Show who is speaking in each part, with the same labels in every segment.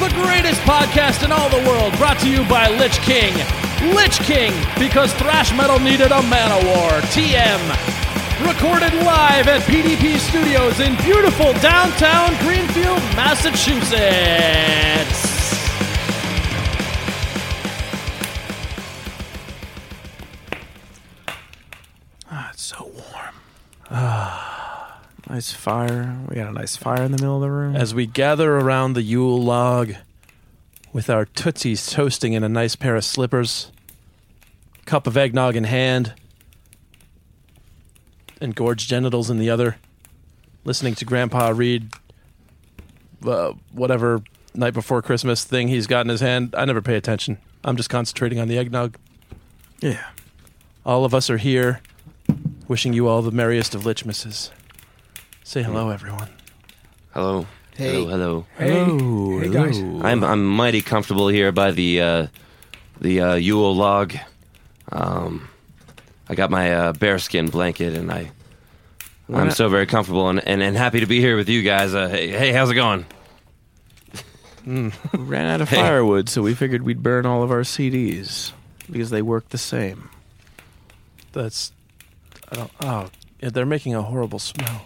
Speaker 1: the greatest podcast in all the world, brought to you by Lich King. Lich King, because thrash metal needed a man of war. TM, recorded live at PDP Studios in beautiful downtown Greenfield, Massachusetts.
Speaker 2: Ah, it's so warm. Ah, nice fire. We got a nice fire in the middle of the room.
Speaker 1: As we gather around the Yule log with our tootsies toasting in a nice pair of slippers, cup of eggnog in hand, and gorged genitals in the other, listening to Grandpa read uh, whatever night before Christmas thing he's got in his hand, I never pay attention. I'm just concentrating on the eggnog.
Speaker 2: yeah.
Speaker 1: All of us are here, wishing you all the merriest of Lichmases. Say hello, everyone.
Speaker 3: Hello. Hello, hello.
Speaker 1: Hello,
Speaker 2: Hey, guys.
Speaker 3: I'm I'm mighty comfortable here by the uh, the uh, Yule log. Um, I got my uh, bearskin blanket, and I I'm
Speaker 2: not?
Speaker 3: so very comfortable and, and, and happy to be here with you guys. Uh, hey, hey, how's it going?
Speaker 4: Hmm.
Speaker 2: We ran out of firewood, so we figured we'd burn all of our CDs because they work the same.
Speaker 1: That's. I don't. Oh, yeah, they're making a horrible smell.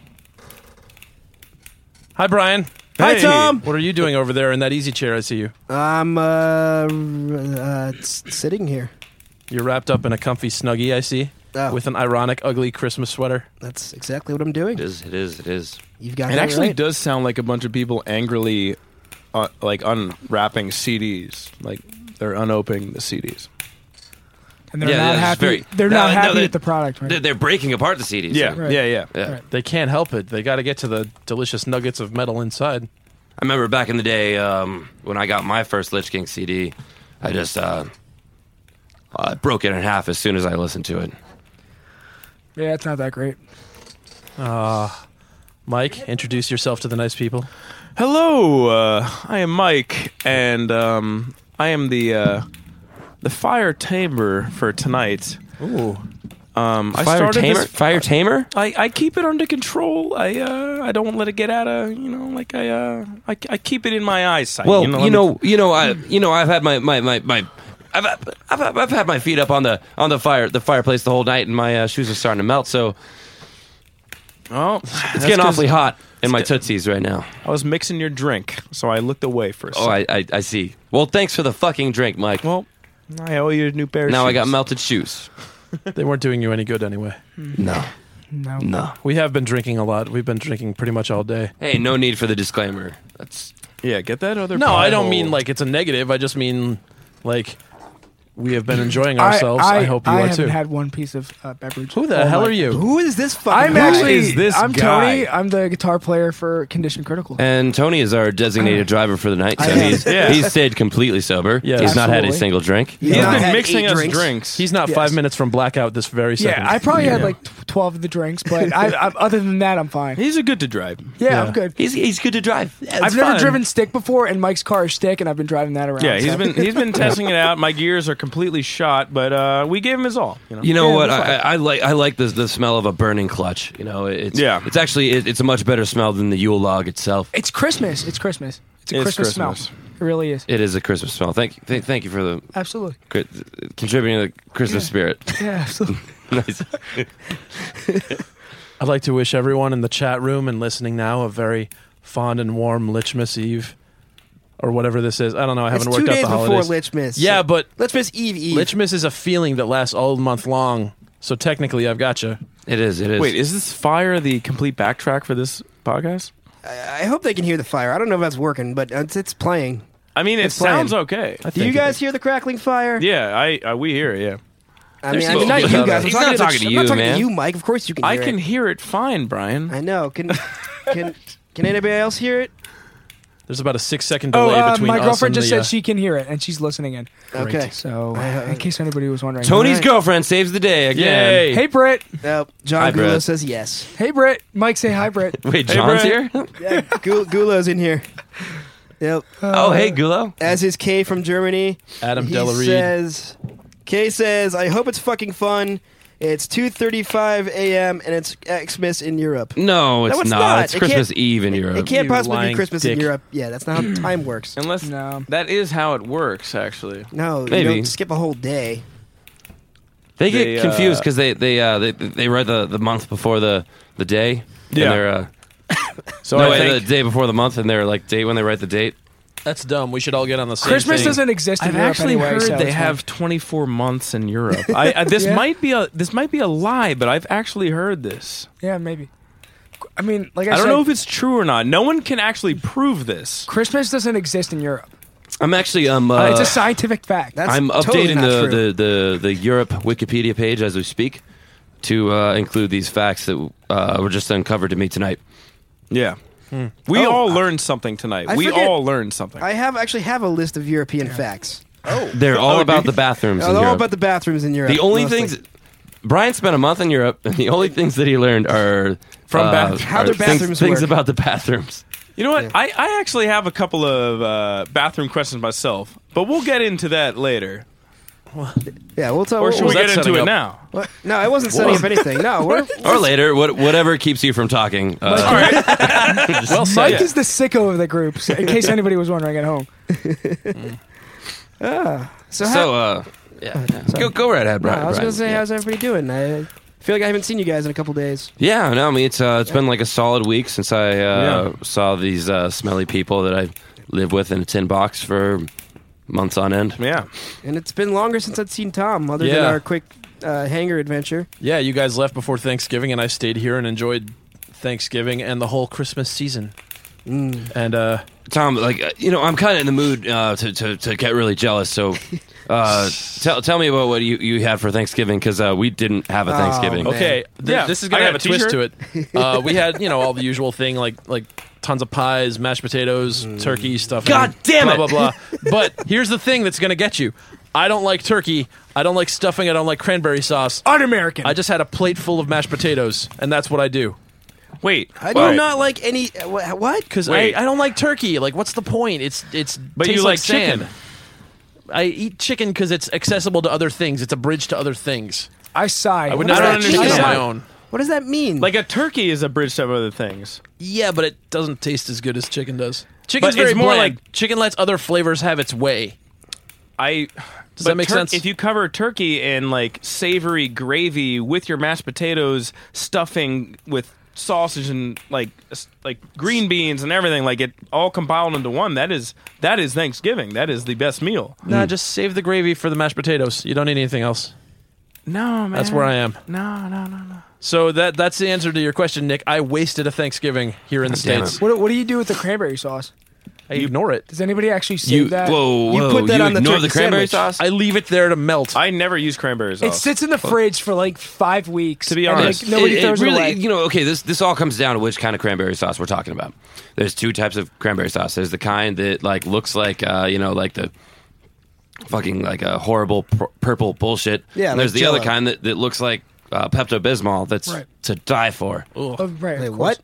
Speaker 1: Hi, Brian.
Speaker 5: Hi, Tom.
Speaker 1: What are you doing over there in that easy chair? I see you.
Speaker 5: I'm uh, r- uh, s- sitting here.
Speaker 1: You're wrapped up in a comfy snuggie. I see,
Speaker 5: Oh.
Speaker 1: with an ironic, ugly Christmas sweater.
Speaker 5: That's exactly what I'm doing.
Speaker 3: It is. It is. It is.
Speaker 5: You've got
Speaker 4: It actually
Speaker 5: right.
Speaker 4: does sound like a bunch of people angrily, uh, like unwrapping CDs, like they're unopening the CDs.
Speaker 6: and they're
Speaker 3: Yeah,
Speaker 6: not
Speaker 3: yeah, it's
Speaker 6: happy.
Speaker 3: very-
Speaker 6: they're
Speaker 3: no,
Speaker 6: not
Speaker 3: no,
Speaker 6: happy
Speaker 3: they-
Speaker 6: with the product, right?
Speaker 3: They're, they're breaking apart the CDs.
Speaker 6: Right.
Speaker 4: yeah, yeah.
Speaker 3: Yeah.
Speaker 6: Right.
Speaker 1: They can't help it. They got to get to the delicious nuggets of metal inside.
Speaker 3: I remember back in the day um, when I got my first Lich King CD, I just uh, I broke it in half as soon as I listened to it.
Speaker 6: yeah, it's not that great.
Speaker 1: Ah, Mike, introduce yourself to the nice people.
Speaker 4: Hello, uh, I am Mike, and um, I am the uh, the fire tamer for tonight.
Speaker 1: Ooh,
Speaker 4: Um, I
Speaker 3: Fire
Speaker 4: started
Speaker 3: tamer.
Speaker 4: this-
Speaker 3: Fire tamer.
Speaker 4: I, I keep it under control. I uh, I don't let it get out of you know like I uh, I, I keep it in my eyesight.
Speaker 3: Well,
Speaker 4: let
Speaker 3: you
Speaker 4: me-
Speaker 3: know, you know, I, you know, I've had my, my, my, my I've, I've, I've, I've had my feet up on the on the fire the fireplace the whole night, and my uh, shoes are starting to melt. So it's
Speaker 4: oh, it's
Speaker 3: getting awfully hot in my tootsies right now.
Speaker 4: I was mixing your drink, so I looked away for a
Speaker 3: Oh,
Speaker 4: second.
Speaker 3: I, I, I see. Well, thanks for the fucking drink, Mike.
Speaker 4: Well, I owe you a new pair. Of
Speaker 3: now I got
Speaker 4: shoes.
Speaker 3: melted shoes.
Speaker 1: they weren't doing you any good anyway.
Speaker 3: No,
Speaker 6: No,
Speaker 3: no.
Speaker 1: We have been drinking a lot. We've been drinking pretty much all day.
Speaker 3: Hey, no need for the disclaimer. That's
Speaker 4: Yeah, get that other.
Speaker 1: No, I don't
Speaker 4: Bible.
Speaker 1: mean like it's a negative. I just mean like we have been enjoying ourselves. I, hope you
Speaker 6: I
Speaker 1: are
Speaker 6: haven't
Speaker 1: too.
Speaker 6: had one piece of uh, beverage.
Speaker 1: Who the
Speaker 6: all
Speaker 1: hell
Speaker 6: night.
Speaker 1: are you?
Speaker 5: Who is this fucking?
Speaker 6: I'm
Speaker 5: guy?
Speaker 6: actually.
Speaker 4: is this
Speaker 6: I'm
Speaker 4: guy?
Speaker 6: Tony. I'm the guitar player for Condition Critical.
Speaker 3: and Tony is our designated driver for the night, so he's
Speaker 4: Yeah.
Speaker 3: he's stayed completely sober.
Speaker 1: Yes.
Speaker 3: he's not had a
Speaker 6: Absolutely.
Speaker 3: single drink. Um,
Speaker 5: He's
Speaker 4: He's
Speaker 5: not
Speaker 4: been
Speaker 5: had
Speaker 4: mixing
Speaker 5: eight
Speaker 4: us
Speaker 5: drinks.
Speaker 4: drinks.
Speaker 1: He's not
Speaker 6: Yes.
Speaker 1: five minutes from blackout this very second.
Speaker 6: yeah, I probably had like tw- twelve of the drinks, but I, I, other than that, I'm fine.
Speaker 4: These are good to drive.
Speaker 6: Yeah,
Speaker 1: Yeah.
Speaker 6: I'm good.
Speaker 3: He's he's good to drive.
Speaker 6: I've never
Speaker 4: fine.
Speaker 6: driven stick before, and Mike's car is stick, and I've been driving that around.
Speaker 4: Yeah, he's
Speaker 6: so-
Speaker 4: been he's been testing it out. My gears are completely shot, but uh, we gave him his all. You know.
Speaker 3: You know
Speaker 6: Yeah,
Speaker 3: what?
Speaker 6: that's
Speaker 3: I, I like I like the the smell of a burning clutch. You know, it's
Speaker 4: Yeah.
Speaker 3: It's actually it, it's a much better smell than the Yule log itself.
Speaker 6: It's Christmas. It's Christmas. It's a
Speaker 4: It's
Speaker 6: Christmas, smell.
Speaker 4: Christmas.
Speaker 6: It really is.
Speaker 3: It is a Christmas smell. Thank you, th- thank you for the
Speaker 6: Absolutely.
Speaker 3: cri- contributing to the Christmas spirit.
Speaker 6: Yeah, absolutely.
Speaker 3: nice.
Speaker 1: I'd like to wish everyone in the chat room and listening now a very fond and warm Lichmas Eve, or whatever this is. I don't know. I
Speaker 5: It's
Speaker 1: haven't
Speaker 5: two
Speaker 1: worked out
Speaker 5: days
Speaker 1: the
Speaker 5: before
Speaker 1: holidays.
Speaker 5: Lichmas.
Speaker 1: Yeah, but
Speaker 5: Lichmas
Speaker 1: e-
Speaker 5: Eve Eve.
Speaker 1: Lichmas is a feeling that lasts all month long. So technically, I've got you.
Speaker 3: It is. It is.
Speaker 4: Wait, is this fire the complete backtrack for this podcast?
Speaker 5: I hope they can hear the fire. I don't know if that's working, but it's, it's playing.
Speaker 4: I mean, it
Speaker 5: It's playing.
Speaker 4: sounds okay.
Speaker 5: Do you guys hear the crackling fire?
Speaker 4: Yeah, I, I we hear it. Yeah,
Speaker 5: I mean, I
Speaker 3: still-
Speaker 5: mean, not you guys. I'm
Speaker 3: He's
Speaker 5: talking
Speaker 3: not
Speaker 5: to the
Speaker 3: talking to
Speaker 5: ch- I'm not
Speaker 3: you,
Speaker 5: talking
Speaker 3: man.
Speaker 5: to you, Mike. Of course you can.
Speaker 4: I
Speaker 5: hear
Speaker 4: can
Speaker 5: It.
Speaker 4: hear it fine, Brian.
Speaker 5: I know. Can can can anybody else hear it?
Speaker 1: There's about a six second
Speaker 6: Oh,
Speaker 1: delay
Speaker 6: uh,
Speaker 1: between
Speaker 6: my
Speaker 1: us
Speaker 6: girlfriend
Speaker 1: and
Speaker 6: just
Speaker 1: the,
Speaker 6: said she can hear it, and she's listening in.
Speaker 5: Okay.
Speaker 6: So, in case anybody was wondering.
Speaker 3: Tony's
Speaker 5: Alright.
Speaker 3: girlfriend saves the day
Speaker 1: uh,
Speaker 3: again.
Speaker 1: Yay!
Speaker 6: Hey, Britt.
Speaker 5: No, John
Speaker 3: Hi, Brett.
Speaker 5: Gula says yes.
Speaker 6: Hey, Britt. Mike, say hi, Britt.
Speaker 3: Wait, John's
Speaker 4: Brett.
Speaker 3: here?
Speaker 5: Yeah, Gu- Gula's in here. Yep.
Speaker 3: oh, hey, Gulo.
Speaker 5: As is Kay from Germany.
Speaker 1: Adam
Speaker 5: he
Speaker 1: Delareed.
Speaker 5: says, Kay says, I hope it's fucking fun. It's 2.35 a.m. and it's Xmas in Europe.
Speaker 3: No, it's
Speaker 5: it's
Speaker 3: not.
Speaker 5: not.
Speaker 3: It's
Speaker 5: It
Speaker 3: Christmas
Speaker 5: can't-
Speaker 3: Eve in
Speaker 5: It
Speaker 3: Europe.
Speaker 5: can't
Speaker 1: You
Speaker 5: possibly be
Speaker 1: lying
Speaker 5: Christmas in
Speaker 1: dick.
Speaker 5: Europe. Yeah, that's not how time works.
Speaker 4: Unless
Speaker 6: No.
Speaker 4: that is how it works, actually.
Speaker 5: No,
Speaker 3: Maybe.
Speaker 5: you don't skip a whole day.
Speaker 3: They get
Speaker 4: They, uh,
Speaker 3: confused because they they, uh, they they write the, the month before the the day.
Speaker 4: Yeah.
Speaker 3: And they're, uh,
Speaker 4: So
Speaker 3: no,
Speaker 4: I
Speaker 3: wait,
Speaker 4: think
Speaker 3: the day before the month, and they're like date when they write the date.
Speaker 1: uh, That's dumb. We should all get on the same
Speaker 6: Christmas
Speaker 1: thing.
Speaker 6: doesn't exist in
Speaker 4: I've
Speaker 6: Europe
Speaker 4: actually
Speaker 6: anyway,
Speaker 4: heard
Speaker 6: so
Speaker 4: they
Speaker 6: it's fine.
Speaker 4: have 24 months in Europe. I, I, this
Speaker 6: Yeah.
Speaker 4: might be a this might be a lie, but I've actually heard this.
Speaker 6: Yeah, maybe. I mean, like I,
Speaker 4: I don't
Speaker 6: said,
Speaker 4: know if it's true or not. No one can actually prove this.
Speaker 6: Christmas doesn't exist in Europe.
Speaker 3: I'm actually um
Speaker 6: Uh,
Speaker 3: uh,
Speaker 6: it's a scientific fact.
Speaker 5: That's
Speaker 3: I'm
Speaker 5: totally
Speaker 3: updating
Speaker 5: not
Speaker 3: the,
Speaker 5: true.
Speaker 3: the, the, the Europe Wikipedia page as we speak to uh, include these facts that uh, were just uncovered to me tonight.
Speaker 4: Yeah. We
Speaker 5: Oh,
Speaker 4: all learned something tonight.
Speaker 5: I
Speaker 4: we
Speaker 5: forget-
Speaker 4: all learned something.
Speaker 5: I have actually have a list of European facts.
Speaker 4: Oh,
Speaker 5: Uh,
Speaker 3: They're all about the bathrooms. in
Speaker 5: They're all
Speaker 3: Europe.
Speaker 5: about the bathrooms in Europe.
Speaker 3: The only
Speaker 5: mostly.
Speaker 3: things Brian spent a month in Europe, and the only things that he learned are
Speaker 4: From
Speaker 3: uh,
Speaker 4: bath- how
Speaker 3: are
Speaker 5: their
Speaker 3: things-
Speaker 5: bathrooms
Speaker 3: Things
Speaker 5: work.
Speaker 3: about the bathrooms.
Speaker 4: you know what? I, I actually have a couple of uh, bathroom questions myself, but we'll get into that later.
Speaker 5: Yeah, we'll tell.
Speaker 4: Or
Speaker 5: we'll-
Speaker 4: should we
Speaker 5: we'll-
Speaker 4: get into
Speaker 1: setting
Speaker 4: it
Speaker 1: up?
Speaker 4: now?
Speaker 5: what? No, I wasn't setting up anything. No, we're
Speaker 3: Or later, what, whatever keeps you from talking. Uh,
Speaker 1: well
Speaker 6: Mike
Speaker 1: said.
Speaker 6: is the sicko of the group. So in case anybody was wondering at home,
Speaker 5: Ah, so. how-
Speaker 3: So, uh, yeah, go go right ahead, Brian.
Speaker 5: I was
Speaker 3: Brian.
Speaker 5: gonna say,
Speaker 3: yeah.
Speaker 5: how's everybody doing? I feel like I haven't seen you guys in a couple days.
Speaker 3: Yeah, no, I mean it's uh, it's been like a solid week since I uh,
Speaker 4: Yeah.
Speaker 3: saw these uh, smelly people that I live with in a tin box for months on end.
Speaker 4: Yeah.
Speaker 5: And it's been longer since I'd seen Tom, other than
Speaker 1: Yeah.
Speaker 5: our quick uh, hangar adventure.
Speaker 1: yeah, you guys left before Thanksgiving, and I stayed here and enjoyed Thanksgiving and the whole Christmas season.
Speaker 6: Mm.
Speaker 1: And uh,
Speaker 3: Tom, like uh, you know, I'm kind of in the mood uh, to, to to get really jealous. So, uh, tell tell me about what you, you had for Thanksgiving because uh, we didn't have
Speaker 6: Oh,
Speaker 3: a Thanksgiving.
Speaker 1: okay, Oh, th-
Speaker 4: Yeah,
Speaker 1: this is
Speaker 4: I
Speaker 1: gonna have a
Speaker 4: got a
Speaker 1: twist to it. Uh, we had you know all the usual thing like like tons of pies, mashed potatoes,
Speaker 4: Hmm.
Speaker 1: turkey stuff.
Speaker 3: God damn
Speaker 1: blah,
Speaker 3: it!
Speaker 1: Blah blah blah. but here's the thing that's gonna get you. I don't like turkey. I don't like stuffing. I don't like cranberry sauce.
Speaker 6: un-American.
Speaker 1: I just had a plate full of mashed potatoes, and that's what I do.
Speaker 4: Wait.
Speaker 5: I do
Speaker 4: Wait.
Speaker 5: not like any. uh, wha- What?
Speaker 1: Because I,
Speaker 4: Wait.
Speaker 1: I don't like turkey. Like, what's the point? It's it's.
Speaker 4: But
Speaker 1: tastes
Speaker 4: you like
Speaker 1: sand.
Speaker 4: chicken.
Speaker 1: I eat chicken because it's accessible to other things. It's a bridge to other things.
Speaker 6: I sigh.
Speaker 1: I would
Speaker 5: does
Speaker 1: never
Speaker 5: that
Speaker 1: eat chicken on
Speaker 5: mean?
Speaker 1: my own.
Speaker 5: What does that mean?
Speaker 4: Like a turkey is a bridge to other things.
Speaker 1: Yeah, but it doesn't taste as good as chicken does. Chicken's
Speaker 4: But
Speaker 1: very
Speaker 4: it's more
Speaker 1: bland.
Speaker 4: like-
Speaker 1: chicken lets other flavors have its way.
Speaker 4: I does
Speaker 1: that make sense?
Speaker 4: If you cover turkey in like savory gravy with your mashed potatoes, stuffing with sausage and like s- like green beans and everything, like it all compiled into one. That is that is Thanksgiving. That is the best meal.
Speaker 1: Nah, just save the gravy for the mashed potatoes. You don't need anything else.
Speaker 4: No, man.
Speaker 1: That's where I am.
Speaker 4: No, no, no, no.
Speaker 1: So that that's the answer to your question, Nick. I wasted a Thanksgiving here in the
Speaker 3: Damn
Speaker 1: states.
Speaker 6: what, what do you do with the cranberry sauce?
Speaker 1: I ignore it.
Speaker 6: Does anybody actually save
Speaker 3: You
Speaker 6: that?
Speaker 3: whoa
Speaker 5: You
Speaker 3: whoa
Speaker 5: put that on the
Speaker 3: ignore
Speaker 5: turkey
Speaker 3: the cranberry Oh,
Speaker 5: sandwich.
Speaker 3: sauce.
Speaker 1: I leave it there to melt.
Speaker 4: I never use cranberry
Speaker 6: It
Speaker 4: sauce.
Speaker 6: sits in the fridge for like five weeks.
Speaker 4: To be
Speaker 6: and,
Speaker 4: honest,
Speaker 6: like, nobody
Speaker 3: it, it
Speaker 6: throws it,
Speaker 3: really,
Speaker 6: away.
Speaker 3: you know, okay. This this all comes down to which kind of cranberry sauce we're talking about. There's two types of cranberry sauce. There's the kind that like looks like uh, you know, like the fucking like a horrible pur- purple bullshit.
Speaker 5: Yeah,
Speaker 3: And there's
Speaker 5: like
Speaker 3: the other
Speaker 5: Jell-O.
Speaker 3: kind that, that looks like uh, Pepto Bismol. That's
Speaker 6: Right.
Speaker 3: to die for.
Speaker 6: Oh, right, of
Speaker 5: Wait,
Speaker 6: course.
Speaker 5: what?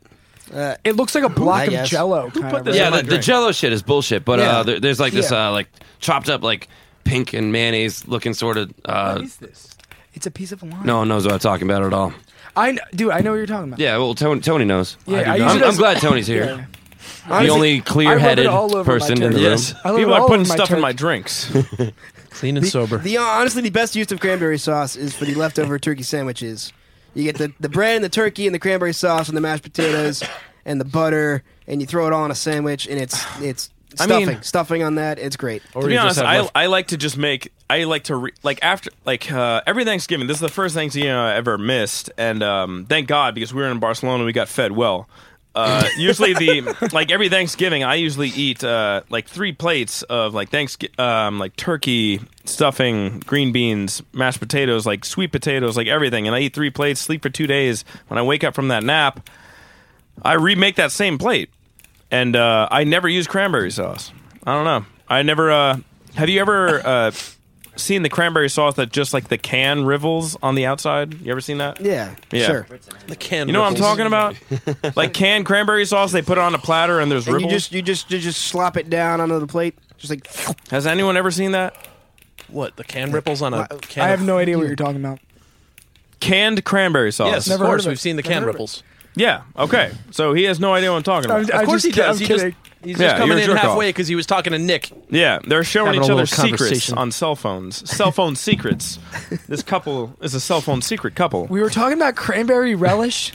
Speaker 5: Uh,
Speaker 6: It looks like a block of
Speaker 5: guess.
Speaker 6: Jello. kind
Speaker 4: put
Speaker 6: of,
Speaker 4: this
Speaker 6: right?
Speaker 3: yeah,
Speaker 4: in my
Speaker 3: the, the
Speaker 4: drink.
Speaker 3: Jello shit is bullshit. But
Speaker 5: Yeah.
Speaker 3: uh, there, there's like this
Speaker 6: Yeah.
Speaker 3: uh, like chopped up like pink and mayonnaise looking sort of. Uh,
Speaker 6: It's a piece of lime.
Speaker 3: no one knows what I'm talking about at all.
Speaker 6: I kn- dude, I know what you're talking about.
Speaker 3: Yeah, well, Tony, Tony knows.
Speaker 6: Yeah, I do I not. use
Speaker 3: I'm,
Speaker 6: it
Speaker 3: I'm
Speaker 6: as-
Speaker 3: glad Tony's here.
Speaker 6: Yeah.
Speaker 3: the
Speaker 6: Honestly,
Speaker 3: only
Speaker 6: I rub
Speaker 3: clear-headed
Speaker 6: it all over my
Speaker 3: person in the
Speaker 6: turkey.
Speaker 3: room.
Speaker 1: Yes.
Speaker 6: I love
Speaker 4: People
Speaker 6: it all
Speaker 4: are putting
Speaker 6: over my
Speaker 4: stuff in
Speaker 6: turkey.
Speaker 4: my drinks.
Speaker 1: Clean and sober.
Speaker 5: The uh, honestly, the best use of cranberry sauce is for the leftover turkey sandwiches. You get the, the bread and the turkey and the cranberry sauce and the mashed potatoes and the butter, and you throw it all in a sandwich, and it's it's stuffing,
Speaker 4: mean-
Speaker 5: stuffing on that. It's great.
Speaker 1: or
Speaker 4: to
Speaker 1: you
Speaker 4: be
Speaker 1: just
Speaker 4: honest,
Speaker 1: have
Speaker 4: I,
Speaker 1: left-
Speaker 4: I like to just make I like to re, like after like uh, every Thanksgiving. This is the first Thanksgiving I ever missed, and um, thank God because we were in Barcelona, we got fed well. uh, usually the like every Thanksgiving, I usually eat uh, like three plates of like thanks um, like turkey stuffing, green beans, mashed potatoes, like sweet potatoes, like everything. And I eat three plates, sleep for two days. When I wake up from that nap, I remake that same plate, and uh, I never use cranberry sauce. I don't know. I never. Uh, have you ever uh, seen the cranberry sauce that just like the can rivels on the outside? You ever seen that?
Speaker 5: Yeah,
Speaker 4: Yeah.
Speaker 5: sure.
Speaker 7: The can
Speaker 4: You know what I'm talking about? like canned cranberry sauce, they put it on a platter and there's
Speaker 5: And you
Speaker 4: ripples.
Speaker 5: just you just you just slop it down onto the plate, just like
Speaker 4: Has anyone ever seen that?
Speaker 7: What the can ripples on a can?
Speaker 6: I
Speaker 7: of-
Speaker 6: have no idea what you're talking about.
Speaker 4: Canned cranberry sauce.
Speaker 7: Yes,
Speaker 6: Never
Speaker 7: of
Speaker 6: heard
Speaker 7: course
Speaker 6: of it.
Speaker 7: we've seen the
Speaker 6: Never
Speaker 7: can
Speaker 6: heard of it.
Speaker 7: ripples.
Speaker 4: Yeah. Okay. So he has no idea what I'm talking
Speaker 6: I'm-
Speaker 4: about.
Speaker 6: I
Speaker 7: Of course
Speaker 6: just
Speaker 7: he
Speaker 6: kid-
Speaker 7: does.
Speaker 6: I'm
Speaker 7: he just,
Speaker 6: kidding.
Speaker 7: he's
Speaker 4: Yeah,
Speaker 7: just coming
Speaker 4: you're a
Speaker 7: in
Speaker 4: jerk off.
Speaker 7: halfway because he was talking to Nick.
Speaker 4: yeah, they're showing
Speaker 7: Having
Speaker 4: each
Speaker 7: a
Speaker 4: other
Speaker 7: little
Speaker 4: secrets
Speaker 7: conversation.
Speaker 4: on cell phones. Cell phone secrets. This couple is a cell phone secret couple.
Speaker 6: We were talking about cranberry relish,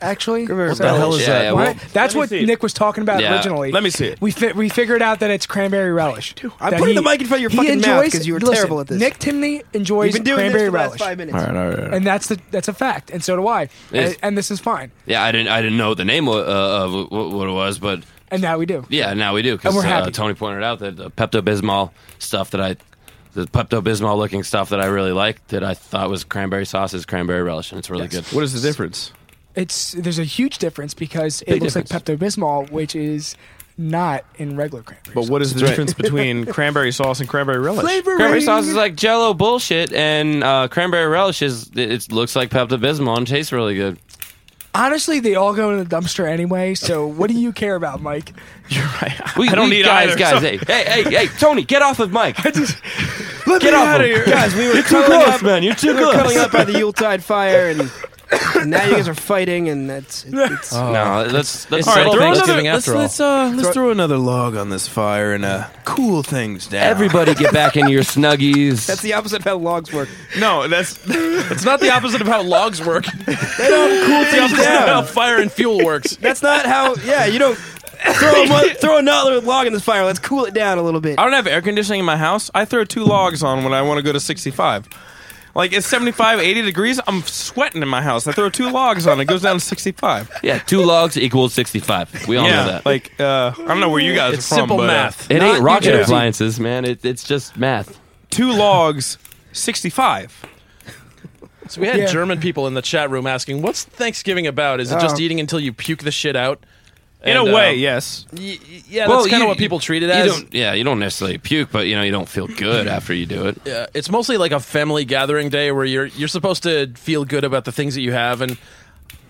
Speaker 6: actually.
Speaker 5: What
Speaker 6: So-
Speaker 5: the hell
Speaker 3: is Yeah, that? yeah,
Speaker 6: Why-
Speaker 3: well-
Speaker 6: That's
Speaker 4: Let me
Speaker 6: what
Speaker 4: see it.
Speaker 6: Nick was talking about
Speaker 3: Yeah.
Speaker 6: originally.
Speaker 4: Let me see it.
Speaker 6: We fi- we figured out that it's cranberry relish.
Speaker 5: I'm
Speaker 6: That
Speaker 5: putting
Speaker 6: he-
Speaker 5: the mic in front of your
Speaker 6: he
Speaker 5: fucking mouth
Speaker 6: enjoys-
Speaker 5: 'cause you were
Speaker 6: listen,
Speaker 5: terrible at this.
Speaker 6: Nick Timney enjoys
Speaker 5: You've been doing
Speaker 6: cranberry
Speaker 5: this for the
Speaker 6: relish,
Speaker 5: last five minutes.
Speaker 2: All right, all right, all right.
Speaker 6: and that's the that's a fact, and so do I.
Speaker 3: Yes.
Speaker 6: And, and this is fine,
Speaker 3: Yeah, I didn't. I didn't know what the name wa- uh, of wh- what it was, but
Speaker 6: and now we do.
Speaker 3: yeah, now we do
Speaker 6: And
Speaker 3: because
Speaker 6: we're
Speaker 3: uh,
Speaker 6: happy.
Speaker 3: Tony pointed out that the Pepto Bismol stuff that I, the Pepto Bismol looking stuff that I really liked that I thought was cranberry sauce is cranberry relish, and it's really good.
Speaker 4: What is the difference?
Speaker 6: It's there's a huge difference because it
Speaker 3: Big
Speaker 6: looks like
Speaker 3: difference.
Speaker 6: Pepto Bismol, which is not in regular cranberry.
Speaker 4: But what is the difference between cranberry sauce and cranberry relish?
Speaker 3: Cranberry sauce is like Jello bullshit, and uh, cranberry relish is it, it looks like Pepto Bismol and tastes really good.
Speaker 6: Honestly, they all go in the dumpster anyway. So what do you care about, Mike?
Speaker 4: You're right.
Speaker 3: We,
Speaker 4: I don't
Speaker 3: we-
Speaker 4: need
Speaker 3: guys,
Speaker 4: either,
Speaker 3: guys.
Speaker 4: so-
Speaker 3: Hey, hey, hey, hey, Tony, get off of Mike.
Speaker 5: Let
Speaker 3: Get
Speaker 5: me
Speaker 3: off
Speaker 5: out
Speaker 3: him.
Speaker 5: of here, guys. We were cuddling
Speaker 3: close,
Speaker 5: up,
Speaker 3: man. You're
Speaker 5: we
Speaker 3: too
Speaker 5: were
Speaker 3: close.
Speaker 5: cuddling up by the Yuletide fire, and, and now you guys are fighting, and that's it, it's
Speaker 4: Oh.
Speaker 3: No, let's let's
Speaker 7: All right,
Speaker 3: settle
Speaker 7: throw
Speaker 3: things.
Speaker 7: Thanksgiving after all.
Speaker 4: uh, let's throw another log on this fire and uh, cool things down.
Speaker 3: Everybody, get back into your snuggies.
Speaker 5: that's the opposite of how logs work.
Speaker 4: no, that's
Speaker 7: It's not the opposite of how logs work.
Speaker 5: Cool
Speaker 7: It's the opposite of how fire and fuel works.
Speaker 5: That's not how. Yeah, you don't throw a mo- throw another log in this fire. Let's cool it down a little bit.
Speaker 4: I don't have air conditioning in my house. I throw two logs on when I want to go to 65. Like it's 75, 80 degrees. I'm sweating in my house. I throw two logs on. It goes down to 65.
Speaker 3: yeah, two logs equals sixty-five. We all know that.
Speaker 4: Like uh, I don't know where you guys
Speaker 7: It's
Speaker 4: are from,
Speaker 7: simple
Speaker 4: but, uh,
Speaker 7: math.
Speaker 3: It
Speaker 7: Not
Speaker 3: ain't rocket
Speaker 7: New Jersey.
Speaker 3: appliances, man. It, it's just math.
Speaker 4: two logs, 65.
Speaker 7: So we had
Speaker 6: Yeah.
Speaker 7: German people in the chat room asking, "What's Thanksgiving about? Is it just
Speaker 5: Oh.
Speaker 7: eating until you puke the shit out?"
Speaker 4: In
Speaker 7: And,
Speaker 4: a way,
Speaker 7: um,
Speaker 4: yes.
Speaker 7: y- y- yeah, that's kind of what people treat it
Speaker 3: you
Speaker 7: as.
Speaker 3: don't- yeah, you don't necessarily puke, but you know you don't feel good after you do it.
Speaker 7: Yeah, it's mostly like a family gathering day where you're you're supposed to feel good about the things that you have, and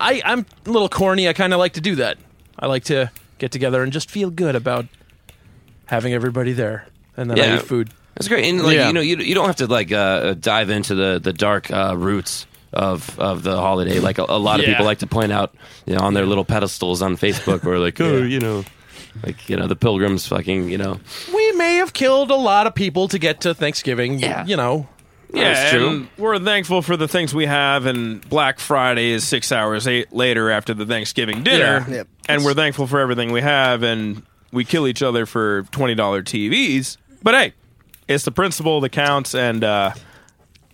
Speaker 7: I I'm a little corny. I kind of like to do that. I like to get together and just feel good about having everybody there, and then I
Speaker 3: Yeah.
Speaker 7: eat food.
Speaker 3: That's great, and like
Speaker 7: Yeah.
Speaker 3: you know you, you don't have to like uh, uh, dive into the the dark uh, roots of of the holiday. Like a, a lot of
Speaker 7: Yeah.
Speaker 3: people like to point out you know, on their little pedestals on Facebook, where like oh you know. Like you know, the pilgrims fucking you know.
Speaker 7: We may have killed a lot of people to get to Thanksgiving.
Speaker 3: Yeah.
Speaker 7: you know.
Speaker 4: Yeah,
Speaker 3: That's true.
Speaker 4: and we're thankful for the things we have, and Black Friday is six hours eight later after the Thanksgiving dinner,
Speaker 5: Yeah. Yep.
Speaker 4: and we're thankful for everything we have, and we kill each other for twenty dollar TVs. But hey, it's the principle that counts, and uh,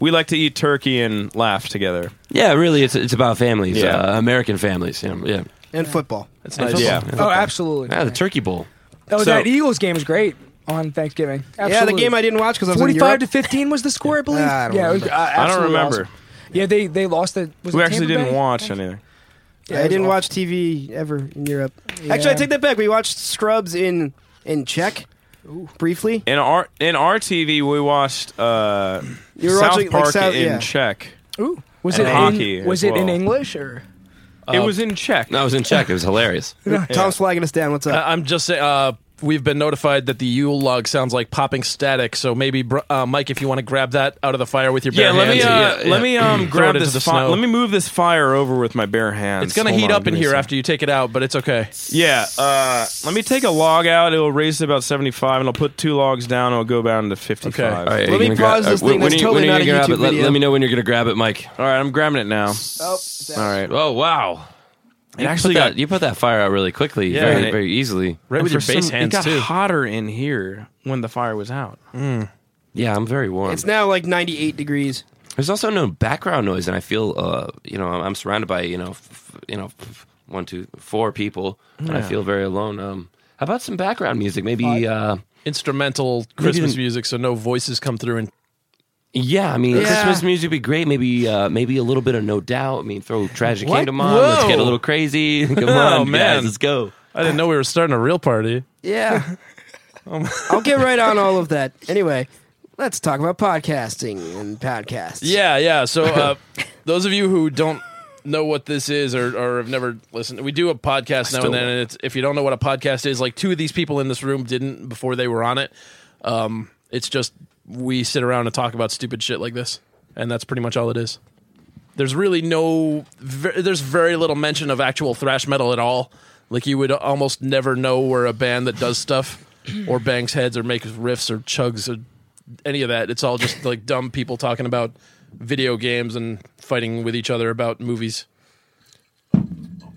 Speaker 4: we like to eat turkey and laugh together.
Speaker 3: Yeah, really, it's it's about families,
Speaker 4: Yeah.
Speaker 3: uh, American families. You know, yeah,
Speaker 5: and football.
Speaker 7: It's nice.
Speaker 4: yeah.
Speaker 6: Oh, absolutely.
Speaker 3: yeah, the turkey bowl.
Speaker 6: Oh,
Speaker 4: So-
Speaker 6: that Eagles game was great on Thanksgiving. Absolutely.
Speaker 5: Yeah, the game I didn't watch because I was in
Speaker 6: forty-five
Speaker 5: Europe.
Speaker 6: to fifteen was the score, I believe.
Speaker 5: Ah, I don't
Speaker 6: yeah, it was, uh,
Speaker 5: remember.
Speaker 4: I don't
Speaker 6: absolutely
Speaker 4: remember.
Speaker 6: awesome. Yeah, they they lost it. Was
Speaker 4: We
Speaker 6: it
Speaker 4: actually
Speaker 6: Tampa
Speaker 4: didn't
Speaker 6: Bay?
Speaker 4: watch
Speaker 6: Thanks.
Speaker 4: anything.
Speaker 6: Yeah, it
Speaker 5: I
Speaker 6: was
Speaker 5: didn't
Speaker 6: awful.
Speaker 5: watch TV ever in Europe. Actually,
Speaker 6: Yeah.
Speaker 5: I take that back. We watched Scrubs in in Czech briefly.
Speaker 4: In our in our TV, we watched uh,
Speaker 5: You were
Speaker 4: South
Speaker 5: watching, like,
Speaker 4: Park
Speaker 5: South-
Speaker 4: in
Speaker 5: yeah.
Speaker 4: Czech.
Speaker 6: Ooh, was
Speaker 4: And
Speaker 6: it
Speaker 4: hockey
Speaker 6: in,
Speaker 4: as
Speaker 6: was it in
Speaker 4: well.
Speaker 6: English or?
Speaker 4: it was in Czech.
Speaker 3: No, I was in Czech. It was hilarious.
Speaker 5: Uh, Tom's flagging us down. What's up?
Speaker 7: I- I'm just saying. Uh, we've been notified that the Yule log sounds like popping static. So maybe, br- uh, Mike, if you want to grab that out of the fire with your bare
Speaker 4: Yeah, let me
Speaker 7: hands,
Speaker 4: uh,
Speaker 7: yeah,
Speaker 4: let
Speaker 7: yeah.
Speaker 4: me um
Speaker 7: Throw
Speaker 4: grab
Speaker 7: it into
Speaker 4: this
Speaker 7: the
Speaker 4: fire.
Speaker 7: snow.
Speaker 4: Let me move this fire over with my bare hands.
Speaker 7: It's gonna
Speaker 4: Hold
Speaker 7: heat
Speaker 4: on,
Speaker 7: up in
Speaker 4: give me a
Speaker 7: here
Speaker 4: sec.
Speaker 7: after you take it out, but it's okay.
Speaker 4: Yeah, uh, let me take a log out. It'll raise to about seventy-five, and I'll put two logs down. It'll go down to fifty-five.
Speaker 3: All
Speaker 5: Let
Speaker 3: right, you're
Speaker 5: me
Speaker 3: gonna gra-
Speaker 5: pause this
Speaker 3: uh, when-
Speaker 5: thing.
Speaker 3: when
Speaker 5: That's
Speaker 3: are you- when
Speaker 5: totally not
Speaker 3: are you
Speaker 5: a
Speaker 3: gonna grab
Speaker 5: YouTube
Speaker 3: it? Let,
Speaker 5: video.
Speaker 3: let me know when you're gonna grab it, Mike.
Speaker 4: All right, I'm grabbing it now.
Speaker 5: Oh, it's out.
Speaker 4: All right.
Speaker 3: Oh wow!
Speaker 4: It actually
Speaker 3: put that,
Speaker 4: got
Speaker 3: you put that fire out really quickly,
Speaker 4: Yeah,
Speaker 3: very
Speaker 4: and it-
Speaker 3: very easily.
Speaker 7: Right with
Speaker 4: for
Speaker 7: your base
Speaker 4: some-
Speaker 7: hands
Speaker 4: It got
Speaker 7: too.
Speaker 4: hotter in here when the fire was out.
Speaker 3: Mm. Yeah, I'm very warm.
Speaker 5: It's now like 98 degrees.
Speaker 3: There's also no background noise, and I feel uh, you know I'm surrounded by you know f- you know f- one, two, four people, and I feel very alone. Um, how about some background music? Maybe, uh,
Speaker 1: Instrumental Christmas
Speaker 3: an-
Speaker 1: music, so no voices come through. And
Speaker 3: yeah. I mean,
Speaker 5: Yeah.
Speaker 3: Christmas music would be great. Maybe, uh, maybe a little bit of No Doubt. I mean, throw Tragic
Speaker 1: What?
Speaker 3: Kingdom on. Let's get a
Speaker 1: Whoa.
Speaker 3: little crazy. Come
Speaker 7: Oh,
Speaker 3: on, you
Speaker 4: man.
Speaker 3: guys, let's go.
Speaker 1: I didn't know we were starting a real party.
Speaker 5: Yeah.
Speaker 3: Um,
Speaker 5: I'll get right on all of that. Anyway, let's talk about podcasting and podcasts.
Speaker 1: Yeah, yeah. So uh, those of you who don't know what this is or, or have never listened, we do a podcast now
Speaker 3: still
Speaker 1: and then. And it's, if you don't know what a podcast is, like two of these people in this room didn't before they were on it. Um, it's just we sit around and talk about stupid shit like this, and that's pretty much all it is. There's really no, ver- there's very little mention of actual thrash metal at all. Like you would almost never know where a band that does stuff or bangs heads or makes riffs or chugs or any of that. It's all just like dumb people talking about video games and fighting with each other about movies.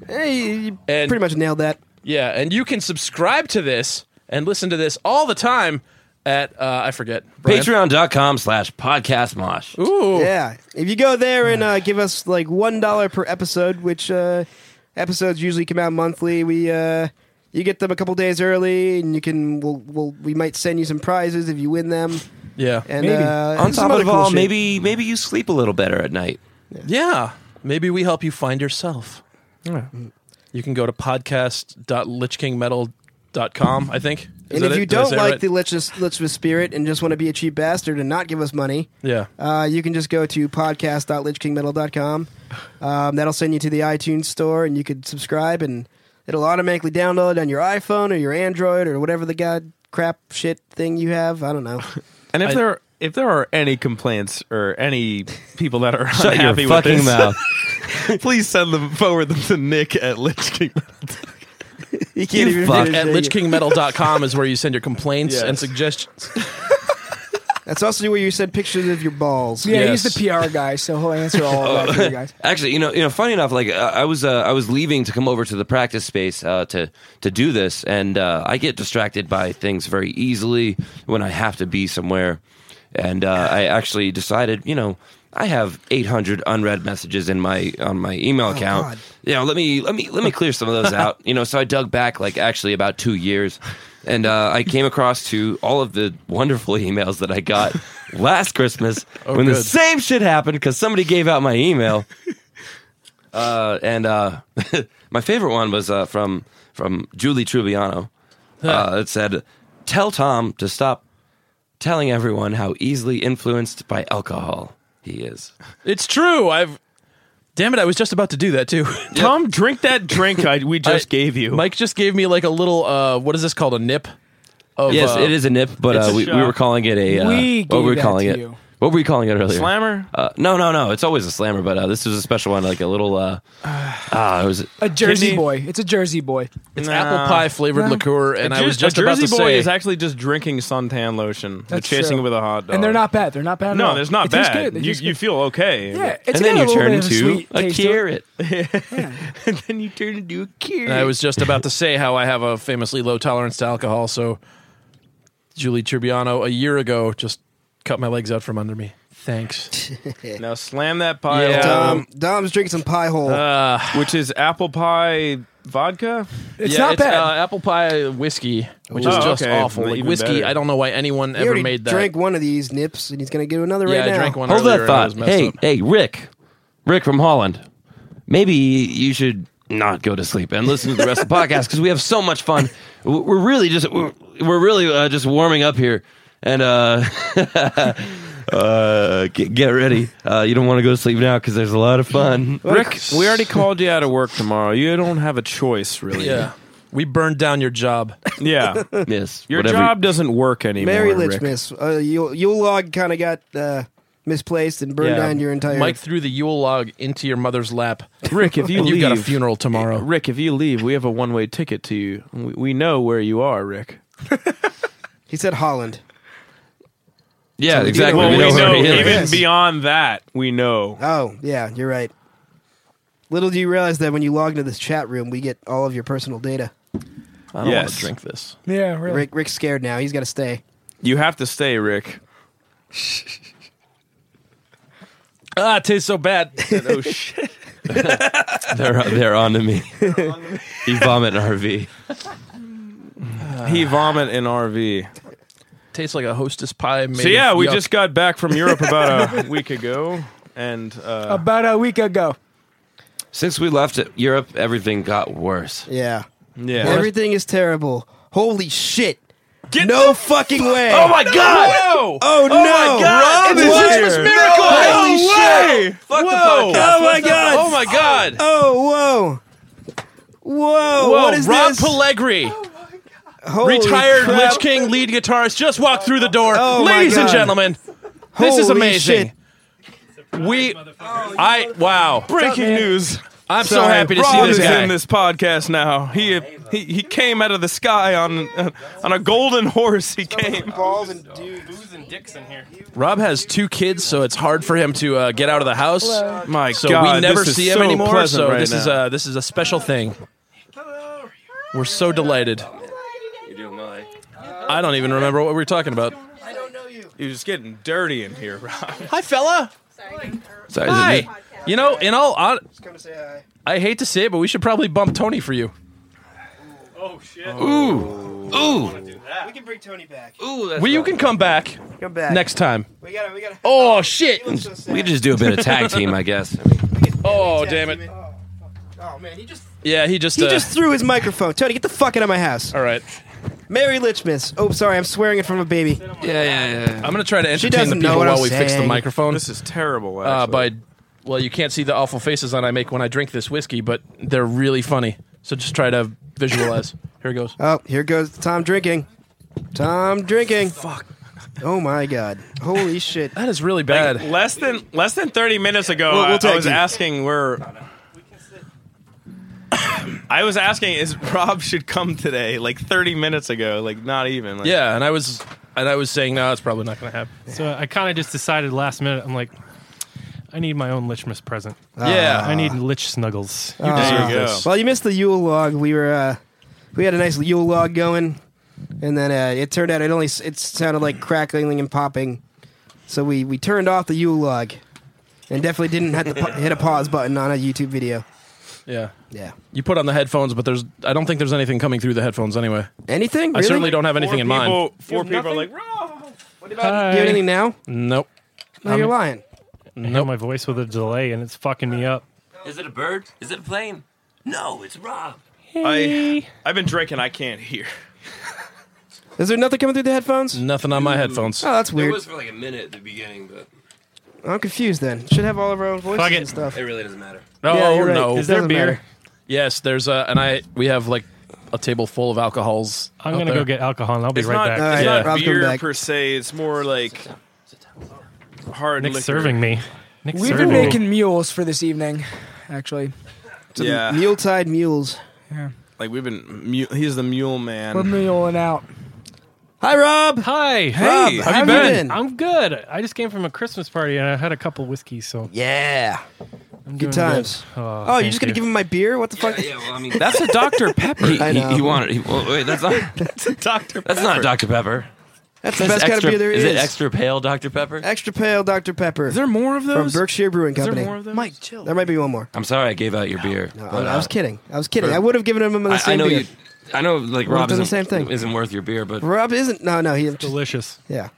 Speaker 5: Hey, you- you
Speaker 1: And-
Speaker 5: pretty much nailed that.
Speaker 1: Yeah, and you can subscribe to this and listen to this all the time at uh, I forget Brian?
Speaker 3: Patreon.com slash podcast mosh.
Speaker 1: Ooh,
Speaker 5: Yeah. If you go there and uh, give us like one dollar per episode, which uh, episodes usually come out monthly, we uh, you get them a couple days early, and you can we'll, we'll we might send you some prizes if you win them.
Speaker 1: yeah,
Speaker 5: And
Speaker 6: Maybe.
Speaker 5: uh,
Speaker 3: on
Speaker 5: and some
Speaker 3: top
Speaker 5: other
Speaker 3: of
Speaker 5: cool
Speaker 3: all,
Speaker 5: shit.
Speaker 3: maybe maybe you sleep a little better at night.
Speaker 1: yeah. Maybe we help you find yourself. You can go to podcast.lichkingmetal.com, I think. Is
Speaker 5: And
Speaker 1: that
Speaker 5: if
Speaker 1: it?
Speaker 5: you
Speaker 1: Did I
Speaker 5: don't
Speaker 1: say it
Speaker 5: like
Speaker 1: right?
Speaker 5: the Lich's Lich's spirit and just want to be a cheap bastard and not give us money,
Speaker 1: yeah,
Speaker 5: Uh, you can just go to podcast.lichkingmetal.com. Um, that'll send you to the iTunes store, and you could subscribe, and it'll automatically download on your iPhone or your Android or whatever the god crap shit thing you have. I don't know.
Speaker 4: And if
Speaker 1: I-
Speaker 4: there if there are any complaints or any people that are
Speaker 3: Shut
Speaker 4: unhappy
Speaker 3: your
Speaker 4: with
Speaker 3: fucking
Speaker 4: this,
Speaker 3: mouth.
Speaker 4: please send them forward them to Nick at Lich King.
Speaker 5: You can't even
Speaker 3: fuck.
Speaker 5: finish
Speaker 1: at
Speaker 5: it.
Speaker 1: lichkingmetal.com is where you send your complaints
Speaker 4: Yes.
Speaker 1: and suggestions.
Speaker 5: That's also where you send pictures of your balls.
Speaker 6: Yeah,
Speaker 1: Yes.
Speaker 6: he's the PR guy, so he'll answer all of that for you guys.
Speaker 3: Oh. Actually, you know, you know, funny enough, like uh, I was, uh, I was leaving to come over to the practice space uh, to to do this, and uh, I get distracted by things very easily when I have to be somewhere. And uh, I actually decided, you know, I have 800 unread messages in my on my email account.
Speaker 5: God.
Speaker 3: You know, let me let me let me clear some of those out. You know, so I dug back like actually about two years, and uh, I came across to all of the wonderful emails that I got last Christmas
Speaker 4: Oh,
Speaker 3: when the
Speaker 1: good.
Speaker 3: same shit happened because somebody gave out my email. Uh, and uh, my favorite one was uh, from from Julie Trubiano. Uh, it said, "Tell Tom to stop telling everyone how easily influenced by alcohol he is."
Speaker 1: It's true. I've Damn it, I was just about to do that too.
Speaker 4: Tom, drink that drink I, we just
Speaker 1: I-
Speaker 4: gave you.
Speaker 1: Mike just gave me like a little uh what is this called? A nip?
Speaker 6: Oh,
Speaker 1: Of,
Speaker 3: Yes,
Speaker 1: uh,
Speaker 3: it is a nip, but
Speaker 4: It's
Speaker 3: uh,
Speaker 4: a
Speaker 3: we, we
Speaker 4: shot.
Speaker 3: were calling it a. Uh,
Speaker 6: We
Speaker 3: what
Speaker 6: gave
Speaker 3: were we
Speaker 6: that
Speaker 3: calling
Speaker 6: to
Speaker 3: it?
Speaker 6: you.
Speaker 3: What were we calling it earlier?
Speaker 4: Slammer?
Speaker 3: Uh, no, no, no. It's always a slammer, but uh, this was a special one, like a little. Uh, ah, it was.
Speaker 6: A Jersey
Speaker 4: Kidney-
Speaker 6: boy. It's a Jersey boy.
Speaker 1: It's
Speaker 4: Nah.
Speaker 1: apple pie flavored
Speaker 6: Nah.
Speaker 1: liqueur, and
Speaker 4: A
Speaker 1: I was
Speaker 4: Jer-
Speaker 1: just
Speaker 4: a
Speaker 1: about
Speaker 4: Jersey
Speaker 1: to
Speaker 4: boy
Speaker 1: say
Speaker 4: is actually just drinking suntan lotion, They're
Speaker 6: That's true.
Speaker 4: chasing it with a hot dog.
Speaker 6: And they're not bad. They're not bad. at
Speaker 4: No,
Speaker 6: all.
Speaker 4: there's not
Speaker 6: It tastes
Speaker 4: bad.
Speaker 6: good. It
Speaker 4: You
Speaker 6: tastes
Speaker 4: you
Speaker 6: good.
Speaker 4: feel okay.
Speaker 6: Yeah, it's
Speaker 3: and then
Speaker 6: got a little
Speaker 3: you turn
Speaker 6: bit of a
Speaker 3: into
Speaker 6: sweet
Speaker 3: a
Speaker 6: taste to it.
Speaker 3: carrot.
Speaker 4: and then you turn into a kid.
Speaker 1: And I was just about to say how I have a famously low tolerance to alcohol. So, Julie Tribbiano, a year ago, just cut my legs out from under me. Thanks.
Speaker 4: now slam that pie,
Speaker 1: Yeah.
Speaker 4: hole,
Speaker 5: Dom, Dom's drinking some pie hole.
Speaker 4: which is apple pie vodka.
Speaker 6: It's not bad.
Speaker 1: Uh, apple pie whiskey, which is
Speaker 4: Ooh.
Speaker 1: just
Speaker 4: Okay,
Speaker 1: Oh, awful. Like
Speaker 4: even
Speaker 1: whiskey,
Speaker 4: better.
Speaker 1: I don't know why anyone
Speaker 5: he
Speaker 1: ever
Speaker 5: already
Speaker 1: made that.
Speaker 5: drank one of these nips, and he's going to get another
Speaker 1: yeah,
Speaker 5: right now.
Speaker 1: I drank one.
Speaker 3: Hold
Speaker 1: earlier
Speaker 3: that
Speaker 1: and I was
Speaker 3: thought.
Speaker 1: messed
Speaker 3: Hey,
Speaker 1: up.
Speaker 3: hey, Rick, Rick from Holland. Maybe you should not go to sleep and listen to the rest of the podcast because we have so much fun. W- We're really just we're we're really uh, just warming up here, and uh, uh, get, get ready. Uh, you don't want to go to sleep now because there's a lot of fun.
Speaker 4: Rick, we already called you out of work tomorrow. You don't have a choice, really.
Speaker 1: yeah, we burned down your job.
Speaker 4: yeah.
Speaker 3: Yes,
Speaker 4: Your
Speaker 3: whatever-
Speaker 4: job doesn't work anymore.
Speaker 5: Mary Litch
Speaker 4: Rick.
Speaker 5: miss. Uh, Yule, Yule log kind of got uh, misplaced and burned
Speaker 4: Yeah.
Speaker 5: down your entire.
Speaker 1: Mike threw the Yule log into your mother's lap.
Speaker 4: Rick, if you
Speaker 1: and
Speaker 4: leave,
Speaker 1: you've got a funeral tomorrow.
Speaker 4: Rick, if you leave, we have a one-way ticket to you. We, we know where you are, Rick.
Speaker 5: he said Holland.
Speaker 3: Yeah, exactly.
Speaker 5: Well,
Speaker 3: we know where he is.
Speaker 5: Yes.
Speaker 4: beyond that, we know.
Speaker 5: Oh, yeah, you're right. Little do you realize that when you log into this chat room, we get all of your personal data.
Speaker 1: I don't want
Speaker 4: Yes.
Speaker 1: to drink this.
Speaker 6: Yeah, really.
Speaker 5: Rick, Rick's scared now. He's got to stay.
Speaker 4: You have to stay, Rick.
Speaker 1: Ah, it tastes so bad. oh shit!
Speaker 3: They're they're onto me. you vomit in RV.
Speaker 4: he vomit in RV.
Speaker 1: Tastes like a hostess pie. Made
Speaker 4: So yeah,
Speaker 1: of
Speaker 4: we
Speaker 1: yuck.
Speaker 4: just got back from Europe about a week ago, and uh,
Speaker 6: About a week ago.
Speaker 3: Since we left Europe, everything got worse.
Speaker 5: Yeah.
Speaker 4: yeah,
Speaker 5: Everything is terrible. Holy shit. no fucking way.
Speaker 3: Oh my god!
Speaker 4: Whoa!
Speaker 5: Oh, no.
Speaker 3: my God!
Speaker 5: Rob
Speaker 3: This is
Speaker 5: Wire.
Speaker 3: Christmas Miracle!
Speaker 5: Holy
Speaker 3: No
Speaker 5: shit.
Speaker 3: Fuck
Speaker 4: Whoa.
Speaker 3: the podcast.
Speaker 5: Oh my
Speaker 3: What's up?
Speaker 5: God.
Speaker 3: Oh my god!
Speaker 5: Oh, whoa. Whoa.
Speaker 1: Whoa,
Speaker 5: Oh, what is
Speaker 1: Rob
Speaker 5: this? Oh,
Speaker 1: Pellegri,
Speaker 5: Holy
Speaker 1: retired
Speaker 5: crap.
Speaker 1: Lich King lead guitarist, just walked through the door.
Speaker 5: Oh my
Speaker 1: Ladies and
Speaker 5: God.
Speaker 1: gentlemen, this is
Speaker 5: Holy
Speaker 1: amazing. We, I wow,
Speaker 4: Breaking news.
Speaker 1: I'm so
Speaker 5: Sorry,
Speaker 1: happy to
Speaker 4: Rob
Speaker 1: see this
Speaker 4: is
Speaker 1: guy.
Speaker 4: in this podcast now. He he, he came out of the sky on on a golden horse. He came.
Speaker 1: Rob has two kids, so it's hard for him to uh, get out of the house.
Speaker 4: My
Speaker 1: So
Speaker 4: God,
Speaker 1: we never
Speaker 4: this is
Speaker 1: see him
Speaker 4: so
Speaker 1: anymore.
Speaker 4: pleasant
Speaker 1: So
Speaker 4: right
Speaker 1: this is
Speaker 4: now.
Speaker 1: a this is a special thing. We're so delighted. I don't even remember what we were talking about.
Speaker 4: He was getting dirty in here, Rob.
Speaker 1: Hi, fella.
Speaker 3: Sorry, is it
Speaker 1: Hi.
Speaker 3: me?
Speaker 1: You know, in all, hon-
Speaker 5: Come say hi.
Speaker 1: I hate to say it, but we should probably bump Tony for you.
Speaker 3: Oh,
Speaker 5: We can bring Tony back.
Speaker 1: Well, you can come back
Speaker 5: Come back.
Speaker 1: next time.
Speaker 5: We gotta, we gotta.
Speaker 1: Oh shit!
Speaker 5: he looks so sad.
Speaker 3: We could just do a bit of tag team, I guess. I mean,
Speaker 1: Oh
Speaker 5: Text
Speaker 1: damn
Speaker 5: him
Speaker 1: it!
Speaker 5: and- Oh man, he just
Speaker 1: Yeah, he just
Speaker 5: he
Speaker 1: uh,
Speaker 5: just threw his microphone. Tony, get the fuck out of my house.
Speaker 1: All right,
Speaker 5: Mary Lichmiss. Oh, sorry, I'm swearing in front of a baby.
Speaker 3: yeah, yeah, yeah.
Speaker 1: I'm gonna try to entertain the
Speaker 5: doesn't know
Speaker 1: people
Speaker 5: what
Speaker 1: while
Speaker 5: I'm
Speaker 1: we fix the
Speaker 5: saying.
Speaker 1: microphone.
Speaker 4: This is terrible.
Speaker 1: uh,
Speaker 4: actually.
Speaker 1: by well, you can't see the awful faces that I make when I drink this whiskey, but they're really funny. So just try to visualize. Here it goes.
Speaker 5: Oh, here goes Tom drinking. Tom drinking. Fuck. Oh my god. Holy shit.
Speaker 1: That is really bad.
Speaker 4: less than less than thirty minutes ago,
Speaker 5: We'll- we'll
Speaker 4: I- I
Speaker 5: take
Speaker 4: was
Speaker 5: you.
Speaker 4: asking where. I was asking, is Rob should come today? Like thirty minutes ago, like not even. Like,
Speaker 1: yeah, and I was and I was saying no, it's probably not gonna happen.
Speaker 8: So I kind of just decided last minute. I'm like, I need my own Lichmas present.
Speaker 1: yeah,
Speaker 8: I need Lich snuggles.
Speaker 4: there you go.
Speaker 5: Well, Ah. you missed the Yule log. We were uh, we had a nice Yule log going, and then uh, it turned out it only s- it sounded like crackling and popping, so we we turned off the Yule log, and definitely didn't have to pa- hit a pause button on a YouTube video.
Speaker 1: yeah.
Speaker 5: Yeah.
Speaker 1: You put on the headphones, but there's I don't think there's anything coming through the headphones anyway.
Speaker 5: Anything?
Speaker 1: I
Speaker 5: Really?
Speaker 1: certainly don't have anything in
Speaker 4: people,
Speaker 1: mind.
Speaker 4: Four people are like, Rob.
Speaker 5: Do you have anything now?
Speaker 1: Nope.
Speaker 5: No, you're lying.
Speaker 8: know my voice with a delay, and it's fucking me up.
Speaker 3: Is it a bird? Is it a plane? No, it's Rob.
Speaker 4: I I've been drinking. I can't hear.
Speaker 5: Is there nothing coming through the headphones? Oh,
Speaker 1: Nothing on my headphones.
Speaker 5: that's
Speaker 3: It
Speaker 5: weird.
Speaker 3: was for like a minute at the beginning, but
Speaker 5: I'm confused then. Should have all of our own voices
Speaker 8: Fuck it.
Speaker 5: and stuff.
Speaker 3: it really doesn't matter.
Speaker 1: No,
Speaker 5: Yeah, you're right.
Speaker 1: Oh, no.
Speaker 8: oh, Is there
Speaker 5: Doesn't
Speaker 8: beer?
Speaker 5: matter.
Speaker 1: Yes, there's a and I we have like a table full of alcohols.
Speaker 8: I'm
Speaker 1: out
Speaker 8: gonna
Speaker 1: there.
Speaker 8: go get alcohol, and I'll be
Speaker 4: It's
Speaker 8: right
Speaker 4: not,
Speaker 8: back.
Speaker 5: All
Speaker 4: it's
Speaker 5: right, Rob's
Speaker 4: not
Speaker 5: coming
Speaker 4: beer
Speaker 5: back.
Speaker 4: per se. It's more like hard
Speaker 8: Nick's
Speaker 4: liquor.
Speaker 8: serving me. Nick's
Speaker 6: We've
Speaker 8: serving
Speaker 6: been
Speaker 8: me.
Speaker 6: making mules for this evening, actually.
Speaker 4: Yeah,
Speaker 5: Mule tied mules.
Speaker 4: like we've been. Mule, he's the mule man.
Speaker 6: We're muling out.
Speaker 5: Hi, Rob.
Speaker 8: Hi.
Speaker 5: Rob,
Speaker 4: Hey,
Speaker 5: how
Speaker 4: how
Speaker 5: you
Speaker 4: you
Speaker 5: been?
Speaker 8: I'm good. I just came from a Christmas party and I had a couple whiskeys, so
Speaker 5: Yeah.
Speaker 8: I'm doing
Speaker 5: Good times.
Speaker 8: Good. Oh,
Speaker 5: Oh,
Speaker 8: thank
Speaker 5: you're just gonna give him my beer? What the fuck?
Speaker 3: Yeah, well, I mean,
Speaker 4: That's a Dr Pepper.
Speaker 3: he,
Speaker 5: I
Speaker 3: he,
Speaker 5: know.
Speaker 3: he wanted. He, well, wait, that's not.
Speaker 4: Dr.
Speaker 3: That's not Dr Pepper.
Speaker 5: That's the best kind of beer there is.
Speaker 3: it extra pale Dr Pepper?
Speaker 5: Extra pale Dr. Pepper
Speaker 4: Is there more of
Speaker 5: from
Speaker 4: those?
Speaker 5: Berkshire Brewing Company.
Speaker 4: more of those?
Speaker 5: Mike, chill. There might be one more.
Speaker 3: I'm sorry, I gave out your beer.
Speaker 5: No,
Speaker 3: but,
Speaker 5: I, I was
Speaker 3: uh,
Speaker 5: kidding. I was kidding. I would have given him the
Speaker 3: I,
Speaker 5: same
Speaker 3: I know
Speaker 5: beer.
Speaker 3: you. I know, like Rob
Speaker 5: done the
Speaker 3: isn't,
Speaker 5: same thing.
Speaker 3: isn't worth your beer, but
Speaker 5: Rob isn't. No, no, he.
Speaker 8: delicious.
Speaker 5: Yeah.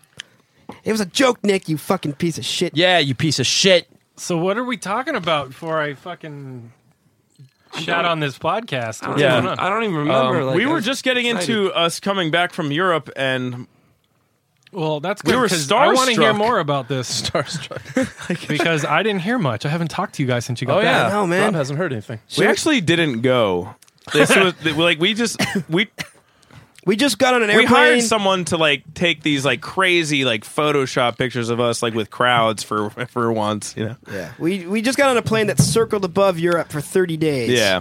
Speaker 5: It was a joke, Nick. You fucking piece of shit.
Speaker 1: Yeah, you piece of shit.
Speaker 8: So what are we talking about before I fucking shout on this podcast? What's
Speaker 1: Yeah. Um,
Speaker 8: going on?
Speaker 3: I don't even remember. like,
Speaker 4: Um, we
Speaker 3: I
Speaker 4: were
Speaker 3: was
Speaker 4: just getting
Speaker 3: excited.
Speaker 4: into us coming back from Europe, and
Speaker 8: Well, that's
Speaker 4: We
Speaker 8: good.
Speaker 4: were
Speaker 8: 'cause I want to hear
Speaker 4: starstruck.
Speaker 8: more about this because I didn't hear much. I haven't talked to you guys since you got
Speaker 1: Oh yeah,
Speaker 8: back.
Speaker 5: know, man.
Speaker 1: Rob hasn't heard anything.
Speaker 4: we actually didn't go. This was like we just we
Speaker 5: We just got on an
Speaker 4: we
Speaker 5: airplane.
Speaker 4: hired someone to like take these like crazy like Photoshop pictures of us like with crowds for for once, you know.
Speaker 5: Yeah. We we just got on a plane that circled above Europe for 30 days.
Speaker 4: Yeah.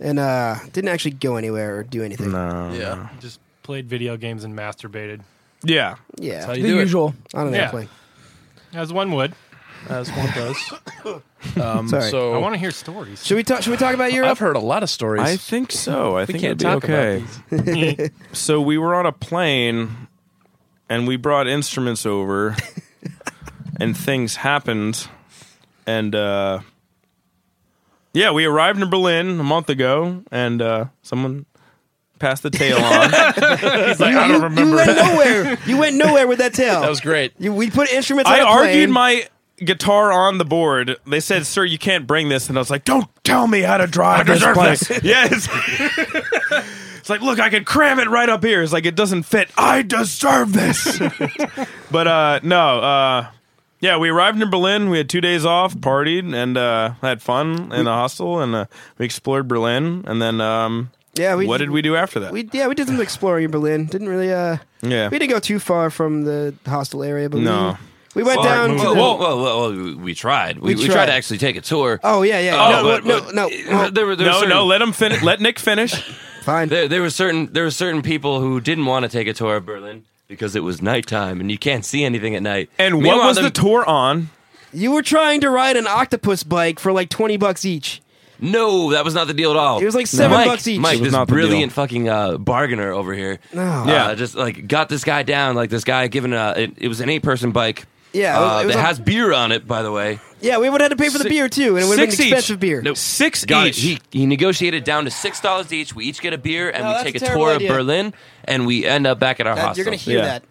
Speaker 5: And uh, didn't actually go anywhere or do anything.
Speaker 1: Yeah,
Speaker 8: Just played video games and masturbated,
Speaker 4: Yeah.
Speaker 5: Yeah.
Speaker 1: you
Speaker 6: The
Speaker 1: do it.
Speaker 6: usual.
Speaker 5: on an
Speaker 8: Yeah.
Speaker 5: airplane.
Speaker 8: as one would.
Speaker 1: as one does.
Speaker 4: Um,
Speaker 1: Um,
Speaker 5: Sorry.
Speaker 1: So
Speaker 8: I want to hear stories.
Speaker 5: should we talk? Should we talk about Europe?
Speaker 1: I've heard a lot of stories.
Speaker 4: I think so. I think
Speaker 1: can't
Speaker 4: it'd be
Speaker 1: talk about
Speaker 4: okay. so we were on a plane and we brought instruments over and things happened and uh, yeah, we arrived in Berlin a month ago, and uh, someone passed the tail on. He's like, I don't
Speaker 5: You
Speaker 4: remember.
Speaker 5: went nowhere. You went nowhere with that tail.
Speaker 1: That was great.
Speaker 5: You, we put instruments.
Speaker 4: I
Speaker 5: on a
Speaker 4: argued
Speaker 5: plane.
Speaker 4: my guitar on the board. They said, "Sir, you can't bring this," and I was like, "Don't tell me how to drive this place." yes. It's like, look, I could cram it right up here. It's like it doesn't fit. I deserve this. but uh no, uh yeah, we arrived in Berlin. We had two days off, partied, and uh, had fun in the hostel, and uh, we explored Berlin. And then, um,
Speaker 5: Yeah, we-
Speaker 4: what did we do after that?
Speaker 5: We yeah, we did some exploring in Berlin. Didn't really uh
Speaker 4: yeah,
Speaker 5: we didn't go too far from the hostel area, but
Speaker 4: No.
Speaker 5: we, we went down to
Speaker 3: Well,
Speaker 5: the,
Speaker 3: well, well, well, we- we tried.
Speaker 5: We
Speaker 3: We, we tried.
Speaker 5: tried.
Speaker 3: to actually take a tour.
Speaker 5: Oh yeah, yeah. no,
Speaker 3: Oh, but-
Speaker 5: no,
Speaker 3: but-
Speaker 5: no, no,
Speaker 3: there were, there were
Speaker 4: no,
Speaker 3: certain-
Speaker 4: no, let him finish. Let Nick finish.
Speaker 5: fine.
Speaker 3: There, there were certain there were certain people who didn't want to take a tour of Berlin because it was nighttime and you can't see anything at night.
Speaker 4: And what
Speaker 3: Meanwhile,
Speaker 4: was the tour on?
Speaker 5: You were trying to ride an octopus bike for like twenty bucks each.
Speaker 3: No, that was not the deal at all.
Speaker 5: It was like seven
Speaker 3: Mike,
Speaker 5: bucks each.
Speaker 3: Mike,
Speaker 5: It was
Speaker 3: this
Speaker 4: not the
Speaker 3: brilliant fucking uh, bargainer over here.
Speaker 4: Yeah.
Speaker 3: uh, just like got this guy down. Like this guy given a it, it was an eight person bike.
Speaker 5: Yeah, it was-
Speaker 3: uh,
Speaker 5: it was
Speaker 3: that
Speaker 5: a-
Speaker 3: has beer on it, by the way.
Speaker 5: Yeah, we would have had to pay for the beer too, and it would have
Speaker 4: Six
Speaker 5: been expensive
Speaker 4: each.
Speaker 5: beer.
Speaker 3: No,
Speaker 4: Six
Speaker 3: Got it.
Speaker 4: each.
Speaker 3: He, he negotiated down to six dollars each. We each get a beer and
Speaker 5: No,
Speaker 3: we
Speaker 5: that's
Speaker 3: take
Speaker 5: a
Speaker 3: a
Speaker 5: terrible
Speaker 3: tour
Speaker 5: idea.
Speaker 3: of Berlin, and we end up back at our
Speaker 5: That-
Speaker 3: hostel.
Speaker 5: you're gonna hear
Speaker 4: Yeah.
Speaker 5: that.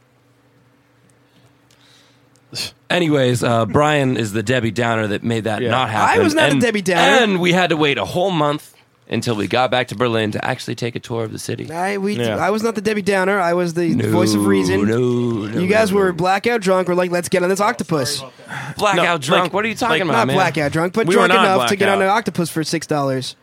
Speaker 3: Anyways, uh, Brian is the Debbie Downer that made that
Speaker 4: Yeah.
Speaker 3: not happen.
Speaker 5: I was not a
Speaker 3: and,
Speaker 5: Debbie Downer.
Speaker 3: And we had to wait a whole month until we got back to Berlin to actually take a tour of the city.
Speaker 5: I we
Speaker 4: Yeah.
Speaker 5: I was not the Debbie Downer. I was the voice of reason.
Speaker 3: No, no,
Speaker 5: you guys
Speaker 3: no,
Speaker 5: were
Speaker 3: no.
Speaker 5: blackout drunk. We're like, let's get on this octopus.
Speaker 3: blackout
Speaker 4: No,
Speaker 3: drunk.
Speaker 4: like-
Speaker 3: what are you talking
Speaker 4: like,
Speaker 3: about,
Speaker 5: not
Speaker 3: man?
Speaker 5: blackout drunk, but
Speaker 4: We were
Speaker 5: drunk
Speaker 4: not
Speaker 5: enough to get on an
Speaker 4: blackout.
Speaker 5: octopus for six dollars.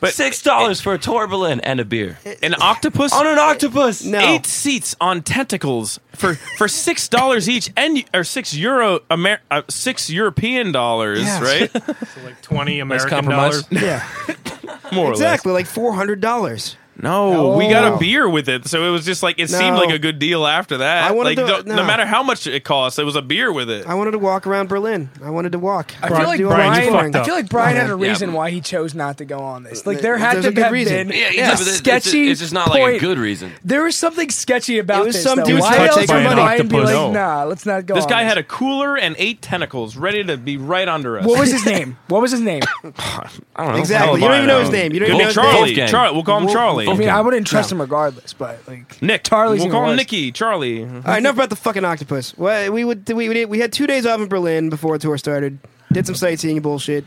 Speaker 4: But
Speaker 3: Six dollars for a tour of Berlin and a beer.
Speaker 4: an octopus
Speaker 3: On an octopus.
Speaker 5: No.
Speaker 4: eight seats on tentacles for for six dollars each, and or six euro Amer, uh, six European dollars,
Speaker 5: Yes.
Speaker 4: right?
Speaker 8: So like twenty American
Speaker 1: compromise.
Speaker 8: dollars.
Speaker 5: Yeah,
Speaker 4: More
Speaker 5: exactly, like four hundred dollars.
Speaker 4: or less. No, we got
Speaker 5: No.
Speaker 4: a beer with it, so it was just like it
Speaker 5: Oh. No.
Speaker 4: seemed like a good deal after that.
Speaker 5: I wanted
Speaker 4: like,
Speaker 5: to-
Speaker 4: don't-
Speaker 5: no.
Speaker 4: no matter how much it cost, it was a beer with it.
Speaker 5: I wanted to walk around Berlin. I wanted to walk. I wanted
Speaker 8: feel
Speaker 5: to
Speaker 8: like
Speaker 5: do all the
Speaker 8: Brian- you
Speaker 5: exploring.
Speaker 8: fucked up.
Speaker 6: I feel like Brian had a
Speaker 3: Yeah.
Speaker 6: reason why he chose not to go on this. Like there had
Speaker 5: There's a
Speaker 6: to
Speaker 5: good
Speaker 6: have
Speaker 5: reason.
Speaker 6: been
Speaker 3: Yeah,
Speaker 6: a
Speaker 3: yeah, but it's- it's-
Speaker 6: sketchy.
Speaker 3: it's just not like a
Speaker 6: point.
Speaker 3: good reason.
Speaker 6: There was something sketchy about
Speaker 5: It was
Speaker 6: this,
Speaker 5: some
Speaker 6: though.
Speaker 5: dude's
Speaker 6: Why
Speaker 8: touched
Speaker 6: else would
Speaker 8: by an
Speaker 6: Brian be
Speaker 8: octopus.
Speaker 6: like,
Speaker 8: No.
Speaker 6: nah, let's not go?
Speaker 4: this
Speaker 6: on
Speaker 4: guy
Speaker 6: this.
Speaker 4: had a cooler and eight tentacles ready to be right under us.
Speaker 6: What was his name? What was his name?
Speaker 3: I don't know.
Speaker 5: Exactly. You don't even know his name. You don't even know
Speaker 4: Well,
Speaker 5: his
Speaker 4: Charlie.
Speaker 3: name.
Speaker 4: Charlie. We'll call him Charlie.
Speaker 6: I mean, I wouldn't trust
Speaker 5: No.
Speaker 6: him regardless, but like
Speaker 4: Nick.
Speaker 6: Charlie's
Speaker 4: We'll
Speaker 6: in the
Speaker 4: call him
Speaker 6: list.
Speaker 4: Nicky. Charlie.
Speaker 5: All right, enough about the fucking octopus. Well, we would we we, did, we had two days off in Berlin before the tour started. Did some sightseeing and bullshit.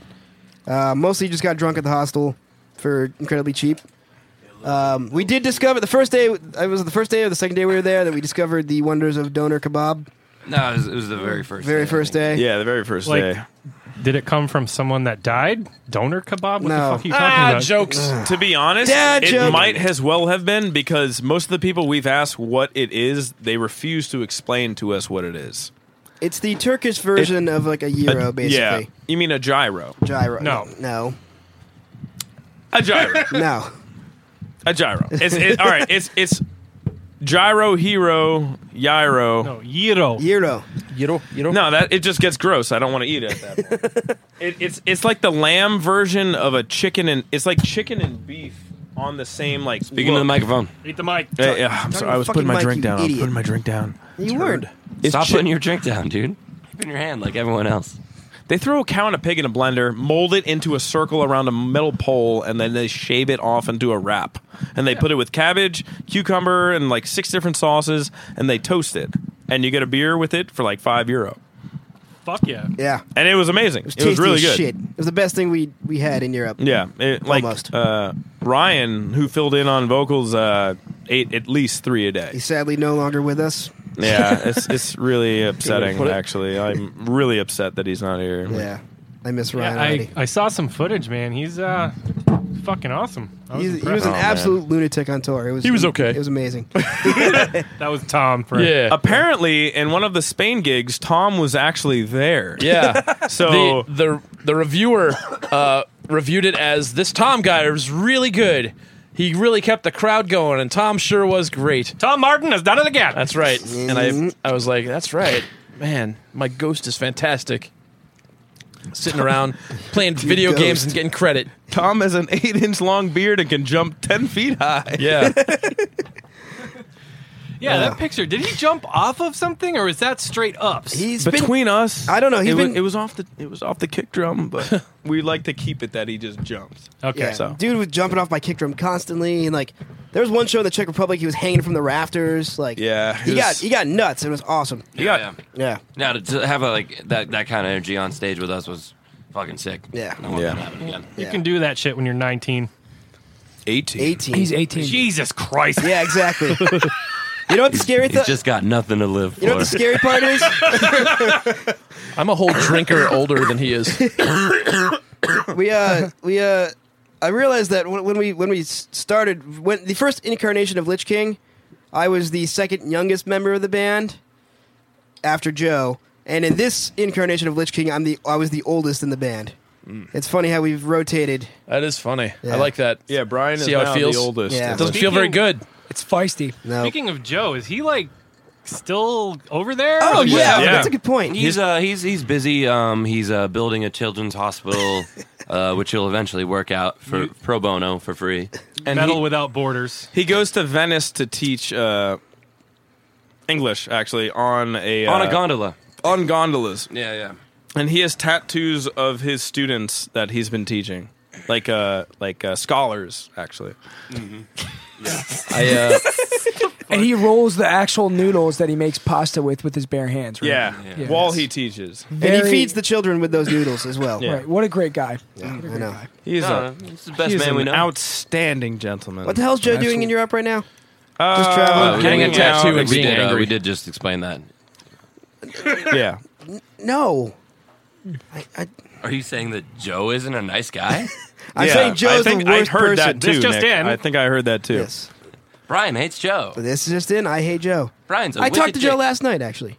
Speaker 5: Uh, mostly just got drunk at the hostel for incredibly cheap. Um, we did discover the first day. It was the first day or the second day we were there that we discovered the wonders of doner kebab.
Speaker 3: No, it was, it was the very first.
Speaker 5: Very
Speaker 3: day, I
Speaker 5: first
Speaker 3: think.
Speaker 5: day.
Speaker 4: Yeah, the very first
Speaker 8: Like,
Speaker 4: day.
Speaker 8: Did it come from someone that died? Donor kebab? What
Speaker 5: No.
Speaker 8: the fuck are you talking
Speaker 4: Ah,
Speaker 8: about?
Speaker 4: jokes. to be honest,
Speaker 5: Dad
Speaker 4: it
Speaker 5: joke.
Speaker 4: might as well have been because most of the people we've asked what it is, they refuse to explain to us what it is.
Speaker 5: It's the Turkish version of like a euro,
Speaker 4: Yeah,
Speaker 5: basically.
Speaker 4: you mean a gyro?
Speaker 5: Gyro.
Speaker 8: No.
Speaker 5: No.
Speaker 4: A gyro.
Speaker 5: No.
Speaker 4: a gyro. It's, it, all right. It's it's gyro hero gyro.
Speaker 8: No, gyro.
Speaker 5: Euro.
Speaker 1: You don't. You don't.
Speaker 4: No, that it just gets gross. I don't want to eat it at that point. it, it's it's like the lamb version of a chicken and it's like chicken and beef on the same like.
Speaker 3: Speaking to the
Speaker 4: look.
Speaker 3: microphone.
Speaker 8: Eat the mic.
Speaker 4: Yeah, yeah, I'm sorry. I was
Speaker 5: fucking
Speaker 4: putting my
Speaker 5: mic,
Speaker 4: drink
Speaker 5: you
Speaker 4: down. I was
Speaker 5: idiot.
Speaker 4: putting my drink down.
Speaker 5: You weren't.
Speaker 3: Stop
Speaker 4: chi-
Speaker 3: putting your drink down, dude. Keep in your hand like everyone else.
Speaker 4: They throw a cow and a pig in a blender, mold it into a circle around a metal pole, and then they shave it off into a wrap. And they put it with cabbage, cucumber, and like six different sauces, and they toast it. And you get a beer with it for like five euro.
Speaker 8: Fuck yeah.
Speaker 5: Yeah.
Speaker 4: And it was amazing. It was,
Speaker 5: Tasty
Speaker 4: really
Speaker 5: as
Speaker 4: good. Mm.
Speaker 5: Shit. It was the best thing we we had in Europe.
Speaker 4: Yeah, it, like
Speaker 5: Almost.
Speaker 4: Uh, Ryan, who filled in on vocals, uh, ate at least three a day.
Speaker 5: He's sadly no longer with us.
Speaker 4: Yeah, it's it's really upsetting.
Speaker 1: put it?
Speaker 4: Actually, I'm really upset that he's not here.
Speaker 5: Yeah. I miss Ryan
Speaker 8: Yeah,
Speaker 5: already.
Speaker 8: I, I saw some footage, man. He's uh fucking awesome. I was
Speaker 5: He's- he was
Speaker 8: impressed.
Speaker 4: Oh,
Speaker 5: an absolute lunatic on tour. It was,
Speaker 1: He was okay.
Speaker 5: It was amazing.
Speaker 8: that was Tom for
Speaker 1: Yeah.
Speaker 4: Apparently, in one of the Spain gigs, Tom was actually there.
Speaker 1: yeah.
Speaker 4: So
Speaker 1: the the the reviewer uh, reviewed it as this Tom guy was really good. He really kept the crowd going, and Tom sure was great.
Speaker 8: Tom Martin has done it again.
Speaker 1: That's right. And I I was like, that's right, man. My ghost is fantastic. Sitting around playing video
Speaker 5: ghost.
Speaker 1: games and getting credit.
Speaker 4: Tom has an eight inch long beard and can jump ten feet high.
Speaker 1: Yeah,
Speaker 8: Yeah, that picture. Did he jump off of something, or is that straight ups?
Speaker 5: He's been-
Speaker 4: Between us,
Speaker 5: I don't know, he's
Speaker 4: It,
Speaker 5: been-
Speaker 4: was, it was off the it was off the kick drum, but we like to keep it that he just jumps.
Speaker 8: okay.
Speaker 5: yeah,
Speaker 4: so.
Speaker 5: dude was jumping off my kick drum constantly, and like there was one show in the Czech Republic, he was hanging from the rafters. Like,
Speaker 4: Yeah,
Speaker 5: he
Speaker 4: it
Speaker 5: got
Speaker 4: was-
Speaker 5: he got nuts. It was awesome.
Speaker 3: Yeah.
Speaker 5: Yeah,
Speaker 3: Now to, to have a, like that that kind of energy on stage with us was fucking sick.
Speaker 5: Yeah.
Speaker 3: I want that
Speaker 4: Yeah.
Speaker 3: to happen again.
Speaker 8: You can do that shit when you're 19.
Speaker 4: Eighteen.
Speaker 5: eighteen.
Speaker 6: He's 18.
Speaker 8: Jesus Christ.
Speaker 5: yeah, exactly. you know what the scary
Speaker 3: He's
Speaker 5: th-
Speaker 3: just got nothing to live for.
Speaker 5: you know what the scary part is?
Speaker 1: I'm a whole drinker older than he is.
Speaker 5: we uh we uh I realized that when, when we when we s- started when the first incarnation of Lich King, I was the second youngest member of the band after Joe, and in this incarnation of Lich King, I'm the I was the oldest in the band.
Speaker 4: Mm.
Speaker 5: It's funny how we've rotated.
Speaker 1: That is funny.
Speaker 5: Yeah.
Speaker 1: I like that.
Speaker 4: Yeah, Brian is
Speaker 1: See how it
Speaker 4: now
Speaker 1: feels?
Speaker 4: the oldest.
Speaker 5: Yeah.
Speaker 4: It
Speaker 1: Doesn't feel very good.
Speaker 6: It's feisty.
Speaker 5: No.
Speaker 8: Speaking of Joe, is he like still over there?
Speaker 5: oh yeah,
Speaker 4: Yeah.
Speaker 5: that's a good point.
Speaker 3: He's uh he's he's busy. Um, he's uh building a children's hospital, uh, which he'll eventually work out for pro bono for free.
Speaker 4: And
Speaker 8: Metal
Speaker 4: he,
Speaker 8: without borders.
Speaker 4: he goes to Venice to teach uh, English, actually, on a
Speaker 3: On a
Speaker 4: uh,
Speaker 3: gondola.
Speaker 4: on gondolas,
Speaker 3: Yeah, yeah.
Speaker 4: and he has tattoos of his students that he's been teaching, like uh like uh, scholars, actually. Mm-hmm.
Speaker 1: I, uh,
Speaker 6: And he rolls the actual noodles that he makes pasta with with his bare hands. Right?
Speaker 4: Yeah,
Speaker 6: Yeah.
Speaker 4: while he teaches,
Speaker 5: and he
Speaker 6: Very-
Speaker 5: feeds the children with those noodles as well.
Speaker 4: Yeah.
Speaker 6: Right. What a great guy.
Speaker 5: I know.
Speaker 4: he's
Speaker 3: No,
Speaker 4: a
Speaker 3: no, he's the best
Speaker 4: he's
Speaker 3: man
Speaker 4: an
Speaker 3: we know.
Speaker 4: outstanding gentleman.
Speaker 5: What the hell's Joe doing in Europe right now?
Speaker 4: Uh,
Speaker 5: Just traveling?
Speaker 3: we-
Speaker 1: Getting a
Speaker 3: we-
Speaker 1: tattoo
Speaker 3: we
Speaker 1: and being
Speaker 3: did, uh,
Speaker 1: angry.
Speaker 3: we did just explain that.
Speaker 4: Yeah,
Speaker 5: No. I, I,
Speaker 3: Are you saying that Joe isn't a nice guy?
Speaker 5: I'm
Speaker 4: Yeah,
Speaker 5: saying
Speaker 4: I
Speaker 5: Joe's
Speaker 4: think
Speaker 5: the worst
Speaker 4: I heard
Speaker 5: person.
Speaker 4: That too,
Speaker 8: This just
Speaker 4: Nick.
Speaker 8: in.
Speaker 4: I think I heard that too.
Speaker 5: Yes.
Speaker 3: Brian hates Joe.
Speaker 5: This is just in. I hate Joe.
Speaker 3: Brian's. I
Speaker 5: I talked to Joe last night, actually.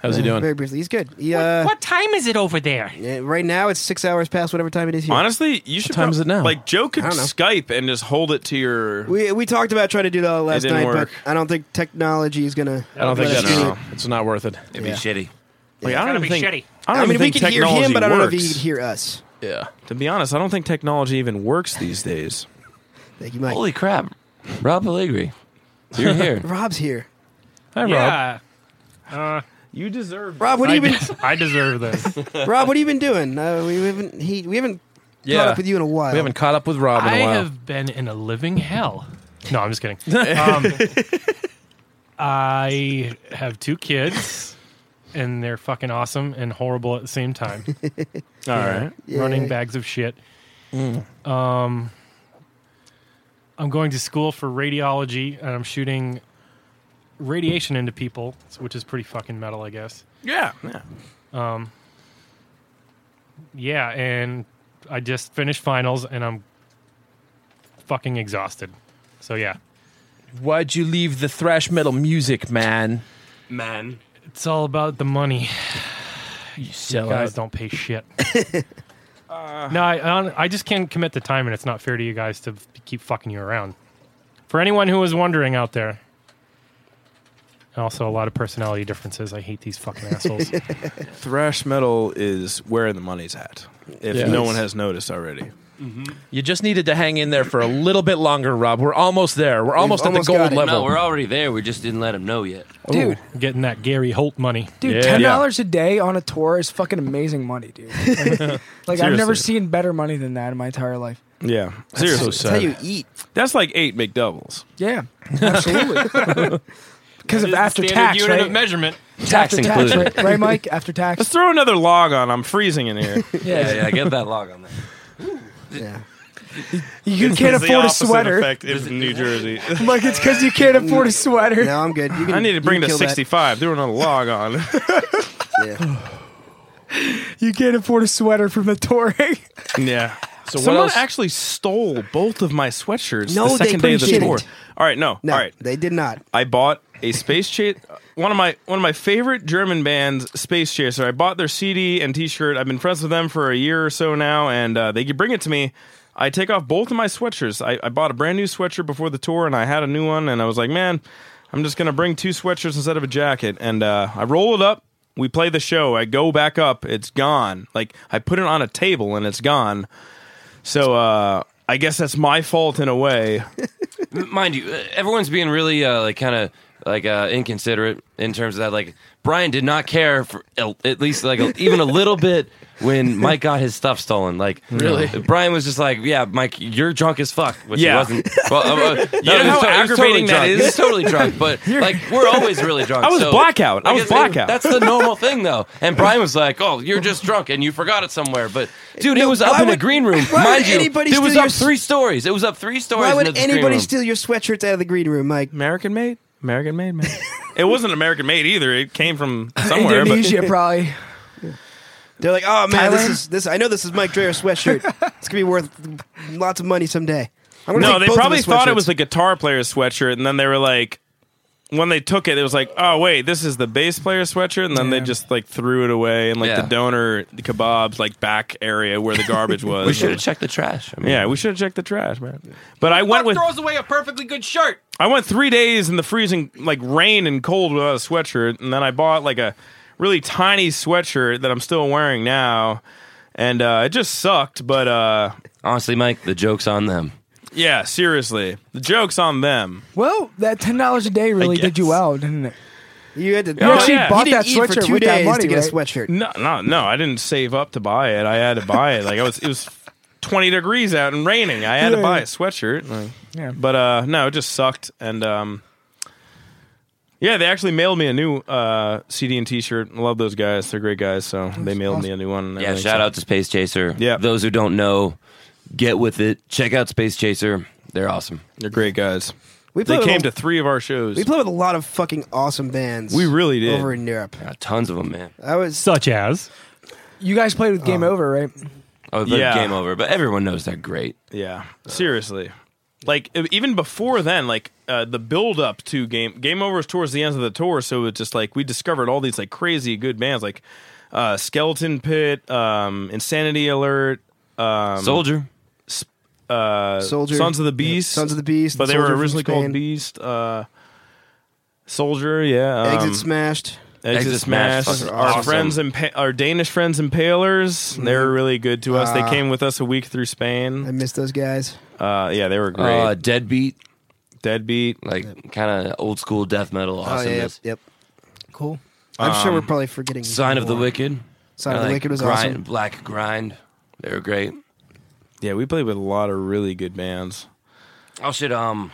Speaker 1: how's he
Speaker 5: Very
Speaker 1: doing?
Speaker 5: briefly. He's good. He, uh,
Speaker 8: time is it over there?
Speaker 5: yeah, Right now, it's six hours past whatever time it is here.
Speaker 4: Honestly, you should.
Speaker 1: time
Speaker 4: prob-
Speaker 1: is it now?
Speaker 4: Like Joe could
Speaker 5: I don't know.
Speaker 4: Skype and just hold it to your.
Speaker 5: we, we talked about trying to do that last
Speaker 4: didn't
Speaker 5: night,
Speaker 4: work.
Speaker 5: but I don't think technology is going to.
Speaker 1: I don't think
Speaker 5: let
Speaker 1: that's
Speaker 5: us do
Speaker 4: No.
Speaker 5: it.
Speaker 1: It's not worth it.
Speaker 3: It'd be
Speaker 5: Yeah.
Speaker 3: shitty.
Speaker 4: Like, I
Speaker 8: Gotta
Speaker 4: don't even
Speaker 8: be
Speaker 4: think.
Speaker 8: shitty.
Speaker 4: I, don't
Speaker 5: I mean,
Speaker 4: even
Speaker 5: we
Speaker 4: think
Speaker 5: could hear
Speaker 4: technology
Speaker 5: him, but I don't know if he
Speaker 4: works.
Speaker 5: could hear us.
Speaker 1: Yeah.
Speaker 4: To be honest, I don't think technology even works these days.
Speaker 5: Thank you, Mike.
Speaker 3: Holy crap, Rob Pellegrini, you're here.
Speaker 5: Rob's here.
Speaker 1: Hi, Rob.
Speaker 8: Yeah. Uh,
Speaker 4: You deserve.
Speaker 5: Rob, what have you been?
Speaker 8: I deserve this.
Speaker 5: Rob, what have you been doing? Uh, we haven't. He, we haven't
Speaker 1: Yeah.
Speaker 5: caught up with you in a while.
Speaker 1: We haven't caught up with Rob in
Speaker 8: I
Speaker 1: a while.
Speaker 8: have been in a living hell. No, I'm just kidding. Um, I have two kids, and they're fucking awesome and horrible at the same time.
Speaker 4: All right.
Speaker 8: Running bags of shit.
Speaker 1: Mm.
Speaker 8: Um, I'm going to school for radiology, and I'm shooting radiation into people, which is pretty fucking metal, I guess. Um,
Speaker 4: Yeah. Yeah.
Speaker 8: Yeah, and I just finished finals, and I'm fucking exhausted. So yeah,
Speaker 1: Why'd you leave the thrash metal music, man?
Speaker 3: Man,
Speaker 8: it's all about the money.
Speaker 1: You sell
Speaker 8: guys don't
Speaker 1: out.
Speaker 8: pay shit. no, I, hon- I just can't commit the time, and it's not fair to you guys to f- keep fucking you around. For anyone who was wondering out there, and also a lot of personality differences. I hate these fucking assholes.
Speaker 4: Thrash metal is where the money's at. If
Speaker 1: Yeah.
Speaker 4: no
Speaker 1: Yes.
Speaker 4: one has noticed already.
Speaker 1: You just needed to hang in there for a little bit longer, Rob. We're almost there. We're almost at
Speaker 5: almost
Speaker 1: the
Speaker 5: got
Speaker 1: gold
Speaker 5: it.
Speaker 1: level.
Speaker 3: no, we're already there. We just didn't let him know yet.
Speaker 6: Dude,
Speaker 8: Getting that Gary Holt money.
Speaker 6: dude,
Speaker 1: Yeah.
Speaker 6: ten dollars a day on a tour is fucking amazing money, dude. Like, like, I've never
Speaker 4: Seriously.
Speaker 6: seen better money than that in my entire life.
Speaker 4: Yeah.
Speaker 1: so
Speaker 4: Seriously.
Speaker 1: sad.
Speaker 5: That's how you eat.
Speaker 4: That's like eight McDoubles.
Speaker 6: Yeah, absolutely. Because
Speaker 8: It's
Speaker 6: of
Speaker 8: the
Speaker 6: after
Speaker 8: standard
Speaker 6: tax,
Speaker 8: unit
Speaker 6: right?
Speaker 8: of measurement.
Speaker 6: It's after
Speaker 3: Tax
Speaker 6: tax,
Speaker 3: included.
Speaker 6: right, right, Mike? After
Speaker 4: Let's
Speaker 6: tax.
Speaker 4: throw another log on. I'm freezing in here.
Speaker 3: Yeah, yeah. Get that log on there.
Speaker 5: Yeah.
Speaker 6: You can't
Speaker 4: It's the
Speaker 6: afford a
Speaker 4: opposite
Speaker 6: sweater.
Speaker 4: effect in New Jersey.
Speaker 6: I'm like, it's because you can't afford a sweater.
Speaker 5: No, I'm good. You can,
Speaker 4: I need
Speaker 5: you
Speaker 4: to bring
Speaker 5: can
Speaker 4: to
Speaker 5: kill that.
Speaker 4: 65. Throw another log on.
Speaker 5: Yeah.
Speaker 6: You can't afford a sweater from the touring.
Speaker 4: Yeah. So
Speaker 1: what
Speaker 4: someone
Speaker 1: else-
Speaker 4: actually stole both of my sweatshirts
Speaker 5: No,
Speaker 4: the
Speaker 5: they
Speaker 4: second day of the
Speaker 5: appreciate
Speaker 4: tour.
Speaker 5: it.
Speaker 4: All right, no,
Speaker 5: No,
Speaker 4: all right.
Speaker 5: they did not.
Speaker 4: I bought a Space Chase. One of my one of my favorite German bands, Space Chaser. I bought their CD and T-shirt. I've been friends with them for a year or so now, and uh, they bring it to me. I take off both of my sweatshirts. I, I bought a brand new sweatshirt before the tour, and I had a new one, and I was like, man, I'm just gonna bring two sweatshirts instead of a jacket. And uh, I roll it up. We play the show. I go back up. It's gone. Like I put it on a table, and it's gone. So uh, I guess that's my fault in a way.
Speaker 3: mind you, uh, everyone's being really uh, like kind of like uh, inconsiderate in terms of that. Like Brian did not care for at least like even a little bit when Mike got his stuff stolen. Like uh,
Speaker 1: Really?
Speaker 3: Brian was just like, "Yeah, Mike, you're drunk as fuck," which
Speaker 4: Yeah.
Speaker 3: he wasn't. Well, uh, uh, no,
Speaker 4: You know
Speaker 3: he was
Speaker 4: how
Speaker 3: to- he was totally
Speaker 4: aggravating that
Speaker 3: drunk. He
Speaker 4: is?
Speaker 3: was totally drunk, but like we're always really drunk.
Speaker 4: I was
Speaker 3: so-
Speaker 4: blackout. I
Speaker 3: like,
Speaker 4: was
Speaker 3: it's- it-
Speaker 4: blackout.
Speaker 3: That's the normal thing though. And Brian was like, "Oh, you're just drunk and you forgot it somewhere." But dude, it was up
Speaker 5: why
Speaker 3: in the
Speaker 5: would-
Speaker 3: green room,
Speaker 5: why would
Speaker 3: mind you.
Speaker 5: anybody
Speaker 3: It was
Speaker 5: steal
Speaker 3: up
Speaker 5: your-
Speaker 3: three stories. It was up three stories.
Speaker 5: Why
Speaker 3: into
Speaker 5: would
Speaker 3: the green
Speaker 5: anybody
Speaker 3: room.
Speaker 5: steal your sweatshirts out of the green room, Mike?
Speaker 4: American made.
Speaker 2: American made, man.
Speaker 4: It wasn't American made either. It came from somewhere. but-
Speaker 6: Indonesia, probably.
Speaker 5: They're like, oh man, this
Speaker 6: Thailand?
Speaker 5: is this. I know this is Mike Dreyer's sweatshirt. it's gonna be worth lots of money someday. I'm gonna
Speaker 4: No,
Speaker 5: take
Speaker 4: they
Speaker 5: both of
Speaker 4: probably
Speaker 5: his
Speaker 4: thought it
Speaker 5: sweatshirts.
Speaker 4: was the guitar player's sweatshirt, and then they were like, when they took it, it was like, oh wait, this is the bass player's sweatshirt, and then they
Speaker 6: Yeah.
Speaker 4: just like threw it away in like
Speaker 3: Yeah.
Speaker 4: the donor kebabs like back area where the garbage was.
Speaker 3: We should have checked the trash. I mean,
Speaker 4: Yeah, we should have checked the trash, man. But I went with
Speaker 1: throws away a perfectly good shirt.
Speaker 4: I went three days in the freezing like rain and cold without a sweatshirt, and then I bought like a really tiny sweatshirt that I'm still wearing now, and uh, it just sucked. But uh,
Speaker 3: honestly, Mike, the joke's on them.
Speaker 4: yeah, seriously, the joke's on them.
Speaker 6: Well, that ten dollars a day really did you
Speaker 4: guess.
Speaker 6: well, didn't it?
Speaker 5: You had to.
Speaker 4: You actually
Speaker 5: yeah.
Speaker 6: bought
Speaker 5: You didn't
Speaker 6: that
Speaker 5: eat for
Speaker 6: sweatshirt
Speaker 5: two
Speaker 6: with that
Speaker 5: days
Speaker 6: money,
Speaker 5: to get
Speaker 6: right?
Speaker 5: a sweatshirt.
Speaker 4: No, no, no. I didn't save up to buy it. I had to buy it. Like I was, it was twenty degrees out and raining. I had to
Speaker 6: Yeah.
Speaker 4: buy a sweatshirt. Like,
Speaker 6: Yeah.
Speaker 4: But uh, no, it just sucked. And um, yeah, they actually mailed me a new uh, CD and T-shirt. I love those guys. They're great guys. So they mailed me a new one. and
Speaker 3: Yeah,
Speaker 4: everything.
Speaker 3: shout
Speaker 4: So-
Speaker 3: out to Space Chaser.
Speaker 4: Yeah.
Speaker 3: Those who don't know, get with it. Check out Space Chaser. They're awesome.
Speaker 4: They're great guys.
Speaker 5: We
Speaker 4: They
Speaker 5: played
Speaker 4: came
Speaker 5: with,
Speaker 4: to three of our shows.
Speaker 5: We played with a lot of fucking awesome bands.
Speaker 4: We really did.
Speaker 5: over in Europe.
Speaker 3: Got tons of them, man.
Speaker 5: I was
Speaker 8: Such as
Speaker 6: You guys played with Game Over, right?
Speaker 3: Oh, they're
Speaker 4: Yeah.
Speaker 3: game over. But everyone knows they're great.
Speaker 4: Yeah, seriously. Like e- even before then, like uh, the build up to game game over is towards the end of the tour, so it's just like we discovered all these like crazy good bands like uh, Skeleton Pit, um, Insanity Alert, um,
Speaker 3: Soldier.
Speaker 4: uh,
Speaker 5: Soldier.
Speaker 4: Sons of the
Speaker 5: Yeah,
Speaker 4: Beast,
Speaker 5: Sons of the Beast,
Speaker 4: but they
Speaker 5: Soldier
Speaker 4: were
Speaker 5: from
Speaker 4: originally
Speaker 5: Spain.
Speaker 4: called Beast. Uh, Soldier, yeah. Um,
Speaker 5: Exit Smashed.
Speaker 4: Exit
Speaker 3: Exit Smash,
Speaker 4: Smash.
Speaker 3: fucking
Speaker 4: Our
Speaker 3: awesome.
Speaker 4: friends, impa- our Danish friends, Impalers. They were really good to us. they came with us a week through
Speaker 5: Mm-hmm. Ah. I
Speaker 4: Spain.
Speaker 5: miss those guys.
Speaker 4: Uh, yeah, they were great.
Speaker 3: Uh, Deadbeat.
Speaker 4: Deadbeat.
Speaker 3: Like, kind of old school death
Speaker 5: Oh
Speaker 3: metal
Speaker 5: yeah, yep,
Speaker 3: awesomeness.
Speaker 5: yep. Cool. I'm sure we're probably forgetting.
Speaker 3: Sign of the
Speaker 5: more.
Speaker 3: Wicked.
Speaker 5: Sign of the
Speaker 3: Kinda like
Speaker 5: Wicked was
Speaker 3: grind,
Speaker 5: awesome.
Speaker 3: Black Grind. They were great.
Speaker 4: Yeah, we played with a lot of really good bands.
Speaker 3: Oh, shit. Um,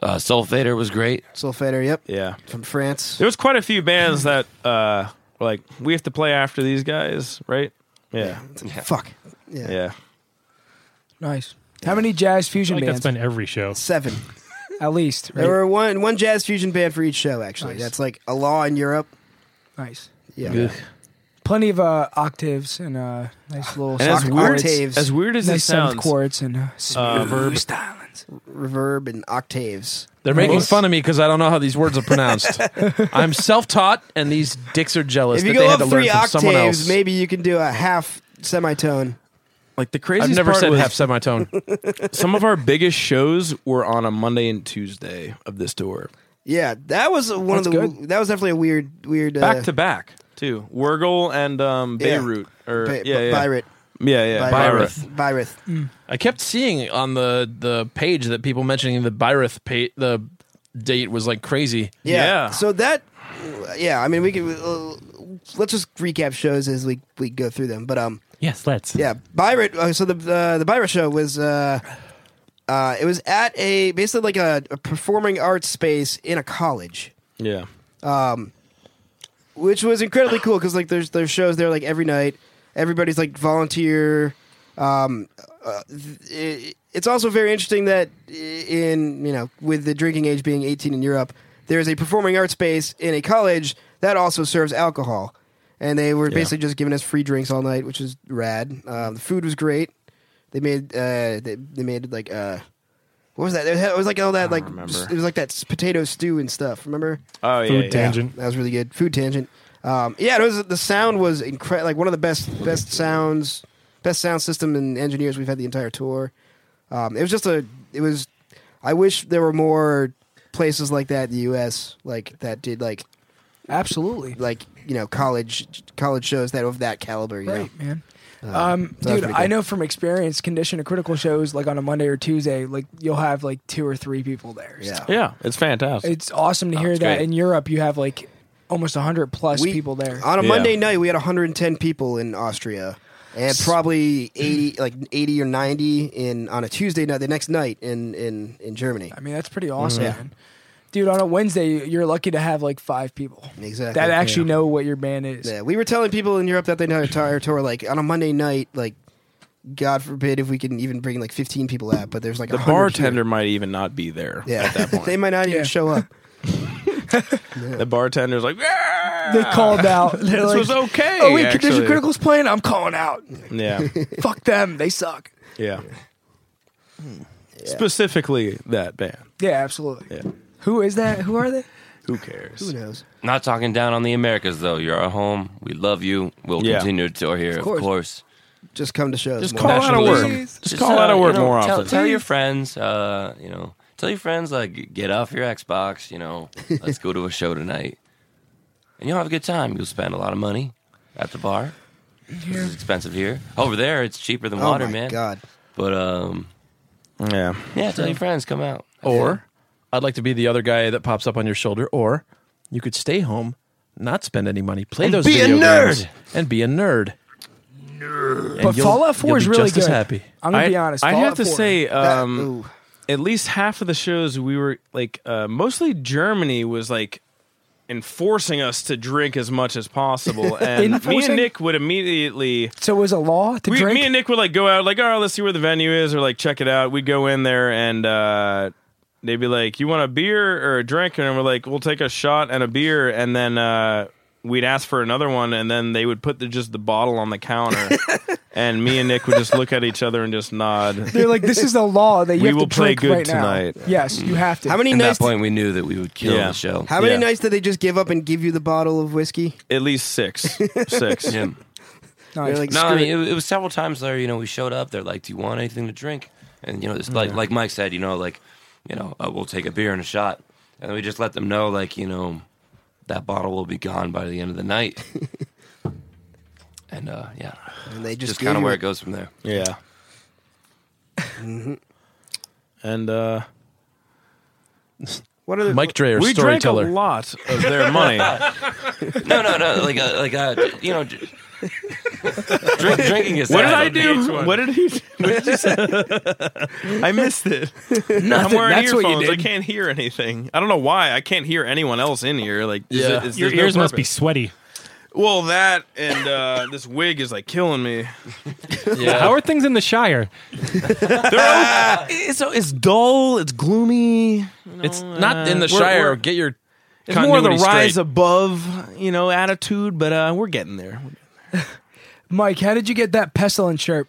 Speaker 3: uh, Sulfator was great.
Speaker 5: Sulfator. Yep.
Speaker 4: Yeah.
Speaker 5: From France.
Speaker 4: There was quite a few bands that uh were like, we have to play after these guys, right? Yeah.
Speaker 5: Fuck. Yeah.
Speaker 4: Yeah.
Speaker 6: Nice. How many jazz
Speaker 8: I
Speaker 6: fusion
Speaker 8: think that's
Speaker 6: bands?
Speaker 8: been every show.
Speaker 5: Seven.
Speaker 6: At least. Right?
Speaker 5: There were one one jazz fusion band for each show. Actually,
Speaker 6: Nice.
Speaker 5: that's like a law in Europe.
Speaker 6: nice.
Speaker 5: Yeah.
Speaker 6: Plenty of uh, octaves and uh, nice little
Speaker 4: And as
Speaker 6: soc-
Speaker 4: weird
Speaker 5: octaves.
Speaker 4: as weird as it
Speaker 6: nice seventh
Speaker 4: sounds,
Speaker 6: chords and uh, smooth stylings.
Speaker 5: Reverb and octaves.
Speaker 1: They're making fun of me because I don't know how these words are pronounced. I'm self-taught, and these dicks are jealous
Speaker 5: if you
Speaker 1: that they
Speaker 5: go
Speaker 1: had
Speaker 5: up
Speaker 1: to learn
Speaker 5: three
Speaker 1: from someone else.
Speaker 5: octaves, maybe you can do a half semitone.
Speaker 4: like the
Speaker 1: I've
Speaker 4: craziest
Speaker 1: never
Speaker 4: part
Speaker 1: said
Speaker 4: was
Speaker 1: half semitone.
Speaker 4: some of our biggest shows were on a Monday and Tuesday of this tour.
Speaker 5: Yeah, that was one
Speaker 6: That's
Speaker 5: of the.
Speaker 6: good.
Speaker 5: That was definitely a weird, weird.
Speaker 4: Back
Speaker 5: uh,
Speaker 4: to back, too. Wurgle and um
Speaker 5: Yeah.
Speaker 4: Beirut or
Speaker 5: Ba-
Speaker 4: yeah, yeah.
Speaker 5: Byrith.
Speaker 4: Yeah, yeah.
Speaker 5: Byrith. Byrith.
Speaker 1: I kept seeing on the the page that people mentioning the Byreth pa- the date was like crazy.
Speaker 5: Yeah.
Speaker 4: Yeah.
Speaker 5: So that, yeah. I mean, we can. Uh, let's just recap shows as we we go through them. But um,
Speaker 8: Yes, let's.
Speaker 5: yeah, Byron. Uh, so the uh, the Byron show was uh, uh, it was at a basically like a, a performing arts space in a college,
Speaker 4: Yeah.
Speaker 5: Um, which was incredibly cool because like there's there's shows there like every night. Everybody's like volunteer. Um, uh, th- it, it's also very interesting that i- in you know with the drinking age being 18 in Europe, there's a performing arts space in a college that also serves alcohol, and they were basically just giving us free drinks all night, which was rad. Um, the food was great. They made uh, they, they made like uh, what was that? It had- it was like all that like s- it was like that s- potato stew and stuff. Remember?
Speaker 4: Oh yeah.
Speaker 8: Food
Speaker 4: yeah.
Speaker 8: tangent.
Speaker 5: That was really good. Food tangent. Um, yeah, it was the sound was incredible. Like one of the best best sounds, best sound system and engineers we've had the entire tour. Um, it was just a. It was. I wish there were more places like that in the U.S. Like that did like
Speaker 6: Absolutely.
Speaker 5: like you know college college shows Uh, that of that caliber. You know?
Speaker 6: Right, man. Um,
Speaker 5: sounds
Speaker 6: dude,
Speaker 5: pretty
Speaker 6: I
Speaker 5: good.
Speaker 6: know from experience, condition of critical shows like on a Monday or Tuesday, like you'll have like two or three people there. So
Speaker 5: Yeah.
Speaker 4: Yeah, it's fantastic.
Speaker 6: It's awesome to hear
Speaker 3: it's
Speaker 6: that
Speaker 3: great.
Speaker 6: in Europe you have like almost 100 plus people there.
Speaker 5: On a
Speaker 4: Yeah.
Speaker 5: Monday night, we had 110 people in Austria, and probably 80, like 80 or 90 in on a Tuesday night, the next night in in in Germany.
Speaker 6: I mean, that's pretty awesome,
Speaker 5: Yeah.
Speaker 6: man. Dude, on a Wednesday, you're lucky to have like five people
Speaker 5: Exactly.
Speaker 6: that actually know what your band is.
Speaker 5: Yeah, we were telling people in Europe that they know our entire tour. Like on a Monday night, like God forbid if we can even bring like 15 people out, but there's like
Speaker 4: The
Speaker 5: 100 here.
Speaker 4: bartender might even not be there
Speaker 5: Yeah,
Speaker 4: at that point.
Speaker 5: they might not even
Speaker 6: Yeah.
Speaker 5: show up.
Speaker 4: The bartender's like, "Ah!" "Yeah,
Speaker 6: They called out. They're
Speaker 4: This
Speaker 6: like,
Speaker 4: was okay.
Speaker 6: Oh, wait,
Speaker 4: actually."
Speaker 6: Condition Critical's playing? I'm calling out.
Speaker 4: Yeah,
Speaker 6: Fuck them. They suck.
Speaker 4: yeah. Specifically that band.
Speaker 6: Yeah, absolutely.
Speaker 4: Yeah.
Speaker 6: Who is that? Who are they?
Speaker 4: Who cares?
Speaker 5: Who knows?
Speaker 3: Not talking down on the Americas though. You're our home. We love you. We'll
Speaker 4: Yeah.
Speaker 3: continue to tour here, of
Speaker 5: course.
Speaker 3: course.
Speaker 5: Just come to shows.
Speaker 4: Just
Speaker 5: more.
Speaker 4: call out of work.
Speaker 6: Please.
Speaker 4: Just, call out
Speaker 3: uh,
Speaker 4: of work
Speaker 3: you know,
Speaker 4: more
Speaker 3: tell,
Speaker 4: often.
Speaker 3: Tell your friends. Uh, you know, tell your friends like get off your Xbox. You know, let's go to a show tonight, and you'll have a good time. You'll spend a lot of money at the bar. It's expensive here. Over there, it's cheaper than
Speaker 5: Oh
Speaker 3: water,
Speaker 5: my
Speaker 3: man.
Speaker 5: God.
Speaker 3: But um,
Speaker 4: yeah.
Speaker 3: yeah, tell your friends come out.
Speaker 1: Or I'd like to be the other guy that pops up on your shoulder. Or you could stay home, not spend any money, play those
Speaker 3: be a
Speaker 1: video
Speaker 3: nerd.
Speaker 1: games, and be a nerd. Nerd.
Speaker 6: But Fallout 4 is really
Speaker 1: just as
Speaker 6: good.
Speaker 1: happy.
Speaker 6: I'm gonna
Speaker 4: I-
Speaker 6: be honest.
Speaker 4: I
Speaker 6: Fallout
Speaker 4: have to
Speaker 6: 4.
Speaker 4: say,
Speaker 5: That-
Speaker 4: um,
Speaker 5: ooh.
Speaker 4: at least half of the shows we were like uh, mostly Germany was like enforcing us to drink as much as possible, and me
Speaker 6: Enforcing?
Speaker 4: and Nick would immediately.
Speaker 6: so. Was a law to
Speaker 4: We,
Speaker 6: drink?
Speaker 4: me and Nick would like go out, like, all right, let's see where the venue is, or like check it out. We'd go in there and uh, they'd be like, "You want a beer or a drink?" And we're like, "We'll take a shot and a beer," and then uh, we'd ask for another one, and then they would put the, just the bottle on the counter, and me and Nick would just look at each other and just nod.
Speaker 6: They're like, this is the law that you
Speaker 4: We
Speaker 6: have
Speaker 4: will
Speaker 6: to
Speaker 4: play
Speaker 6: drink
Speaker 4: good
Speaker 6: right
Speaker 4: tonight.
Speaker 6: now. Yes, you have to.
Speaker 5: How many
Speaker 3: At that
Speaker 5: nights?
Speaker 3: point, we knew that we would kill
Speaker 4: Yeah.
Speaker 3: the show.
Speaker 5: How many
Speaker 4: Yeah.
Speaker 5: nights did they just give up and give you the bottle of whiskey?
Speaker 4: At least six, six.
Speaker 3: Yeah.
Speaker 6: Nice.
Speaker 5: They're like,
Speaker 3: No,
Speaker 5: "Screw
Speaker 3: I
Speaker 5: it."
Speaker 3: mean, it, it was several times there. You know, we showed up. They're like, "Do you want anything to drink?" And you know, it's like like Mike said, you know, like you know, uh, we'll take a beer and a shot, and then we just let them know, like you know, that bottle will be gone by the end of the night. and uh, yeah,
Speaker 5: and they just,
Speaker 3: just kind of
Speaker 5: gave
Speaker 3: where
Speaker 5: you
Speaker 3: it goes from there.
Speaker 4: Yeah.
Speaker 5: Mm-hmm.
Speaker 4: and uh,
Speaker 5: What are the
Speaker 1: Mike Dreyer,
Speaker 4: we drank a
Speaker 1: storyteller.
Speaker 4: lot of their money.
Speaker 3: No, no, no, like uh, like uh, you know, j- drink, drinking is
Speaker 4: what did I
Speaker 3: bad.
Speaker 4: do? What did he? What did you say? I missed it. I'm wearing
Speaker 1: That's what you
Speaker 4: earphones. I
Speaker 1: did.
Speaker 4: can't hear anything. I don't know why. I can't hear anyone else in here. Like, is
Speaker 1: Yeah.
Speaker 4: it- is
Speaker 8: Your
Speaker 4: there's no
Speaker 8: ears must be
Speaker 4: purpose.
Speaker 8: sweaty.
Speaker 4: Well, that and uh, this wig is like killing me.
Speaker 8: How are things in the Shire?
Speaker 1: It's, it's dull. It's gloomy. it's not in the
Speaker 4: uh, we're-
Speaker 1: Shire.
Speaker 4: we're-
Speaker 1: Get your
Speaker 4: It's more the
Speaker 1: continuity
Speaker 4: rise
Speaker 1: straight.
Speaker 4: above, you know, attitude. But uh, we're getting there.
Speaker 6: Mike, how did you get that pestilence shirt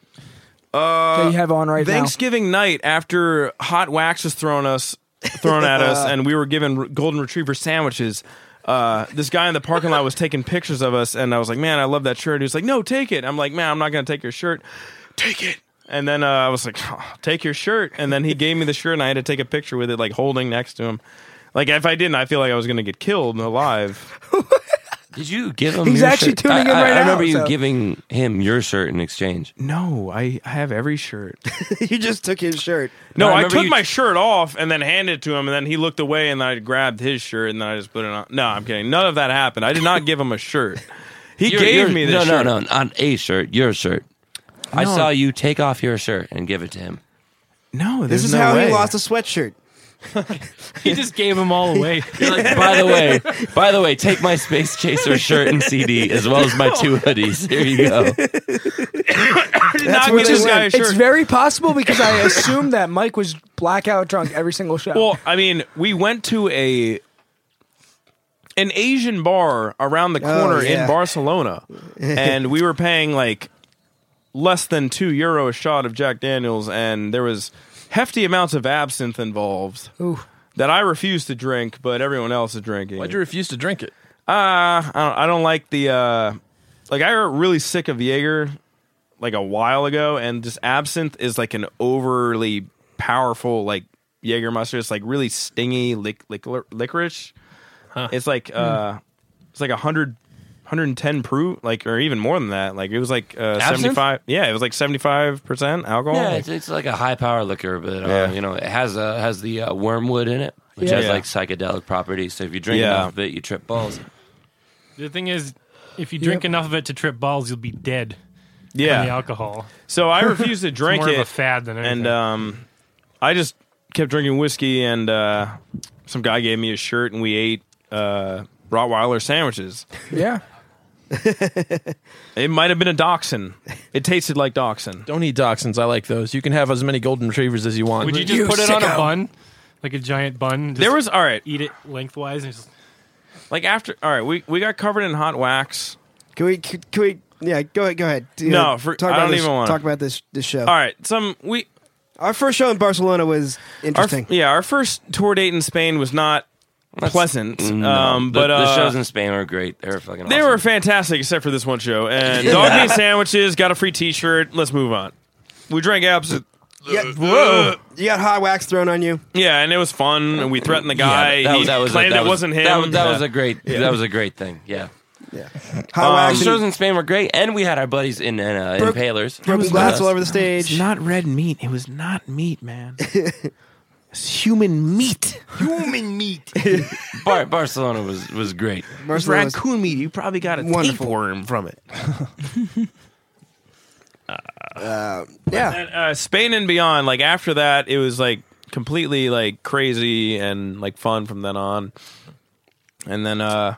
Speaker 6: that you have on right now?
Speaker 4: Uh, Thanksgiving night after hot wax was thrown us thrown at us and we were given r- golden retriever sandwiches. Uh, this guy in the parking lot was taking pictures of us and I was like, "Man, I love that shirt." He was like, "No, take it." I'm like, "Man, I'm not going to take your shirt." Take it. And then uh, I was like, "Oh, "Take your shirt." And then he gave me the shirt and I had to take a picture with it like holding next to him. Like if I didn't, I feel like I was going to get killed alive.
Speaker 3: Did you give him?
Speaker 6: He's
Speaker 3: your
Speaker 6: actually
Speaker 3: shirt?
Speaker 6: tuning
Speaker 3: I,
Speaker 6: in
Speaker 3: I-
Speaker 6: right
Speaker 3: I remember
Speaker 6: now,
Speaker 3: you
Speaker 6: so-
Speaker 3: giving him your shirt in exchange.
Speaker 4: No, I, I have every shirt.
Speaker 5: you just took his shirt.
Speaker 4: No,
Speaker 3: No, I
Speaker 4: I,
Speaker 3: remember
Speaker 4: took
Speaker 3: you-
Speaker 4: my shirt off and then handed it to him, and then he looked away, and then I grabbed his shirt, and then I just put it on. No, I'm kidding. None of that happened. I did not give him a shirt. He
Speaker 3: Your-
Speaker 4: gave
Speaker 3: your-
Speaker 4: me this
Speaker 3: no,
Speaker 4: shirt.
Speaker 3: no, no, not a shirt, your shirt. I saw you take off your shirt and give it to him.
Speaker 4: no, no.
Speaker 5: This is how he lost a sweatshirt.
Speaker 8: He just gave them all away.
Speaker 3: You're like, by the way, by the way, take my Space Chaser shirt and CD as well as my two hoodies. Here you go.
Speaker 4: I did not
Speaker 5: where
Speaker 4: give
Speaker 5: they
Speaker 4: this guy a
Speaker 5: went.
Speaker 4: shirt.
Speaker 6: It's very possible because I assume that Mike was blackout drunk every single show.
Speaker 4: well, I mean, we went to a an Asian bar around the
Speaker 3: Oh,
Speaker 4: corner
Speaker 5: yeah.
Speaker 4: in Barcelona, and we were paying like less than two euro a shot of Jack Daniels, and there was hefty amounts of absinthe involved. That I refuse to drink, but everyone else is drinking.
Speaker 1: Why'd you refuse to drink it?
Speaker 4: Uh, I don't, I don't like the uh, like I got really sick of Jaeger like a while ago, and just absinthe is like an overly powerful like Jaeger mustard. It's like really stingy lic- lic- licorice. It's like uh, it's like a hundred 110 proof, like or even more than that. Like it was like uh,
Speaker 3: Absinthe?
Speaker 4: 75. Yeah, it was like 75 percent alcohol.
Speaker 3: Yeah, it's, it's like a high power liquor, but uh,
Speaker 4: Yeah.
Speaker 3: you know it has uh, has the uh, wormwood in it, which
Speaker 4: Yeah.
Speaker 3: has
Speaker 4: Yeah.
Speaker 3: like psychedelic properties. So if you drink
Speaker 4: Yeah.
Speaker 3: enough of it, you trip balls.
Speaker 8: The thing is, if you drink
Speaker 6: Yep.
Speaker 8: enough of it to trip balls, you'll be dead. From the
Speaker 4: yeah.
Speaker 8: alcohol.
Speaker 4: So I refused to drink
Speaker 8: more
Speaker 4: it.
Speaker 8: of a fad than anything.
Speaker 4: And um, I just kept drinking whiskey, and uh, some guy gave me a shirt, and we ate uh, Rottweiler sandwiches.
Speaker 6: Yeah.
Speaker 4: It might have been a Dachshund. It tasted like Dachshund.
Speaker 1: Don't eat dachshunds. I like those. You can have as many golden retrievers as you want.
Speaker 8: Would you just
Speaker 6: You
Speaker 8: put it on a
Speaker 6: sicko.
Speaker 8: bun, like a giant bun? Just
Speaker 4: There was all right.
Speaker 8: eat it lengthwise and just
Speaker 4: Like after all right, we we got covered in hot wax.
Speaker 5: Can we? Can, can we? Yeah, go ahead. Go ahead. Do-
Speaker 4: No, for-
Speaker 5: talk
Speaker 4: I
Speaker 5: about
Speaker 4: don't
Speaker 5: this,
Speaker 4: even wanna.
Speaker 5: talk about this this show.
Speaker 4: All right, some we
Speaker 5: Our first show in Barcelona was
Speaker 4: our,
Speaker 5: interesting.
Speaker 4: yeah our first tour date in Spain was not pleasant. um,
Speaker 3: the,
Speaker 4: but
Speaker 3: the
Speaker 4: uh,
Speaker 3: shows in Spain were great. They were fucking.
Speaker 4: they
Speaker 3: awesome.
Speaker 4: were fantastic except for this one show. And dog meat sandwiches got a free T-shirt. Let's move on. We drank uh, abs.
Speaker 5: Yeah. Whoa. You got hot wax thrown on you.
Speaker 4: Yeah, and it was fun. And we threatened the guy.
Speaker 3: Yeah, that,
Speaker 4: he
Speaker 3: was- that was a-
Speaker 4: claimed
Speaker 3: that
Speaker 4: it
Speaker 3: was,
Speaker 4: wasn't him.
Speaker 3: That, was- that
Speaker 4: Yeah.
Speaker 3: was a great. That was a great thing. Yeah.
Speaker 5: Hot
Speaker 3: Um,
Speaker 5: wax.
Speaker 3: the
Speaker 5: and
Speaker 3: shows in Spain were great, and we had our buddies in in, uh,
Speaker 5: Broke-
Speaker 3: Impalers.
Speaker 5: Broken glass all over the
Speaker 2: It's
Speaker 5: stage.
Speaker 2: not red meat. It was not meat, man. it's human meat. Human meat.
Speaker 3: Bar- Barcelona was was great.
Speaker 5: Barcelona was-
Speaker 2: Raccoon meat. You probably got a
Speaker 5: Wonderful.
Speaker 2: tapeworm from it.
Speaker 5: yeah.
Speaker 4: Uh, And, uh, Spain and beyond. Like after that, it was like completely like crazy and like fun from then on. And then uh,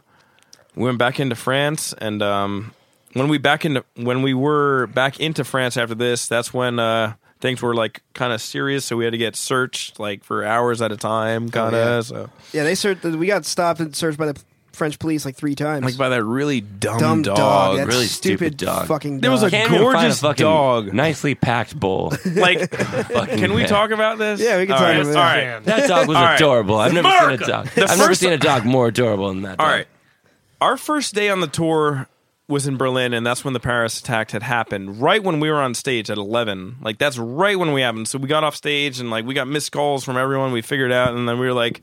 Speaker 4: we went back into France, and um, when we back into when we were back into France after this, that's when uh, things were like kind of serious. So we had to get searched like for hours at a time, kind of.
Speaker 5: yeah.
Speaker 4: So
Speaker 5: Yeah. They searched. We got stopped and searched by the French police like three times.
Speaker 4: like by that really dumb,
Speaker 5: dumb dog. That
Speaker 3: really
Speaker 5: stupid,
Speaker 3: stupid dog.
Speaker 5: Fucking. Dog.
Speaker 4: There was a-
Speaker 3: Can't even find
Speaker 4: Gorgeous
Speaker 3: fucking
Speaker 4: dog.
Speaker 3: nicely packed bowl.
Speaker 4: Like,
Speaker 3: Fucking
Speaker 4: can we
Speaker 3: man.
Speaker 4: talk about this?
Speaker 5: Yeah, we can
Speaker 4: All
Speaker 5: talk
Speaker 4: right,
Speaker 5: about it.
Speaker 4: All right.
Speaker 8: Man.
Speaker 3: That dog was
Speaker 4: All right.
Speaker 3: adorable. I've never
Speaker 4: America!
Speaker 3: seen a dog.
Speaker 4: The
Speaker 3: I've never
Speaker 4: first-
Speaker 3: seen a dog more adorable than that. Dog.
Speaker 4: All right. Our first day on the tour was in Berlin, and that's when the Paris attack had happened. Right when we were on stage at eleven, like that's right when we happened. So we got off stage, and like we got missed calls from everyone. We figured out, and then we were like,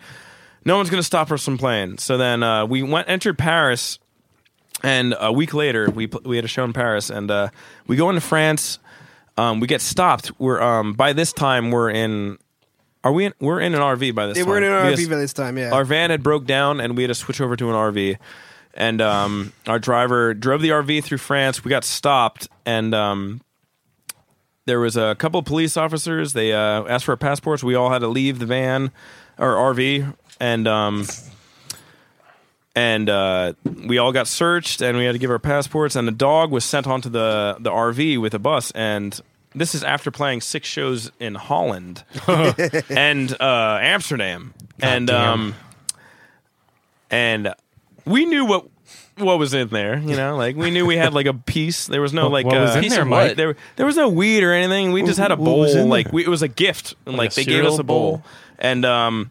Speaker 4: "No one's gonna stop us from playing." So then uh, we went entered Paris, and a week later we pl- we had a show in Paris, and uh, we go into France. Um, we get stopped. We're um, by this time we're in. Are we? In, we're in an RV by this.
Speaker 5: They
Speaker 4: time.
Speaker 5: were in an
Speaker 4: We
Speaker 5: RV
Speaker 4: just-
Speaker 5: by this time. Yeah.
Speaker 4: our van had broke down and we had to switch over to an RV. And um, our driver drove the RV through France. We got stopped, and um, there was a couple of police officers. They uh, asked for our passports. We all had to leave the van or RV, and um, and uh, we all got searched, and we had to give our passports. And a dog was sent onto the the RV with a bus. And this is after playing six shows in Holland and uh, Amsterdam, and um, and we knew what. What was in there? You know, like we knew we had like a piece. There was no
Speaker 8: What-
Speaker 4: like
Speaker 8: what
Speaker 4: uh,
Speaker 8: was in
Speaker 4: piece
Speaker 8: there,
Speaker 4: of
Speaker 8: Mike?
Speaker 4: what? There, there was no weed or anything. We just had a
Speaker 2: what was
Speaker 4: bowl.
Speaker 2: in
Speaker 4: Like
Speaker 2: there?
Speaker 4: we, it was a gift, and like,
Speaker 1: a
Speaker 4: they gave us
Speaker 1: cereal
Speaker 4: a bowl.
Speaker 1: bowl?
Speaker 4: And um,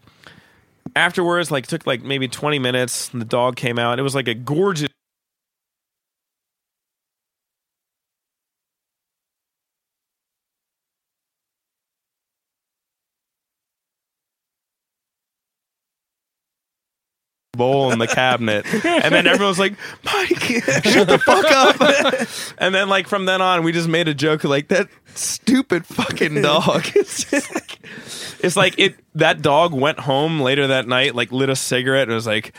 Speaker 4: afterwards, like took like maybe twenty minutes. And the dog came out. It was like a gorgeous. bowl in the cabinet and then everyone was like mike shut the fuck up and then like from then on we just made a joke like that stupid fucking dog it's just like it's like it that dog went home later that night like lit a cigarette and was like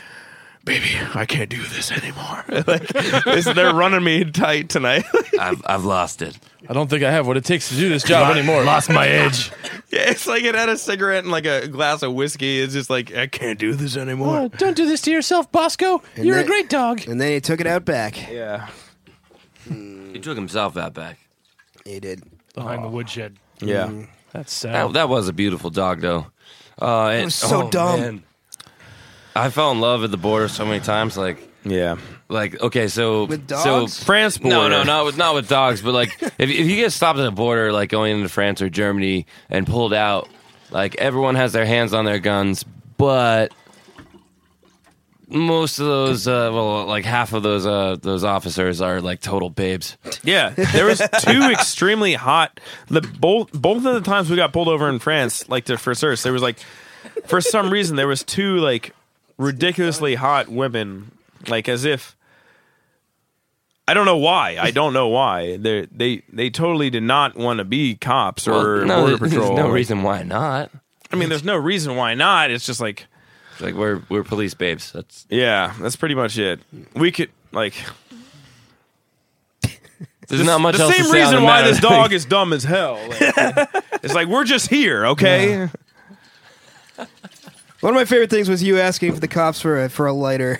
Speaker 4: baby i can't do this anymore like it's- they're running me tight tonight
Speaker 3: I've, I've lost it.
Speaker 1: I don't think I have what it takes to do this job anymore.
Speaker 8: Lost my edge.
Speaker 4: yeah, it's like it had a cigarette and like a glass of whiskey it's just like i can't do this anymore
Speaker 1: Oh, don't do this to yourself, Bosco.
Speaker 5: And
Speaker 1: You're
Speaker 5: that-
Speaker 1: a great dog.
Speaker 5: And then he took it out back.
Speaker 4: yeah
Speaker 3: He took himself out back.
Speaker 5: He did.
Speaker 8: Behind the woodshed.
Speaker 4: Oh.
Speaker 8: Mm.
Speaker 4: yeah
Speaker 1: That's sad.
Speaker 3: Mm. That, that was a beautiful dog, though. Uh, it
Speaker 5: was so dumb.
Speaker 3: I fell in love at the border so many times. Like,
Speaker 4: yeah
Speaker 3: like okay, so
Speaker 5: With
Speaker 3: so
Speaker 5: dogs?
Speaker 4: France
Speaker 3: No,
Speaker 4: border.
Speaker 3: no, not with not with dogs, but like if, if you get stopped at the border, like going into France or Germany and pulled out, like everyone has their hands on their guns, but most of those, uh, well, like half of those uh, those officers are like total babes.
Speaker 4: Yeah, there was two extremely hot. The both both of the times we got pulled over in France, like to for search, there was like, for some reason, there was two like ridiculously hot women, like as if I don't know why. I don't know why. They they they totally did not want to be cops or
Speaker 3: Well, no,
Speaker 4: border
Speaker 3: there- there's
Speaker 4: patrol.
Speaker 3: no reason why not.
Speaker 4: I mean, there's no reason why not. It's just like
Speaker 3: It's like we're we're police babes. That's
Speaker 4: yeah, that's pretty much it. We could like
Speaker 3: there's not much
Speaker 4: the
Speaker 3: else.
Speaker 4: same
Speaker 3: to say on
Speaker 4: reason
Speaker 3: the
Speaker 4: why
Speaker 3: matter.
Speaker 4: this dog is dumb as hell. Like, it's like we're just here, okay?
Speaker 5: One of my favorite things was you asking for the cops for a, for a lighter.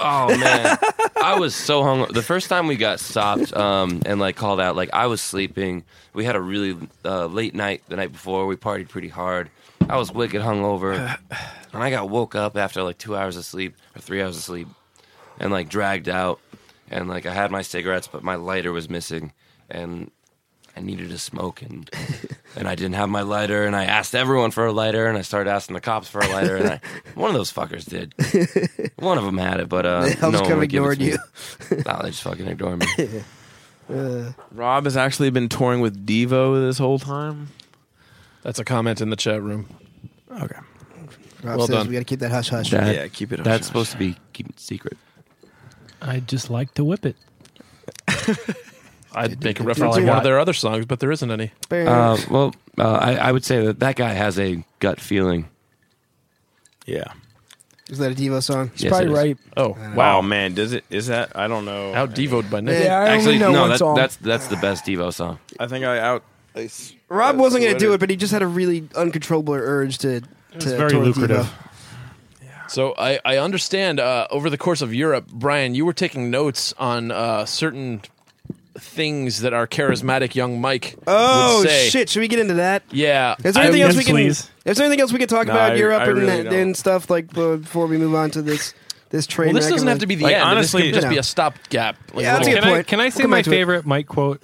Speaker 3: Oh man, I was so hung. The first time we got stopped um, and like called out, like I was sleeping. We had a really uh, late night the night before. We partied pretty hard. I was wicked hungover, and I got woke up after like two hours of sleep or three hours of sleep, and like dragged out. And like I had my cigarettes, but my lighter was missing, and I needed to smoke, and and I didn't have my lighter. And I asked everyone for a lighter, and I started asking the cops for a lighter, and I, one of those fuckers did. One of them had it, but uh,
Speaker 5: The
Speaker 3: no
Speaker 5: elves
Speaker 3: one
Speaker 5: come
Speaker 3: would give it
Speaker 5: ignored
Speaker 3: to me. no, they just fucking ignore me.
Speaker 5: Uh,
Speaker 4: Rob has actually been touring with Devo this whole time.
Speaker 1: That's a comment in the chat room.
Speaker 2: Okay.
Speaker 5: Rob
Speaker 1: Well
Speaker 5: says
Speaker 1: done.
Speaker 5: we got to keep that hush hush.
Speaker 3: That-
Speaker 4: yeah, keep it. hush
Speaker 3: That's
Speaker 4: hush.
Speaker 3: supposed to be keep it secret.
Speaker 8: I just like to whip it.
Speaker 1: I'd make a
Speaker 8: do,
Speaker 1: reference
Speaker 8: do.
Speaker 1: to one of their other songs, but there isn't any. Um,
Speaker 3: Uh, well, uh, I, I would say that that guy has a gut feeling.
Speaker 4: Yeah.
Speaker 5: Is that a Devo song?
Speaker 6: He's probably right.
Speaker 1: Oh,
Speaker 4: Wow, man, does it? Is that? I don't know.
Speaker 1: out devoed by Nick.
Speaker 6: Yeah, I
Speaker 3: Actually,
Speaker 6: only know
Speaker 3: no,
Speaker 6: one
Speaker 3: that,
Speaker 6: song.
Speaker 3: that's that's the best Devo song.
Speaker 4: I think I out.
Speaker 5: Rob wasn't going to do it, but he just had a really uncontrollable urge to.
Speaker 8: It's
Speaker 5: to
Speaker 8: very
Speaker 5: tour with
Speaker 8: lucrative.
Speaker 5: Devo.
Speaker 1: So I, I understand uh, over the course of Europe, Brian, you were taking notes on uh, certain things that our charismatic young Mike
Speaker 5: Oh
Speaker 1: would say.
Speaker 5: shit! Should we get into that?
Speaker 1: Yeah.
Speaker 5: Is there anything
Speaker 8: I-
Speaker 5: else
Speaker 8: yes,
Speaker 5: we can?
Speaker 8: please.
Speaker 5: Is there anything else we can talk
Speaker 4: No,
Speaker 5: about
Speaker 4: I-
Speaker 5: Europe
Speaker 4: I really
Speaker 5: and,
Speaker 4: don't.
Speaker 5: and stuff like b- before we move on to this this train?
Speaker 1: well, this
Speaker 5: wreck
Speaker 1: doesn't
Speaker 5: of
Speaker 1: have to be the
Speaker 4: Like,
Speaker 1: end. Honestly,
Speaker 4: honestly-
Speaker 1: this could just
Speaker 5: No.
Speaker 1: be a stopgap. Like,
Speaker 5: Yeah, that's a
Speaker 1: little-
Speaker 5: good
Speaker 8: Can I,
Speaker 5: point.
Speaker 8: can I
Speaker 5: We'll
Speaker 8: say
Speaker 5: come
Speaker 8: my
Speaker 5: back to it.
Speaker 8: favorite Mike quote?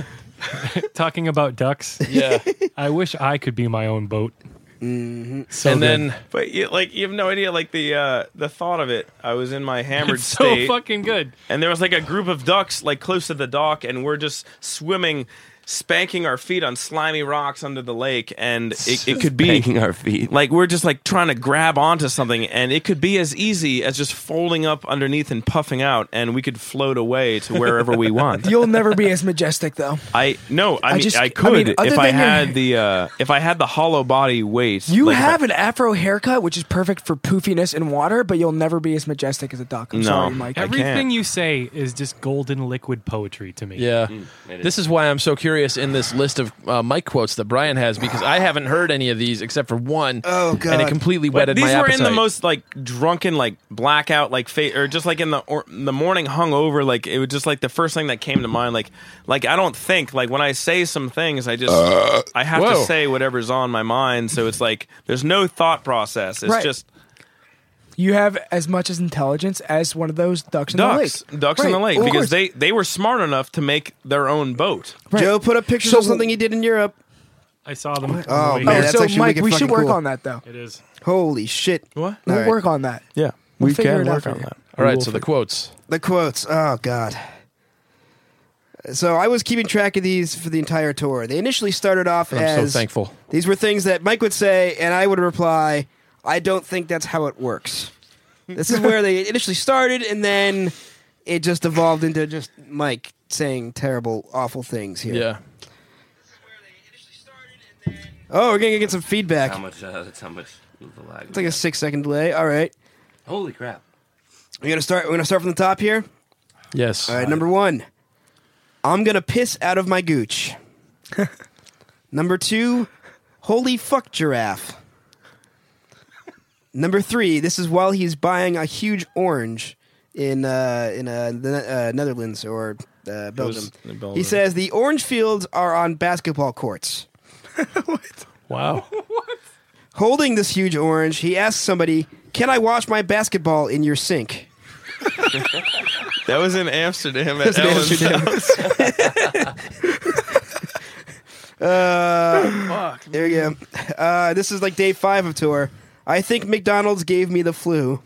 Speaker 8: Talking about ducks.
Speaker 1: yeah.
Speaker 8: I wish I could be my own boat. Mm-hmm. So
Speaker 1: and
Speaker 8: good.
Speaker 1: then
Speaker 4: But you, like, you have no idea. Like the uh, the thought of it. I was in my hammered
Speaker 8: it's so
Speaker 4: state,
Speaker 8: fucking good.
Speaker 4: and there was like a group of ducks like close to the dock, and we're just swimming, spanking our feet on slimy rocks under the lake, and it, it could be
Speaker 3: Banking our feet.
Speaker 4: like we're just like trying to grab onto something and it could be as easy as just folding up underneath and puffing out and we could float away to wherever we want
Speaker 6: You'll never be as majestic though.
Speaker 4: i no i,
Speaker 6: I
Speaker 4: mean
Speaker 6: just- I
Speaker 4: i could
Speaker 6: mean, other
Speaker 4: if i
Speaker 6: than your-
Speaker 4: had the uh if i had the hollow body waist
Speaker 6: You
Speaker 4: like,
Speaker 6: have an afro haircut, which is perfect for poofiness and water, but you'll never be as majestic as a duck. I'm
Speaker 4: No.
Speaker 6: sorry, Mike.
Speaker 4: I
Speaker 8: Everything
Speaker 4: can't.
Speaker 8: you say is just golden liquid poetry to me.
Speaker 1: yeah,
Speaker 4: Mm,
Speaker 3: it is.
Speaker 1: this is why I'm so curious in this list of uh, Mike quotes that Brian has because I haven't heard any of these except for one.
Speaker 5: Oh,
Speaker 1: And it
Speaker 5: God.
Speaker 1: completely
Speaker 4: but
Speaker 1: whetted
Speaker 4: these
Speaker 1: my
Speaker 4: were
Speaker 1: appetite.
Speaker 4: in the most like drunken like blackout like fa- or just like in the or, the morning hungover like it was just like the first thing that came to mind like like I don't think like when I say some things I just
Speaker 6: Uh,
Speaker 4: I have to
Speaker 1: Whoa.
Speaker 4: say whatever's on my mind so it's like there's no thought process it's
Speaker 6: Right.
Speaker 4: just
Speaker 6: You have as much as intelligence as one of those ducks in
Speaker 4: ducks,
Speaker 6: the lake.
Speaker 4: ducks in
Speaker 6: Right.
Speaker 4: the lake,
Speaker 6: Well, of
Speaker 4: because
Speaker 6: course.
Speaker 4: they they were smart enough to make their own boat.
Speaker 5: Joe put up pictures
Speaker 6: So-
Speaker 5: of something he did in Europe.
Speaker 8: I saw them. on the
Speaker 5: Oh,
Speaker 8: way
Speaker 6: Oh,
Speaker 5: man,
Speaker 8: here.
Speaker 5: that's
Speaker 6: so
Speaker 5: actually
Speaker 6: Mike,
Speaker 5: wicked
Speaker 6: we should
Speaker 5: fucking
Speaker 6: work
Speaker 5: cool.
Speaker 6: on that though.
Speaker 8: it is.
Speaker 5: Holy shit!
Speaker 4: What?
Speaker 6: We'll
Speaker 5: All right.
Speaker 6: work on that.
Speaker 4: Yeah,
Speaker 6: We'll we figure can it out work for on you. that.
Speaker 1: All right, so the quotes.
Speaker 5: The quotes. Oh god. So I was keeping track of these for the entire tour. They initially started off
Speaker 1: I'm so
Speaker 5: as
Speaker 1: thankful.
Speaker 5: These were things that Mike would say, and I would reply, I don't think that's how it works. This is where they initially started, and then it just evolved into just Mike saying terrible, awful things here.
Speaker 1: Yeah.
Speaker 5: Oh, we're going to get some feedback.
Speaker 3: How much? Uh, that's how much the lag.
Speaker 5: It's like a six second delay. All right.
Speaker 3: Holy crap!
Speaker 5: We're going to start, we're gonna start from the top here.
Speaker 1: Yes.
Speaker 5: All right, number one, I'm going to piss out of my gooch. number two, holy fuck giraffe. Number three, this is while he's buying a huge orange in uh, in uh, the uh, Netherlands or uh, Belgium.
Speaker 4: in Belgium.
Speaker 5: He says the orange fields are on basketball courts.
Speaker 1: Wow.
Speaker 5: Holding this huge orange, he asks somebody, "Can I wash my basketball in your sink?"
Speaker 4: That was in Amsterdam at
Speaker 5: in
Speaker 4: Ellen's
Speaker 5: Uh, There we go. Uh, this is like day five of tour. I think McDonald's gave me the flu.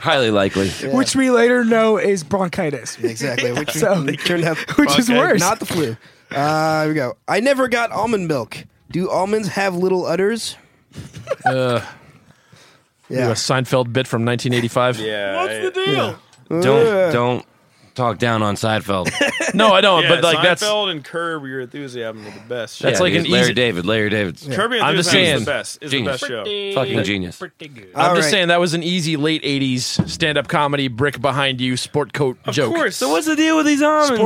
Speaker 3: Highly likely.
Speaker 6: Which we later know is bronchitis.
Speaker 5: Exactly, which
Speaker 6: So-
Speaker 5: turned out
Speaker 6: Which is worse.
Speaker 5: Not the flu. Uh, here we go. I never got almond milk. Do almonds have little udders?
Speaker 1: Do a Uh, Seinfeld bit from 1985.
Speaker 4: Yeah. What's
Speaker 1: the deal?
Speaker 3: Don't don't talk down on Seinfeld.
Speaker 1: No, I don't. but like
Speaker 4: Seinfeld
Speaker 1: that's
Speaker 4: and Curb Your Enthusiasm are the best.
Speaker 3: Yeah,
Speaker 1: That's like
Speaker 3: dude,
Speaker 1: an
Speaker 3: Larry
Speaker 1: easy-
Speaker 3: David. Larry David's
Speaker 4: Curb Your
Speaker 1: I'm
Speaker 4: Enthusiasm
Speaker 1: just
Speaker 4: is
Speaker 1: saying.
Speaker 4: the best. Is
Speaker 3: Genius.
Speaker 4: the best show.
Speaker 3: fucking genius.
Speaker 8: Pretty good.
Speaker 1: I'm just
Speaker 5: Alright.
Speaker 1: saying that was an easy late '80s stand-up comedy brick behind you sport coat
Speaker 4: Of
Speaker 1: joke.
Speaker 4: course. So what's
Speaker 3: the deal with these almonds?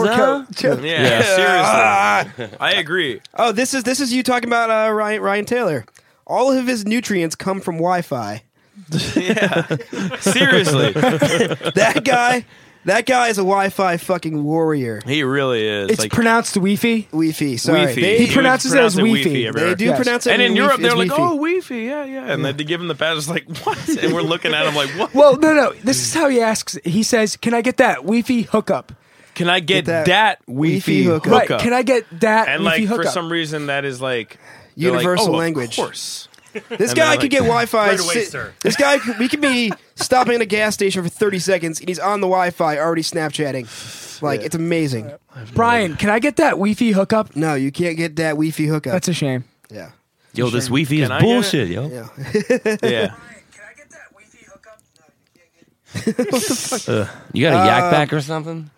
Speaker 4: yeah, seriously. I agree.
Speaker 5: Oh, this is this is you talking about uh, Ryan Ryan Taylor. All of his nutrients come from Wi-Fi.
Speaker 4: Seriously.
Speaker 5: That guy, that guy is a Wi-Fi fucking warrior.
Speaker 4: he really is.
Speaker 6: It's
Speaker 4: like,
Speaker 6: pronounced Weefy.
Speaker 5: Weefy, sorry.
Speaker 4: Weefy.
Speaker 5: They,
Speaker 6: He,
Speaker 4: He
Speaker 6: pronounces
Speaker 4: would
Speaker 6: it as
Speaker 4: pronounce it
Speaker 6: Weefy.
Speaker 4: Weefy everywhere.
Speaker 5: they do
Speaker 6: Yes.
Speaker 5: pronounce it.
Speaker 4: and in
Speaker 5: Weefy
Speaker 4: Europe,
Speaker 5: is
Speaker 4: they're like,
Speaker 5: Weefy.
Speaker 4: "Oh, weefy, yeah, yeah," and then they give him the pass. It's like, "What?" And we're looking at him like, "What?"
Speaker 6: Well, no, no. This is how he asks. He says, "Can I get that Weefy hookup?"
Speaker 4: Can I get,
Speaker 5: that
Speaker 4: that,
Speaker 5: weefy
Speaker 4: weefy
Speaker 5: hookup.
Speaker 4: hookup?
Speaker 6: Right? Can I get that
Speaker 4: and
Speaker 6: Weefy
Speaker 4: like
Speaker 6: hookup?
Speaker 4: for some reason, that is like they're like,
Speaker 5: Universal
Speaker 4: "Oh,
Speaker 5: language.
Speaker 4: Of course.
Speaker 5: This
Speaker 4: "Oh." And
Speaker 5: guy
Speaker 4: they're
Speaker 5: could
Speaker 4: like-
Speaker 5: get Wi-Fi.
Speaker 8: Right away,
Speaker 5: sit-
Speaker 8: sir.
Speaker 5: This guy, could- we could be stopping at a gas station for 30 seconds, and he's on the Wi-Fi already Snapchatting. Like it's amazing.
Speaker 6: Brian, can I get that Weefy hookup?
Speaker 5: No, you can't get that Wi-Fi hookup.
Speaker 6: That's a shame.
Speaker 5: yeah.
Speaker 3: Yo, this Wi-Fi is
Speaker 4: I get it?
Speaker 3: bullshit, yo.
Speaker 5: Yeah.
Speaker 4: Yeah.
Speaker 3: You got a
Speaker 5: Uh,
Speaker 3: yak back or something?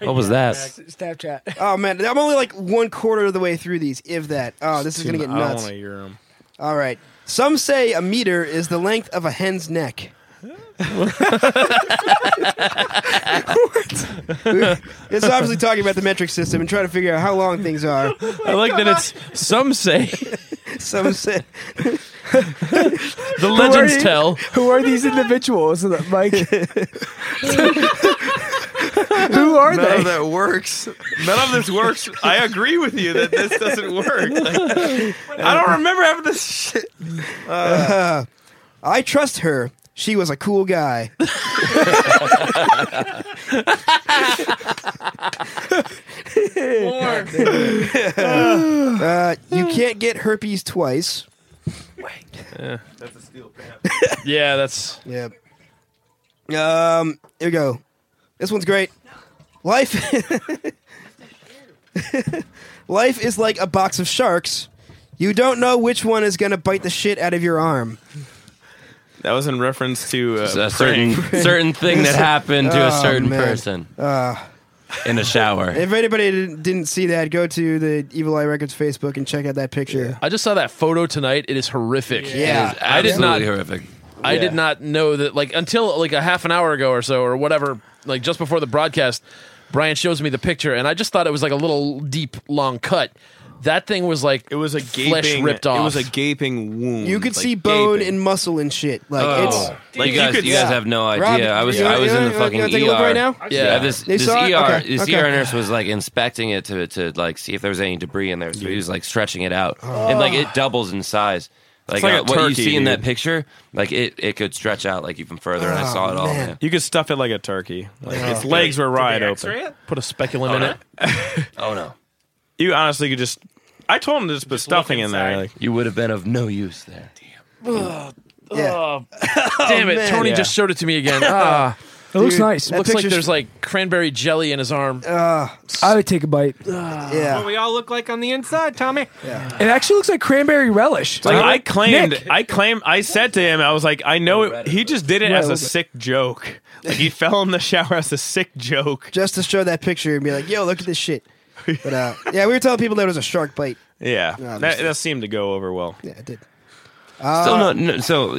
Speaker 3: What was that?
Speaker 6: Snapchat.
Speaker 5: Oh man, I'm only like one quarter of the way through these, if that. Oh, this is gonna get
Speaker 4: I don't
Speaker 5: nuts.
Speaker 4: want to hear him.
Speaker 5: All right. Some say a meter is the length of a hen's neck. what? It's obviously talking about the metric system and trying to figure out how long things are.
Speaker 1: I like that it's some say
Speaker 5: Some say
Speaker 1: the legends
Speaker 6: Right?
Speaker 1: tell.
Speaker 6: Who are these individuals, Uh, Mike? Who are
Speaker 4: None
Speaker 6: they?
Speaker 4: of that works. None of this works. I agree with you that this doesn't work. Like, I don't remember having this shit.
Speaker 5: Uh, I trust her. She was a cool guy. uh, you can't get herpes twice.
Speaker 4: That's a steel pan.
Speaker 1: Yeah, that's
Speaker 5: Yep. Um, here we go. This one's great. Life Life is like a box of sharks. You don't know which one is going to bite the shit out of your arm.
Speaker 4: That was in reference to uh,
Speaker 3: a
Speaker 4: praying.
Speaker 3: certain certain thing that happened to a
Speaker 5: Oh,
Speaker 3: certain
Speaker 5: man. Uh,
Speaker 3: person in a shower.
Speaker 5: If anybody didn't, didn't see that, go to the Evil Eye Records Facebook and check out that picture.
Speaker 1: I just saw that photo tonight. It is horrific.
Speaker 5: Yeah.
Speaker 1: It is I did not.
Speaker 3: Absolutely horrific.
Speaker 1: I did not know that. Like until like a half an hour ago or so or whatever. Like just before the broadcast, Brian shows me the picture, and I just thought it was like a little deep, long cut. That thing was like
Speaker 4: It was a gaping.
Speaker 1: flesh ripped off.
Speaker 4: It was a gaping wound.
Speaker 5: You could
Speaker 4: like,
Speaker 5: see bone
Speaker 4: gaping.
Speaker 5: and muscle and shit. Like it's
Speaker 3: Like Oh. you
Speaker 4: you
Speaker 3: guys,
Speaker 4: could-
Speaker 3: you guys
Speaker 4: yeah.
Speaker 3: have no idea.
Speaker 5: Rob,
Speaker 3: I was,
Speaker 5: you wanna-
Speaker 3: I was
Speaker 5: you
Speaker 3: in the
Speaker 5: wanna-
Speaker 3: fucking
Speaker 5: you
Speaker 3: ER.
Speaker 5: wanna take a look right now?
Speaker 3: Yeah,
Speaker 1: Yeah.
Speaker 3: this,
Speaker 5: They
Speaker 3: this ER,
Speaker 5: saw it? Okay,
Speaker 3: this
Speaker 5: okay.
Speaker 3: ER nurse was like inspecting it to to like see if there was any debris in there. So he was like stretching it out, and like
Speaker 5: Oh.
Speaker 3: it doubles in size. Like,
Speaker 4: like
Speaker 3: uh,
Speaker 4: a
Speaker 3: what you
Speaker 4: turkey,
Speaker 3: see in that
Speaker 4: dude.
Speaker 3: picture, like it, it could stretch out like even further. and I
Speaker 5: Oh,
Speaker 3: saw it all.
Speaker 5: man.
Speaker 3: yeah.
Speaker 4: You could stuff it like a turkey. Like its legs were wide open.
Speaker 1: put a speculum in it.
Speaker 3: Oh no,
Speaker 4: You honestly could just. I told him to just put stuffing in there. Like,
Speaker 3: you would have been of no use there.
Speaker 5: yeah.
Speaker 1: Oh, Damn it!
Speaker 5: man.
Speaker 1: Tony
Speaker 4: Yeah.
Speaker 1: just showed it to me again. Ah,
Speaker 6: It looks nice.
Speaker 5: that
Speaker 1: looks like
Speaker 5: picture's-
Speaker 1: there's like cranberry jelly in his arm.
Speaker 6: Uh,
Speaker 5: Uh,
Speaker 6: I would take a bite.
Speaker 5: yeah.
Speaker 8: We all look like on the inside, Tommy.
Speaker 6: It actually looks like cranberry relish.
Speaker 4: Like,
Speaker 6: Like,
Speaker 4: I claimed,
Speaker 6: Nick.
Speaker 4: I claimed, I said to him, I was like, I know it, he just did it
Speaker 6: Right,
Speaker 4: as
Speaker 6: a
Speaker 4: a
Speaker 6: little bit.
Speaker 4: sick joke. Like he fell in the shower as a sick joke.
Speaker 5: Just to show that picture and be like, "Yo, look at this shit." But uh, yeah, we were telling people that it was a shark bite.
Speaker 4: Yeah, that,
Speaker 5: obviously.
Speaker 4: that seemed to go over well.
Speaker 5: Yeah, it did. Uh,
Speaker 3: Still no, no so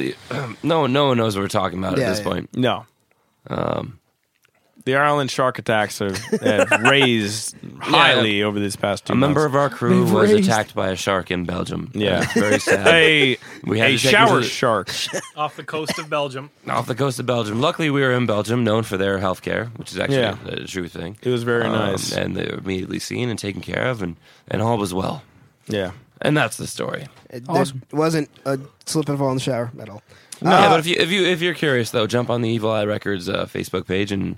Speaker 3: no, no one knows what we're talking about
Speaker 5: Yeah,
Speaker 3: at this
Speaker 5: yeah.
Speaker 3: point.
Speaker 4: No, um, the Ireland shark attacks have, have raised highly over these past two.
Speaker 3: A member
Speaker 4: months.
Speaker 3: of our crew was
Speaker 6: raised-
Speaker 3: attacked by a shark in Belgium.
Speaker 4: Yeah.
Speaker 3: it's very sad.
Speaker 4: a
Speaker 3: We had
Speaker 4: a
Speaker 3: to take him to
Speaker 4: shower
Speaker 3: the-
Speaker 4: shark.
Speaker 8: Off the coast of Belgium.
Speaker 3: off the coast of Belgium. Luckily, we were in Belgium, known for their healthcare, which is actually
Speaker 4: Yeah.
Speaker 3: a true thing. Um,
Speaker 4: It was very nice.
Speaker 3: and they were immediately seen and taken care of, and and all was well.
Speaker 4: Yeah,
Speaker 3: And that's the story.
Speaker 5: It, there wasn't a slip and fall in the shower at all. Uh,
Speaker 3: yeah, but if you if you if you're curious though, jump on the Evil Eye Records uh, Facebook page and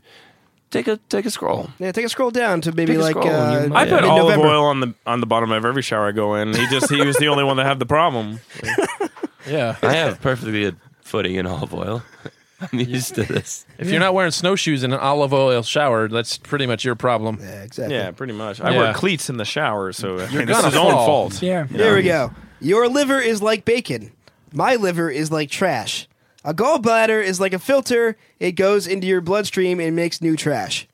Speaker 3: take a take a scroll.
Speaker 5: Yeah, take a scroll down to maybe
Speaker 3: Take a
Speaker 5: like.
Speaker 3: scroll,
Speaker 5: Uh,
Speaker 3: you might-
Speaker 4: I put olive
Speaker 5: mid-November.
Speaker 4: oil on the on the bottom of every shower I go in. He just he was the only one that had the problem.
Speaker 1: Yeah.
Speaker 3: I have perfectly good footing in olive oil. I'm used to this.
Speaker 1: If you're not wearing snowshoes in an olive oil shower, that's pretty much your problem.
Speaker 5: Yeah, exactly.
Speaker 4: Yeah, pretty much. I
Speaker 1: Yeah.
Speaker 4: wear cleats in the shower, so I mean, it's
Speaker 1: gonna
Speaker 4: his own
Speaker 1: fall.
Speaker 4: fault.
Speaker 6: yeah.
Speaker 5: There we go. Your liver is like bacon. My liver is like trash. A gallbladder is like a filter. It goes into your bloodstream and makes new trash.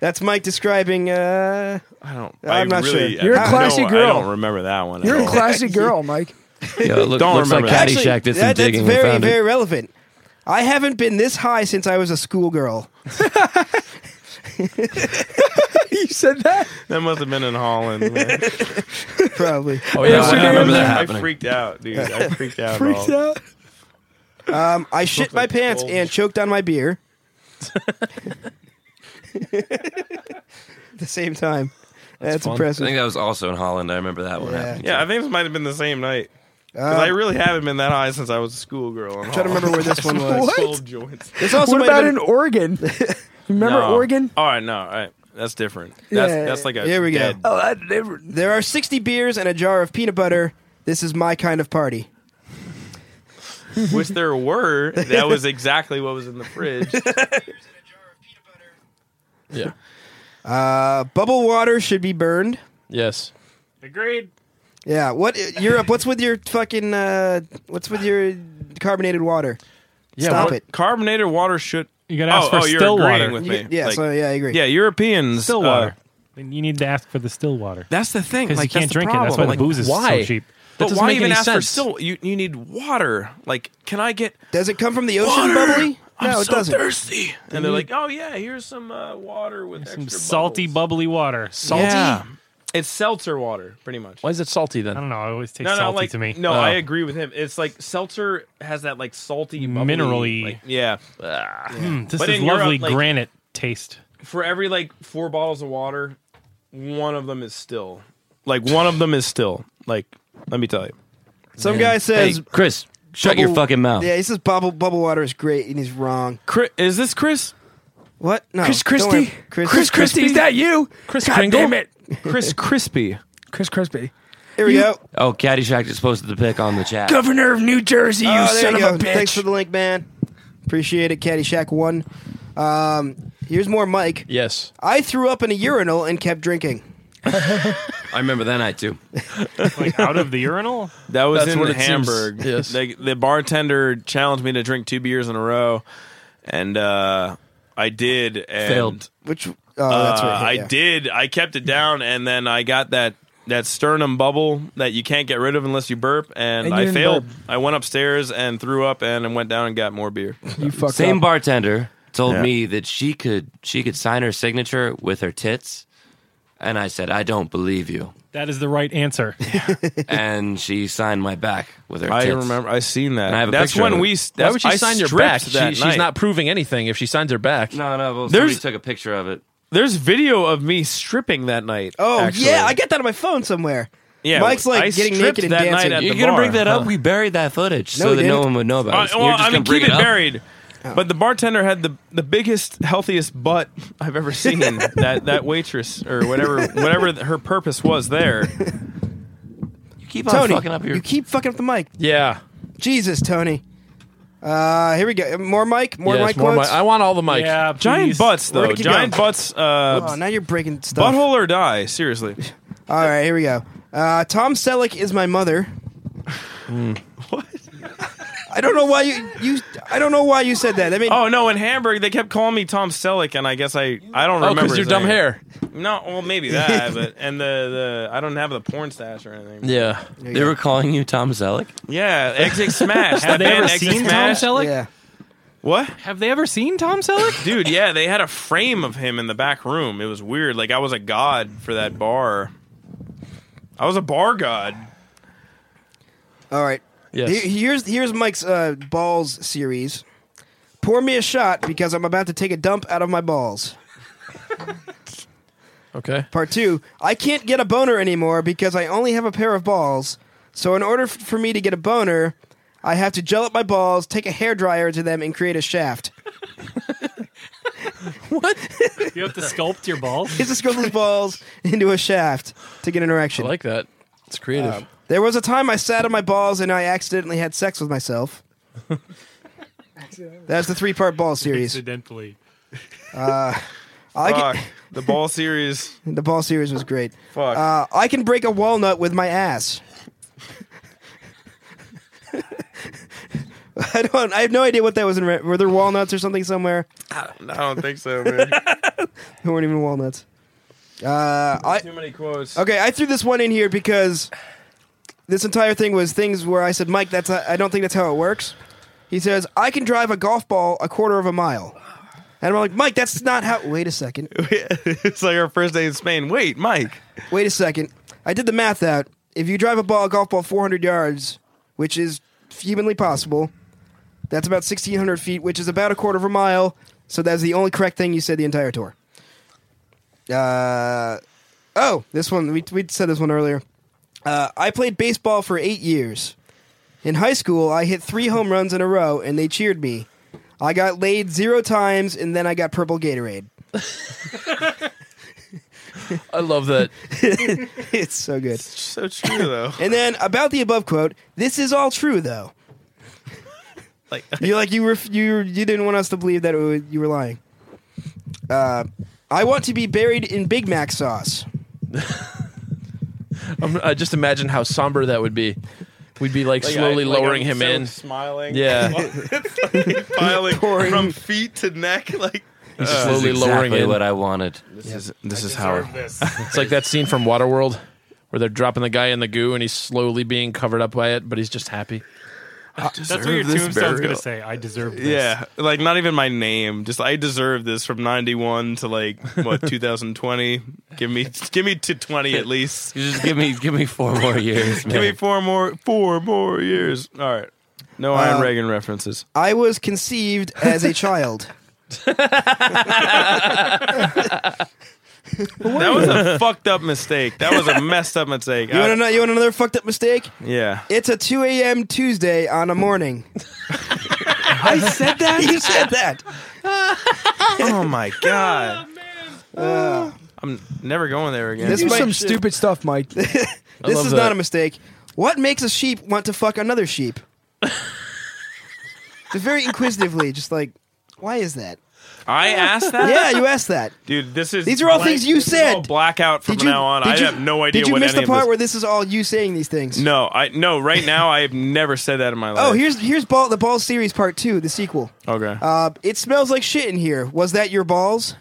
Speaker 5: That's Mike describing. Uh,
Speaker 4: I don't.
Speaker 5: I'm
Speaker 4: I
Speaker 5: not sure.
Speaker 4: really,
Speaker 6: You're a
Speaker 4: I don't
Speaker 6: classy
Speaker 4: know-
Speaker 6: girl.
Speaker 4: I don't remember that one. at
Speaker 6: You're a
Speaker 4: all.
Speaker 6: classy girl, Mike.
Speaker 3: Yeah, it look,
Speaker 4: Don't
Speaker 3: looks like
Speaker 4: remember that.
Speaker 3: Caddyshack did some
Speaker 5: that- that's
Speaker 3: digging
Speaker 5: very,
Speaker 3: and found
Speaker 5: very
Speaker 3: it.
Speaker 5: relevant. I haven't been this high since I was a schoolgirl.
Speaker 6: you said that?
Speaker 4: That must have been in Holland. man.
Speaker 5: Probably.
Speaker 1: Oh yeah,
Speaker 3: I
Speaker 1: I
Speaker 3: remember that
Speaker 4: I
Speaker 3: happening.
Speaker 4: freaked out, dude. I freaked out.
Speaker 6: Freaks
Speaker 4: all.
Speaker 6: out.
Speaker 5: Um, I shit my pants and choked on my beer. At the same time. That's,
Speaker 3: I think
Speaker 5: impressive.
Speaker 3: that was also in Holland. I remember that one
Speaker 5: Yeah.
Speaker 3: happening.
Speaker 4: Yeah, I think this might have been the same night. 'Cause I really haven't been that high since I was a schoolgirl. I'm
Speaker 5: Uh, trying to remember where this one was.
Speaker 4: uh, joints.
Speaker 5: This also
Speaker 6: What
Speaker 5: might
Speaker 6: about
Speaker 5: have
Speaker 6: in Oregon? You remember
Speaker 4: No.
Speaker 6: Oregon?
Speaker 4: All right, no, all right. That's different. That's
Speaker 6: Yeah.
Speaker 4: that's like a
Speaker 5: Here we go.
Speaker 4: dead-
Speaker 6: Oh, I never.
Speaker 5: There are 60 beers and a jar of peanut butter. This is my kind of party.
Speaker 4: Which there were. That was exactly what was in the fridge.
Speaker 1: yeah.
Speaker 5: Uh, bubble water should be burned.
Speaker 1: Yes.
Speaker 8: Agreed.
Speaker 5: Yeah. What Europe? What's with your fucking? Uh, what's with your carbonated water? Stop
Speaker 4: what-
Speaker 5: it.
Speaker 4: Carbonated water should.
Speaker 8: You gotta ask
Speaker 4: oh,
Speaker 8: for
Speaker 4: oh,
Speaker 8: still
Speaker 4: you're
Speaker 8: water.
Speaker 4: agreeing with
Speaker 5: You
Speaker 4: me.
Speaker 5: get- yeah.
Speaker 4: Like,
Speaker 5: so yeah, I agree.
Speaker 4: yeah, Europeans.
Speaker 8: Still
Speaker 4: uh,
Speaker 8: water. Then you need to ask for the still water.
Speaker 4: that's the thing.
Speaker 8: Because
Speaker 4: Like
Speaker 8: you can't
Speaker 4: that's
Speaker 8: drink
Speaker 4: the
Speaker 8: it.
Speaker 4: problem.
Speaker 8: That's why
Speaker 4: Like,
Speaker 8: the booze is
Speaker 1: why?
Speaker 8: so cheap.
Speaker 1: That
Speaker 4: But
Speaker 1: doesn't
Speaker 4: why
Speaker 1: make
Speaker 4: even
Speaker 1: any
Speaker 4: ask for
Speaker 1: sense.
Speaker 4: still? You you need water. Like, can I get?
Speaker 5: Does it come from the ocean, bubbly?
Speaker 4: I'm
Speaker 5: No, it
Speaker 4: so
Speaker 5: doesn't. Mm-hmm.
Speaker 4: thirsty. And they're like, oh yeah, here's some uh, water with
Speaker 8: Some
Speaker 4: extra
Speaker 8: salty,
Speaker 4: bubbles.
Speaker 8: bubbly water.
Speaker 1: Salty.
Speaker 4: Yeah. It's seltzer water, pretty much.
Speaker 1: Why is it salty then?
Speaker 8: I don't know. It always tastes
Speaker 4: No, no,
Speaker 8: salty
Speaker 4: like
Speaker 8: to me.
Speaker 4: no, I agree with him. It's like seltzer has that like salty, bubbly,
Speaker 8: Minerally.
Speaker 4: like- yeah.
Speaker 8: Mm, this
Speaker 4: But
Speaker 8: is
Speaker 4: in Europe,
Speaker 8: lovely
Speaker 4: like-
Speaker 8: granite taste.
Speaker 4: For every like four bottles of water, one of them is still like one of them is still like. Let me tell you.
Speaker 5: Some guy
Speaker 3: Hey,
Speaker 5: says.
Speaker 3: Chris, shut your
Speaker 5: bubble-
Speaker 3: fucking mouth.
Speaker 5: Yeah, he says bubble bubble water is great, and he's wrong.
Speaker 4: Chris, is this Chris?
Speaker 5: What? No.
Speaker 6: Chris
Speaker 5: don't worry.
Speaker 6: Christie.
Speaker 5: Chris,
Speaker 6: Chris Christie. Is that you?
Speaker 1: Chris
Speaker 6: God
Speaker 1: Kringle?
Speaker 6: damn it.
Speaker 4: Chris Crispy.
Speaker 6: Chris Crispy.
Speaker 5: Here we go.
Speaker 3: Oh, Caddyshack just posted the pic on the chat.
Speaker 6: Governor of New Jersey, you
Speaker 5: Oh, there
Speaker 6: son
Speaker 5: you
Speaker 6: of a
Speaker 5: go.
Speaker 6: bitch.
Speaker 5: Thanks for the link, man. Appreciate it, Caddyshack One. Um, here's more, Mike.
Speaker 1: Yes.
Speaker 5: I threw up in a urinal and kept drinking.
Speaker 3: I remember that night too.
Speaker 8: Like out of the urinal?
Speaker 4: That was
Speaker 1: That's
Speaker 4: in
Speaker 1: what it
Speaker 4: Hamburg.
Speaker 1: seems. Yes.
Speaker 4: They- the bartender challenged me to drink two beers in a row, and uh, I did. And
Speaker 3: Failed.
Speaker 5: Which oh, that's
Speaker 4: Uh,
Speaker 5: right.
Speaker 4: I
Speaker 5: yeah.
Speaker 4: did. I kept it down, and then I got that that sternum bubble that you can't get rid of unless you burp, and,
Speaker 6: And you
Speaker 4: I
Speaker 6: didn't
Speaker 4: failed.
Speaker 6: burp.
Speaker 4: I went upstairs and threw up, and, and went down and got more beer.
Speaker 6: You fucked
Speaker 3: Same
Speaker 6: up.
Speaker 3: bartender told
Speaker 4: Yeah.
Speaker 3: me that she could she could sign her signature with her tits, and I said I don't believe you.
Speaker 8: That is the right answer.
Speaker 3: and she signed my back with her.
Speaker 4: I
Speaker 3: tits.
Speaker 4: remember. I seen that.
Speaker 3: And I have a
Speaker 4: that's
Speaker 3: picture
Speaker 4: when
Speaker 3: of it.
Speaker 4: we.
Speaker 3: Why
Speaker 4: That's,
Speaker 1: Why would she
Speaker 4: I
Speaker 1: sign your
Speaker 4: stripped
Speaker 1: back? She-
Speaker 4: That
Speaker 1: she's
Speaker 4: night.
Speaker 1: not proving anything if she signs her back.
Speaker 3: No, no. Well,
Speaker 4: There's-
Speaker 3: somebody took a picture of it.
Speaker 4: There's video of me stripping that night.
Speaker 5: Oh
Speaker 4: actually.
Speaker 5: yeah, I got that on my phone somewhere.
Speaker 4: Yeah,
Speaker 5: Mike's like
Speaker 4: I
Speaker 5: getting
Speaker 4: stripped
Speaker 5: naked and
Speaker 4: that
Speaker 5: dancing.
Speaker 4: night at
Speaker 3: You're
Speaker 4: the
Speaker 3: gonna
Speaker 4: bar.
Speaker 3: bring that up?
Speaker 4: Huh.
Speaker 3: We buried that footage
Speaker 5: we
Speaker 3: so that no
Speaker 5: didn't. Oh.
Speaker 3: one would know about
Speaker 4: Uh,
Speaker 3: it.
Speaker 4: well,
Speaker 3: You're just
Speaker 4: I mean,
Speaker 3: gonna bring
Speaker 4: keep it,
Speaker 3: up?
Speaker 4: buried. But the bartender had the the biggest, healthiest butt I've ever seen. that that waitress or whatever whatever her purpose was there.
Speaker 3: You keep on
Speaker 5: Tony,
Speaker 3: fucking up your.
Speaker 5: you keep fucking up the mic.
Speaker 1: Yeah.
Speaker 5: Jesus, Tony. Uh, here we go. More Mike. More
Speaker 1: Yes,
Speaker 5: Mike
Speaker 1: more
Speaker 5: quotes.
Speaker 1: mic. I want all the mic.
Speaker 8: yeah,
Speaker 4: Giant
Speaker 8: please.
Speaker 4: butts though.
Speaker 5: Where'd it keep
Speaker 4: Giant
Speaker 5: going?
Speaker 4: butts. Uh,
Speaker 5: oh, now you're breaking stuff.
Speaker 4: butthole or die. Seriously.
Speaker 5: All right, here we go. Uh, Tom Selleck is my mother.
Speaker 3: Hmm.
Speaker 4: What?
Speaker 5: I don't know why you you. I don't know why you said that. I mean,
Speaker 4: Oh no! In Hamburg, they kept calling me Tom Selleck, and I guess I I don't
Speaker 1: Oh,
Speaker 4: remember.
Speaker 1: because your
Speaker 4: his
Speaker 1: dumb
Speaker 4: name.
Speaker 1: hair.
Speaker 4: No, well maybe that, but and the, the I don't have the porn stash or anything.
Speaker 1: Yeah.
Speaker 3: They were calling you Tom Selleck.
Speaker 4: Yeah, Exit
Speaker 8: Have
Speaker 4: Smash. that
Speaker 8: they
Speaker 4: band
Speaker 8: ever
Speaker 4: Exit
Speaker 8: seen Tom
Speaker 4: Smash.
Speaker 8: Selleck?
Speaker 5: yeah.
Speaker 4: What?
Speaker 8: Have they ever seen Tom Selleck?
Speaker 4: Dude, yeah, they had a frame of him in the back room. It was weird. Like I was a god for that bar. I was a bar god.
Speaker 5: All right.
Speaker 1: Yes.
Speaker 5: Here- Here's here's Mike's uh, balls series. Pour me a shot because I'm about to take a dump out of my balls.
Speaker 1: Okay.
Speaker 5: Part two, I can't get a boner anymore because I only have a pair of balls. So in order f- for me to get a boner, I have to gel up my balls, take a hair dryer to them, and create a shaft.
Speaker 8: you have to sculpt your balls.
Speaker 5: Here's a sculpted balls into a shaft to get an
Speaker 1: I
Speaker 5: erection.
Speaker 1: like that. It's creative.
Speaker 4: Um,
Speaker 5: there was a time I sat on my balls and I accidentally had sex with myself. That's the three part ball series. Uh,
Speaker 8: Accidentally.
Speaker 5: I
Speaker 4: Fuck.
Speaker 5: can,
Speaker 4: the ball series.
Speaker 5: the ball series was great.
Speaker 4: Fuck.
Speaker 5: Uh, I can break a walnut with my ass. I don't. I have no idea what that was in. Re- were there walnuts or something somewhere?
Speaker 4: I don't think so, man.
Speaker 5: There weren't even walnuts. Uh, I,
Speaker 4: Too many quotes.
Speaker 5: okay, I threw this one in here because this entire thing was things where I said, Mike, that's I I don't think that's how it works. He says, I can drive a golf ball a quarter of a mile. And I'm like, Mike, that's not how. Wait a second.
Speaker 4: it's like our first day in Spain. Wait, Mike.
Speaker 5: Wait a second. I did the math out. If you drive a ball, a golf ball, 400 yards, which is humanly possible, that's about 1,600 feet, which is about a quarter of a mile. So that's the only correct thing you said the entire tour. Uh, oh, this one. We, we said this one earlier. Uh, I played baseball for eight years. In high school, I hit three home runs in a row, and they cheered me. I got laid zero times, and then I got purple Gatorade.
Speaker 1: I love that.
Speaker 5: It's so good.
Speaker 4: So true though.
Speaker 5: And then about the above quote, this is all true though.
Speaker 4: Like-
Speaker 5: you like you ref- you you didn't want us to believe that it was, you were lying. Uh, I want to be buried in Big Mac sauce.
Speaker 1: I'm, I just imagine how somber that would be. We'd be like, slowly lowering him in.
Speaker 4: smiling.
Speaker 1: Yeah,
Speaker 4: smiling from feet to neck. Like uh,
Speaker 1: slowly
Speaker 3: This is
Speaker 1: lowering
Speaker 3: exactly
Speaker 1: in.
Speaker 3: what I wanted.
Speaker 2: This is this is Howard.
Speaker 4: this.
Speaker 1: It's like that scene from Waterworld where they're dropping the guy in the goo and he's slowly being covered up by it, but he's just happy.
Speaker 8: That's what your
Speaker 2: this
Speaker 8: tombstone's going
Speaker 2: burial.
Speaker 8: to say. I deserve this.
Speaker 4: Yeah, like not even my name. Just I deserve this from '91 to like what 2020. Give me, give me to 20 at least.
Speaker 3: You just give me give me four more years.
Speaker 4: Give me
Speaker 3: man.
Speaker 4: four more, four more years. All right. No Iron
Speaker 5: Uh,
Speaker 4: Reagan references.
Speaker 5: I was conceived as a child.
Speaker 4: That was a fucked up mistake. That was a messed up mistake.
Speaker 5: You
Speaker 4: I-
Speaker 5: want to know? You want another fucked up mistake?
Speaker 4: yeah.
Speaker 5: It's a 2 a.m. Tuesday on a morning. I said that. You said that.
Speaker 4: oh my god. Uh, I'm never going there again.
Speaker 5: This
Speaker 6: Do
Speaker 5: might-
Speaker 6: some stupid stuff, Mike.
Speaker 5: This
Speaker 1: love
Speaker 5: is
Speaker 1: that.
Speaker 5: not a mistake. What makes a sheep want to fuck another sheep? just very inquisitively, just like, why is that?
Speaker 4: I asked that,
Speaker 5: Yeah, you asked that.
Speaker 4: dude. This is
Speaker 5: These are all things you
Speaker 4: this is all
Speaker 5: said.
Speaker 4: blackout from
Speaker 5: Did you,
Speaker 4: now on.
Speaker 5: did
Speaker 4: I
Speaker 5: you-
Speaker 4: have no idea
Speaker 5: Did you
Speaker 4: what
Speaker 5: miss
Speaker 4: any
Speaker 5: the
Speaker 4: of
Speaker 5: part
Speaker 4: this-
Speaker 5: where this is all you saying these things?
Speaker 4: No, I no. Right now, I've never said that in my life.
Speaker 5: Oh, here's here's ball the balls series part two, the sequel.
Speaker 4: okay.
Speaker 5: Uh, it smells like shit in here. Was that your balls?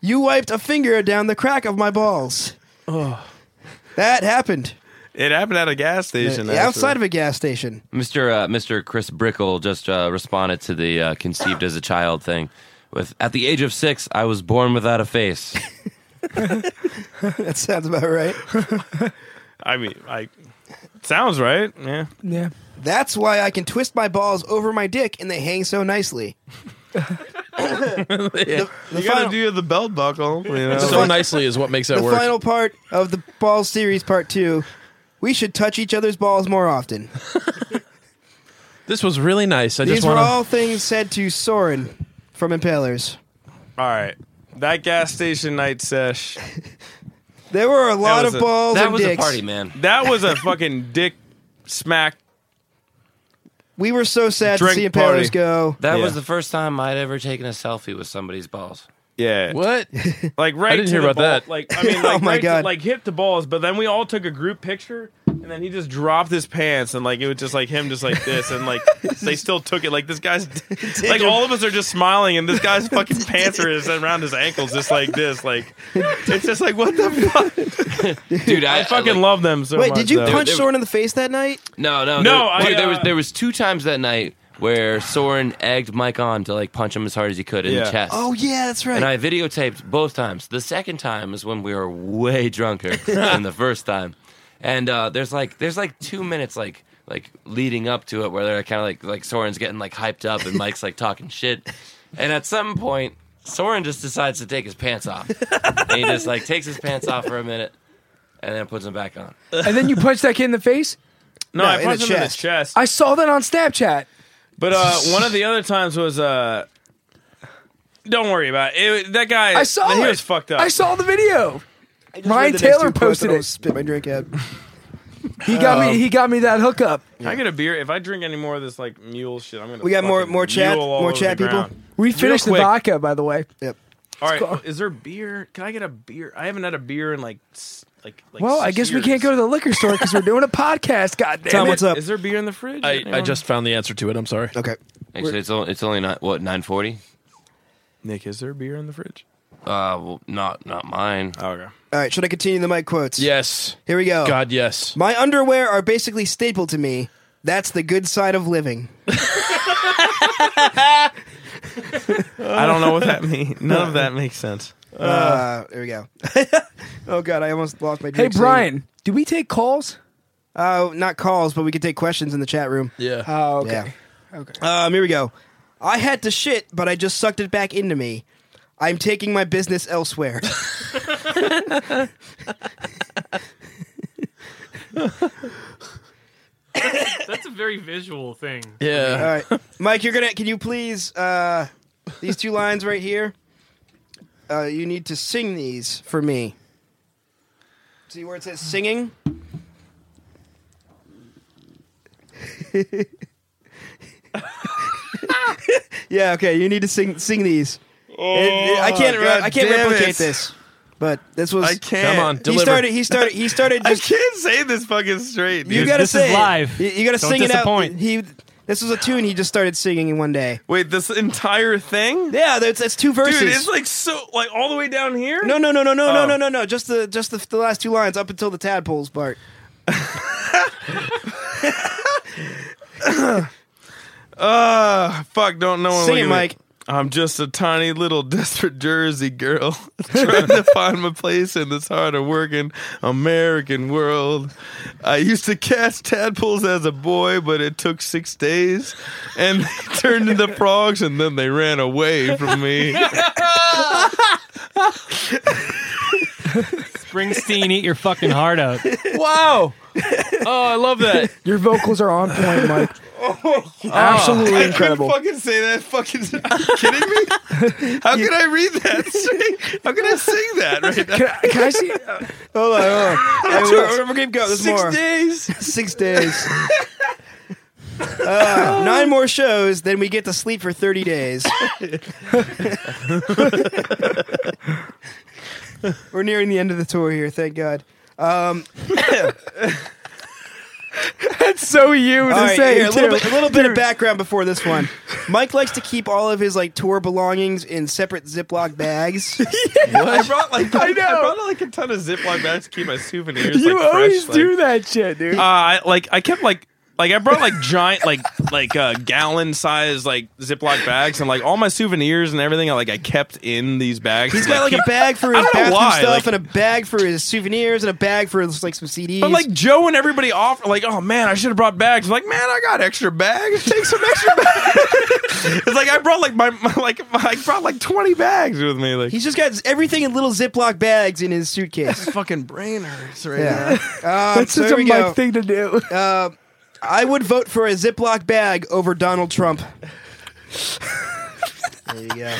Speaker 5: you wiped a finger down the crack of my balls. That happened
Speaker 4: it happened at a gas station.
Speaker 5: outside of a gas station.
Speaker 3: Mr. Uh, Mr. Chris Brickle just uh, responded to the uh, conceived as a child thing with at the age of six I was born without a face.
Speaker 5: That sounds about right.
Speaker 4: I mean, like sounds right. Yeah.
Speaker 6: yeah.
Speaker 5: That's why I can twist my balls over my dick and they hang so nicely. The- the
Speaker 4: You gotta
Speaker 5: final-
Speaker 4: do the belt buckle. You know?
Speaker 1: So nicely is what makes that
Speaker 5: the
Speaker 1: work.
Speaker 5: final part of the balls series part two. We should touch each other's balls more often.
Speaker 1: This was really nice. I
Speaker 5: These
Speaker 1: just
Speaker 5: were
Speaker 1: want to.
Speaker 5: all things said to Soren from Impalers.
Speaker 4: all right. That gas station night sesh.
Speaker 5: There were a lot
Speaker 4: was
Speaker 5: of
Speaker 4: a-
Speaker 5: balls
Speaker 3: that
Speaker 5: and
Speaker 3: was
Speaker 5: dicks.
Speaker 3: a party, man.
Speaker 4: That was a fucking dick smack.
Speaker 5: We were so sad to
Speaker 4: Drink
Speaker 5: see Impalers
Speaker 4: party.
Speaker 5: go.
Speaker 3: That
Speaker 4: Yeah.
Speaker 3: was the first time I'd ever taken a selfie with somebody's balls.
Speaker 4: Yeah.
Speaker 1: What?
Speaker 4: Like right.
Speaker 1: didn't
Speaker 4: to
Speaker 1: hear
Speaker 4: the
Speaker 1: about
Speaker 4: ball-
Speaker 1: that.
Speaker 4: Like I mean,
Speaker 3: Oh
Speaker 4: like,
Speaker 5: Oh my
Speaker 4: right to-
Speaker 5: God.
Speaker 4: like hit the balls, but then we all took a group picture, and then he just dropped his pants, and like it was just like him, just like this, and like they still took it. Like this guy's, like all of us are just smiling, and this guy's fucking pants are just around his ankles, just like this. Like it's just like what the fuck.
Speaker 3: Dude, I,
Speaker 4: I fucking love them so
Speaker 5: Wait,
Speaker 4: much.
Speaker 5: did you
Speaker 4: though.
Speaker 5: punch
Speaker 3: they were-
Speaker 5: Soren in the face that night?
Speaker 3: No, no,
Speaker 4: No,
Speaker 3: There,
Speaker 4: I,
Speaker 3: dude, there
Speaker 4: uh,
Speaker 3: was there was two times that night where Soren egged Mike on to like punch him as hard as he could in
Speaker 4: Yeah.
Speaker 3: the chest.
Speaker 5: Oh yeah, that's right.
Speaker 3: And I videotaped both times. The second time is when we were way drunker than the first time. And uh, there's like there's like two minutes like like leading up to it where they're kind of like like Soren's getting like hyped up and Mike's like talking shit. And at some point, Soren just decides to take his pants off. and he just like takes his pants off for a minute and then puts them back on.
Speaker 6: And then you punch that kid in the face.
Speaker 4: No,
Speaker 5: No,
Speaker 4: I
Speaker 5: in
Speaker 4: punched
Speaker 5: the
Speaker 4: him in the
Speaker 5: chest.
Speaker 4: chest.
Speaker 6: I saw that on Snapchat.
Speaker 4: But uh, one of the other times was uh, don't worry about it. It- That guy,
Speaker 6: I saw
Speaker 4: he
Speaker 6: it.
Speaker 4: was fucked up.
Speaker 6: I saw the video.
Speaker 5: Just read
Speaker 6: Ryan
Speaker 5: the next
Speaker 6: Taylor
Speaker 5: two quotes
Speaker 6: posted
Speaker 5: and
Speaker 6: it.
Speaker 5: almost Spit my drink out.
Speaker 6: He got
Speaker 4: Um,
Speaker 6: me. He got me that hookup.
Speaker 4: Can I get a beer. If I drink any more of this like mule shit, I'm gonna.
Speaker 5: We got more-
Speaker 4: fucking
Speaker 5: more chat-
Speaker 4: mule all
Speaker 5: more
Speaker 4: over
Speaker 5: chat
Speaker 4: the
Speaker 5: people?
Speaker 4: ground.
Speaker 6: We finished the
Speaker 4: quick.
Speaker 6: vodka, by the way.
Speaker 5: Yep.
Speaker 4: All right, is there beer? Can I get a beer? I haven't had a beer in like s- like, like
Speaker 6: well, I
Speaker 4: six
Speaker 6: guess
Speaker 4: years.
Speaker 6: we can't go to the liquor store because we're doing a podcast. God damn
Speaker 5: Tom,
Speaker 6: it.
Speaker 5: what's up?
Speaker 4: Is there beer in the fridge?
Speaker 1: I, I just found the answer to it. I'm sorry.
Speaker 5: Okay.
Speaker 3: Actually, it's only, it's only not what nine forty.
Speaker 2: Nick, is there beer in the fridge?
Speaker 3: Uh, well, not not mine.
Speaker 4: Oh,
Speaker 2: Okay.
Speaker 5: All right, should I continue the mic quotes?
Speaker 1: Yes.
Speaker 5: Here we go.
Speaker 1: God, yes.
Speaker 5: My underwear are basically staple to me. That's the good side of living.
Speaker 2: I don't know what that means. None of that makes sense.
Speaker 5: Uh, there we go. oh god, I almost lost my.
Speaker 6: Hey,
Speaker 5: drink singing.
Speaker 6: Brian, do we take calls?
Speaker 5: Uh, not calls, but we can take questions in the chat room.
Speaker 1: Yeah.
Speaker 6: Oh, okay.
Speaker 5: Yeah. Okay. Um, here we go. I had to shit, but I just sucked it back into me. I'm taking my business elsewhere.
Speaker 8: That's a very visual thing.
Speaker 1: yeah.
Speaker 5: All right, Mike, you're gonna. Can you please uh, these two lines right here? Uh, you need to sing these for me. See where it says singing? yeah. Okay. You need to sing sing these.
Speaker 4: oh,
Speaker 5: It- it- I can't. re- I can't
Speaker 2: God damn
Speaker 5: replicate
Speaker 2: it.
Speaker 5: this. But this was.
Speaker 2: I can't.
Speaker 1: Come on,
Speaker 5: He
Speaker 1: deliver.
Speaker 5: started. He started. He started.
Speaker 2: I
Speaker 5: Just,
Speaker 2: can't say this fucking straight.
Speaker 5: you
Speaker 2: dude.
Speaker 5: gotta
Speaker 8: this is
Speaker 5: say it.
Speaker 8: live.
Speaker 5: You, you gotta
Speaker 8: Don't
Speaker 5: sing it
Speaker 8: disappoint.
Speaker 5: out. He. This was a tune he just started singing in one day.
Speaker 2: Wait, this entire thing?
Speaker 5: Yeah, that's, that's two verses.
Speaker 2: Dude, it's like so, like all the way down here.
Speaker 5: no, no, no, no, no, no,
Speaker 2: Oh.
Speaker 5: no, no, no. Just the just the, the last two lines up until the tadpoles part.
Speaker 2: Uh, fuck, don't know. when
Speaker 5: Sing
Speaker 2: we
Speaker 5: it,
Speaker 2: can-
Speaker 5: Mike.
Speaker 2: I'm just a tiny little desperate Jersey girl trying to find my place in this hard working American world. I used to catch tadpoles as a boy, but it took six days, and they turned into frogs, and then they ran away from me.
Speaker 8: Springsteen, eat your fucking heart out.
Speaker 1: Wow. Oh, I love that.
Speaker 6: Your vocals are on point, Mike.
Speaker 2: I
Speaker 6: Absolutely
Speaker 2: couldn't
Speaker 6: incredible.
Speaker 2: fucking say that. Fucking, are you kidding me? How can I read that? straight? How can I sing that right now?
Speaker 6: Can I, can I see? uh,
Speaker 5: Hold on, hold on. Hey, we're, we're gonna keep going. There's
Speaker 2: Six
Speaker 5: more.
Speaker 2: days.
Speaker 5: Six days. Uh, nine more shows, then we get to sleep for thirty days. we're nearing the end of the tour here, thank God. Um,
Speaker 6: That's so you to
Speaker 5: All right,
Speaker 6: say
Speaker 5: here, a little
Speaker 6: too.
Speaker 5: bit, a little bit of background before this one. Mike likes to keep all of his like tour belongings in separate Ziploc bags.
Speaker 2: I brought like I,
Speaker 6: know.
Speaker 2: brought like a ton of Ziploc bags to keep my souvenirs.
Speaker 6: You
Speaker 2: like,
Speaker 6: always
Speaker 2: fresh,
Speaker 6: do
Speaker 2: Like, Ah,
Speaker 6: that shit, dude.
Speaker 4: Uh, I- like I kept like like I brought like giant like like uh, gallon size like Ziploc bags and like all my souvenirs and everything. I like I kept in these bags.
Speaker 5: He's got like a bag for
Speaker 4: I
Speaker 5: his
Speaker 4: don't know
Speaker 5: bathroom
Speaker 4: why,
Speaker 5: stuff
Speaker 4: like-
Speaker 5: and a bag for his souvenirs and a bag for his, like some CDs.
Speaker 4: But like Joe and everybody offer like oh man I should have brought bags.
Speaker 2: I'm like man, I got extra bags. Take some extra bags. it's like I brought like my, my like my, I brought like twenty bags with me. Like
Speaker 5: he's just got everything in little Ziploc bags in his suitcase.
Speaker 2: fucking brain hurts right
Speaker 5: Yeah.
Speaker 2: Ah,
Speaker 5: Um,
Speaker 6: That's
Speaker 5: so
Speaker 6: such
Speaker 5: here
Speaker 6: a
Speaker 5: we
Speaker 6: Mike
Speaker 5: go.
Speaker 6: thing to do.
Speaker 5: Uh, I would vote for a Ziploc bag over Donald Trump. there you go.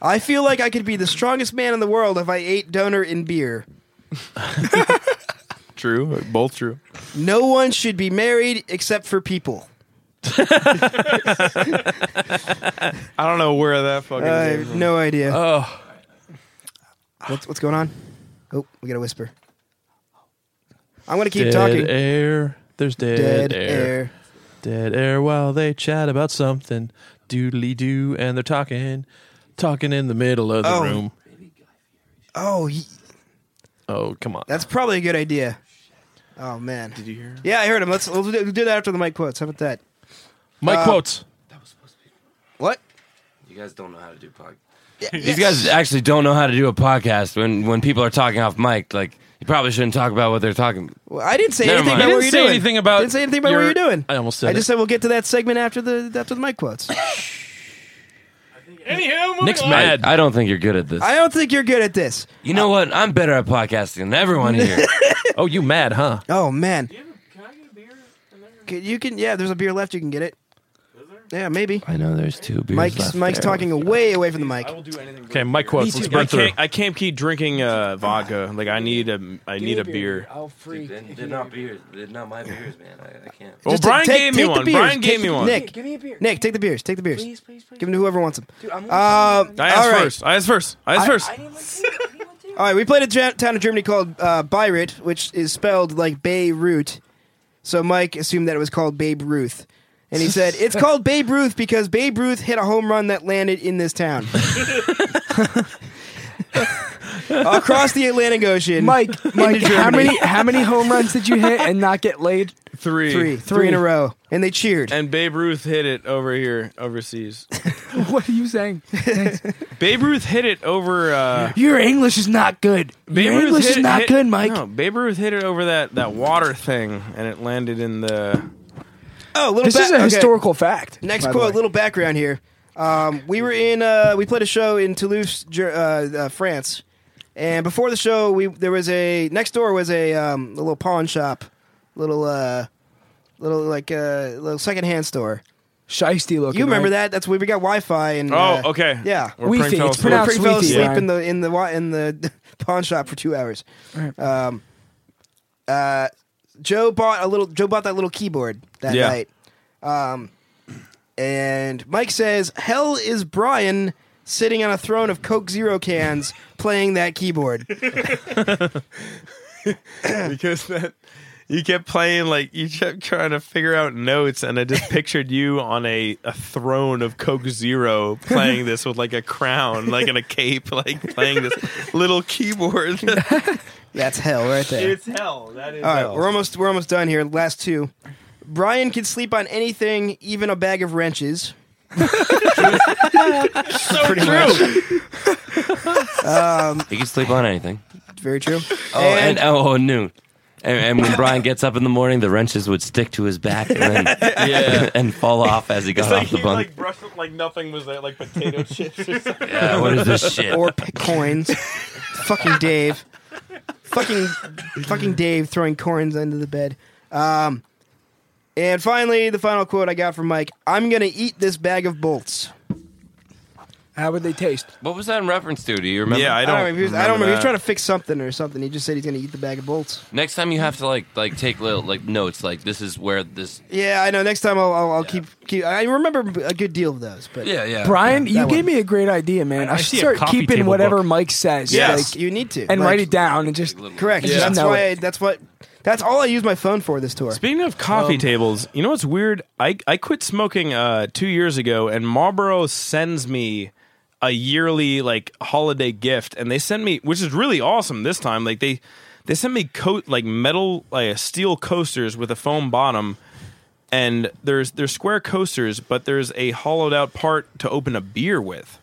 Speaker 5: I feel like I could be the strongest man in the world if I ate donor in beer.
Speaker 2: True, both true.
Speaker 5: No one should be married except for people.
Speaker 2: I don't know where that fucking.
Speaker 5: I
Speaker 2: came
Speaker 5: have
Speaker 2: from.
Speaker 5: no idea.
Speaker 1: Oh.
Speaker 5: What's, what's going on? Oh, we got to whisper. I'm going to keep
Speaker 1: dead
Speaker 5: talking.
Speaker 1: air. There's dead,
Speaker 5: Dead
Speaker 1: air.
Speaker 5: air.
Speaker 1: Dead air while they chat about something. Doodly doo, and they're talking, talking in the middle of the
Speaker 5: Oh.
Speaker 1: room.
Speaker 5: Oh, he-
Speaker 1: Oh, come on.
Speaker 5: that's probably a good idea. Oh, man. Did you hear him? Yeah, I heard him. Let's, let's do do that after the mic quotes. How about that? Uh,
Speaker 1: My quotes.
Speaker 5: What?
Speaker 3: You guys don't know how to do podcast.
Speaker 5: Yes.
Speaker 3: These guys actually don't know how to do a podcast when when people are talking off mic. Like you probably shouldn't talk about what they're talking.
Speaker 5: Well, I didn't say
Speaker 3: Never
Speaker 5: anything
Speaker 3: mind.
Speaker 5: about
Speaker 3: You
Speaker 5: what
Speaker 1: didn't
Speaker 5: you're
Speaker 1: say
Speaker 5: doing.
Speaker 1: anything about
Speaker 5: Didn't say anything about what
Speaker 1: your-
Speaker 5: you're doing.
Speaker 1: I almost said
Speaker 5: I just said we'll get to that segment after the after the mic quotes.
Speaker 8: Anyhow, moving
Speaker 1: Nick's
Speaker 8: on.
Speaker 1: mad.
Speaker 3: I don't think you're good at this.
Speaker 5: I don't think you're good at this.
Speaker 3: you know what? I'm better at podcasting than everyone here.
Speaker 1: oh, you mad, huh?
Speaker 5: Oh man. Can- You can yeah. There's a beer left. You can get it. Yeah, maybe.
Speaker 3: I know there's two beers
Speaker 5: Mike's
Speaker 3: left
Speaker 5: Mike's
Speaker 3: there.
Speaker 5: talking away away from the mic.
Speaker 1: Okay, my quotes. Let's
Speaker 4: I
Speaker 1: burn through.
Speaker 4: can't, I can't keep drinking uh, vodka. Like I need a I need a beer.
Speaker 6: I'll freak.
Speaker 3: They're, they're not beers. They're not my beers, man. I, I can't.
Speaker 4: Well,
Speaker 5: Just
Speaker 4: Brian
Speaker 5: take-
Speaker 4: gave
Speaker 5: take
Speaker 4: me
Speaker 5: the
Speaker 4: one.
Speaker 5: beers.
Speaker 4: Brian
Speaker 5: Take-
Speaker 4: gave me one.
Speaker 5: Nick,
Speaker 6: Give me a beer.
Speaker 5: Nick, take the beers. Take the beers. Give
Speaker 6: please, please.
Speaker 5: them to whoever wants them.
Speaker 6: Dude, I'm
Speaker 5: Uh, all
Speaker 4: I asked
Speaker 5: right.
Speaker 4: first. I asked first. I asked first.
Speaker 6: I didn't want to. I didn't want to.
Speaker 5: All right, we played a ja- town in Germany called uh, Bayreuth, which is spelled like Beirut. So Mike assumed that it was called Babe Ruth. And he said, It's called Babe Ruth because Babe Ruth hit a home run that landed in this town. Across the Atlantic Ocean.
Speaker 6: Mike, Mike, how
Speaker 5: Germany.
Speaker 6: many how many home runs did you hit and not get laid?
Speaker 2: Three.
Speaker 5: Three. Three in a row. And they cheered.
Speaker 4: And Babe Ruth hit it over here, overseas.
Speaker 6: What are you saying?
Speaker 4: Babe Ruth hit it over. Uh,
Speaker 6: Your English is not good.
Speaker 4: Babe
Speaker 6: Your
Speaker 4: Ruth
Speaker 6: English
Speaker 4: hit
Speaker 6: is
Speaker 4: it-
Speaker 6: not
Speaker 4: hit-
Speaker 6: good, Mike.
Speaker 4: No, Babe Ruth hit it over that, that water thing, and it landed in the.
Speaker 5: Oh, little
Speaker 6: This
Speaker 5: ba-
Speaker 6: is a
Speaker 5: okay.
Speaker 6: historical fact.
Speaker 5: Next
Speaker 6: by the
Speaker 5: quote,
Speaker 6: way.
Speaker 5: little background here. Um, we were in, uh, we played a show in Toulouse, Ger- uh, uh, France, and before the show, we there was a next door was a, um, a little pawn shop, little uh, little like uh, little secondhand store.
Speaker 6: Shiesty looking.
Speaker 5: You remember
Speaker 6: right?
Speaker 5: that? That's where we got Wi-Fi
Speaker 6: Mm,
Speaker 5: and.
Speaker 4: Oh,
Speaker 5: uh,
Speaker 4: okay.
Speaker 5: Yeah.
Speaker 4: Or
Speaker 6: We
Speaker 4: Prince
Speaker 6: think it's
Speaker 4: Phillips.
Speaker 6: pronounced-
Speaker 5: We fell
Speaker 6: Sweetie,
Speaker 5: asleep
Speaker 6: Ryan.
Speaker 5: in the in the wi- in the pawn shop for two hours. Um, uh, Joe bought a little. Joe bought that little keyboard that
Speaker 4: Yeah.
Speaker 5: night. Um, and Mike says, "Hell is Brian sitting on a throne of Coke Zero cans playing that keyboard."
Speaker 2: because that you kept playing like you kept trying to figure out notes and i just pictured you on a, a throne of coke zero playing this with like a crown like and a cape like playing this little keyboard
Speaker 5: That's hell right there.
Speaker 2: hell that is uh,
Speaker 5: All right,
Speaker 2: hell.
Speaker 5: we're almost we're almost done here. Last two. Brian can sleep on anything, even a bag of wrenches. so Pretty true. um,
Speaker 3: He can sleep on anything.
Speaker 5: Very true.
Speaker 3: Oh, and, oh, noon. And, and when Brian gets up in the morning, the wrenches would stick to his back and then and fall off as he got off the bunk.
Speaker 2: brushed like nothing was there like potato chips or something
Speaker 3: yeah, what is this shit?
Speaker 5: or pick coins. fucking Dave. Fucking fucking Dave throwing coins under the bed. Um and finally the final quote I got from Mike, I'm going to eat this bag of bolts.
Speaker 6: How would they taste?
Speaker 3: what was that in reference to? Do you remember?
Speaker 2: yeah i don't,
Speaker 5: remember. if he was, I don't remember. He was
Speaker 2: that.
Speaker 5: trying to fix something or something. He just said he's going to eat the bag of bolts.
Speaker 3: Next time you have to like like take little like notes. Like this is where this.
Speaker 5: Yeah, I know. Next time I'll, I'll, I'll keep, keep. I remember a good deal of those, but
Speaker 3: Yeah, yeah.
Speaker 6: Brian, you
Speaker 5: that
Speaker 6: gave
Speaker 5: one.
Speaker 6: me a great idea, man. I,
Speaker 8: I
Speaker 6: should
Speaker 8: see a
Speaker 6: start
Speaker 8: coffee
Speaker 6: keeping
Speaker 8: table
Speaker 6: whatever
Speaker 8: book.
Speaker 6: Mike says.
Speaker 5: yes,
Speaker 6: like,
Speaker 5: you need to
Speaker 6: and
Speaker 5: Like,
Speaker 6: write it down and just
Speaker 5: Correct.
Speaker 6: Yeah.
Speaker 5: That's
Speaker 6: Know
Speaker 5: why.
Speaker 6: it.
Speaker 5: I, that's what. That's all I use my phone for this tour.
Speaker 4: Speaking of
Speaker 5: Um,
Speaker 4: coffee tables, you know what's weird? I, I quit smoking uh, two years ago, and Marlboro sends me a yearly like holiday gift, and they send me, which is really awesome this time. Like they they sent me coat like metal like steel coasters with a foam bottom, and there's there's square coasters, but there's a hollowed out part to open a beer with.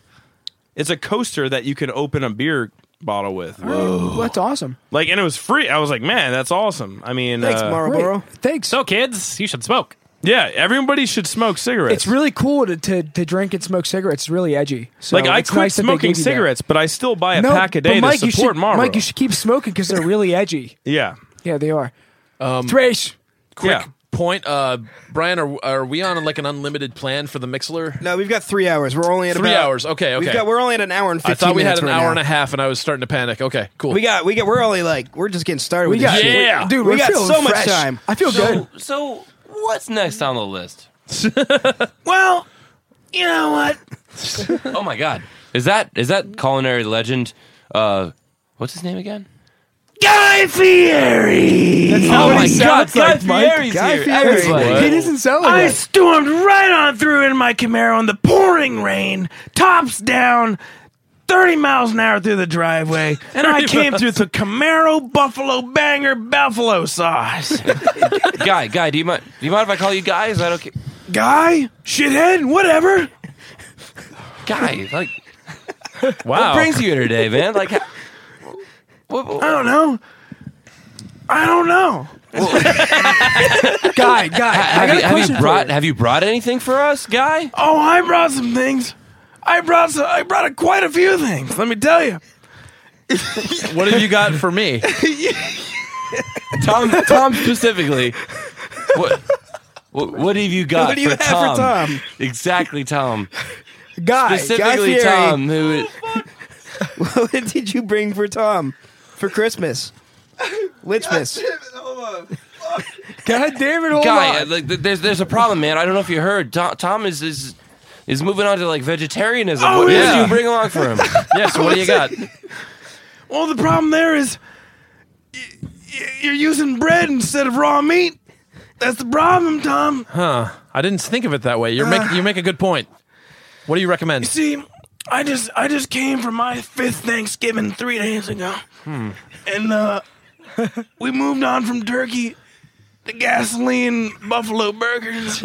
Speaker 4: It's a coaster that you can open a beer bottle with.
Speaker 6: Well, that's awesome.
Speaker 4: Like and it was free. I was like, man, that's awesome. I mean,
Speaker 5: Thanks,
Speaker 4: uh,
Speaker 5: Marlboro.
Speaker 6: Great. Thanks.
Speaker 8: So, kids, you should smoke.
Speaker 4: Yeah, everybody should smoke cigarettes.
Speaker 6: it's really cool to, to, to drink and smoke cigarettes. It's really edgy. So
Speaker 4: like I
Speaker 6: it's
Speaker 4: quit
Speaker 6: nice that they
Speaker 4: smoking
Speaker 6: gave you that.
Speaker 4: cigarettes, but I still buy a
Speaker 6: No,
Speaker 4: pack a
Speaker 6: but
Speaker 4: day
Speaker 6: Mike,
Speaker 4: to
Speaker 6: you
Speaker 4: support
Speaker 6: should,
Speaker 4: Marlboro.
Speaker 6: Mike, you should keep smoking because they're really edgy.
Speaker 4: yeah,
Speaker 6: Yeah, they are. Thrash.
Speaker 1: Um, Quick
Speaker 4: Yeah.
Speaker 1: point, uh, Brian. Are are we on like an unlimited plan for the Mixler?
Speaker 5: No, we've got three hours. We're only at
Speaker 1: Three
Speaker 5: about-
Speaker 1: hours. Okay,
Speaker 5: We've
Speaker 1: okay.
Speaker 5: got. We're only at an hour and. 15
Speaker 1: I thought we had
Speaker 5: minutes
Speaker 1: an
Speaker 5: right
Speaker 1: hour
Speaker 5: now.
Speaker 1: and a half, and I was starting to panic. Okay, cool.
Speaker 5: We got. We got. We're only like. We're just getting started.
Speaker 6: We
Speaker 5: with
Speaker 6: got,
Speaker 5: This shit.
Speaker 1: Yeah.
Speaker 6: dude.
Speaker 5: We
Speaker 6: we're
Speaker 5: got
Speaker 6: feeling
Speaker 5: so much
Speaker 6: fresh.
Speaker 5: time.
Speaker 6: I feel good.
Speaker 3: So,
Speaker 2: Ah.
Speaker 3: so what's next on the list?
Speaker 4: well, you know what?
Speaker 3: Oh my god, is that is that culinary legend? Uh, what's his name again? Guy Fieri.
Speaker 6: That's
Speaker 3: oh
Speaker 6: not what
Speaker 3: my
Speaker 6: he
Speaker 3: god,
Speaker 6: sounds
Speaker 3: Guy
Speaker 6: like, Mike.
Speaker 3: Fieri's
Speaker 5: Guy
Speaker 3: here.
Speaker 5: Fieri.
Speaker 3: Everybody.
Speaker 6: He doesn't sound
Speaker 4: I
Speaker 6: like that.
Speaker 4: stormed right on through in my Camaro in the pouring rain, tops down, thirty miles an hour through the driveway, and I came through the Camaro Buffalo Banger Buffalo sauce.
Speaker 3: Guy, Guy, do you mind? Do you mind if I call you Guy? Is that okay?
Speaker 4: Guy, shithead, whatever.
Speaker 3: Guy, like, what
Speaker 4: Wow.
Speaker 3: brings you here today, man? Like, how- what, what-
Speaker 4: I don't know. I don't know.
Speaker 6: guy. Guy, I
Speaker 3: have,
Speaker 6: got
Speaker 3: you,
Speaker 6: a
Speaker 3: have
Speaker 6: question
Speaker 3: you
Speaker 6: for
Speaker 3: brought have you brought anything for us, Guy?
Speaker 4: Oh, I brought some things. I brought some, I brought a, quite a few things. Let me tell you.
Speaker 1: What have you got for me?
Speaker 3: Tom, Tom specifically. What, what, what have you got
Speaker 5: What do you
Speaker 3: for,
Speaker 5: have
Speaker 3: Tom?
Speaker 5: for Tom?
Speaker 3: Exactly, Tom.
Speaker 6: Guy.
Speaker 3: Specifically,
Speaker 5: Fieri.
Speaker 3: Tom. Who?
Speaker 5: what did you bring for Tom for Christmas? Lichmas.
Speaker 6: God damn it, hold
Speaker 3: guy,
Speaker 6: on.
Speaker 3: like, th- there's there's a problem, man. I don't know if you heard. Tom, Tom is is is moving on to like vegetarianism. what
Speaker 4: yeah.
Speaker 3: did you bring along for him?
Speaker 1: yes. What do you got?
Speaker 2: Well, the problem there is y- y- you're using bread instead of raw meat. That's the problem, Tom.
Speaker 1: Huh. I didn't think of it that way. You
Speaker 5: Uh.
Speaker 1: make you make a good point. What do you recommend?
Speaker 2: See, I just I just came from my fifth Thanksgiving three days ago,
Speaker 8: Hmm.
Speaker 2: and uh, we moved on from turkey to gasoline buffalo burgers,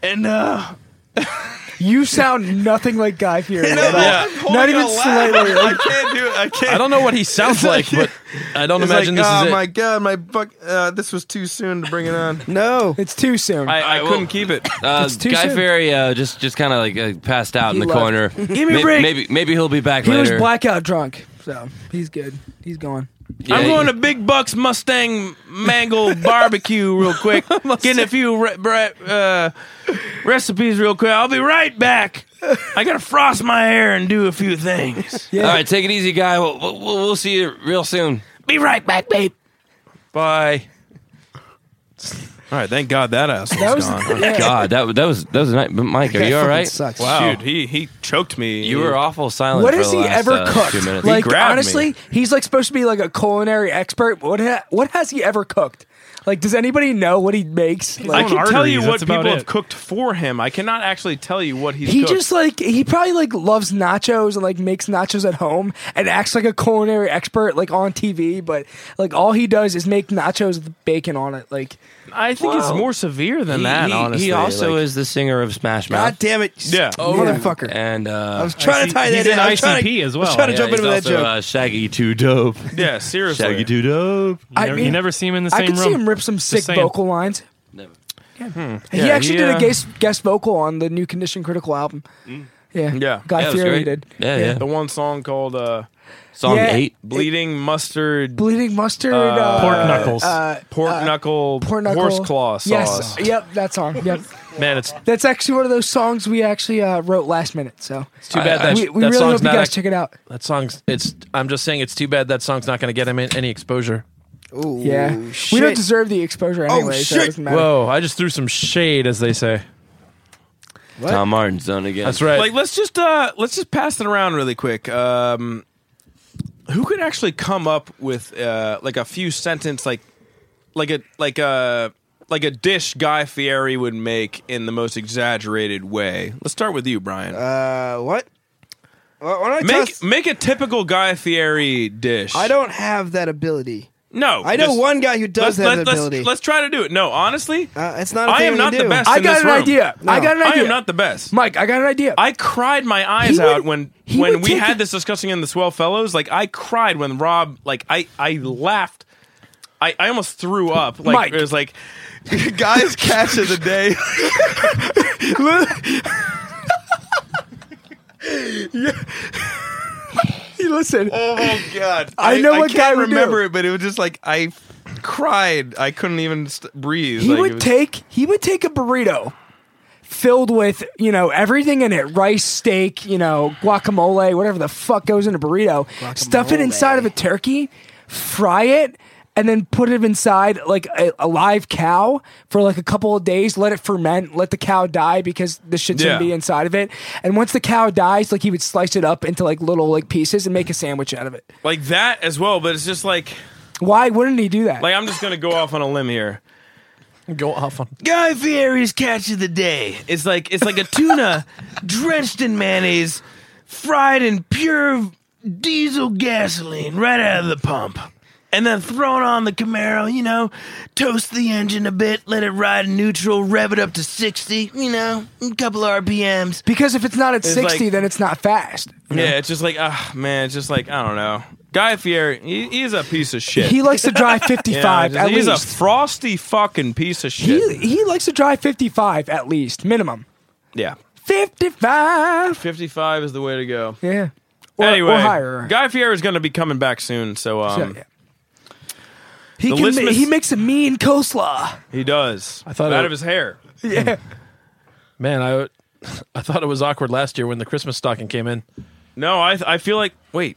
Speaker 2: and uh,
Speaker 6: You sound nothing like Guy Fieri. at all.
Speaker 1: Yeah.
Speaker 6: Not even slightly.
Speaker 2: I can't do it. I can't.
Speaker 1: I don't know what he sounds like, but I don't
Speaker 2: It's
Speaker 1: imagine
Speaker 2: like,
Speaker 1: this
Speaker 2: oh
Speaker 1: is it.
Speaker 2: my god, my buck. Uh, this was too soon to bring it on.
Speaker 5: No.
Speaker 6: It's too soon.
Speaker 4: I, I
Speaker 3: well-
Speaker 4: couldn't keep it.
Speaker 3: Uh,
Speaker 6: It's too
Speaker 3: Guy
Speaker 6: soon.
Speaker 3: Fieri uh, just just kind of like uh, passed out in the
Speaker 6: left.
Speaker 3: corner. Give me
Speaker 2: a break.
Speaker 3: Maybe maybe he'll be back
Speaker 6: he was
Speaker 3: later.
Speaker 6: blackout drunk, so he's good. He's gone.
Speaker 3: Yeah,
Speaker 4: I'm
Speaker 3: he-
Speaker 4: going to Big Buck's Mustang Mango Barbecue real quick. Getting a few re- bre- uh, recipes real quick. I'll be right back. I gotta frost my hair and do a few things.
Speaker 3: All right, take it easy, guy. We'll, we'll, we'll see you real soon.
Speaker 4: Be right back, babe.
Speaker 1: Bye.
Speaker 2: All right, thank God that asshole
Speaker 6: That was
Speaker 3: God, that wa- that was that was a night. But Mike, are you all right?
Speaker 5: Sucks.
Speaker 4: Dude, he he choked me.
Speaker 3: You were awful silent.
Speaker 6: What
Speaker 3: for
Speaker 6: has
Speaker 3: the
Speaker 6: he
Speaker 3: last,
Speaker 6: ever
Speaker 3: uh,
Speaker 6: cooked?
Speaker 3: few minutes.
Speaker 6: like
Speaker 2: grabbed me.
Speaker 6: honestly, he's like supposed to be like a culinary expert. What ha- what has he ever cooked? Like, does anybody know what he makes?
Speaker 4: I
Speaker 6: Like,
Speaker 4: can tell
Speaker 8: arteries,
Speaker 4: you what
Speaker 8: that's about
Speaker 4: people have
Speaker 8: it.
Speaker 4: cooked for him. I cannot actually tell you what he's
Speaker 6: he
Speaker 4: cooked.
Speaker 6: just like he probably like loves nachos and like makes nachos at home and acts like a culinary expert like on TV, but like all he does is make nachos with bacon on it. Like,
Speaker 4: I think it's
Speaker 3: Wow.
Speaker 4: more severe than
Speaker 3: he,
Speaker 4: that.
Speaker 3: he- he
Speaker 4: honestly,
Speaker 3: also
Speaker 4: like,
Speaker 3: is the singer of Smash Mouth.
Speaker 5: God damn it.
Speaker 4: Yeah.
Speaker 5: Oh, motherfucker.
Speaker 3: And uh,
Speaker 5: I was trying to tie
Speaker 8: He's
Speaker 5: that
Speaker 8: in
Speaker 5: in. I was trying
Speaker 8: ICP
Speaker 5: to,
Speaker 8: as
Speaker 5: I was
Speaker 8: well.
Speaker 5: trying to
Speaker 3: yeah,
Speaker 5: jump
Speaker 3: he's
Speaker 5: into that
Speaker 3: also,
Speaker 5: joke.
Speaker 3: uh, Shaggy Too Dope.
Speaker 4: Yeah, seriously.
Speaker 3: Shaggy Too Dope.
Speaker 8: You
Speaker 6: I
Speaker 8: never,
Speaker 6: mean,
Speaker 8: you never see him in the
Speaker 6: I
Speaker 8: same
Speaker 6: could
Speaker 8: room.
Speaker 6: see him rip some
Speaker 8: Just
Speaker 6: sick
Speaker 8: saying.
Speaker 6: vocal lines.
Speaker 5: Hmm.
Speaker 6: He
Speaker 4: Yeah,
Speaker 6: actually
Speaker 4: he,
Speaker 6: did
Speaker 4: uh,
Speaker 6: a guest guest vocal on the new Condition Critical album. Yeah,
Speaker 4: Yeah.
Speaker 6: Guy
Speaker 3: Yeah, it was
Speaker 6: Fieri
Speaker 3: great.
Speaker 6: did.
Speaker 3: Yeah, yeah.
Speaker 4: The one song called uh,
Speaker 3: Song
Speaker 6: Yeah.
Speaker 3: eight.
Speaker 4: "Bleeding Mustard
Speaker 6: Bleeding mustard, uh,
Speaker 8: Pork knuckles.
Speaker 6: uh,
Speaker 4: Pork Knuckle
Speaker 6: pork knuckle,
Speaker 4: Horse Claw
Speaker 6: Yes,
Speaker 4: Sauce."
Speaker 6: yep, that song. Yep,
Speaker 1: Man, it's
Speaker 6: that's actually one of those songs we actually uh, wrote last minute. So Uh,
Speaker 1: it's too bad that
Speaker 6: we, we
Speaker 1: that
Speaker 6: really
Speaker 1: song's
Speaker 6: hope you
Speaker 1: not
Speaker 6: guys
Speaker 1: ac-
Speaker 6: check it out.
Speaker 1: that song's it's I'm just saying it's too bad that song's not going to get him in, any exposure.
Speaker 5: Ooh,
Speaker 6: Yeah,
Speaker 5: shit.
Speaker 6: we don't deserve the
Speaker 5: Oh,
Speaker 6: exposure
Speaker 4: Oh,
Speaker 6: anyway, so it
Speaker 5: shit.
Speaker 6: doesn't matter.
Speaker 1: Whoa, I just threw some shade as they say.
Speaker 3: Tom Martin's done again.
Speaker 1: That's right.
Speaker 4: Like, let's just uh, let's just pass it around really quick. Um, who could actually come up with uh, like a few sentence like like a like a like a dish Guy Fieri would make in the most exaggerated way? Let's start with you, Brian.
Speaker 5: Uh, what? Why why don't I
Speaker 4: make
Speaker 5: toss-
Speaker 4: make a typical Guy Fieri dish.
Speaker 5: I don't have that ability.
Speaker 4: No,
Speaker 5: I know
Speaker 4: just-
Speaker 5: one guy who does
Speaker 4: Let's,
Speaker 5: have
Speaker 4: let,
Speaker 5: the
Speaker 4: us
Speaker 5: ability.
Speaker 4: let's try to do it. No, honestly,
Speaker 5: uh, it's not. I
Speaker 4: I am not the best.
Speaker 6: I
Speaker 4: in
Speaker 6: got
Speaker 4: this
Speaker 6: an
Speaker 4: room.
Speaker 6: idea. I got an
Speaker 4: I
Speaker 6: idea.
Speaker 4: am not the best.
Speaker 6: Mike, I got an idea.
Speaker 4: I cried my eyes
Speaker 6: He would-
Speaker 4: out when
Speaker 6: he
Speaker 4: when
Speaker 6: would
Speaker 4: we
Speaker 6: take
Speaker 4: had
Speaker 6: it-
Speaker 4: this discussing in the Swell Fellows. Like I cried when Rob like I I laughed. I, I almost threw up. Like
Speaker 6: Mike.
Speaker 4: it was like Oh
Speaker 2: Guys, catch of the day.
Speaker 6: Listen,
Speaker 2: Oh my god!
Speaker 6: I know what
Speaker 2: I
Speaker 6: guy
Speaker 2: can't
Speaker 6: would do.
Speaker 2: remember it, but it was just like I cried. I couldn't even st- breathe.
Speaker 6: he
Speaker 2: like,
Speaker 6: would
Speaker 2: it was-
Speaker 6: take he would take a burrito filled with you know everything in it rice steak you know guacamole whatever the fuck goes in a burrito stuff it inside of a turkey fry it and then put it inside like a, a live cow for like a couple of days let it ferment let the cow die because the shit's
Speaker 4: Yeah.
Speaker 6: gonna be inside of it and once the cow dies like he would slice it up into like little like pieces and make a sandwich out of it
Speaker 4: like that as well. But it's just like
Speaker 6: why wouldn't he do that
Speaker 4: like I'm just gonna go off on a limb here.
Speaker 1: Go off on.
Speaker 4: Guy Fieri's catch of the day is like it's like a tuna drenched in mayonnaise, fried in pure diesel gasoline right out of the pump. And then thrown on the Camaro, you know, toast the engine a bit, let it ride in neutral, rev it up to 60, you know, a couple RPMs.
Speaker 6: because if it's not at 60
Speaker 4: like-
Speaker 6: then it's not fast
Speaker 4: Yeah, it's just like, ah, man, it's just like, I don't know. Guy Fieri, he, he's a piece of shit.
Speaker 6: He likes to drive
Speaker 4: You know,
Speaker 6: 55
Speaker 4: just-
Speaker 6: at
Speaker 4: he's
Speaker 6: least.
Speaker 4: a frosty fucking piece of shit.
Speaker 6: he, he likes to drive 55 at least, minimum.
Speaker 4: yeah.
Speaker 6: 55.
Speaker 4: 55 is the way to go.
Speaker 6: Yeah. Or,
Speaker 4: anyway,
Speaker 6: or higher.
Speaker 4: Guy Fieri is going to be coming back soon, so
Speaker 6: So,
Speaker 4: um,
Speaker 6: yeah. He,
Speaker 4: the
Speaker 6: can ma-
Speaker 4: litmus-
Speaker 6: he makes a mean coleslaw.
Speaker 4: he does. I
Speaker 1: thought
Speaker 4: out
Speaker 1: it-
Speaker 4: of his hair.
Speaker 6: Yeah.
Speaker 1: Man, I I thought it was awkward last year when the Christmas stocking came in.
Speaker 4: No, I I feel like wait,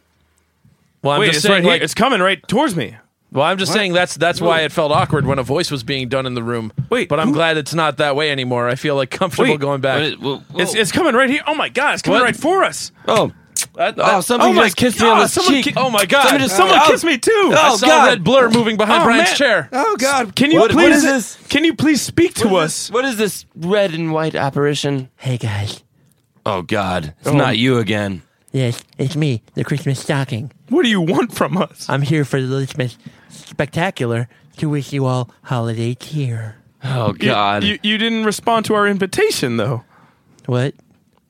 Speaker 1: Well, I'm
Speaker 4: wait,
Speaker 1: just
Speaker 4: it's
Speaker 1: saying
Speaker 4: right
Speaker 1: like
Speaker 4: here. It's coming right towards me.
Speaker 1: Well, I'm just saying that's that's why it felt awkward when a voice was being done in the room.
Speaker 4: Wait,
Speaker 1: but I'm
Speaker 4: who-
Speaker 1: glad it's not that way anymore. I feel like comfortable
Speaker 4: Wait,
Speaker 1: going back.
Speaker 3: What is- whoa, whoa.
Speaker 4: It's it's coming right here. Oh my Oh god, it's coming
Speaker 1: What?
Speaker 4: right for us.
Speaker 3: oh. oh, somebody
Speaker 1: my
Speaker 3: just kissed me on
Speaker 1: God,
Speaker 3: the
Speaker 1: someone
Speaker 3: cheek.
Speaker 1: ki- oh my God.
Speaker 3: Someone just
Speaker 1: Someone
Speaker 3: oh,
Speaker 1: kissed me too. I
Speaker 3: Oh,
Speaker 1: saw
Speaker 3: God.
Speaker 1: that blur moving behind
Speaker 3: Oh,
Speaker 1: Brian's
Speaker 3: man.
Speaker 1: chair.
Speaker 5: Oh God!
Speaker 4: Can you
Speaker 3: What-
Speaker 4: please?
Speaker 3: what is this?
Speaker 4: Can you please speak to
Speaker 3: What is
Speaker 4: us?
Speaker 3: this- What is this red and white apparition? Hey guys. Oh God, it's not you again.
Speaker 9: Yes, it's me, the Christmas stocking.
Speaker 4: What do you want from us?
Speaker 9: I'm here for the Christmas spectacular to wish you all holiday cheer.
Speaker 3: Oh
Speaker 4: You-
Speaker 3: God.
Speaker 4: you, you didn't respond to our invitation though.
Speaker 9: What?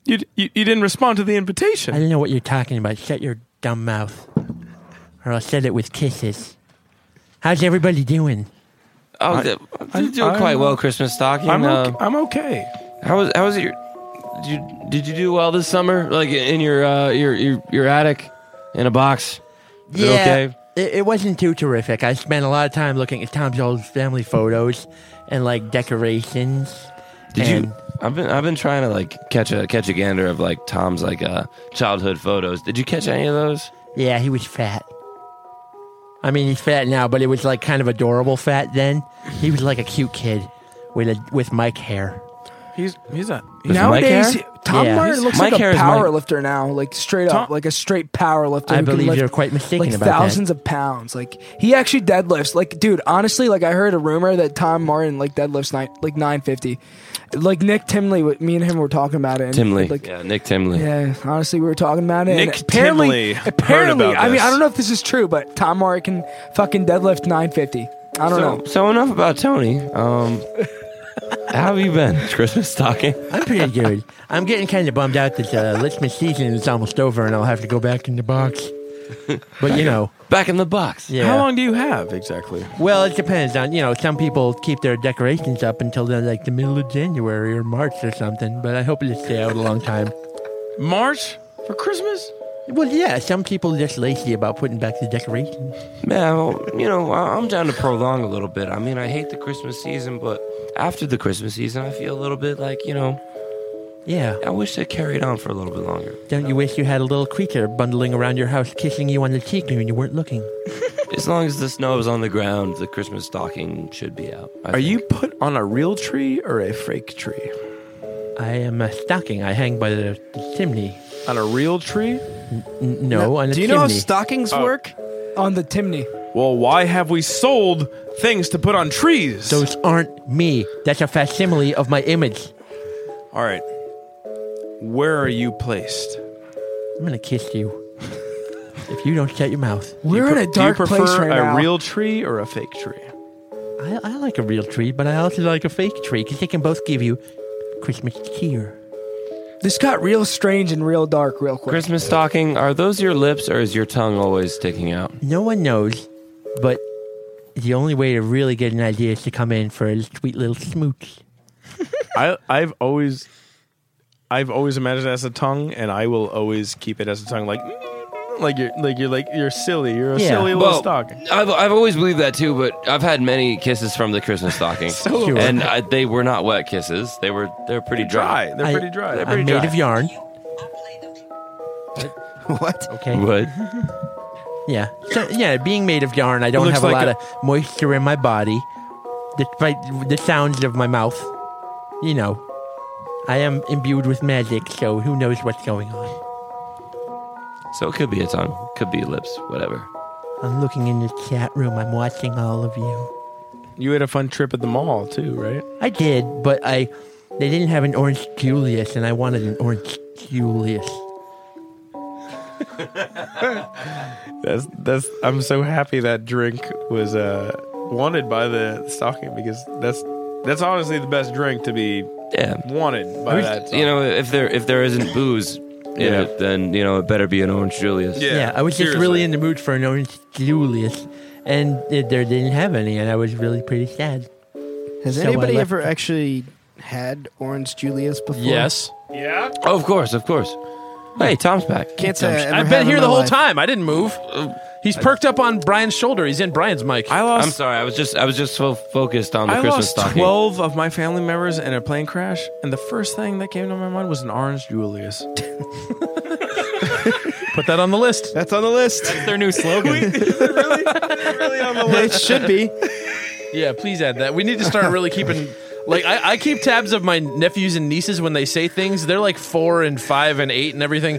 Speaker 4: You, you, you didn't respond to the
Speaker 9: I
Speaker 4: invitation.
Speaker 9: don't know what you're talking about. Shut your dumb mouth. Or I'll set it with kisses. How's everybody doing?
Speaker 3: oh, the- you're doing
Speaker 4: I-
Speaker 3: quite well, Christmas stocking.
Speaker 4: I'm
Speaker 3: Uh,
Speaker 4: okay. I'm okay.
Speaker 3: How was how was your? Did you, did you do well this summer? Like in your uh, your, your your attic, in a box. Is it okay?
Speaker 9: It, it wasn't too terrific. I spent a lot of time looking at Tom's old family photos and like decorations.
Speaker 3: Did
Speaker 9: And-
Speaker 3: you? I've been I've been trying to like catch a catch a gander of like Tom's like uh, childhood photos. Did you catch any of those?
Speaker 9: Yeah, he was fat. I mean, he's fat now, but it was like kind of adorable fat then. He was like a cute kid with a, with Mike hair.
Speaker 4: He's he's a
Speaker 3: With
Speaker 6: Nowadays,
Speaker 3: Mike hair?
Speaker 6: Tom
Speaker 9: Yeah.
Speaker 6: Martin looks
Speaker 3: My
Speaker 6: like
Speaker 3: hair
Speaker 6: a
Speaker 3: is my-
Speaker 6: power lifter now, like straight up,
Speaker 4: Tom-
Speaker 6: like a straight power lifter.
Speaker 9: I
Speaker 6: who can
Speaker 9: believe
Speaker 6: lift,
Speaker 9: you're quite mistaken
Speaker 6: like
Speaker 9: about that.
Speaker 6: thousands of pounds. Like he actually deadlifts. Like dude, honestly, like I heard a rumor that Tom Martin like deadlifts nine, like nine fifty. Like Nick Timley, w- me and him were talking about it. And,
Speaker 3: Timley.
Speaker 6: like,
Speaker 3: yeah, Nick Timley.
Speaker 6: Yeah, honestly, we were talking about it. and
Speaker 4: Nick
Speaker 6: apparently,
Speaker 4: Timley heard
Speaker 6: apparently,
Speaker 4: about
Speaker 6: I mean,
Speaker 4: this.
Speaker 6: I don't know if this is true, but Tom Martin can fucking deadlift 950. I don't
Speaker 3: So,
Speaker 6: know.
Speaker 3: so enough about Tony. Um, how have you been? It's Christmas stocking.
Speaker 9: I'm pretty good. I'm getting kind of bummed out that the Litchman season is almost over and I'll have to go back in the box. But you know,
Speaker 3: Back in the box.
Speaker 9: yeah.
Speaker 4: How long do you have exactly?
Speaker 9: Well, it depends on you know. Some people keep their decorations up until they're like the middle of January or March or something. But I hope it'll stay out a long time.
Speaker 4: March for Christmas?
Speaker 9: Well, yeah. Some people are just lazy about putting back the decorations.
Speaker 3: Yeah, well, you know, I- I'm down to prolong a little bit. I mean, I hate the Christmas season, but after the Christmas season, I feel a little bit like, you know,
Speaker 9: Yeah.
Speaker 3: I wish it carried on for a little bit longer.
Speaker 9: Don't you wish you had a little creature bundling around your house, kissing you on the cheek when you weren't looking?
Speaker 3: As long as the snow is on the ground, the Christmas stocking should be out. I
Speaker 4: Are
Speaker 3: think.
Speaker 4: you put on a real tree or a fake tree?
Speaker 9: I am a stocking. I hang by the, the chimney.
Speaker 4: On a real tree?
Speaker 9: N- no, on the
Speaker 5: Do you
Speaker 9: chimney.
Speaker 5: know how stockings work?
Speaker 6: On the Timney.
Speaker 4: Oh. Well, why have we sold things to put on trees?
Speaker 9: Those aren't me. That's a facsimile of my image.
Speaker 4: All right. Where are you placed?
Speaker 9: I'm gonna kiss you if you don't shut your mouth.
Speaker 6: We're in a dark
Speaker 4: Do you prefer
Speaker 6: place right
Speaker 4: a
Speaker 6: now.
Speaker 4: real tree or a fake tree?
Speaker 9: I, I like a real tree, but I also like a fake tree because they can both give you Christmas cheer.
Speaker 6: this got real strange and real dark real quick.
Speaker 3: Christmas stocking, are those your lips or is your tongue always sticking out?
Speaker 9: No one knows, but the only way to really get an idea is to come in for a sweet little smooch.
Speaker 4: I I've always I've always imagined it as a tongue, and I will always keep it as a tongue. Like like you're like you're like you're silly. You're a
Speaker 9: Yeah.
Speaker 4: silly little
Speaker 3: Well,
Speaker 4: stocking.
Speaker 3: I've, I've always believed that too, but I've had many kisses from the Christmas stocking.
Speaker 9: Sure.
Speaker 3: And I, they were not wet kisses. They were they're pretty
Speaker 4: Dry.
Speaker 3: dry.
Speaker 4: They're
Speaker 9: I-
Speaker 4: pretty dry. They're
Speaker 9: I'm
Speaker 4: pretty
Speaker 9: made
Speaker 4: dry.
Speaker 9: of yarn.
Speaker 5: What?
Speaker 9: Okay.
Speaker 3: What?
Speaker 9: Yeah. So yeah, being made of yarn, I don't
Speaker 4: looks
Speaker 9: have a
Speaker 4: like
Speaker 9: lot
Speaker 4: a-
Speaker 9: of moisture in my body, despite the sounds of my mouth. You know, I am imbued with magic, so who knows what's going on?
Speaker 3: So it could be a tongue, could be lips, whatever.
Speaker 9: I'm looking in the chat room. I'm watching all of you.
Speaker 4: You had a fun trip at the mall too, right?
Speaker 9: I did, but I they didn't have an orange Julius, and I wanted an orange Julius.
Speaker 4: That's that's. I'm so happy that drink was uh, wanted by the stocking because that's that's honestly the best drink to be
Speaker 3: Yeah.
Speaker 4: wanted by that.
Speaker 3: You know, if there if there isn't booze in
Speaker 4: Yeah.
Speaker 3: it, then you know it better be an orange Julius.
Speaker 4: Yeah.
Speaker 9: Yeah, I was just
Speaker 4: seriously.
Speaker 9: really in the mood for an orange Julius, and they they didn't have any, and I was really pretty sad.
Speaker 5: Has
Speaker 9: So I
Speaker 5: anybody
Speaker 9: left
Speaker 5: ever actually had orange Julius before?
Speaker 1: Yes.
Speaker 3: Oh, of course, of course. Hey, Tom's back.
Speaker 5: Can't say I ever
Speaker 1: I've
Speaker 5: have
Speaker 1: been
Speaker 5: in
Speaker 1: here
Speaker 5: my
Speaker 1: the whole
Speaker 5: life. Uh,
Speaker 1: time. I didn't move. He's perked up on Brian's shoulder. He's in Brian's mic.
Speaker 4: I lost.
Speaker 3: I'm sorry. I was just I was just so focused on the
Speaker 4: I
Speaker 3: Christmas
Speaker 4: lost
Speaker 3: stocking.
Speaker 4: twelve of my family members in a plane crash, and the first thing that came to my mind was an orange Julius.
Speaker 1: Put that on the list.
Speaker 5: That's on the list.
Speaker 8: Their new slogan.
Speaker 5: it should be.
Speaker 1: Yeah, please add that. We need to start really keeping. Like I, I keep tabs of my nephews and nieces when they say things. They're like four and five and eight and everything,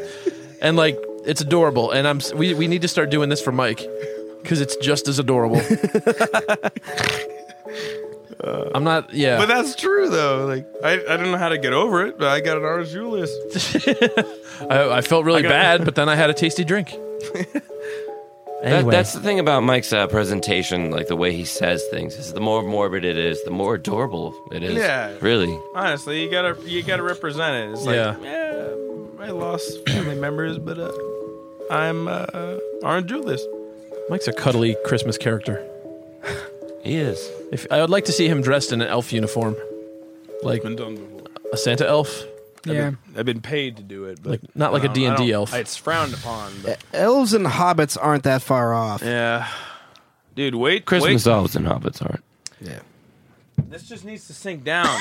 Speaker 1: and like It's adorable, and I'm s- we we need to start doing this for Mike because it's just as adorable. I'm not. Yeah,
Speaker 2: But that's true though. Like I, I don't know how to get over it, but I got an orange Julius.
Speaker 1: I, I felt really
Speaker 2: I got-
Speaker 1: bad, but then I had a tasty drink.
Speaker 3: That,
Speaker 9: Anyway.
Speaker 3: that's the thing about Mike's uh, presentation, like the way he says things, is the more morbid it is, the more adorable it is.
Speaker 2: Yeah.
Speaker 3: Really.
Speaker 2: Honestly, you gotta you gotta represent it. It's like
Speaker 1: Yeah.
Speaker 2: yeah, I lost family members, but uh, I'm uh, orange Julius.
Speaker 1: Mike's a cuddly Christmas character.
Speaker 3: He is.
Speaker 1: If I would like to see him dressed in an elf uniform, like
Speaker 2: Been done before.
Speaker 1: a Santa elf.
Speaker 6: Yeah.
Speaker 2: I've been paid to do it, but
Speaker 1: Like- not like
Speaker 2: a
Speaker 1: a D&D elf.
Speaker 2: It's frowned upon.
Speaker 6: Eh.
Speaker 2: But,
Speaker 5: E, Elves and hobbits aren't that far off.
Speaker 2: yeah, dude, wait,
Speaker 3: Christmas
Speaker 2: wait.
Speaker 3: elves and hobbits aren't.
Speaker 4: This just needs to sink down.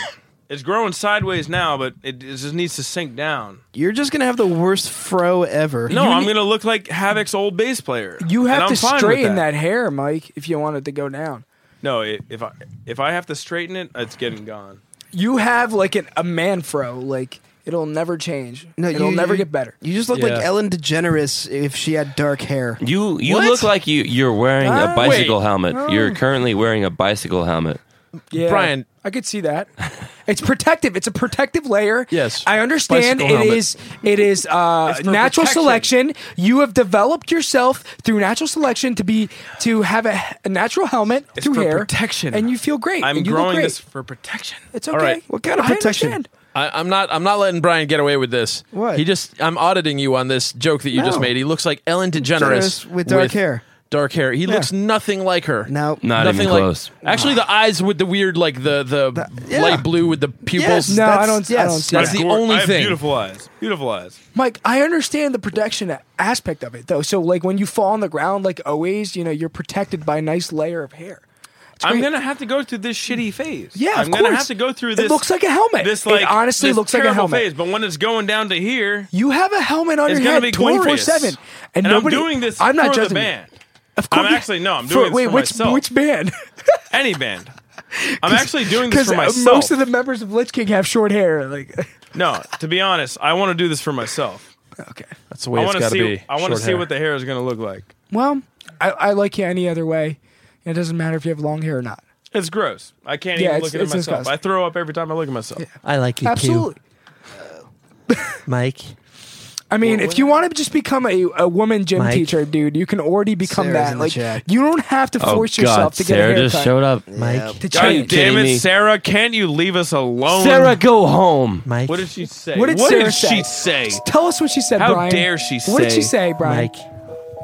Speaker 4: it's growing sideways now, but it, it just needs to sink down.
Speaker 5: You're just gonna have the worst fro ever.
Speaker 4: No, I'm gonna look like Havoc's old bass player.
Speaker 6: You
Speaker 4: and
Speaker 6: have
Speaker 4: I'm
Speaker 6: to
Speaker 4: fine with
Speaker 6: straighten that. hair, Mike, if you want it to go down.
Speaker 4: No, i- if I if I have to straighten it, it's getting gone.
Speaker 6: You have like an, a man fro, like it'll never change.
Speaker 5: No,
Speaker 6: it'll
Speaker 5: you-
Speaker 6: never
Speaker 5: you-
Speaker 6: get better.
Speaker 5: You just look
Speaker 1: Yeah.
Speaker 5: like Ellen DeGeneres if she had dark hair.
Speaker 3: You you look like you you're wearing
Speaker 6: Ah,
Speaker 3: a bicycle
Speaker 1: wait.
Speaker 3: helmet. You're currently wearing a bicycle helmet.
Speaker 6: Yeah,
Speaker 1: Brian.
Speaker 6: I could see that. It's protective. It's a protective layer.
Speaker 1: Yes.
Speaker 6: I understand.
Speaker 1: Bicycle
Speaker 6: It
Speaker 1: helmet.
Speaker 6: is. It is uh, natural selection. You have developed yourself through natural selection to be to have a, a natural helmet
Speaker 4: It's
Speaker 6: through
Speaker 4: for
Speaker 6: hair
Speaker 4: protection.
Speaker 6: and you feel great.
Speaker 4: I'm
Speaker 6: and you look
Speaker 4: growing
Speaker 6: great.
Speaker 4: this for protection.
Speaker 6: It's
Speaker 1: All
Speaker 6: okay.
Speaker 1: right.
Speaker 5: What kind of protection?
Speaker 6: I understand.
Speaker 1: I, I'm not. I'm not letting Brian get away with this.
Speaker 5: What?
Speaker 1: He just. I'm auditing you on this joke that you just
Speaker 5: No.
Speaker 1: made. He looks like Ellen DeGeneres
Speaker 5: DeGeneres with dark hair.
Speaker 1: Dark hair. He looks nothing like her.
Speaker 5: No.
Speaker 3: Not
Speaker 1: nothing
Speaker 3: even
Speaker 1: like,
Speaker 3: close.
Speaker 1: Actually, the eyes with the weird, like the the,
Speaker 5: yeah.
Speaker 1: light blue with the pupils.
Speaker 5: Yes.
Speaker 6: No, I
Speaker 5: That's-
Speaker 6: don't. I
Speaker 5: yes.
Speaker 6: don't see
Speaker 1: That's
Speaker 6: that.
Speaker 1: the only
Speaker 2: I have
Speaker 1: thing.
Speaker 2: beautiful eyes. Beautiful eyes.
Speaker 6: Mike, I understand the protection a- aspect of it though. So like when you fall on the ground, like always, you know, you're protected by a nice layer of hair.
Speaker 4: I'm gonna have to go through this shitty phase.
Speaker 6: Yeah,
Speaker 4: I'm
Speaker 6: of
Speaker 4: gonna
Speaker 6: course.
Speaker 4: have to go through
Speaker 6: It
Speaker 4: this.
Speaker 6: looks like a helmet.
Speaker 4: This
Speaker 6: It
Speaker 4: like
Speaker 6: honestly
Speaker 4: this
Speaker 6: looks like a
Speaker 4: terrible
Speaker 6: helmet.
Speaker 4: Phase, but when it's going down to here,
Speaker 6: You have a helmet on
Speaker 4: It's
Speaker 6: your
Speaker 4: gonna
Speaker 6: head
Speaker 4: be
Speaker 6: twenty four
Speaker 4: glorious.
Speaker 6: seven, and
Speaker 4: and
Speaker 6: nobody.
Speaker 4: I'm doing this
Speaker 6: I'm not
Speaker 4: for
Speaker 6: judging
Speaker 4: the
Speaker 6: you.
Speaker 4: band.
Speaker 6: Of course,
Speaker 4: I'm actually- no, I'm
Speaker 6: For-
Speaker 4: doing this
Speaker 6: wait,
Speaker 4: for
Speaker 6: which
Speaker 4: myself.
Speaker 6: which band?
Speaker 4: Any band. I'm actually doing this
Speaker 6: Because
Speaker 4: for myself.
Speaker 6: most of the members of Lich King have short hair. Like,
Speaker 4: no, to be honest, I want to do this for myself.
Speaker 6: okay.
Speaker 1: That's the way
Speaker 4: I
Speaker 1: it's
Speaker 4: want to
Speaker 1: got to
Speaker 4: see.
Speaker 1: be.
Speaker 4: I want to
Speaker 1: Short
Speaker 4: see
Speaker 1: hair.
Speaker 4: what the hair is going to look like.
Speaker 6: Well, I, I like you any other way. It doesn't matter if you have long hair or not.
Speaker 4: It's gross. I can't
Speaker 6: Yeah,
Speaker 4: even
Speaker 6: it's-
Speaker 4: look at it
Speaker 6: it's
Speaker 4: myself.
Speaker 6: disgusting.
Speaker 4: I throw up every time I look at myself.
Speaker 9: I like you
Speaker 6: Absolutely.
Speaker 9: too, Mike.
Speaker 6: I mean, if you want to just become a, a woman gym
Speaker 9: Mike?
Speaker 6: teacher, dude, you can already become
Speaker 5: Sarah's in
Speaker 6: that.
Speaker 5: the
Speaker 6: Like,
Speaker 5: chat.
Speaker 6: you don't have to force
Speaker 3: oh God!
Speaker 6: yourself to get
Speaker 3: Sarah
Speaker 6: a haircut.
Speaker 3: just showed up.
Speaker 9: Mike.
Speaker 6: to
Speaker 4: God
Speaker 6: change.
Speaker 4: damn it,
Speaker 3: me?
Speaker 4: Sarah! Can't you leave us alone?
Speaker 3: Sarah, go home.
Speaker 9: Mike.
Speaker 4: what did she say?
Speaker 6: What did Sarah
Speaker 4: she
Speaker 6: say?
Speaker 4: say?
Speaker 6: Tell us what she said,
Speaker 4: How
Speaker 6: Brian.
Speaker 4: dare she
Speaker 6: What did she
Speaker 4: say-
Speaker 6: say, Brian?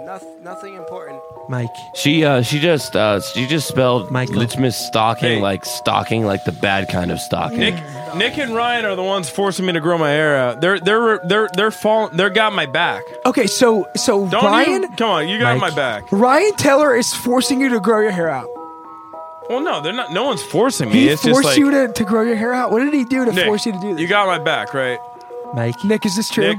Speaker 9: Mike.
Speaker 5: nothing important.
Speaker 9: Mike.
Speaker 3: She uh she just uh she just spelled
Speaker 9: Michael.
Speaker 3: Lichmas stocking
Speaker 4: Hey.
Speaker 3: like stocking like the bad kind of stocking.
Speaker 4: Nick, Nick and Ryan are the ones forcing me to grow my hair out. They're they're they're they're falling. They're got my back.
Speaker 6: Okay, so so
Speaker 4: Don't
Speaker 6: Brian
Speaker 4: you? Come on, you got
Speaker 9: Mike.
Speaker 4: my back.
Speaker 6: Ryan Taylor is forcing you to grow your hair out.
Speaker 4: Well, no, they're not. No one's forcing me.
Speaker 6: He
Speaker 4: it's
Speaker 6: forced
Speaker 4: just like,
Speaker 6: you to, to grow your hair out. What did he do to
Speaker 4: Nick,
Speaker 6: force you to do this?
Speaker 4: You got my back, right?
Speaker 9: Mike.
Speaker 6: Nick, is this true?
Speaker 4: Nick,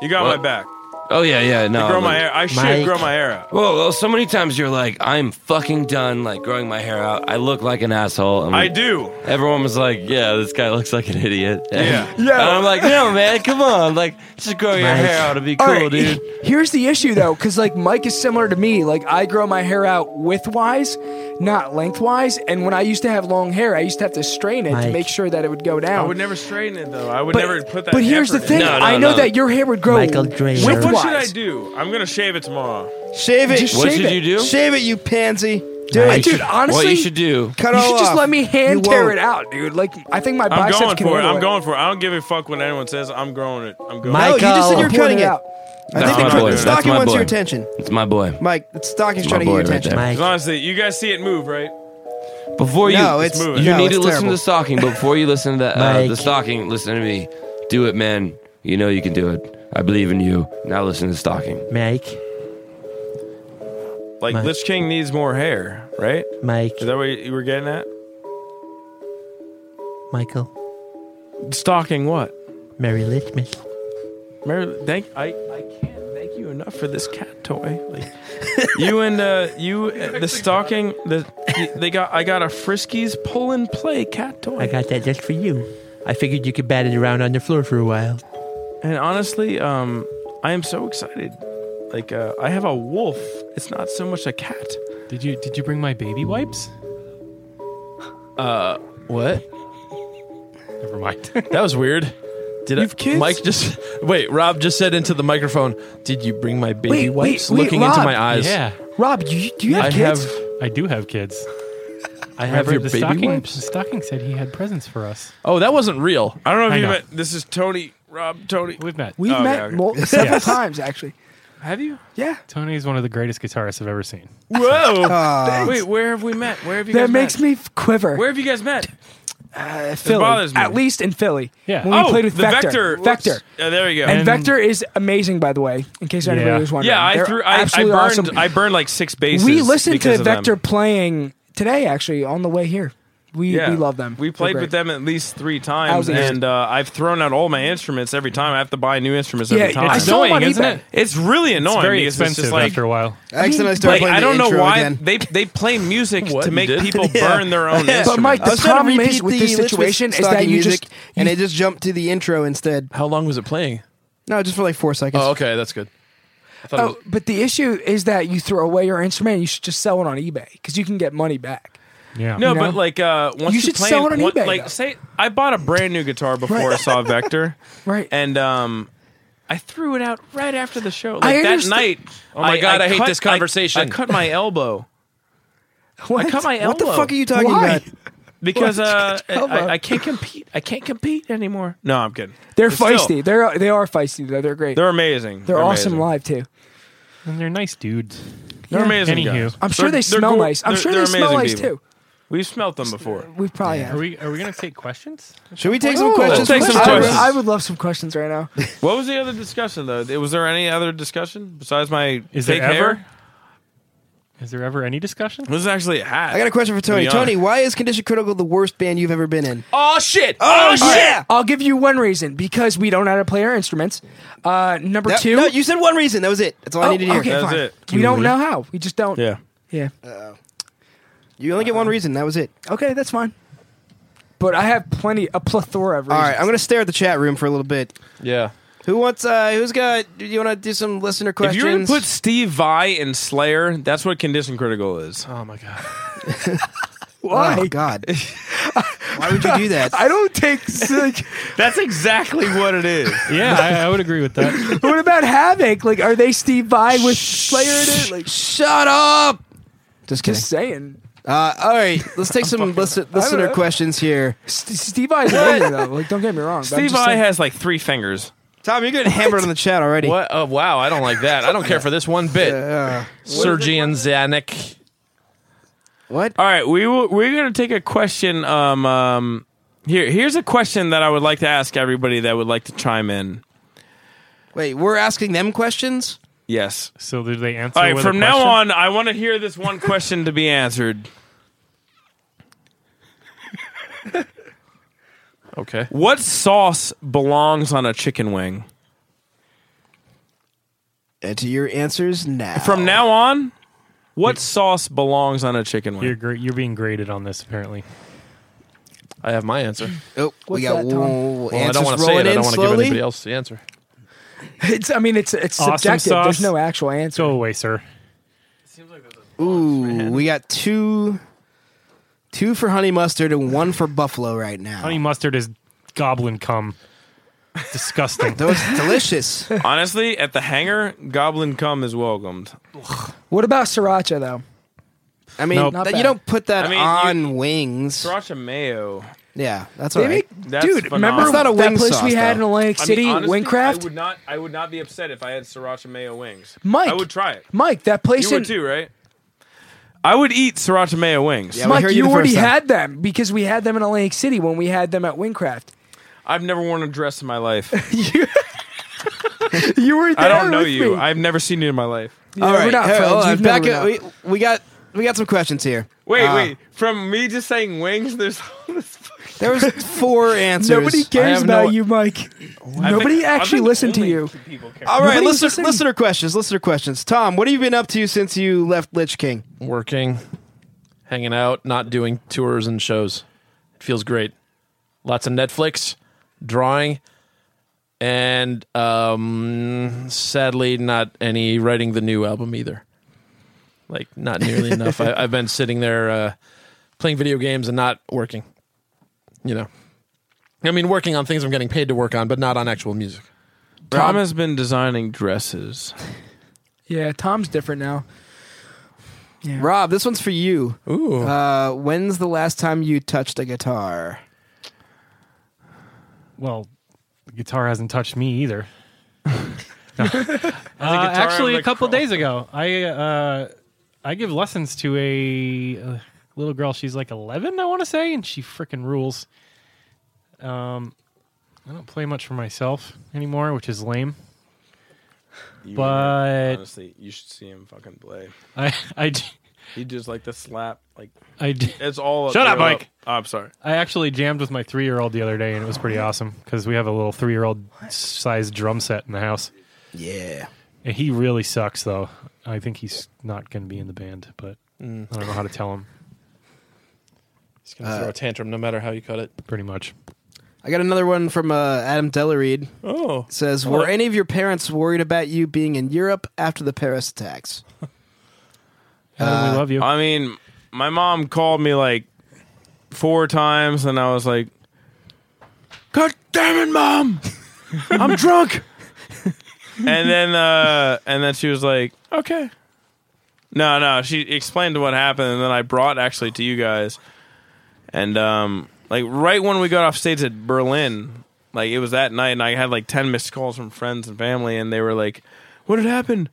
Speaker 4: you got
Speaker 3: What?
Speaker 4: my back.
Speaker 3: Oh yeah, yeah, no.
Speaker 4: grow my
Speaker 3: like-
Speaker 4: hair. I should
Speaker 9: Mike.
Speaker 4: grow my hair out.
Speaker 3: Well, well, so many times you're like, I'm fucking done, like growing my hair out. I look like an asshole. And
Speaker 4: I do.
Speaker 3: Everyone was like, "Yeah, this guy looks like an idiot." And- and
Speaker 4: Yeah.
Speaker 3: I'm like, "No, man, come on, like, just
Speaker 4: Oh,
Speaker 3: grow your
Speaker 9: Mike.
Speaker 3: hair out. It'd be cool,
Speaker 6: All right,
Speaker 3: dude."
Speaker 6: Here's the issue though, because like Mike is similar to me. Like I grow my hair out widthwise, not lengthwise. And when I used to have long hair, I used to have to straighten it to
Speaker 9: Mike.
Speaker 6: make sure that it would go down.
Speaker 4: I would never straighten it though. I would
Speaker 6: but,
Speaker 4: never put that.
Speaker 6: but here's the
Speaker 4: effort
Speaker 6: thing.
Speaker 4: in.
Speaker 3: No, no,
Speaker 6: I know
Speaker 3: no.
Speaker 6: that your hair would grow
Speaker 9: Michael Draper.
Speaker 6: widthwise.
Speaker 4: What should I do? I'm gonna shave it tomorrow.
Speaker 5: Shave it.
Speaker 6: Just
Speaker 3: What
Speaker 6: shave
Speaker 3: should
Speaker 6: it.
Speaker 3: you do?
Speaker 5: Shave it, you pansy. Do
Speaker 9: Mike.
Speaker 5: it.
Speaker 6: Dude, honestly,
Speaker 3: what you should do?
Speaker 5: Cut
Speaker 6: you
Speaker 5: all
Speaker 6: should just
Speaker 5: off.
Speaker 6: let me hand
Speaker 5: You
Speaker 6: tear
Speaker 5: won't.
Speaker 6: it out, dude. Like I think my
Speaker 4: I'm
Speaker 6: biceps
Speaker 4: going
Speaker 6: can
Speaker 4: for it.
Speaker 6: handle
Speaker 4: I'm going for it. I don't give a fuck when anyone says I'm growing it. I'm going.
Speaker 9: Mike.
Speaker 5: No, you just said
Speaker 9: Michael.
Speaker 5: you're cutting
Speaker 6: Pulling it
Speaker 5: it.
Speaker 6: out.
Speaker 5: I
Speaker 3: That's
Speaker 5: think
Speaker 3: my
Speaker 5: the,
Speaker 3: boy.
Speaker 5: the
Speaker 3: That's
Speaker 5: stocking
Speaker 3: my
Speaker 5: wants
Speaker 3: boy.
Speaker 5: your attention.
Speaker 3: It's my boy.
Speaker 5: Mike, the stocking's
Speaker 3: My
Speaker 5: trying to get
Speaker 3: boy
Speaker 5: your
Speaker 3: right
Speaker 5: attention.
Speaker 3: there.
Speaker 9: Mike.
Speaker 4: Because honestly, you guys see it move, right?
Speaker 3: Before you,
Speaker 5: No, it's
Speaker 4: move it.
Speaker 3: you
Speaker 5: no,
Speaker 3: need
Speaker 5: it's
Speaker 3: to listen to
Speaker 5: terrible.
Speaker 3: the stocking. but Before you listen to the, uh,
Speaker 9: Mike.
Speaker 3: the stocking, listen to me. Do it, man. You know you can do it. I believe in you. Now listen to the stocking.
Speaker 9: Mike.
Speaker 4: Like
Speaker 9: Mike.
Speaker 4: Lich King needs more hair, right?
Speaker 9: Mike.
Speaker 4: Is that what you were getting at?
Speaker 9: Michael.
Speaker 4: Stalking what?
Speaker 9: Merry Litmus.
Speaker 4: Mary, thank I, I can't thank you enough for this cat toy. Like, you and uh, you uh, the stocking the they got I got a Friskies pull and play cat toy.
Speaker 9: I got that just for you. I figured you could bat it around on the floor for a while.
Speaker 4: and honestly, um, I am so excited. Like uh, I have a wolf. It's not so much a cat.
Speaker 8: Did you did you bring my baby wipes?
Speaker 1: Uh, what?
Speaker 8: Never mind.
Speaker 1: That was weird. Did I,
Speaker 5: You've kissed?
Speaker 1: Mike just wait? Rob just said into the microphone. Did you bring my baby
Speaker 6: Wait, wait,
Speaker 1: wipes?
Speaker 6: wait,
Speaker 1: Looking into
Speaker 6: Rob.
Speaker 1: my eyes.
Speaker 8: Yeah,
Speaker 6: Rob, do you, do you have
Speaker 1: I
Speaker 6: kids?
Speaker 1: have.
Speaker 8: I do have kids.
Speaker 1: I have
Speaker 8: Remember
Speaker 1: your
Speaker 8: the
Speaker 1: baby
Speaker 8: stocking, The
Speaker 1: wipes.
Speaker 8: stocking said he had presents for us.
Speaker 1: Oh, that wasn't real.
Speaker 4: I don't know if
Speaker 8: I
Speaker 4: you
Speaker 8: know.
Speaker 4: met. This is Tony. Rob, Tony.
Speaker 8: We've met.
Speaker 6: We've
Speaker 4: Oh,
Speaker 6: met
Speaker 4: yeah, okay.
Speaker 6: mul- several times, actually.
Speaker 4: Have you?
Speaker 6: Yeah.
Speaker 8: Tony is one of the greatest guitarists I've ever seen.
Speaker 4: Whoa.
Speaker 5: Uh,
Speaker 4: Wait, where have we met? Where have you
Speaker 6: That
Speaker 4: guys
Speaker 6: makes
Speaker 4: met?
Speaker 6: me f- quiver.
Speaker 4: Where have you guys met?
Speaker 6: Uh, Philly,
Speaker 4: bothers me.
Speaker 6: At least in Philly.
Speaker 8: Yeah.
Speaker 6: When we
Speaker 4: oh,
Speaker 6: played with
Speaker 4: the
Speaker 6: Vector. Vector.
Speaker 4: Whoops. Uh, there you go.
Speaker 6: And,
Speaker 8: And-
Speaker 6: Vector is amazing, by the way, in case anybody
Speaker 8: Yeah.
Speaker 6: was wondering.
Speaker 4: yeah, I
Speaker 6: They're
Speaker 4: threw. I, I
Speaker 6: absolutely
Speaker 4: burned.
Speaker 6: awesome.
Speaker 4: I burned like six bases.
Speaker 6: we listened
Speaker 4: because
Speaker 6: to
Speaker 4: of them.
Speaker 6: Vector playing today, actually, on the way here. We,
Speaker 4: Yeah.
Speaker 6: we love them.
Speaker 4: We
Speaker 6: They're
Speaker 4: played
Speaker 6: great.
Speaker 4: with them at least three
Speaker 6: I
Speaker 4: times,
Speaker 6: was amazed.
Speaker 4: and uh, I've thrown out all my instruments every time. I have to buy new instruments
Speaker 6: Yeah,
Speaker 4: every time.
Speaker 6: I
Speaker 8: It's
Speaker 6: saw 'em
Speaker 8: annoying,
Speaker 6: on
Speaker 8: isn't
Speaker 6: eBay.
Speaker 8: it?
Speaker 4: it's really annoying.
Speaker 8: It's very
Speaker 4: because
Speaker 8: expensive
Speaker 4: just like,
Speaker 8: after a while.
Speaker 5: accidentally
Speaker 6: Mm.
Speaker 5: started
Speaker 4: Like,
Speaker 5: playing
Speaker 4: I
Speaker 5: the
Speaker 4: don't know
Speaker 5: intro
Speaker 4: why
Speaker 5: again.
Speaker 4: they they play music
Speaker 1: What,
Speaker 4: to
Speaker 1: you
Speaker 4: make
Speaker 1: did?
Speaker 4: people
Speaker 5: Yeah.
Speaker 4: burn their own instruments.
Speaker 6: But Mike,
Speaker 5: I
Speaker 6: the
Speaker 5: was trying to
Speaker 6: problem
Speaker 5: repeat
Speaker 6: is with
Speaker 5: the
Speaker 6: this
Speaker 5: Lichtenstein
Speaker 6: situation is
Speaker 5: stocking
Speaker 6: that you
Speaker 5: music,
Speaker 6: just
Speaker 5: and it just jumped to the intro instead.
Speaker 1: How long was it playing?
Speaker 5: No, just for like four seconds.
Speaker 1: Oh, okay, that's good. I thought it
Speaker 6: Oh,
Speaker 1: was-
Speaker 6: but the issue is that you throw away your instrument. and You should just sell it on eBay because you can get money back.
Speaker 8: Yeah.
Speaker 4: No,
Speaker 6: You
Speaker 4: but
Speaker 6: know?
Speaker 4: like uh, once
Speaker 6: You
Speaker 4: you,
Speaker 6: should
Speaker 4: play
Speaker 6: sell it on
Speaker 4: one-
Speaker 6: eBay,
Speaker 4: Like,
Speaker 6: though.
Speaker 4: say I bought a brand new guitar before I saw Vector,
Speaker 6: Right.
Speaker 4: and um, I threw it out right after the show. Like that
Speaker 6: understand-
Speaker 4: night.
Speaker 1: Oh my God, I hate
Speaker 4: cut-
Speaker 1: this conversation.
Speaker 4: I, cut my elbow
Speaker 6: What?
Speaker 4: cut my
Speaker 5: What the
Speaker 4: elbow.
Speaker 5: fuck are you talking
Speaker 6: Why?
Speaker 5: about?
Speaker 4: because uh,
Speaker 6: elbow?
Speaker 4: I, I can't compete. I can't compete anymore. No, I'm kidding.
Speaker 6: They're
Speaker 4: But
Speaker 6: feisty.
Speaker 4: still,
Speaker 6: they're they are feisty though. They're great. They're,
Speaker 4: they're amazing.
Speaker 6: awesome
Speaker 4: amazing.
Speaker 6: live too.
Speaker 8: and they're nice dudes.
Speaker 4: They're amazing.
Speaker 8: Anywho.
Speaker 4: guys.
Speaker 6: I'm sure
Speaker 4: They're-
Speaker 6: they
Speaker 4: they're
Speaker 6: smell
Speaker 4: cool-
Speaker 6: nice. I'm
Speaker 4: they're-
Speaker 6: sure they
Speaker 4: they're
Speaker 6: smell
Speaker 4: amazing
Speaker 6: nice
Speaker 4: people.
Speaker 6: too.
Speaker 4: We've smelt them before.
Speaker 6: We probably have.
Speaker 8: Are we are we gonna take questions?
Speaker 5: Should we take some
Speaker 6: Ooh.
Speaker 5: questions?
Speaker 4: Take some
Speaker 5: first?
Speaker 6: I would,
Speaker 4: questions.
Speaker 6: I would love some questions right now.
Speaker 4: What was the other discussion though? Was there any other discussion besides my
Speaker 8: Is
Speaker 4: fake
Speaker 8: there ever?
Speaker 4: hair?
Speaker 8: Is there ever any discussion?
Speaker 4: This is actually a hat.
Speaker 5: I got a question for Tony.
Speaker 4: Yeah.
Speaker 5: Tony, why is Condition Critical the worst band you've ever been in?
Speaker 1: oh shit!
Speaker 5: Oh, yeah.
Speaker 6: I'll give you one reason because we don't know how to play our instruments. Uh, number
Speaker 5: That-
Speaker 6: two.
Speaker 5: No, you said one reason. That was it. That's all I
Speaker 6: Oh,
Speaker 5: needed to hear.
Speaker 6: okay,
Speaker 4: That's
Speaker 6: fine.
Speaker 4: it.
Speaker 6: We don't know how. We just don't.
Speaker 4: Yeah.
Speaker 6: Yeah.
Speaker 5: Uh, You only get one reason. That was it.
Speaker 6: Okay, that's fine. But I have plenty, a plethora of
Speaker 5: All
Speaker 6: reasons.
Speaker 5: right, I'm gonna stare at the chat room for a little bit.
Speaker 1: Yeah.
Speaker 5: Who wants? uh Who's got? Do you want to do some listener
Speaker 4: If
Speaker 5: questions?
Speaker 4: you were to put Steve Vai in Slayer, that's what condition critical is.
Speaker 1: Oh my god.
Speaker 6: Why?
Speaker 5: Oh God! why would you do that?
Speaker 6: I don't take. Like,
Speaker 4: That's exactly what it is.
Speaker 8: Yeah, I, I would agree with that.
Speaker 6: what about Havoc? Like, are they Steve Vai with Slayer in it? Like,
Speaker 5: Shut up! Just kidding.
Speaker 6: just saying.
Speaker 5: Uh, all right, let's take some listen, listener
Speaker 6: know.
Speaker 5: questions here.
Speaker 6: St- Steve Vai's amazing though. Like, don't get me wrong. but I'm
Speaker 4: Steve
Speaker 6: just
Speaker 4: Vai
Speaker 6: saying-
Speaker 4: has like three fingers.
Speaker 5: Tom, you're getting hammered on the chat already.
Speaker 1: What? Oh wow! I don't like that. I don't care for this one bit.
Speaker 5: Uh,
Speaker 1: Sergey and Zanuck.
Speaker 5: what?
Speaker 4: All right, we will, we're going to take a question. Um, um, here, here's a question that I would like to ask everybody that would like to chime in.
Speaker 5: Wait, we're asking them questions.
Speaker 4: Yes.
Speaker 8: So do they answer?
Speaker 4: All right,
Speaker 8: with a
Speaker 4: from now
Speaker 8: question?
Speaker 4: on, I want to hear this one question to be answered.
Speaker 1: Okay.
Speaker 4: What sauce belongs on a chicken wing?
Speaker 5: Enter your answers now.
Speaker 4: From now on, what sauce belongs on a chicken
Speaker 8: you're
Speaker 4: wing?
Speaker 8: great. You're being graded on this apparently.
Speaker 1: I have my answer.
Speaker 5: oh, we
Speaker 6: What's
Speaker 5: got
Speaker 6: that, Tom?
Speaker 5: whoa,
Speaker 1: Well, I
Speaker 5: answers
Speaker 1: don't want to say
Speaker 5: rolling
Speaker 1: it. I
Speaker 5: in
Speaker 1: don't want to give
Speaker 5: slowly.
Speaker 1: anybody else the answer.
Speaker 6: It's. I mean, it's it's
Speaker 8: Awesome
Speaker 6: subjective.
Speaker 8: sauce.
Speaker 6: There's no actual answer.
Speaker 8: Go away, sir.
Speaker 5: Ooh, we got two, two for honey mustard and one for buffalo right now.
Speaker 8: Honey mustard is goblin cum. It's disgusting.
Speaker 5: That was delicious.
Speaker 4: Honestly, at the hangar, goblin cum is welcomed.
Speaker 6: What about sriracha though?
Speaker 5: I mean,
Speaker 6: Nope. Not
Speaker 5: that,
Speaker 6: bad.
Speaker 5: you don't put that
Speaker 4: I mean,
Speaker 5: on wings.
Speaker 4: Sriracha mayo.
Speaker 5: yeah, that's all
Speaker 6: They
Speaker 5: right.
Speaker 6: make,
Speaker 4: That's
Speaker 6: dude, remember
Speaker 4: phenomenal. It's not
Speaker 5: a
Speaker 6: that
Speaker 5: wing
Speaker 6: place
Speaker 5: sauce,
Speaker 6: we had
Speaker 5: though.
Speaker 6: in Atlantic
Speaker 4: I
Speaker 6: City,
Speaker 4: mean, honestly, I
Speaker 6: Wingcraft?
Speaker 4: would not. I would not be upset if I had sriracha mayo wings.
Speaker 6: Mike.
Speaker 4: I would try it.
Speaker 6: Mike, that place
Speaker 4: You would
Speaker 6: in
Speaker 4: too, right? I would eat sriracha mayo wings.
Speaker 5: Yeah, we
Speaker 6: Mike,
Speaker 5: heard
Speaker 6: you,
Speaker 5: you the
Speaker 6: already
Speaker 5: first time.
Speaker 6: had them because we had them in Atlantic City when we had them at Wingcraft.
Speaker 4: I've never worn a dress in my life.
Speaker 6: You were there
Speaker 4: I don't know
Speaker 6: with
Speaker 4: you.
Speaker 6: Me.
Speaker 4: I've never seen you in my life.
Speaker 6: Yeah,
Speaker 5: All
Speaker 6: we're
Speaker 5: right,
Speaker 6: not
Speaker 5: hey,
Speaker 6: friends.
Speaker 5: hold on,
Speaker 6: You've
Speaker 5: back
Speaker 6: never
Speaker 5: up.
Speaker 6: known.
Speaker 5: We, we got we got some questions here.
Speaker 4: Wait,
Speaker 5: Uh,
Speaker 4: wait. From me just saying wings, there's all this.
Speaker 5: There was four answers.
Speaker 6: Nobody cares
Speaker 1: have
Speaker 6: about
Speaker 1: no-
Speaker 6: you, Mike. Nobody actually listened to you.
Speaker 5: All right,
Speaker 6: Nobody's
Speaker 5: listener,
Speaker 6: listening.
Speaker 5: listener questions. Listener questions. Tom, what have you been up to since you left Lich King?
Speaker 1: Working, hanging out, not doing tours and shows. It feels great. Lots of Netflix, drawing, and um, sadly, not any writing the new album either. Like, not nearly enough. I, I've been sitting there uh, playing video games and not working. You know, I mean, working on things I'm getting paid to work on, but not on actual music.
Speaker 4: Tom has been designing dresses.
Speaker 6: Yeah, Tom's different now.
Speaker 5: Rob, this one's for you.
Speaker 1: Ooh,
Speaker 5: Uh, when's the last time you touched a guitar?
Speaker 8: Well, the guitar hasn't touched me either. No. Uh, actually, a couple days ago, I uh, I give lessons to a, uh little girl. She's like 11, I want to say, and she freaking rules. Um, I don't play much for myself anymore, which is lame. But
Speaker 4: honestly, you should see him fucking play.
Speaker 8: I I d-
Speaker 4: He just like the slap, like
Speaker 8: I d-
Speaker 4: it's all.
Speaker 8: Shut up, Mike.
Speaker 4: Oh, I'm sorry.
Speaker 8: I actually jammed with my three year old the other day, and it was pretty awesome because we have a little three year old size drum set in the house.
Speaker 5: Yeah.
Speaker 8: And he really sucks, though. I think he's not going to be in the band, but I don't know how to tell him.
Speaker 1: he's gonna throw a tantrum no matter how you cut it.
Speaker 8: Pretty much.
Speaker 5: I got another one from uh, Adam Delareed.
Speaker 1: Oh,
Speaker 5: It says, were any of your parents worried about you being in Europe after the Paris attacks?
Speaker 8: Adam, we love you.
Speaker 4: I mean, my mom called me like four times, and I was like, "God damn it, mom, I'm drunk." and then, uh, and then she was like, "Okay." No, no. She explained what happened, and then I brought actually to you guys, and um, like right when we got off stage at Berlin, like it was that night, and I had like ten missed calls from friends and family, and they were like, "What had happened?"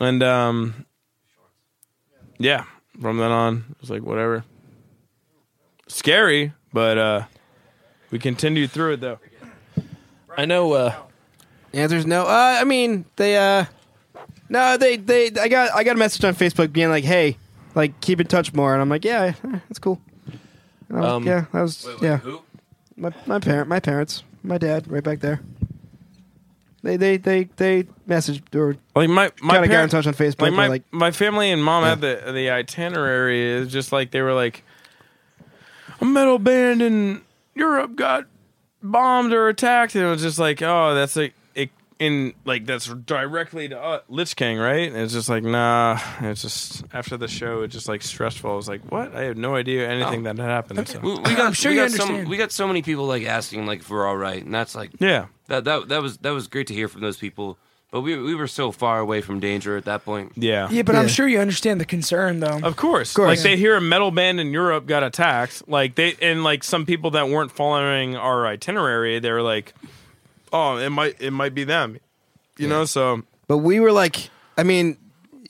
Speaker 4: And um, yeah from then on it was like whatever scary but uh we continued through it though
Speaker 1: I know. Uh,
Speaker 5: The answer's no. Uh, I mean, they, uh, no, they, they, I got, I got a message on Facebook being like, hey, like, keep in touch more. And I'm like, yeah, eh, that's cool. And I was-
Speaker 1: Um,
Speaker 5: yeah, that was, yeah. My, my parent, my parents, my dad, right back there. They, they, they, they messaged or
Speaker 4: like my
Speaker 5: kind of
Speaker 4: my
Speaker 5: got in
Speaker 4: parents,
Speaker 5: touch on Facebook.
Speaker 4: like my
Speaker 5: they're like,
Speaker 4: my family and mom had the the itinerary is just like they were like a metal band in Europe got bombed or attacked and it was just like oh that's like it in like that's directly to uh, Lich King right and it's just like nah it's just after the show it's just like stressful I was like what I have no idea anything that had happened so.
Speaker 3: Oh. We, we got,
Speaker 6: sure
Speaker 3: we
Speaker 6: you
Speaker 3: got some,
Speaker 6: understand.
Speaker 3: we got so many people like asking like if we're all right, and that's like
Speaker 4: yeah
Speaker 3: that that that was that was great to hear from those people. But we we were so far away from danger at that point.
Speaker 4: yeah
Speaker 6: Yeah, but I'm
Speaker 5: Yeah.
Speaker 6: sure you understand the concern, though.
Speaker 4: Of course.
Speaker 5: course.
Speaker 4: Like
Speaker 5: Yeah.
Speaker 4: they hear a metal band in Europe got attacked. Like they and like some people that weren't following our itinerary, they were like, "Oh, it might it might be them," you know. So
Speaker 5: But we were like, I mean,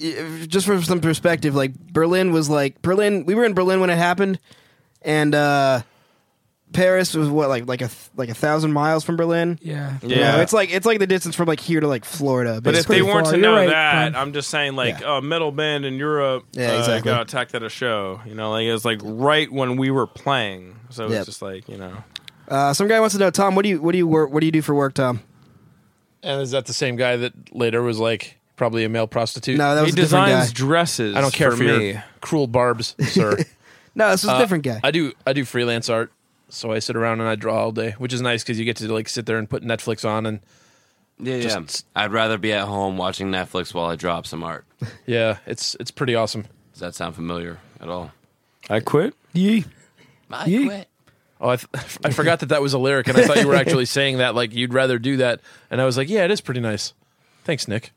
Speaker 5: i- just from some perspective, like Berlin was like Berlin. We were in Berlin when it happened, and uh, Paris was what like like a th- like a thousand miles from Berlin.
Speaker 6: yeah.
Speaker 5: You know, it's like it's like the distance from like here to like Florida.
Speaker 4: but if
Speaker 5: basically.
Speaker 4: they weren't
Speaker 6: far.
Speaker 4: to
Speaker 6: You're
Speaker 4: know
Speaker 6: right,
Speaker 4: that,
Speaker 6: Brian.
Speaker 4: I'm just saying like a metal band in Europe
Speaker 5: Yeah,
Speaker 4: uh,
Speaker 5: exactly.
Speaker 4: got attacked at a show. You know, like it was like right when we were playing. So
Speaker 5: Yep.
Speaker 4: it's just like you know.
Speaker 5: uh, some guy wants to know, Tom, what do you what do you work what do you do for work, Tom?
Speaker 1: and is that the same guy that later was like probably a male prostitute?
Speaker 5: No, that was
Speaker 4: He
Speaker 5: a different guy.
Speaker 4: designs dresses.
Speaker 1: I don't care
Speaker 4: for,
Speaker 1: for, your
Speaker 4: me.
Speaker 1: cruel barbs, sir. Uh,
Speaker 5: No, this was a different guy.
Speaker 1: I do I do freelance art, so I sit around and I draw all day, which is nice because you get to like sit there and put Netflix on and
Speaker 3: Yeah,
Speaker 1: Just-
Speaker 3: yeah. I'd rather be at home watching Netflix while I drop some art.
Speaker 1: yeah, it's it's pretty awesome.
Speaker 3: Does that sound familiar at all?
Speaker 4: I quit.
Speaker 6: Yee.
Speaker 3: I
Speaker 6: Yeah.
Speaker 3: quit.
Speaker 1: Oh, I, th- I forgot that that was a lyric, and I thought you were actually saying that like you'd rather do that, and I was like, yeah, it is pretty nice. Thanks, Nick.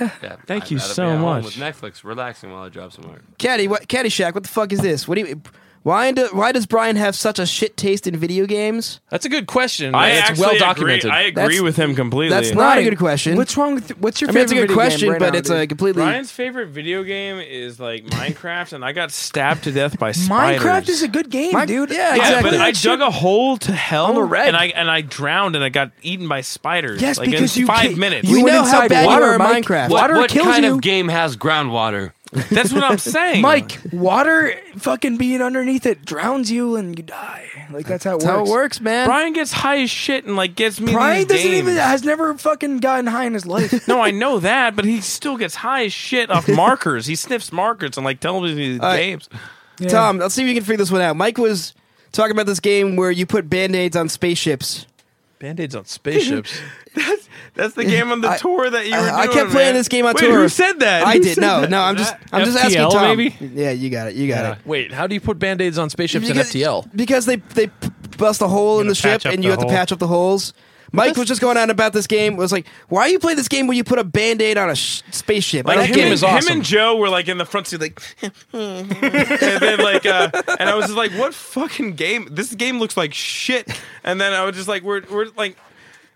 Speaker 3: Yeah,
Speaker 8: Thank
Speaker 3: I'd
Speaker 8: you
Speaker 3: rather be
Speaker 8: so
Speaker 3: at home
Speaker 8: much.
Speaker 3: With Netflix, relaxing while I drop some art.
Speaker 5: Caddy, what Caddyshack? What the fuck is this? What do you? Why do, why does Brian have such a shit taste in video games?
Speaker 1: That's a good question.
Speaker 4: I
Speaker 1: and it's
Speaker 4: actually
Speaker 1: well
Speaker 4: agree-
Speaker 1: documented.
Speaker 4: I agree
Speaker 5: That's-
Speaker 4: with him completely.
Speaker 5: that's not- a good question.
Speaker 6: What's wrong with what's your
Speaker 5: I mean,
Speaker 6: favorite
Speaker 5: it's a good
Speaker 6: video
Speaker 5: question,
Speaker 6: game right
Speaker 5: but
Speaker 6: now,
Speaker 5: it's
Speaker 6: dude?
Speaker 5: a completely
Speaker 4: Ryan's favorite video game is like Minecraft, and I got stabbed to death by spiders.
Speaker 6: Minecraft is a good game,
Speaker 5: Mine-
Speaker 6: dude.
Speaker 5: yeah,
Speaker 4: yeah,
Speaker 5: exactly.
Speaker 4: but I
Speaker 6: That shit-
Speaker 4: dug a hole to hell
Speaker 6: On the red.
Speaker 4: and I and I drowned and I got eaten by spiders.
Speaker 6: Yes,
Speaker 4: like
Speaker 6: because
Speaker 4: in
Speaker 6: you
Speaker 4: five
Speaker 6: ca-
Speaker 4: minutes.
Speaker 6: you
Speaker 5: We
Speaker 6: went
Speaker 5: know how
Speaker 6: inside
Speaker 5: bad you
Speaker 6: water,
Speaker 5: are at
Speaker 6: Mike.
Speaker 5: Minecraft.
Speaker 3: What,
Speaker 6: Water
Speaker 3: what
Speaker 6: kills
Speaker 3: kind
Speaker 6: you.
Speaker 3: of game has groundwater?
Speaker 4: That's what I'm saying,
Speaker 6: Mike, water fucking being underneath it drowns you and you die. Like that's how it
Speaker 5: That's how
Speaker 6: works.
Speaker 5: it works, man.
Speaker 4: Brian gets high as shit and like gets me.
Speaker 6: Brian
Speaker 4: these
Speaker 6: doesn't
Speaker 4: games.
Speaker 6: even has never fucking gotten high in his life.
Speaker 4: No, I know that, but he still gets high as shit off markers. he sniffs markers and like television
Speaker 5: right.
Speaker 4: games.
Speaker 6: Yeah.
Speaker 5: Tom, let's see if you can figure this one out. Mike was talking about this game where you put band aids on spaceships.
Speaker 1: Band-aids on spaceships.
Speaker 2: That's the game on the
Speaker 5: I-
Speaker 2: tour that you were doing.
Speaker 5: I, I kept playing
Speaker 2: man.
Speaker 5: this game on
Speaker 2: Wait,
Speaker 5: tour.
Speaker 2: Who said that?
Speaker 5: I
Speaker 2: Who
Speaker 5: did.
Speaker 2: said
Speaker 5: No,
Speaker 2: that?
Speaker 5: no. I'm just. I'm just asking
Speaker 8: FTL,
Speaker 5: Tom.
Speaker 8: maybe?
Speaker 5: Yeah, you got it. You got it.
Speaker 1: Wait, how do you put Band-aids on spaceships in
Speaker 5: Because-
Speaker 1: FTL?
Speaker 5: Because they they p- bust a hole in
Speaker 8: gotta
Speaker 5: the ship
Speaker 8: patch up
Speaker 5: and you
Speaker 8: the
Speaker 5: have
Speaker 8: hole.
Speaker 5: to patch up the holes. Mike was just going on about this game. Was like, why you play this game when you put a band-aid on a sh- spaceship? I
Speaker 1: Like,
Speaker 5: don't
Speaker 1: him
Speaker 5: get
Speaker 1: and-
Speaker 5: it.
Speaker 1: is awesome.
Speaker 4: Him and Joe were like in the front seat, like, Mm-hmm. and then like, uh, and I was just like, "What fucking game? This game looks like shit." And then I was just like, "We're we're like."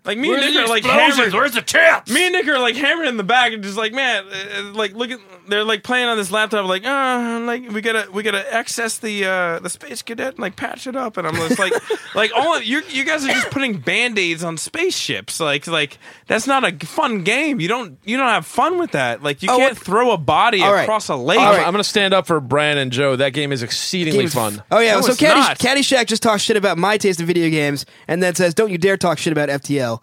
Speaker 4: Like me and Nick are like hammered. Where's the tips? Me and Nick are like hammered in the back and just like man, uh, uh, like look at they're like playing on this laptop. Like ah, like we gotta we gotta access the uh the space cadet and like patch it up. And I'm just like like all you you guys are just putting band aids on spaceships. Like like that's not a fun game. You don't you don't have fun with that. Like you
Speaker 5: Oh,
Speaker 4: can't
Speaker 5: what-
Speaker 4: throw a body
Speaker 5: All right.
Speaker 4: across a lake.
Speaker 1: I'm,
Speaker 5: right.
Speaker 1: I'm going to stand up for Brian and Joe. That game is exceedingly
Speaker 5: Games-
Speaker 1: fun.
Speaker 5: Oh yeah,
Speaker 4: No,
Speaker 5: so
Speaker 4: it's
Speaker 5: Caddy,
Speaker 4: not.
Speaker 5: Caddyshack just talks shit about my taste in video games, and then says, "Don't you dare talk shit about FTL."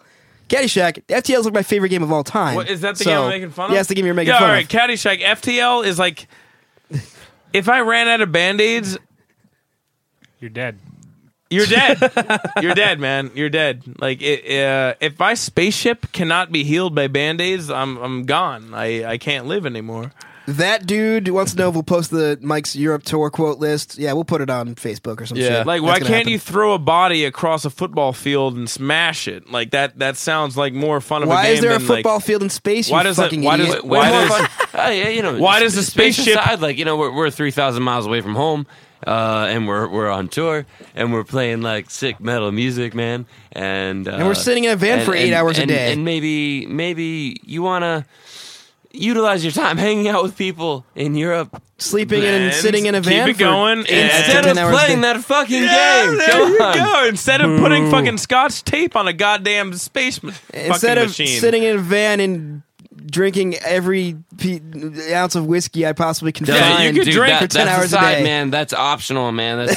Speaker 5: Caddyshack, FTL is like my favorite game of all time.
Speaker 4: What, is that the
Speaker 5: So,
Speaker 4: game I'm making fun of?
Speaker 5: Yeah, it's the game you're making
Speaker 4: yeah,
Speaker 5: fun
Speaker 4: all right,
Speaker 5: of.
Speaker 4: Caddyshack. FTL is like, if I ran out of band aids,
Speaker 8: You're dead.
Speaker 4: you're dead. you're dead, man. You're dead. Like, it, uh, if my spaceship cannot be healed by band aids, I'm I'm gone. I, I can't live anymore.
Speaker 5: That dude wants to know if we'll post the Mike's Europe tour quote list. Yeah, we'll put it on Facebook or some
Speaker 1: Yeah.
Speaker 5: shit.
Speaker 4: Like,
Speaker 5: That's
Speaker 4: why
Speaker 5: gonna
Speaker 4: can't
Speaker 5: happen.
Speaker 4: you throw a body across a football field and smash it? Like that. That sounds like more fun of a
Speaker 5: Why
Speaker 4: game
Speaker 5: is there a
Speaker 4: than, like-
Speaker 5: football field in space?
Speaker 4: why
Speaker 5: you
Speaker 4: does it-
Speaker 5: fucking
Speaker 4: why does
Speaker 5: idiot?
Speaker 4: it- why Oh,
Speaker 3: Well,
Speaker 4: does-
Speaker 3: if I- uh, yeah, you know,
Speaker 4: Why does the
Speaker 3: space
Speaker 4: spaceship-
Speaker 3: aside, like you know we're, we're three thousand miles away from home, uh, and we're we're on tour and we're playing like sick metal music, man, and uh,
Speaker 5: And we're sitting in a van for eight hours a
Speaker 3: and-
Speaker 5: day.
Speaker 3: and maybe maybe you wanna utilize your time hanging out with people in Europe
Speaker 5: sleeping in and
Speaker 4: And
Speaker 5: sitting in a
Speaker 4: keep
Speaker 5: van
Speaker 4: it
Speaker 5: for
Speaker 4: going
Speaker 5: eight
Speaker 4: and-
Speaker 5: to
Speaker 3: instead
Speaker 5: 10
Speaker 3: of
Speaker 5: hours a
Speaker 3: playing
Speaker 5: day.
Speaker 3: that fucking
Speaker 4: Yeah,
Speaker 3: game.
Speaker 4: there
Speaker 3: come
Speaker 4: you
Speaker 3: on.
Speaker 4: go. Instead of putting fucking scotch tape on a goddamn space ma-
Speaker 5: instead
Speaker 4: fucking
Speaker 5: of
Speaker 4: machine.
Speaker 5: sitting in a van and drinking every pe- ounce of whiskey I possibly can
Speaker 3: Doesn't-
Speaker 5: find.
Speaker 4: you could
Speaker 3: dude,
Speaker 4: drink
Speaker 3: that-
Speaker 5: for 10
Speaker 3: that's
Speaker 5: hours a
Speaker 3: aside,
Speaker 5: day.
Speaker 3: man. That's optional, man. That's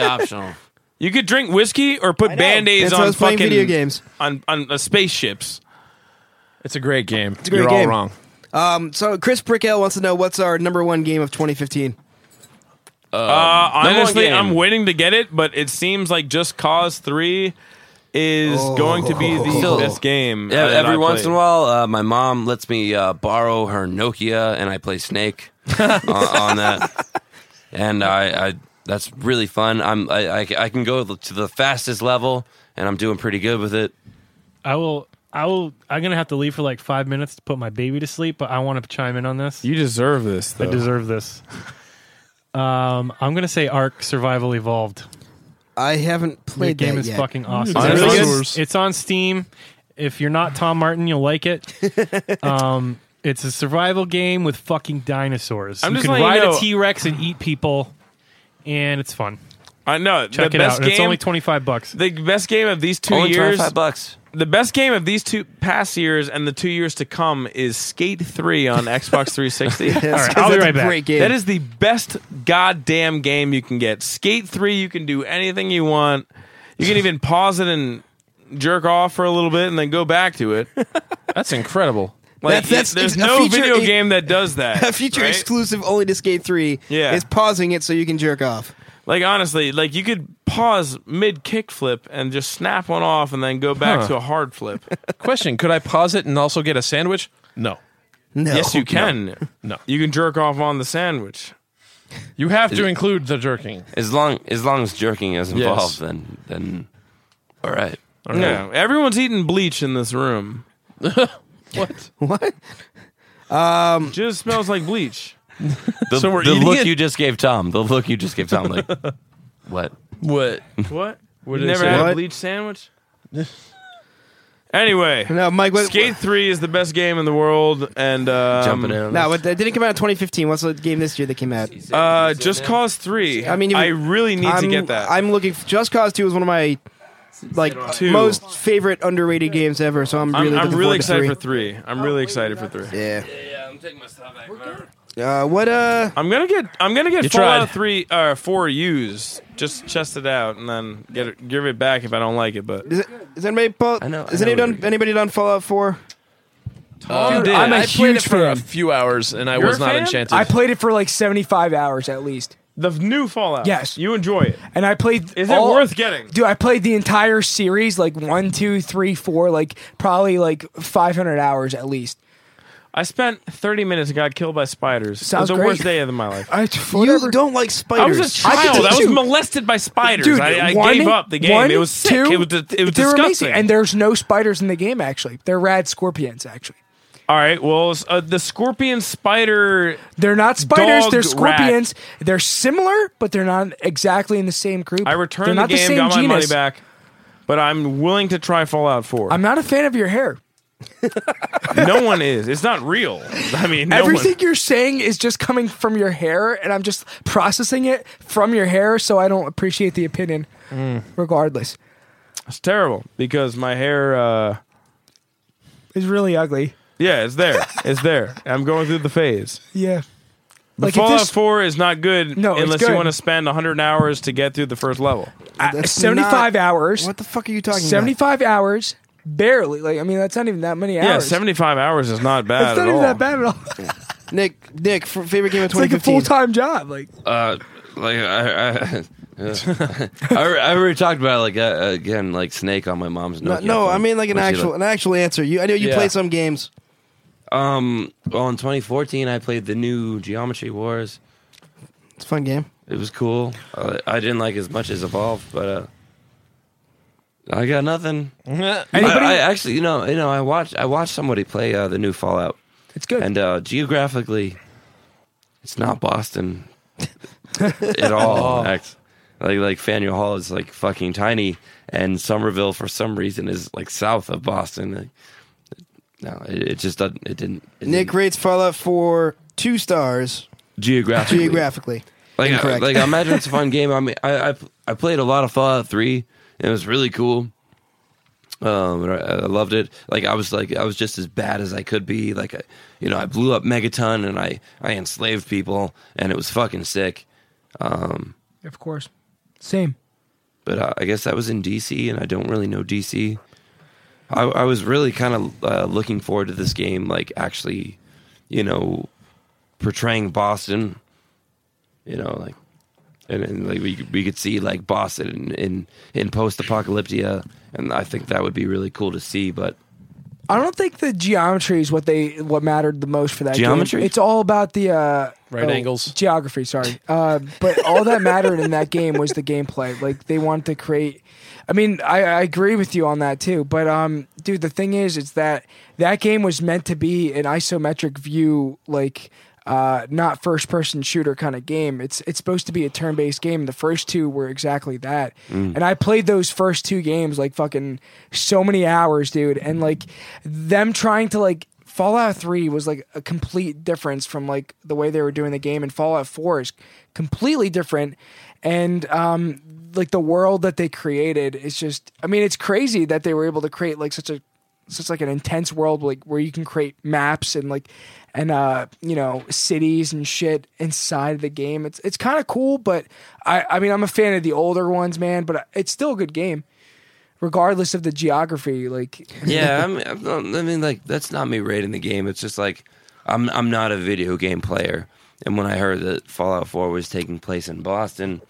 Speaker 3: optional.
Speaker 4: You could drink whiskey or put band aids
Speaker 5: That's why I
Speaker 4: on
Speaker 5: was playing
Speaker 4: fucking
Speaker 5: video games.
Speaker 4: on on uh, spaceships.
Speaker 1: It's a great game. It's
Speaker 5: a great
Speaker 1: You're all
Speaker 5: game.
Speaker 1: wrong.
Speaker 5: Um, so Chris Prickell wants to know what's our number one game of 2015.
Speaker 4: Uh, honestly,
Speaker 3: Um, game.
Speaker 4: I'm waiting to get it, but it seems like Just Cause Three is going to be the
Speaker 3: Oh. Still-
Speaker 4: best game.
Speaker 3: Yeah,
Speaker 4: that I
Speaker 3: every once
Speaker 4: played.
Speaker 3: in a while, uh, my mom lets me uh, borrow her Nokia, and I play Snake on, on that. And I, I, that's really fun. I'm, I, I, I can go to the fastest level, and I'm doing pretty good with it.
Speaker 8: I will. I will. I'm gonna have to leave for like five minutes to put my baby to sleep, but I want to chime in on this.
Speaker 4: You deserve this.
Speaker 8: I
Speaker 4: Though.
Speaker 8: deserve this. Um, I'm gonna say Ark Survival Evolved.
Speaker 5: I haven't
Speaker 8: The
Speaker 5: played
Speaker 8: game
Speaker 5: that
Speaker 8: is
Speaker 5: yet.
Speaker 8: fucking awesome.
Speaker 4: Honestly,
Speaker 8: It's on-
Speaker 1: good?
Speaker 8: It's on Steam. If you're not Tom Martin, you'll like it. um, it's a survival game with fucking dinosaurs.
Speaker 4: I'm
Speaker 8: you
Speaker 4: just
Speaker 8: can
Speaker 4: letting you
Speaker 8: ride
Speaker 4: know-
Speaker 8: a T-Rex and eat people, and it's fun.
Speaker 4: I know.
Speaker 8: Check
Speaker 4: the
Speaker 8: it
Speaker 4: best
Speaker 8: out. And
Speaker 4: Game,
Speaker 8: It's only 25 bucks.
Speaker 4: the best game of these two
Speaker 3: Only
Speaker 4: years.
Speaker 3: twenty-five bucks.
Speaker 4: The best game of these two past years and the two years to come is Skate Three on Xbox 360.
Speaker 8: All right,
Speaker 5: 'Cause
Speaker 8: I'll be
Speaker 5: that's a
Speaker 8: right back.
Speaker 5: Great game.
Speaker 4: That is the best goddamn game you can get. Skate 3, you can do anything you want. You can even pause it and jerk off for a little bit and then go back to it. Like,
Speaker 1: That's incredible.
Speaker 5: That's- that's
Speaker 4: there's
Speaker 5: ex- a
Speaker 4: no
Speaker 5: feature
Speaker 4: video
Speaker 5: in-
Speaker 4: game that does that.
Speaker 5: a future
Speaker 4: Uh, right?
Speaker 5: exclusive only to Skate 3.
Speaker 4: Yeah.
Speaker 5: Is pausing it so you can jerk off.
Speaker 4: Like, honestly, like you could pause mid kickflip and just snap one off and then go back
Speaker 1: Huh.
Speaker 4: to a hard flip.
Speaker 1: Question: Could I pause it and also get a sandwich? No,
Speaker 5: No.
Speaker 4: yes, you can.
Speaker 1: no.
Speaker 4: You can jerk off on the sandwich.
Speaker 1: You have to include the jerking.
Speaker 3: As long as long as jerking is involved, then then all right.
Speaker 4: Yeah. Everyone's eating bleach in this room.
Speaker 5: What?
Speaker 4: Um, Just smells like bleach.
Speaker 3: The,
Speaker 1: So we're
Speaker 3: the
Speaker 1: eating
Speaker 3: look
Speaker 1: it?
Speaker 3: you just gave Tom. The look you just gave Tom. Like what?
Speaker 1: What?
Speaker 4: What?
Speaker 1: What
Speaker 4: You
Speaker 1: did I
Speaker 4: never
Speaker 1: say?
Speaker 4: had a
Speaker 5: What?
Speaker 4: bleach sandwich? anyway,
Speaker 5: No, Mike, what?
Speaker 4: Skate 3 is the best game in the world, and um,
Speaker 3: Jumping in.
Speaker 5: No, but that didn't come out in 2015. What's the game this year that came out?
Speaker 4: Uh, Just Cause 3.
Speaker 5: I mean, if-
Speaker 4: I really need to
Speaker 5: I'm-
Speaker 4: get that.
Speaker 5: I'm looking. Just Cause 2 is one of my like
Speaker 4: Two.
Speaker 5: most favorite underrated games ever. So I'm
Speaker 4: I'm
Speaker 5: really,
Speaker 4: I'm
Speaker 5: looking
Speaker 4: really
Speaker 5: forward to
Speaker 4: excited
Speaker 5: three.
Speaker 4: for 3. I'm really excited for 3.
Speaker 5: Yeah.
Speaker 3: Yeah, I'm taking my stuff back.
Speaker 5: Uh, what? Uh.
Speaker 4: I'm going to get I'm going to get
Speaker 1: You
Speaker 4: Fallout
Speaker 1: tried.
Speaker 4: 3 uh 4 used. Just chest it out and then get it, give it back if I don't like it, but
Speaker 5: Is, it, is anybody? Paul,
Speaker 3: I know- I
Speaker 5: Is
Speaker 3: know
Speaker 5: anybody
Speaker 3: what
Speaker 5: done, anybody done Fallout 4?
Speaker 1: Dude,
Speaker 5: Uh,
Speaker 4: did.
Speaker 1: I'm a
Speaker 4: I
Speaker 1: huge for a few hours, and I
Speaker 4: You're
Speaker 1: was
Speaker 4: a
Speaker 1: not
Speaker 4: fan?
Speaker 1: enchanted.
Speaker 6: I played it for like 75 hours at least.
Speaker 4: The new Fallout.
Speaker 6: Yes.
Speaker 4: You enjoy it.
Speaker 6: And I played.
Speaker 4: Is it
Speaker 6: all-
Speaker 4: worth getting?
Speaker 6: Dude, I played the entire series, like one, two, three, four, like probably like 500 hours at least.
Speaker 4: I spent 30 minutes and got killed by spiders.
Speaker 6: Sounds
Speaker 4: it was the
Speaker 6: great.
Speaker 4: worst day of my life.
Speaker 6: I,
Speaker 5: You don't like
Speaker 4: I
Speaker 5: spiders.
Speaker 4: was a child. I,
Speaker 6: teach
Speaker 4: was
Speaker 6: you.
Speaker 4: molested by spiders.
Speaker 6: Dude,
Speaker 4: I, I
Speaker 6: one-
Speaker 4: gave up the game.
Speaker 6: one,
Speaker 4: it was sick.
Speaker 6: two,
Speaker 4: it was, it was
Speaker 6: they're
Speaker 4: disgusting.
Speaker 6: amazing. And there's no spiders in the game, actually. They're rad scorpions, actually.
Speaker 4: All right. Well, s- uh, the scorpion spider.
Speaker 6: They're not spiders,
Speaker 4: Dog
Speaker 6: they're
Speaker 4: rat.
Speaker 6: scorpions. They're similar, but they're not exactly in the same group.
Speaker 4: I
Speaker 6: they're
Speaker 4: returned the
Speaker 6: not
Speaker 4: game,
Speaker 6: same
Speaker 4: got my money
Speaker 6: genus.
Speaker 4: back, but I'm willing to try Fallout 4.
Speaker 6: I'm not a fan of your hair.
Speaker 4: no one is. It's not real. I mean, no
Speaker 6: Everything
Speaker 4: one.
Speaker 6: you're saying is just coming from your hair, and I'm just processing it from your hair, so I don't appreciate the opinion,
Speaker 4: Mm.
Speaker 6: regardless.
Speaker 4: It's terrible because my hair. Uh,
Speaker 6: It's really ugly.
Speaker 4: yeah, it's there. It's there. I'm going through the phase.
Speaker 6: Yeah.
Speaker 4: The
Speaker 6: Like, if
Speaker 4: Fallout
Speaker 6: this-
Speaker 4: 4 is not good
Speaker 6: No, it's
Speaker 4: unless you
Speaker 6: good.
Speaker 4: want to spend 100 hours to get through the first level.
Speaker 6: I-
Speaker 5: That's
Speaker 6: 75
Speaker 5: not-
Speaker 6: hours.
Speaker 5: What the fuck are you talking about?
Speaker 6: 75 hours, barely. Like, I mean, that's not even that many hours.
Speaker 4: Yeah, 75 hours is not bad
Speaker 6: It's
Speaker 4: at
Speaker 6: not even
Speaker 4: all.
Speaker 6: that bad at all. it's
Speaker 5: Nick, Nick, f- favorite game of
Speaker 6: like a
Speaker 5: 2015.
Speaker 6: full time job. Like,
Speaker 3: uh, like I, I, uh, I, I already talked about like uh, again like Snake on my mom's.
Speaker 5: No,
Speaker 3: Nokia
Speaker 5: no,
Speaker 3: phone.
Speaker 5: I mean like an
Speaker 3: When she
Speaker 5: actual, an actual answer. You, I know you
Speaker 1: Yeah.
Speaker 5: play some games.
Speaker 3: Um, well, in 2014, I played the new Geometry Wars.
Speaker 5: It's a fun game.
Speaker 3: It was cool. Uh, I didn't like as much as Evolve, but uh, I got nothing. I, I actually, you know, you know, I watched I watched somebody play uh, the new Fallout,
Speaker 6: it's good.
Speaker 3: and uh, geographically, it's not Boston at all. Act- Like like Faneuil Hall is like fucking tiny, and Somerville for some reason is like south of Boston. Like, no, it, it just doesn't. It didn't. It
Speaker 5: Nick
Speaker 3: didn't,
Speaker 5: rates Fallout 4 two stars
Speaker 3: geographically.
Speaker 5: geographically.
Speaker 1: uh,
Speaker 3: Like, I,
Speaker 5: Incorrect.
Speaker 3: like I imagine it's a fun game. I mean, I, I I played a lot of Fallout Three, and it was really cool. Um, and I, I loved it. Like I was like I was just as bad as I could be. Like I, you know, I blew up Megaton and I I enslaved people, and it was fucking sick. Um,
Speaker 6: of course. Same.
Speaker 3: But uh, I guess that was in DC, and I don't really know DC. I, I was really kind of uh, looking forward to this game, like actually, you know, portraying Boston. You know, like and, and like we could- we could see like Boston in in, in post apocalyptia, and I think that would be really cool to see. But
Speaker 6: I don't think the geometry is what they what mattered the most for that game.
Speaker 3: Geometry?
Speaker 6: It's all about the uh,
Speaker 1: Right angles.
Speaker 6: geography. Sorry, uh, but all that mattered in that game was the gameplay. Like they wanted to create. I mean, I, I agree with you on that too. But um, dude, the thing is, is that that game was meant to be an isometric view, like. Uh, not first person shooter kind of game. It's it's supposed to be a turn based game. The first two were exactly that, and I played those first two games like fucking so many hours, dude. And like them trying to like Fallout 3 was like a complete difference from like the way they were doing the game and Fallout 4 is completely different and um like the world that they created is just I mean it's crazy that they were able to create like such a such like an intense world like where you can create maps and like and uh you know cities and shit inside the game it's it's kind of cool but I I mean I'm a fan of the older ones man but it's still a good game regardless of the geography like
Speaker 3: yeah, I mean, I'm not- I mean, like that's not me rating the game. It's just like I'm I'm not a video game player, and when I heard that Fallout Four was taking place in Boston,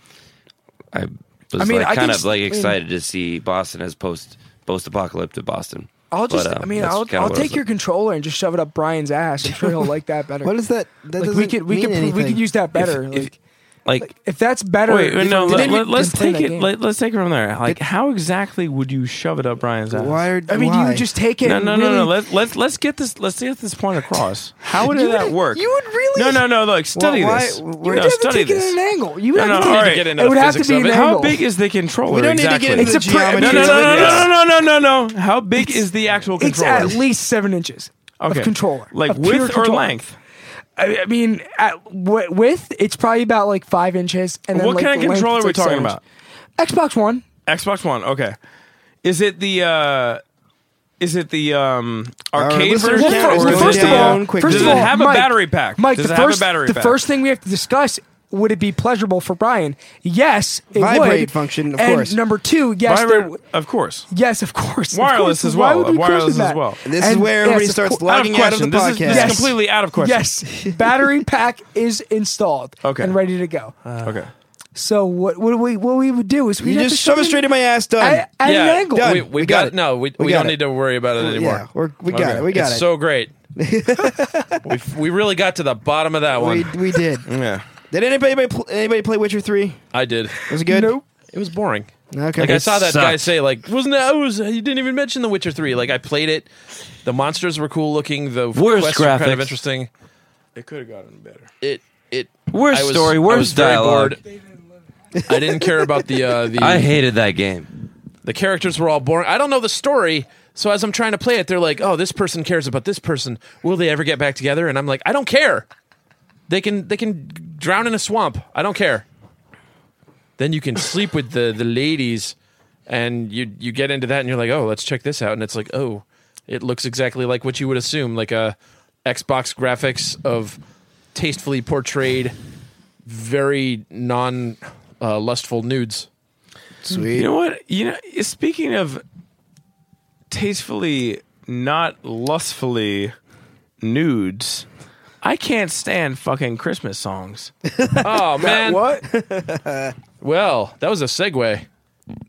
Speaker 3: I was
Speaker 6: I mean,
Speaker 3: like,
Speaker 6: I
Speaker 3: kind
Speaker 6: can
Speaker 3: of
Speaker 6: s-
Speaker 3: like
Speaker 6: I mean-
Speaker 3: excited to see Boston as post post apocalyptic Boston.
Speaker 6: I'll just,
Speaker 3: But, um,
Speaker 6: I mean,
Speaker 3: that's
Speaker 6: I'll,
Speaker 3: kinda
Speaker 6: I'll
Speaker 3: what I was
Speaker 6: take your controller and just shove it up Brian's ass. I'm sure he'll like that better.
Speaker 5: What is that? That
Speaker 6: Like,
Speaker 5: doesn't
Speaker 6: we could, we
Speaker 5: mean
Speaker 6: could, we
Speaker 5: anything.
Speaker 6: could use that better. like, like,
Speaker 3: like.
Speaker 6: if, that's better,
Speaker 4: Wait, wait, no.
Speaker 6: then
Speaker 4: Let,
Speaker 6: we
Speaker 4: let,
Speaker 6: can
Speaker 4: let's
Speaker 6: play
Speaker 4: take
Speaker 6: that
Speaker 4: it.
Speaker 6: game.
Speaker 4: Let, let's take it from there. Like, how exactly would you shove it up Brian's ass?
Speaker 5: Why are,
Speaker 6: I mean, you
Speaker 5: why?
Speaker 6: would just take it.
Speaker 4: No,
Speaker 6: and
Speaker 4: no,
Speaker 6: really,
Speaker 4: no, no. Let's let's let's get this. Let's get this point across. How would
Speaker 6: You
Speaker 4: that
Speaker 6: would-
Speaker 4: work?
Speaker 6: you would really-
Speaker 4: No, no, no. Look, study
Speaker 5: why-
Speaker 4: this.
Speaker 5: you
Speaker 4: No,
Speaker 6: You would
Speaker 5: No,
Speaker 6: have to
Speaker 4: study
Speaker 6: take it at
Speaker 4: this.
Speaker 6: an angle. You would
Speaker 4: No,
Speaker 6: have
Speaker 4: no,
Speaker 6: to take
Speaker 4: all
Speaker 6: it-
Speaker 4: right.
Speaker 1: Get into
Speaker 6: It
Speaker 1: the
Speaker 6: would have to
Speaker 1: physics
Speaker 6: be
Speaker 1: of
Speaker 6: an
Speaker 1: it.
Speaker 6: angle.
Speaker 4: How big is the controller?
Speaker 5: We don't
Speaker 4: exactly?
Speaker 5: need to get into
Speaker 6: It's
Speaker 5: the
Speaker 6: a pre-
Speaker 5: geometry.
Speaker 4: no, no,
Speaker 6: It's
Speaker 4: no,
Speaker 6: like
Speaker 4: no,
Speaker 6: this.
Speaker 4: no, no, no, no, no, no. How big is the actual
Speaker 6: It's
Speaker 4: controller? Oh,
Speaker 6: at least seven inches.
Speaker 4: okay.
Speaker 6: Of controller,
Speaker 4: like
Speaker 6: of pure
Speaker 4: width or
Speaker 6: controller.
Speaker 4: length.
Speaker 6: I, I mean, at wi- width, it's probably about like five inches. And then
Speaker 4: What
Speaker 6: like,
Speaker 4: kind
Speaker 6: the
Speaker 4: of
Speaker 6: length,
Speaker 4: controller
Speaker 6: it's,
Speaker 4: are we
Speaker 6: like, seven
Speaker 4: talking
Speaker 6: inches.
Speaker 4: about?
Speaker 6: Xbox One.
Speaker 4: Xbox One. Okay. Is it the uh is it the um
Speaker 5: right,
Speaker 4: arcade
Speaker 5: listeners,
Speaker 4: version?
Speaker 5: count
Speaker 6: Uh, Well,
Speaker 4: or
Speaker 6: fir-
Speaker 5: down
Speaker 6: well,
Speaker 4: is
Speaker 6: first
Speaker 4: it
Speaker 6: of
Speaker 4: the, uh,
Speaker 6: all,
Speaker 5: down quickly.
Speaker 6: first
Speaker 4: does
Speaker 6: of
Speaker 4: it
Speaker 6: all,
Speaker 4: have a
Speaker 6: Mike-
Speaker 4: battery pack?
Speaker 6: Mike,
Speaker 4: does
Speaker 6: the
Speaker 4: it have
Speaker 6: first
Speaker 4: a battery
Speaker 6: the
Speaker 4: pack?
Speaker 6: first thing we have to discuss would it be pleasurable for Brian? Yes, it
Speaker 5: Vibrate
Speaker 6: would.
Speaker 5: function, of
Speaker 6: and
Speaker 5: course.
Speaker 6: Number two, yes, there
Speaker 4: Vibrate,
Speaker 6: w-
Speaker 4: of course.
Speaker 6: yes, of course. of
Speaker 4: Wireless
Speaker 6: course,
Speaker 4: as
Speaker 6: why
Speaker 4: well,
Speaker 6: would we question
Speaker 4: wireless as
Speaker 6: that?
Speaker 4: well.
Speaker 5: And this is where
Speaker 6: yes,
Speaker 5: everybody
Speaker 6: of
Speaker 5: starts
Speaker 6: cour-
Speaker 5: logging out of,
Speaker 4: question.
Speaker 5: the
Speaker 4: This
Speaker 5: podcast.
Speaker 4: is- this is
Speaker 6: Yes.
Speaker 4: completely out of question.
Speaker 6: Yes, battery pack is installed
Speaker 4: Okay.
Speaker 6: and ready to go.
Speaker 4: Okay.
Speaker 6: So what what we what we would do is we
Speaker 5: you just shove it straight in my ass. Done.
Speaker 6: at, at
Speaker 1: yeah,
Speaker 6: an angle.
Speaker 5: Done.
Speaker 1: We, we,
Speaker 5: We
Speaker 1: got,
Speaker 5: got
Speaker 1: it.
Speaker 5: it.
Speaker 1: No, we, we,
Speaker 5: got
Speaker 1: don't
Speaker 5: it.
Speaker 1: need to worry about it anymore.
Speaker 5: yeah, we're, we got it. We got
Speaker 1: it's
Speaker 5: it.
Speaker 1: so great. we we really got to the bottom of that one.
Speaker 5: we, we did.
Speaker 4: Yeah.
Speaker 5: Did anybody pl- anybody play Witcher three?
Speaker 1: I did.
Speaker 5: Was it good?
Speaker 6: Nope.
Speaker 1: It was boring.
Speaker 5: Okay.
Speaker 1: Like I saw that
Speaker 4: sucked.
Speaker 1: guy say, like, wasn't that? It was, you didn't even mention The Witcher Three. Like I played it. The monsters were cool looking. The
Speaker 3: Worst
Speaker 1: quests were kind of
Speaker 3: graphics.
Speaker 1: interesting.
Speaker 4: It could have gotten better.
Speaker 1: It it
Speaker 3: Worst
Speaker 1: I was-
Speaker 3: story,
Speaker 1: I
Speaker 3: worst
Speaker 1: was very
Speaker 3: dialogue.
Speaker 1: bored. I didn't care about the uh, the
Speaker 3: I hated that game.
Speaker 1: the characters were all boring. I don't know the story. So as I'm trying to play it, they're like, "Oh, this person cares about this person. Will they ever get back together?" And I'm like, "I don't care. They can they can drown in a swamp. I don't care." Then you can sleep with the the ladies, and you you get into that, and you're like, "Oh, let's check this out." And it's like, "Oh, it looks exactly like what you would assume, like a Xbox graphics of tastefully portrayed, very non uh, lustful nudes."
Speaker 5: Sweet.
Speaker 4: You know what? You know, speaking of tastefully, not lustfully nudes, I can't stand fucking Christmas songs.
Speaker 1: Oh man,
Speaker 6: What?
Speaker 1: Well, that was a segue.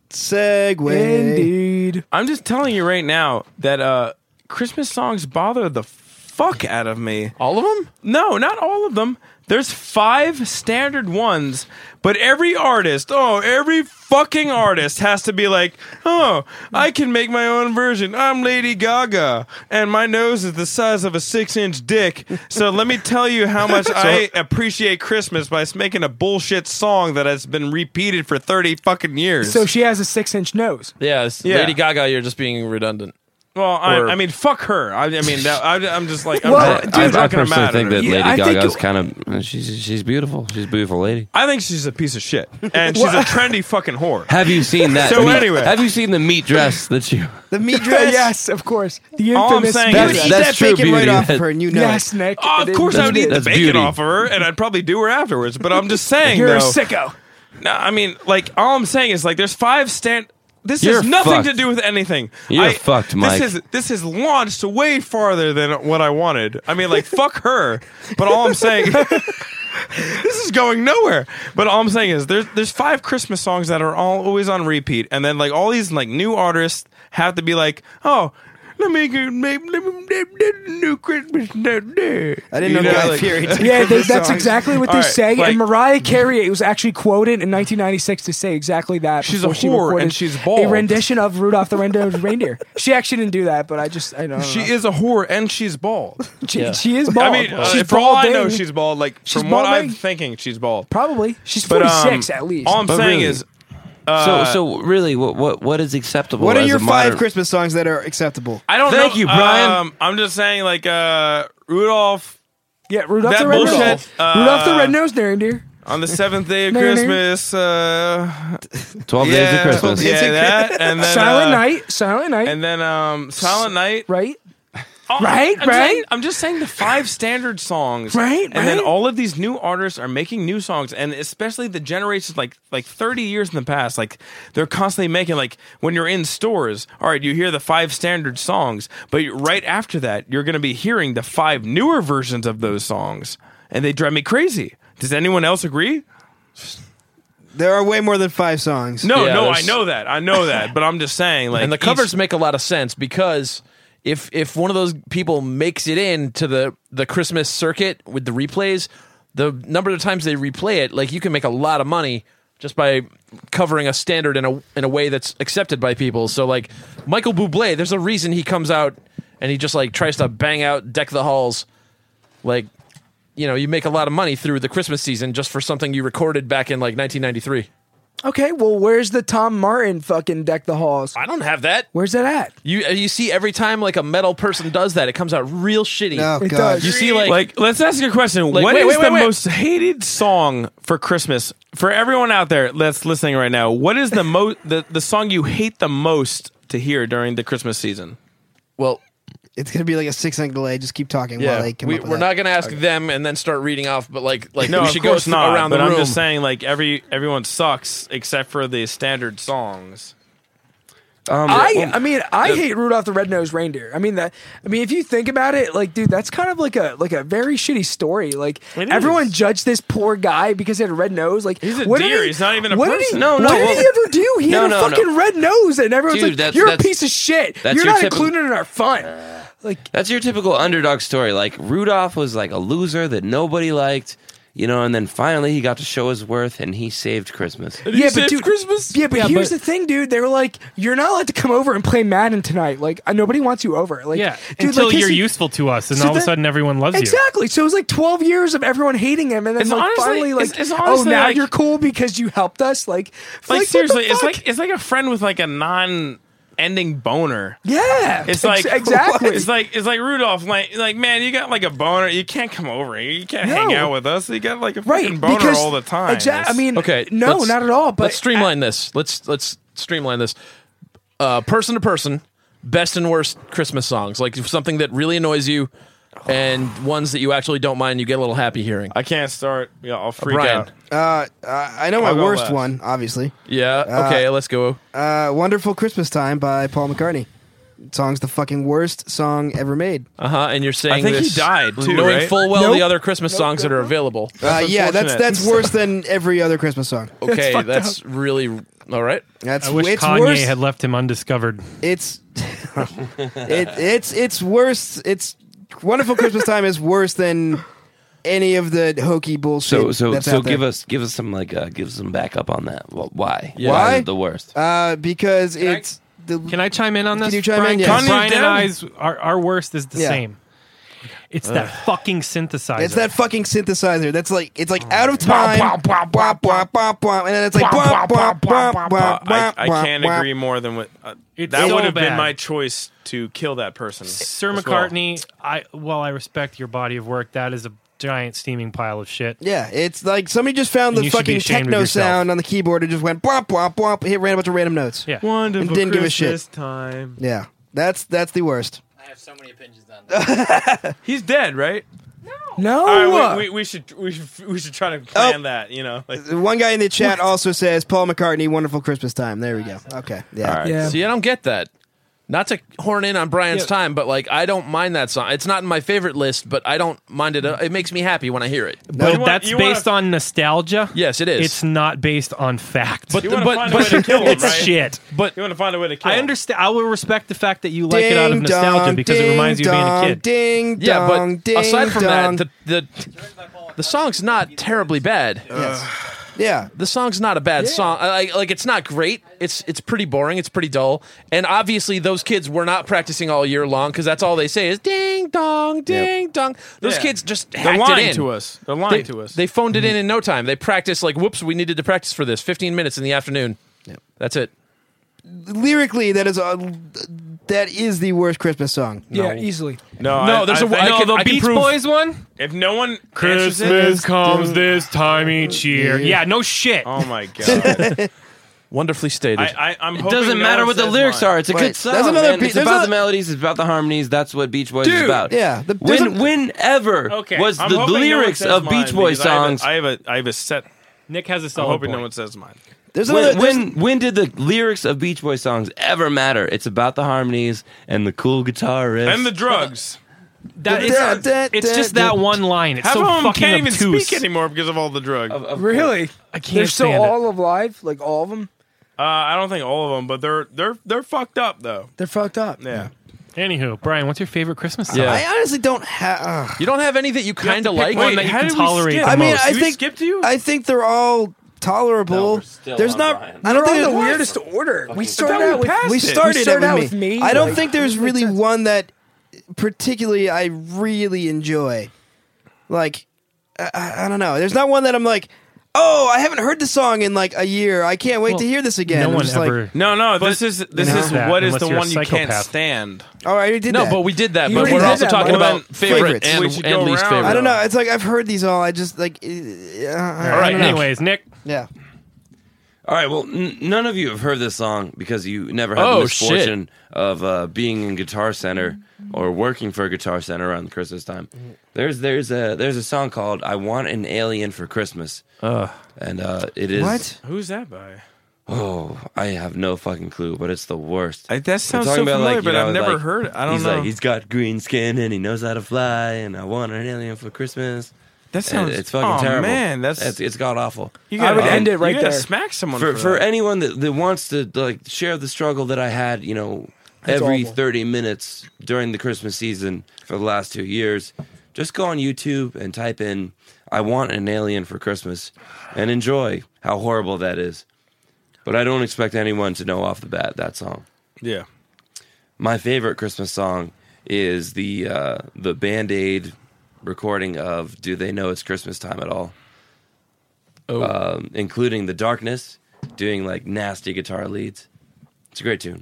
Speaker 5: Segway.
Speaker 6: Indeed.
Speaker 4: I'm just telling you right now that uh Christmas songs bother the fuck out of me.
Speaker 1: All of them?
Speaker 4: No, not all of them. There's five standard ones, but every artist, oh, every fucking artist has to be like, oh, I can make my own version. I'm Lady Gaga, and my nose is the size of a six inch dick. So let me tell you how much I appreciate Christmas by making a bullshit song that has been repeated for 30 fucking years.
Speaker 6: So she has a six inch nose.
Speaker 1: Yeah, it's
Speaker 4: Yeah.
Speaker 1: Lady Gaga, you're just being redundant.
Speaker 4: well, um, I,
Speaker 1: or-
Speaker 4: I mean, fuck her. I, I mean, that, I, I'm just like, I'm
Speaker 6: Well,
Speaker 4: not-
Speaker 6: dude,
Speaker 4: I'm
Speaker 3: I, I
Speaker 4: not going to
Speaker 3: personally
Speaker 4: matter.
Speaker 3: think that
Speaker 6: Yeah,
Speaker 3: Lady
Speaker 6: I think
Speaker 3: Gaga's
Speaker 6: it-
Speaker 3: kind of she's she's beautiful. She's a beautiful lady.
Speaker 4: I think she's a piece of shit, and she's a trendy fucking whore.
Speaker 3: Have you seen that?
Speaker 4: So
Speaker 3: meat-
Speaker 4: anyway.
Speaker 3: have you seen the meat dress that you?
Speaker 5: The meat dress.
Speaker 6: yes, of course. The
Speaker 4: All I'm
Speaker 6: infamous.
Speaker 4: saying
Speaker 5: You would
Speaker 3: That's-
Speaker 5: eat
Speaker 3: that's
Speaker 5: that
Speaker 3: true
Speaker 5: bacon right
Speaker 3: beauty.
Speaker 5: off of her, and you know.
Speaker 6: yes, Nick.
Speaker 4: Oh, of
Speaker 6: It
Speaker 4: course, I would
Speaker 3: that's-
Speaker 4: eat the
Speaker 3: that's
Speaker 4: bacon
Speaker 3: beauty.
Speaker 4: off of her, and I'd probably do her afterwards. But I'm just saying,
Speaker 6: You're a
Speaker 4: though,
Speaker 6: sicko.
Speaker 4: No, I mean, like, all I'm saying is, like, there's five stand. This
Speaker 3: You're
Speaker 4: has nothing
Speaker 3: fucked.
Speaker 4: to do with anything.
Speaker 3: You're
Speaker 4: I-
Speaker 3: fucked, Mike.
Speaker 4: This is this is launched way farther than what I wanted. I mean, like, fuck her. But all I'm saying, this is going nowhere. But all I'm saying is, there's there's five Christmas songs that are all always on repeat, and then like all these like new artists have to be like, oh. Let me get make- let me- let me- let me- new Christmas. I
Speaker 5: I didn't know, Guy Fieri did
Speaker 6: Yeah, they,
Speaker 5: Christmas
Speaker 6: that's
Speaker 5: songs.
Speaker 6: exactly what they
Speaker 4: All right,
Speaker 6: say.
Speaker 4: like-
Speaker 6: and Mariah Carey it was actually quoted in 1996 to say exactly that.
Speaker 4: She's a
Speaker 6: before she
Speaker 4: whore
Speaker 6: recorded
Speaker 4: and she's bald.
Speaker 6: A rendition of Rudolph the Red-Nosed Reindeer. She actually didn't do that, but I just I don't know.
Speaker 4: She is a whore and she's bald.
Speaker 6: She, she is bald.
Speaker 4: I mean, uh,
Speaker 6: she's
Speaker 4: for all I
Speaker 6: balding.
Speaker 4: know, she's bald. Like
Speaker 6: She's
Speaker 4: from what I'm
Speaker 6: balding.
Speaker 4: thinking, she's bald.
Speaker 6: probably she's
Speaker 4: But, um,
Speaker 6: 46 at least.
Speaker 4: All I'm
Speaker 3: But
Speaker 4: saying
Speaker 3: really-
Speaker 4: is, uh,
Speaker 3: so so really, what what what is acceptable?
Speaker 5: What are
Speaker 3: as
Speaker 5: your
Speaker 3: a modern,
Speaker 5: five Christmas songs that are acceptable?
Speaker 4: I don't.
Speaker 3: Thank
Speaker 4: know,
Speaker 3: you, Brian.
Speaker 4: Um, I'm just saying, like uh, Rudolph
Speaker 6: yeah, Rudolph
Speaker 4: that
Speaker 6: the Red-Nosed.
Speaker 4: bullshit, uh,
Speaker 6: Rudolph the Red-Nosed Reindeer.
Speaker 4: on the seventh day of
Speaker 6: No, no, no.
Speaker 4: Christmas. Uh,
Speaker 3: Twelve
Speaker 4: yeah,
Speaker 3: days of Christmas?
Speaker 4: Yeah, that and then
Speaker 6: Silent
Speaker 4: uh,
Speaker 6: Night. Silent Night.
Speaker 4: and then um, Silent Night.
Speaker 6: right.
Speaker 4: Oh,
Speaker 6: Right,
Speaker 4: I'm
Speaker 6: right.
Speaker 4: saying- I'm just saying the five standard songs,
Speaker 6: Right,
Speaker 4: And then
Speaker 6: right.
Speaker 4: all of these new artists are making new songs, and especially the generations like like 30 years in the past, like they're constantly making like when you're in stores. All right, you hear the five standard songs, but you- right after that, you're going to be hearing the five newer versions of those songs, and they drive me crazy. Does anyone else agree?
Speaker 5: There are way more than five songs.
Speaker 4: No,
Speaker 1: Yeah,
Speaker 4: no, I
Speaker 1: there's-
Speaker 4: know that, I know that, but I'm just saying, like,
Speaker 1: And the
Speaker 4: each-
Speaker 1: covers make a lot of sense because if if one of those people makes it in to the the Christmas circuit with the replays, the number of times they replay it, like you can make a lot of money just by covering a standard in a in a way that's accepted by people. So like Michael Bublé, there's a reason he comes out and he just like tries to bang out deck the halls like you know, you make a lot of money through the Christmas season just for something you recorded back in like 1993.
Speaker 6: Okay, well, where's the Tom Martin fucking deck the halls?
Speaker 1: I don't have that.
Speaker 6: Where's that at?
Speaker 1: You uh, you see every time like a metal person does that, it comes out real shitty.
Speaker 5: Oh,
Speaker 6: It
Speaker 5: God.
Speaker 6: does.
Speaker 1: You see like,
Speaker 4: like, let's ask you a question. What is
Speaker 1: Like, wait, wait,
Speaker 4: the
Speaker 1: wait, wait.
Speaker 4: most hated song for Christmas for everyone out there that's listening right now? What is the most the, the song you hate the most to hear during the Christmas season?
Speaker 1: well,
Speaker 5: It's gonna be like a six second delay. Just keep talking
Speaker 1: Yeah,
Speaker 5: while they come
Speaker 1: we,
Speaker 5: up with
Speaker 1: we're
Speaker 5: that.
Speaker 1: not going to ask them and then start reading off, but like, like
Speaker 4: no,
Speaker 1: we
Speaker 4: of
Speaker 1: should go
Speaker 4: course
Speaker 1: th-
Speaker 4: not.
Speaker 1: around
Speaker 4: but
Speaker 1: the room.
Speaker 4: I'm just saying, like every everyone sucks except for the standard songs.
Speaker 3: Um,
Speaker 6: I,
Speaker 3: well,
Speaker 6: I mean, I hate Rudolph the Red-Nosed Reindeer. I mean that. I mean, if you think about it, like, dude, that's kind of like a like a very shitty story. Like,
Speaker 4: It
Speaker 6: everyone
Speaker 4: is.
Speaker 6: judged this poor guy because he had a red nose. Like,
Speaker 4: He's a
Speaker 6: what did
Speaker 4: deer.
Speaker 6: he-
Speaker 4: He's not even a
Speaker 6: what Did he,
Speaker 4: person.
Speaker 3: No,
Speaker 6: What
Speaker 3: no,
Speaker 6: did
Speaker 3: well-
Speaker 6: he ever do? He
Speaker 3: No,
Speaker 6: had a
Speaker 3: no, no.
Speaker 6: fucking red nose, and everyone's
Speaker 3: Dude,
Speaker 6: like,
Speaker 3: that's-
Speaker 6: "You're a
Speaker 3: that's-
Speaker 6: piece of shit.
Speaker 3: that's
Speaker 6: You're
Speaker 3: your
Speaker 6: not
Speaker 3: typical-
Speaker 6: included in our fun."
Speaker 4: Uh,
Speaker 6: Like,
Speaker 3: That's your typical underdog story. Like Rudolph was like a loser that nobody liked, you know, and then finally he got to show his worth and he saved Christmas.
Speaker 6: yeah, but dude, Christmas. Yeah, but
Speaker 8: Yeah,
Speaker 6: here's
Speaker 8: but-
Speaker 6: the thing, dude. They were like, "You're not allowed to come over and play Madden tonight. Like, uh, nobody wants you over. Like,
Speaker 8: yeah,
Speaker 6: dude,
Speaker 8: until
Speaker 6: like, his-
Speaker 8: you're useful to us, and
Speaker 6: So
Speaker 8: all of
Speaker 6: that-
Speaker 8: a sudden everyone loves you.
Speaker 6: Exactly. So it was like 12 years of everyone hating him, and then
Speaker 4: It's
Speaker 6: like
Speaker 4: honestly-
Speaker 6: finally, like,
Speaker 4: it's- it's
Speaker 6: oh,
Speaker 4: honestly
Speaker 6: now
Speaker 4: like-
Speaker 6: you're cool because you helped us. Like,
Speaker 4: Like,
Speaker 6: what the
Speaker 4: seriously, it's
Speaker 6: fuck?
Speaker 4: like it's like a friend with like a non-ending boner.
Speaker 6: yeah,
Speaker 4: It's like
Speaker 6: Ex- exactly.
Speaker 4: It's like it's like Rudolph. Like like man, you got like a boner. You can't come over here. You can't
Speaker 6: No.
Speaker 4: hang out with us. You got like a
Speaker 6: right
Speaker 4: fucking boner
Speaker 6: because
Speaker 4: all the time.
Speaker 6: Exactly. I
Speaker 4: It's-
Speaker 6: mean,
Speaker 1: okay,
Speaker 6: no,
Speaker 1: let's-
Speaker 6: not at all. But
Speaker 1: let's streamline this. Let's let's streamline this. Uh, person to person, best and worst Christmas songs. Like something that really annoys you, and ones that you actually don't mind. You get a little happy hearing.
Speaker 4: I can't start. Yeah, I'll freak
Speaker 1: Brian.
Speaker 4: out.
Speaker 5: Uh, uh, I know my
Speaker 4: I'll go
Speaker 5: worst
Speaker 4: last.
Speaker 5: one, obviously.
Speaker 1: Yeah. Okay. let's go.
Speaker 5: Uh, "Wonderful Christmas Time" by Paul McCartney. Song's the fucking worst song ever made.
Speaker 1: Uh huh. And you're saying
Speaker 4: I think he
Speaker 1: this
Speaker 4: died, too,
Speaker 1: knowing
Speaker 4: right?
Speaker 1: full well
Speaker 6: Nope.
Speaker 1: the other Christmas songs that are available.
Speaker 5: Uh, yeah, that's
Speaker 4: unfortunate.
Speaker 5: that's worse than every other Christmas song.
Speaker 1: Okay, that's really all right.
Speaker 5: That's
Speaker 8: I wish
Speaker 5: it's
Speaker 8: Kanye
Speaker 5: worse.
Speaker 8: had left him undiscovered.
Speaker 5: It's it, it's it's worse. It's "Wonderful Christmas Time" is worse than any of the hokey bullshit.
Speaker 3: So so
Speaker 5: that's
Speaker 3: so
Speaker 5: out there.
Speaker 3: give us give us some like uh, give us some backup on that. Well, why?
Speaker 5: Why?
Speaker 3: is it the worst?
Speaker 5: uh, because it's the
Speaker 8: Can I chime in on
Speaker 5: Can
Speaker 8: this?
Speaker 5: you chime
Speaker 8: Brian,
Speaker 5: in? Yes.
Speaker 8: 'Cause
Speaker 5: Kanye
Speaker 8: Brian
Speaker 4: did.
Speaker 8: and I's our, our worst is the
Speaker 5: Yeah.
Speaker 8: same. It's that fucking synthesizer.
Speaker 5: It's that fucking synthesizer. That's like it's like out of time. Bwah, bwah, bwah, bwah, and then it's like bwah, bwah, bwah, bwah,
Speaker 4: I,
Speaker 5: bwah,
Speaker 4: I
Speaker 5: bwah,
Speaker 4: can't
Speaker 5: bwah.
Speaker 4: agree more than what uh,
Speaker 8: It's
Speaker 4: that
Speaker 8: so
Speaker 4: would have been
Speaker 8: bad.
Speaker 4: my choice to kill that person.
Speaker 8: Sir
Speaker 4: as well.
Speaker 8: McCartney, I well, I respect your body of work. That is a giant steaming pile of shit.
Speaker 5: Yeah, it's like somebody just found
Speaker 8: And
Speaker 5: the
Speaker 8: you should be
Speaker 5: fucking
Speaker 8: ashamed of
Speaker 5: techno
Speaker 8: yourself.
Speaker 5: sound on the keyboard and just went blah blah blah. Hit ran a bunch of random notes.
Speaker 8: Yeah.
Speaker 4: Wonderful
Speaker 5: And didn't give a shit.
Speaker 4: Christmas time.
Speaker 5: yeah, that's that's the worst.
Speaker 4: He's dead, right?
Speaker 6: no,
Speaker 4: All right, we, we, we should we should, we should try to plan
Speaker 5: Uh, Oh.
Speaker 4: that. You know, like,
Speaker 5: One guy in the chat also says Paul McCartney, "Wonderful Christmas Time." There we go. Okay, yeah.
Speaker 6: yeah.
Speaker 1: See, I don't get that. Not to horn in on Brian's
Speaker 8: Yeah.
Speaker 1: time, but like I don't mind that song. It's not in my favorite list, but I don't mind it. It makes me happy when I hear it.
Speaker 8: But
Speaker 4: you want-
Speaker 8: that's
Speaker 4: you
Speaker 8: based on nostalgia.
Speaker 1: Yes, it is.
Speaker 8: It's not based on fact.
Speaker 1: But
Speaker 4: you
Speaker 1: the-
Speaker 4: want to
Speaker 1: but-
Speaker 4: find
Speaker 1: but-
Speaker 4: a way to kill him,
Speaker 8: it's
Speaker 4: right?
Speaker 8: shit.
Speaker 1: But
Speaker 4: You want to find a way to kill.
Speaker 8: I
Speaker 4: him.
Speaker 8: understand. I will respect the fact that you like it out of
Speaker 5: Ding
Speaker 8: nostalgia
Speaker 5: dong,
Speaker 8: because it reminds you of being a
Speaker 5: ding
Speaker 8: kid.
Speaker 5: dong, Ding
Speaker 1: yeah,
Speaker 5: dong,
Speaker 1: but
Speaker 5: ding
Speaker 1: aside from
Speaker 5: dong.
Speaker 1: that, the the the song's not terribly bad.
Speaker 5: Yes. yeah,
Speaker 1: The song's not a bad song. I- I- like it's not great. It's it's pretty boring. It's pretty dull. And obviously, those kids were not practicing all year long because that's all they say is ding dong, ding dong. Those
Speaker 4: Yeah.
Speaker 1: kids just
Speaker 4: They're
Speaker 1: hacked
Speaker 4: lying
Speaker 1: it in.
Speaker 4: to us. They're lying
Speaker 1: They,
Speaker 4: to us.
Speaker 1: they phoned it in in no time. They practiced like, whoops, we needed to practice for this. Fifteen minutes in the afternoon. That's it.
Speaker 5: lyrically, that is a, that is the worst Christmas song.
Speaker 6: yeah, easily.
Speaker 4: no,
Speaker 1: no,
Speaker 4: I,
Speaker 1: there's
Speaker 4: a
Speaker 1: a way- I
Speaker 8: no,
Speaker 1: can-
Speaker 8: the
Speaker 1: I can
Speaker 8: Beach
Speaker 1: prove-
Speaker 8: Boys one.
Speaker 4: If no one answers it-
Speaker 8: Christmas comes this time each year. Yeah, no shit.
Speaker 4: Oh my god!
Speaker 1: Wonderfully stated.
Speaker 4: I, I, I'm.
Speaker 3: It doesn't matter what the lyrics are. It's a
Speaker 5: Wait,
Speaker 3: good song.
Speaker 5: there's another
Speaker 3: man.
Speaker 5: pe-
Speaker 3: it's
Speaker 5: there's
Speaker 3: about
Speaker 5: a-
Speaker 3: the melodies. It's about the harmonies. That's what Beach Boys is about.
Speaker 5: yeah, the- there's
Speaker 3: when
Speaker 5: a-
Speaker 3: whenever
Speaker 4: Okay,
Speaker 3: was
Speaker 4: I'm
Speaker 3: the
Speaker 4: hoping no one
Speaker 3: lyrics
Speaker 4: says
Speaker 3: of
Speaker 4: mine
Speaker 3: Beach Boys
Speaker 4: because I have a-
Speaker 3: songs?
Speaker 4: I have a I have a set.
Speaker 8: Nick has a
Speaker 4: I'm
Speaker 8: solid
Speaker 4: hoping no
Speaker 8: point.
Speaker 4: one says mine.
Speaker 5: There's another.
Speaker 3: when,
Speaker 5: there's-
Speaker 3: when when did the lyrics of Beach Boy songs ever matter? It's about the harmonies and the cool guitar riffs.
Speaker 4: And the drugs.
Speaker 8: That is-
Speaker 5: Da, da,
Speaker 8: it's
Speaker 5: da,
Speaker 8: just
Speaker 5: da.
Speaker 8: that one line. It's
Speaker 4: Half
Speaker 8: so
Speaker 4: of them
Speaker 8: fucking
Speaker 4: can't even
Speaker 8: obtuse.
Speaker 4: speak anymore because of all the drugs. Uh,
Speaker 6: Really? I
Speaker 8: can't
Speaker 6: They're still
Speaker 8: stand it.
Speaker 6: all alive, like all of them.
Speaker 4: Uh, I don't think all of them, but they're they're they're fucked up though.
Speaker 6: They're fucked up.
Speaker 4: Yeah.
Speaker 8: Anywho, Brian, what's your favorite Christmas song?
Speaker 1: Yeah.
Speaker 5: I honestly don't have.
Speaker 1: you don't have any that you kind of like.
Speaker 8: one that you
Speaker 4: how
Speaker 8: can
Speaker 4: did we
Speaker 8: tolerate
Speaker 4: skip?
Speaker 8: the
Speaker 5: I mean,
Speaker 8: most.
Speaker 5: I
Speaker 4: we
Speaker 5: think
Speaker 4: skip you?
Speaker 5: I think they're all tolerable.
Speaker 3: we're still
Speaker 5: there's
Speaker 3: on
Speaker 5: not.
Speaker 3: Brian.
Speaker 5: I don't
Speaker 6: They're
Speaker 5: think
Speaker 6: all
Speaker 5: there's-
Speaker 6: the weirdest order. We started
Speaker 4: we
Speaker 6: out with
Speaker 4: passed
Speaker 5: We
Speaker 4: it.
Speaker 5: started,
Speaker 6: We started
Speaker 5: it
Speaker 6: out
Speaker 5: with
Speaker 6: with
Speaker 5: me.
Speaker 6: me,
Speaker 5: I don't
Speaker 6: like-
Speaker 5: think there's really one that particularly I really enjoy. Like, I- I, I don't know. There's not one that I'm like, oh, I haven't heard the song in like a year. I can't wait to hear this again.
Speaker 8: no
Speaker 5: I'm
Speaker 8: one
Speaker 5: just
Speaker 8: ever.
Speaker 5: Like,
Speaker 4: No, no. This is this
Speaker 8: know
Speaker 4: is
Speaker 8: that,
Speaker 4: what is
Speaker 8: unless
Speaker 4: the
Speaker 8: you're a
Speaker 4: one you can't
Speaker 8: psychopath.
Speaker 4: stand.
Speaker 5: all right, "Oh, I already did
Speaker 1: no,
Speaker 5: that.
Speaker 1: but we did that.
Speaker 6: You
Speaker 1: But
Speaker 6: already
Speaker 1: we're
Speaker 6: did
Speaker 1: also
Speaker 6: that,
Speaker 1: talking
Speaker 6: Mike.
Speaker 1: about favorite
Speaker 5: Favorites.
Speaker 1: and,
Speaker 4: We should
Speaker 1: and
Speaker 4: go
Speaker 1: least
Speaker 4: around.
Speaker 1: favorite.
Speaker 5: I don't know. It's like I've heard these all. I just like. Uh, all
Speaker 1: right,
Speaker 5: right.
Speaker 8: Anyways, Nick,
Speaker 5: Yeah.
Speaker 3: All right. Well, n- none of you have heard this song because you never had the
Speaker 1: Oh, shit.
Speaker 3: misfortune of uh, being in Guitar Center or working for Guitar Center around Christmas time. There's there's a there's a song called "I Want an Alien for Christmas," and uh, it is
Speaker 5: What?
Speaker 4: Who's that by?
Speaker 3: Oh, I have no fucking clue, but it's the worst.
Speaker 4: I, that sounds so
Speaker 3: talking
Speaker 4: familiar,
Speaker 3: about, like,
Speaker 4: but
Speaker 3: you know,
Speaker 4: I've never
Speaker 3: like,
Speaker 4: heard it. I don't
Speaker 3: he's
Speaker 4: know.
Speaker 3: like he's got green skin and he knows how to fly, and I want an alien for Christmas.
Speaker 4: that
Speaker 3: And
Speaker 4: sounds
Speaker 3: it's fucking
Speaker 4: oh,
Speaker 3: terrible.
Speaker 4: man, that's
Speaker 3: it's, it's god awful.
Speaker 4: you
Speaker 6: I would end it right
Speaker 4: you gotta
Speaker 6: there.
Speaker 4: Smack someone
Speaker 3: for,
Speaker 4: for,
Speaker 3: for
Speaker 4: that.
Speaker 3: anyone that, that wants to like share the struggle that I had, you know, every 30 minutes during the Christmas season for the last two years, just go on YouTube and type in "I want an alien for Christmas" and enjoy how horrible that is. But I don't expect anyone to know off the bat that song.
Speaker 4: yeah.
Speaker 3: My favorite Christmas song is the uh, the Band Aid recording of "Do They Know It's Christmas Time at All."
Speaker 1: Oh,
Speaker 3: um, including the darkness, doing like nasty guitar leads. It's a great tune, and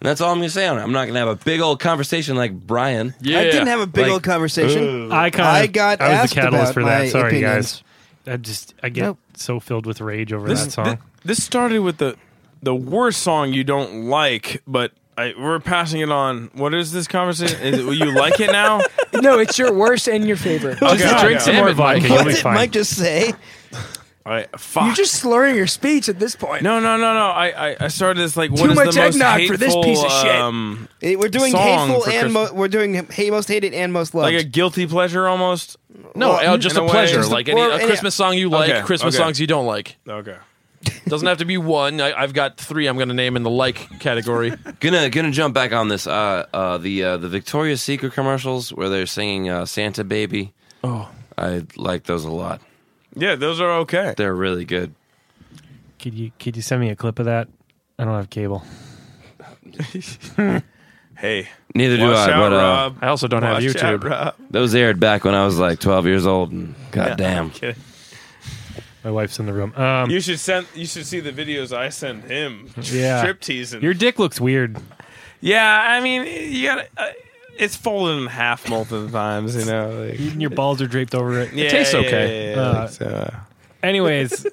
Speaker 3: that's all I'm gonna say on it. I'm not gonna have a big old conversation like Brian.
Speaker 1: yeah.
Speaker 5: I didn't have a big
Speaker 3: Like,
Speaker 5: old conversation.
Speaker 8: I kind
Speaker 5: I got
Speaker 8: I was
Speaker 5: asked
Speaker 8: the catalyst
Speaker 5: about
Speaker 8: for
Speaker 5: my
Speaker 8: that. Sorry,
Speaker 5: opinions.
Speaker 8: guys. I just I get
Speaker 5: Nope.
Speaker 8: so filled with rage over
Speaker 4: This,
Speaker 8: that song.
Speaker 4: thi- this started with the the worst song you don't like, but I, we're passing it on. What is this conversation? Is it, will you like it now?
Speaker 6: No, it's your worst and your favorite.
Speaker 8: Just drink some more vodka. You'll
Speaker 5: What
Speaker 8: be
Speaker 5: did
Speaker 8: fine.
Speaker 5: Mike just say?
Speaker 4: All right, fuck.
Speaker 6: You're just slurring your speech at this point.
Speaker 4: no, no, no, no. I, I, I started this like what
Speaker 6: Too
Speaker 4: is
Speaker 6: much
Speaker 4: the most
Speaker 6: eggnog
Speaker 4: hateful,
Speaker 6: for this piece of shit.
Speaker 4: Um,
Speaker 5: Eh, We're doing
Speaker 4: Song
Speaker 5: hateful
Speaker 4: for
Speaker 5: and
Speaker 4: Christmas.
Speaker 5: mo- we're doing hey, most hated and most loved.
Speaker 4: like a guilty pleasure almost.
Speaker 1: no, uh, just
Speaker 4: in
Speaker 1: a
Speaker 4: a way,
Speaker 1: pleasure.
Speaker 4: just a-
Speaker 1: like any,
Speaker 5: or
Speaker 1: a
Speaker 5: any-
Speaker 1: Christmas song you like,
Speaker 4: Okay,
Speaker 1: Christmas
Speaker 4: okay.
Speaker 1: songs you don't like.
Speaker 4: Okay.
Speaker 1: Doesn't have to be one. I, I've got three. I'm going to name in the like category.
Speaker 3: Gonna gonna jump back on this. Uh, uh, the uh, the Victoria's Secret commercials where they're singing uh, "Santa Baby."
Speaker 1: Oh.
Speaker 3: I like those a lot.
Speaker 4: Yeah, those are okay.
Speaker 3: They're really good.
Speaker 8: Could you could you send me a clip of that? I don't have cable.
Speaker 4: Hey,
Speaker 3: Neither do
Speaker 4: watch
Speaker 3: I.
Speaker 4: out,
Speaker 3: but uh,
Speaker 4: Rob.
Speaker 1: I also don't have
Speaker 4: Watch out,
Speaker 1: YouTube.
Speaker 4: Rob.
Speaker 3: those aired back when I was like 12 years old. And goddamn,
Speaker 4: Kidding.
Speaker 8: My wife's in the room. Um,
Speaker 4: You should send. You should see the videos I send him.
Speaker 8: Yeah.
Speaker 4: Strip teasing.
Speaker 8: your dick looks weird.
Speaker 4: yeah, I mean, you got. to Uh, it's folded in half multiple times. You know. Like,
Speaker 8: Your balls are draped over it.
Speaker 4: yeah,
Speaker 1: tastes
Speaker 4: yeah,
Speaker 1: okay.
Speaker 4: yeah, yeah,
Speaker 8: Uh,
Speaker 4: like, so, uh,
Speaker 8: Anyways,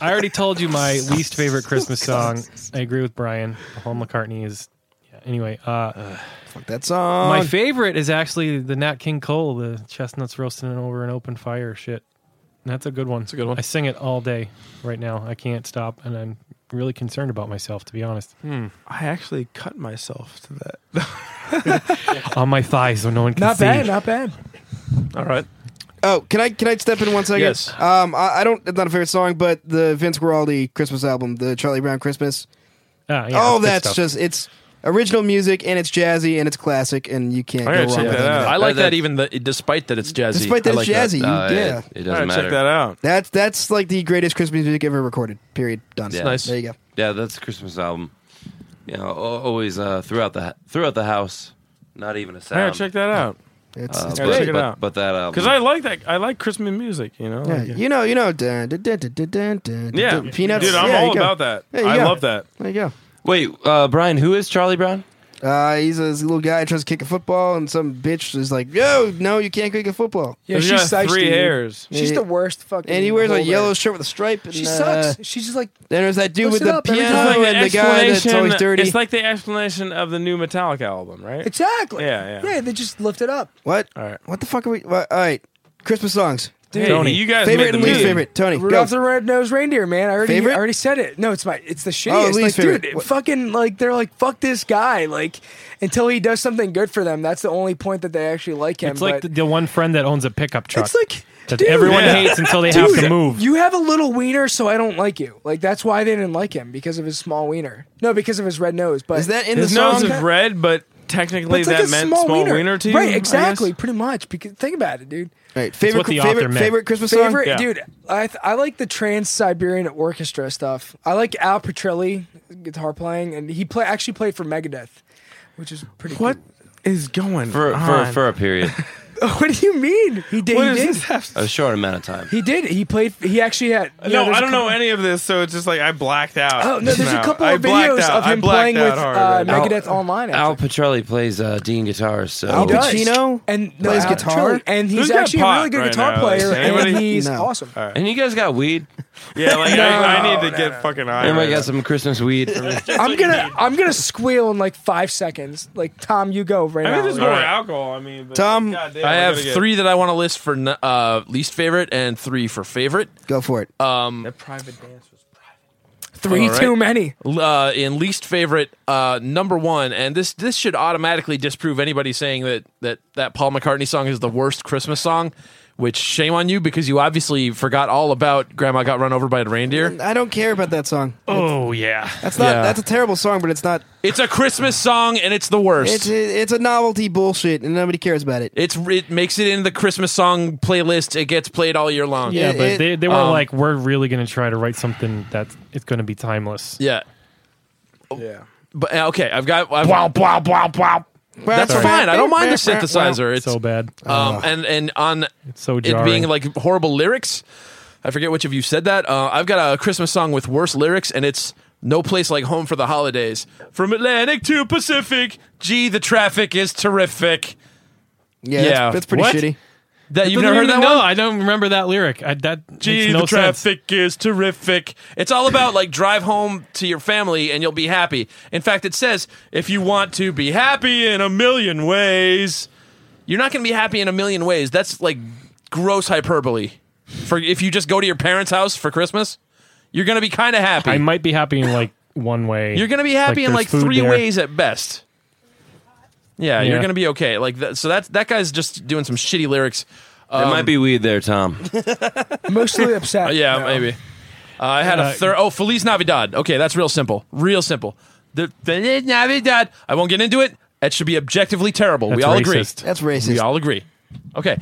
Speaker 8: I already told you my least favorite Christmas song. I agree with Brian. Paul McCartney is. Yeah, anyway, uh,
Speaker 5: Fuck that song.
Speaker 8: my favorite is actually the Nat King Cole, the chestnuts roasting over an open fire shit. And that's a good one. It's
Speaker 1: a good one.
Speaker 8: I sing it all day right now. I can't stop, and I'm really concerned about myself, to be honest.
Speaker 1: Hmm.
Speaker 4: I actually cut myself to that.
Speaker 8: On my thighs, so no one can
Speaker 6: Not
Speaker 8: see.
Speaker 6: bad, not bad.
Speaker 1: All right.
Speaker 5: oh, can I can I step in one second?
Speaker 1: Yes.
Speaker 5: Um, I, I don't. It's not a favorite song, but the Vince Guaraldi Christmas album, the Charlie Brown Christmas.
Speaker 8: Ah, yeah,
Speaker 5: oh,
Speaker 8: good
Speaker 5: that's
Speaker 8: stuff.
Speaker 5: just it's original music and it's jazzy and it's classic and you can't
Speaker 4: I
Speaker 5: go
Speaker 4: gotta
Speaker 5: wrong
Speaker 4: check
Speaker 5: with
Speaker 4: that
Speaker 5: that.
Speaker 4: out.
Speaker 1: I like
Speaker 3: that-
Speaker 1: that, even the, despite that it's jazzy.
Speaker 5: Despite that
Speaker 1: I
Speaker 5: it's
Speaker 1: like
Speaker 5: jazzy,
Speaker 3: Uh,
Speaker 5: you, yeah.
Speaker 3: it- it,
Speaker 4: All
Speaker 3: doesn't
Speaker 4: right,
Speaker 3: matter.
Speaker 4: check that out.
Speaker 5: That's that's like the greatest Christmas music ever recorded. Period. Done.
Speaker 3: Yeah.
Speaker 1: Nice.
Speaker 5: There you go.
Speaker 3: Yeah, that's a Christmas album. You know, al- always uh, throughout the throughout the house. Not even a
Speaker 4: I
Speaker 3: sound.
Speaker 4: gotta check that out
Speaker 5: It's,
Speaker 3: Uh,
Speaker 5: it's
Speaker 3: but,
Speaker 4: great. Check it
Speaker 3: but-
Speaker 4: out.
Speaker 3: but that album.
Speaker 4: because I like that. I like Christmas music. You know.
Speaker 5: yeah,
Speaker 4: Like,
Speaker 5: you know, you know, dun, dun, dun, dun, dun, dun, dun,
Speaker 4: yeah.
Speaker 5: dun, peanuts.
Speaker 4: Dude, I'm
Speaker 5: yeah,
Speaker 4: all about that.
Speaker 5: There you
Speaker 4: I
Speaker 5: go.
Speaker 4: love that.
Speaker 5: There you go.
Speaker 3: wait, uh, Brian. Who is Charlie Brown?
Speaker 5: Uh, he's a, he's a little guy who tries to kick a football, and some bitch is like, "Yo, no, you can't kick a football."
Speaker 6: Yeah,
Speaker 4: He's
Speaker 6: she's
Speaker 4: got
Speaker 6: psyched,
Speaker 4: three
Speaker 6: dude.
Speaker 4: hairs.
Speaker 6: She's
Speaker 5: Yeah.
Speaker 6: the worst fucking.
Speaker 5: And he wears a
Speaker 6: hole
Speaker 5: yellow
Speaker 6: there.
Speaker 5: shirt with a stripe. And,
Speaker 6: She
Speaker 5: uh,
Speaker 6: sucks. She's just like
Speaker 5: then there's that dude
Speaker 6: Looks
Speaker 5: with
Speaker 6: it
Speaker 5: the
Speaker 6: up every
Speaker 5: piano
Speaker 6: time. It's like
Speaker 5: and the guy that's always dirty.
Speaker 4: It's like the explanation of the new Metallica album, right?
Speaker 6: exactly.
Speaker 4: Yeah, yeah.
Speaker 6: Yeah, they just lift it up.
Speaker 5: what?
Speaker 4: all right.
Speaker 5: What the fuck are we? What? All right, Christmas songs.
Speaker 4: Hey,
Speaker 8: Tony.
Speaker 4: you guys
Speaker 5: favorite
Speaker 4: made the
Speaker 5: and least
Speaker 4: meme.
Speaker 5: favorite. Tony, go.
Speaker 6: Rudolph the Red-Nosed Reindeer, man. I already,
Speaker 5: Favorite? Oh,
Speaker 6: I already said it. No, it's my, it's the shittiest.
Speaker 5: least
Speaker 6: like,
Speaker 5: favorite.
Speaker 6: dude,
Speaker 5: What-
Speaker 6: fucking, like they're like, fuck this guy. Like, until he does something good for them, that's the only point that they actually like him.
Speaker 8: It's like
Speaker 6: but-
Speaker 8: the, the one friend that owns a pickup truck
Speaker 6: it's like
Speaker 8: that
Speaker 6: dude,
Speaker 8: everyone
Speaker 4: Yeah.
Speaker 8: hates until they
Speaker 6: dude,
Speaker 8: have to move.
Speaker 6: You have a little wiener, so I don't like you. Like that's why they didn't like him because of his small wiener. No, because of his red nose. But
Speaker 5: Is that in
Speaker 4: His
Speaker 5: the
Speaker 4: nose
Speaker 5: song?
Speaker 4: is red, but
Speaker 6: but
Speaker 4: technically
Speaker 6: it's
Speaker 4: that
Speaker 6: like a
Speaker 4: meant
Speaker 6: small, wiener.
Speaker 4: to you. I
Speaker 6: right?
Speaker 4: guess?
Speaker 6: Exactly, pretty much. Because think about it, dude.
Speaker 5: All right, favorite
Speaker 8: what the author
Speaker 5: favorite
Speaker 8: meant.
Speaker 5: favorite Christmas
Speaker 6: Favorite,
Speaker 5: song.
Speaker 4: Yeah.
Speaker 6: dude. I th- I like the Trans Siberian Orchestra stuff. I like Al Petrelli guitar playing, and he play actually played for Megadeth, which is pretty.
Speaker 4: What
Speaker 6: cool.
Speaker 4: is going
Speaker 3: For for,
Speaker 4: on?
Speaker 3: for a period,
Speaker 6: what do you mean? He did.
Speaker 4: What
Speaker 6: he
Speaker 4: does
Speaker 6: did.
Speaker 4: this have to-
Speaker 3: a short amount of time.
Speaker 6: He did. He played. He actually had. you
Speaker 4: No,
Speaker 6: there's
Speaker 4: I
Speaker 6: a
Speaker 4: don't
Speaker 6: couple-
Speaker 4: know any of this, so it's just like I blacked out.
Speaker 6: Oh no! There's
Speaker 4: now.
Speaker 6: a couple
Speaker 4: I
Speaker 6: of videos
Speaker 4: blacked out.
Speaker 6: of
Speaker 4: I
Speaker 6: him
Speaker 4: blacked
Speaker 6: playing with
Speaker 4: out
Speaker 6: uh,
Speaker 4: hard.
Speaker 6: Megadeth Oh, online.
Speaker 3: Al
Speaker 6: actually.
Speaker 3: Petrelli plays uh, Dean guitar, so
Speaker 5: Al
Speaker 6: He does.
Speaker 5: Pacino
Speaker 6: and
Speaker 5: plays
Speaker 6: Al
Speaker 5: guitar?
Speaker 6: Petrelli, and he's
Speaker 4: Who's got
Speaker 6: actually a
Speaker 4: pot
Speaker 6: really good
Speaker 4: right
Speaker 6: guitar
Speaker 4: now?
Speaker 6: player,
Speaker 4: Anybody?
Speaker 6: and he's
Speaker 5: No.
Speaker 6: awesome.
Speaker 3: and you guys got weed.
Speaker 4: Yeah, like I, I need to get fucking high.
Speaker 3: Everybody
Speaker 4: right
Speaker 3: got some Christmas weed. for me?
Speaker 6: I'm gonna I'm gonna squeal in like five seconds. Like Tom, you go right
Speaker 4: now. I mean,
Speaker 6: now.
Speaker 4: there's more alcohol. I mean, but
Speaker 5: Tom,
Speaker 4: goddamn,
Speaker 1: I
Speaker 4: we're
Speaker 1: have
Speaker 4: gonna get-
Speaker 1: three that I want to list for n- uh, least favorite and three for favorite.
Speaker 5: Go for it.
Speaker 1: Um,
Speaker 4: That private dance was
Speaker 6: Three
Speaker 1: All right.
Speaker 6: too many.
Speaker 1: l- uh, in least favorite, uh, number one, and this this should automatically disprove anybody saying that that that Paul McCartney song is the worst Christmas song. Which shame on you because you obviously forgot all about Grandma got run over by a reindeer.
Speaker 5: I don't care about that song.
Speaker 8: Oh yeah.
Speaker 5: That's not.
Speaker 1: Yeah.
Speaker 5: That's a terrible song, but it's not.
Speaker 1: It's a Christmas song and it's the worst.
Speaker 5: It's a, it's a novelty bullshit, and nobody cares about it.
Speaker 1: It's it makes it in the Christmas song playlist. It gets played all year long.
Speaker 8: Yeah,
Speaker 5: It-
Speaker 8: but
Speaker 5: it-
Speaker 8: they, they were
Speaker 1: um,
Speaker 8: like, we're really going to try to write something that it's going to be timeless.
Speaker 1: yeah,
Speaker 4: Yeah.
Speaker 1: But uh, okay, I've got. I've,
Speaker 8: blah blah blah.
Speaker 1: That's fine. I don't mind the synthesizer. It's
Speaker 8: so bad.
Speaker 1: um and and on
Speaker 8: so
Speaker 1: it
Speaker 8: jarring.
Speaker 1: being like horrible lyrics. I forget which of you said that. Uh, I've got a Christmas song with worse lyrics, and it's "No Place Like Home for the Holidays." From Atlantic to Pacific, gee, the traffic is terrific.
Speaker 5: Yeah, that's-
Speaker 1: yeah.
Speaker 5: That's, pretty
Speaker 1: What?
Speaker 5: shitty.
Speaker 1: That you've
Speaker 8: Doesn't
Speaker 1: never heard that
Speaker 8: even- no,
Speaker 1: one?
Speaker 8: I don't remember that lyric. I, that
Speaker 1: Gee,
Speaker 8: makes no
Speaker 1: the
Speaker 8: sense.
Speaker 1: traffic is terrific. It's all about like drive home to your family and you'll be happy. In fact, it says if you want to be happy in a million ways, you're not going to be happy in a million ways. That's like gross hyperbole. For if you just go to your parents' house for Christmas, you're going to be kind of happy.
Speaker 8: I might be happy in like one way.
Speaker 1: you're going to be happy in
Speaker 8: there's
Speaker 1: like
Speaker 8: food
Speaker 1: three
Speaker 8: there.
Speaker 1: ways at best. Yeah, you're
Speaker 8: Yeah.
Speaker 1: going to be okay. Like that, so that's that guy's just doing some shitty lyrics. Um,
Speaker 3: there might be weed there, Tom.
Speaker 6: Mostly upset.
Speaker 1: Yeah, maybe. Uh, I had a
Speaker 8: Uh,
Speaker 1: third. Oh, Feliz Navidad. Okay, that's real simple. Real simple. The Feliz Navidad. I won't get into it. That should be objectively terrible. we
Speaker 8: That's
Speaker 1: all
Speaker 8: racist.
Speaker 5: That's
Speaker 1: agree. We
Speaker 5: racist.
Speaker 1: all agree. Okay,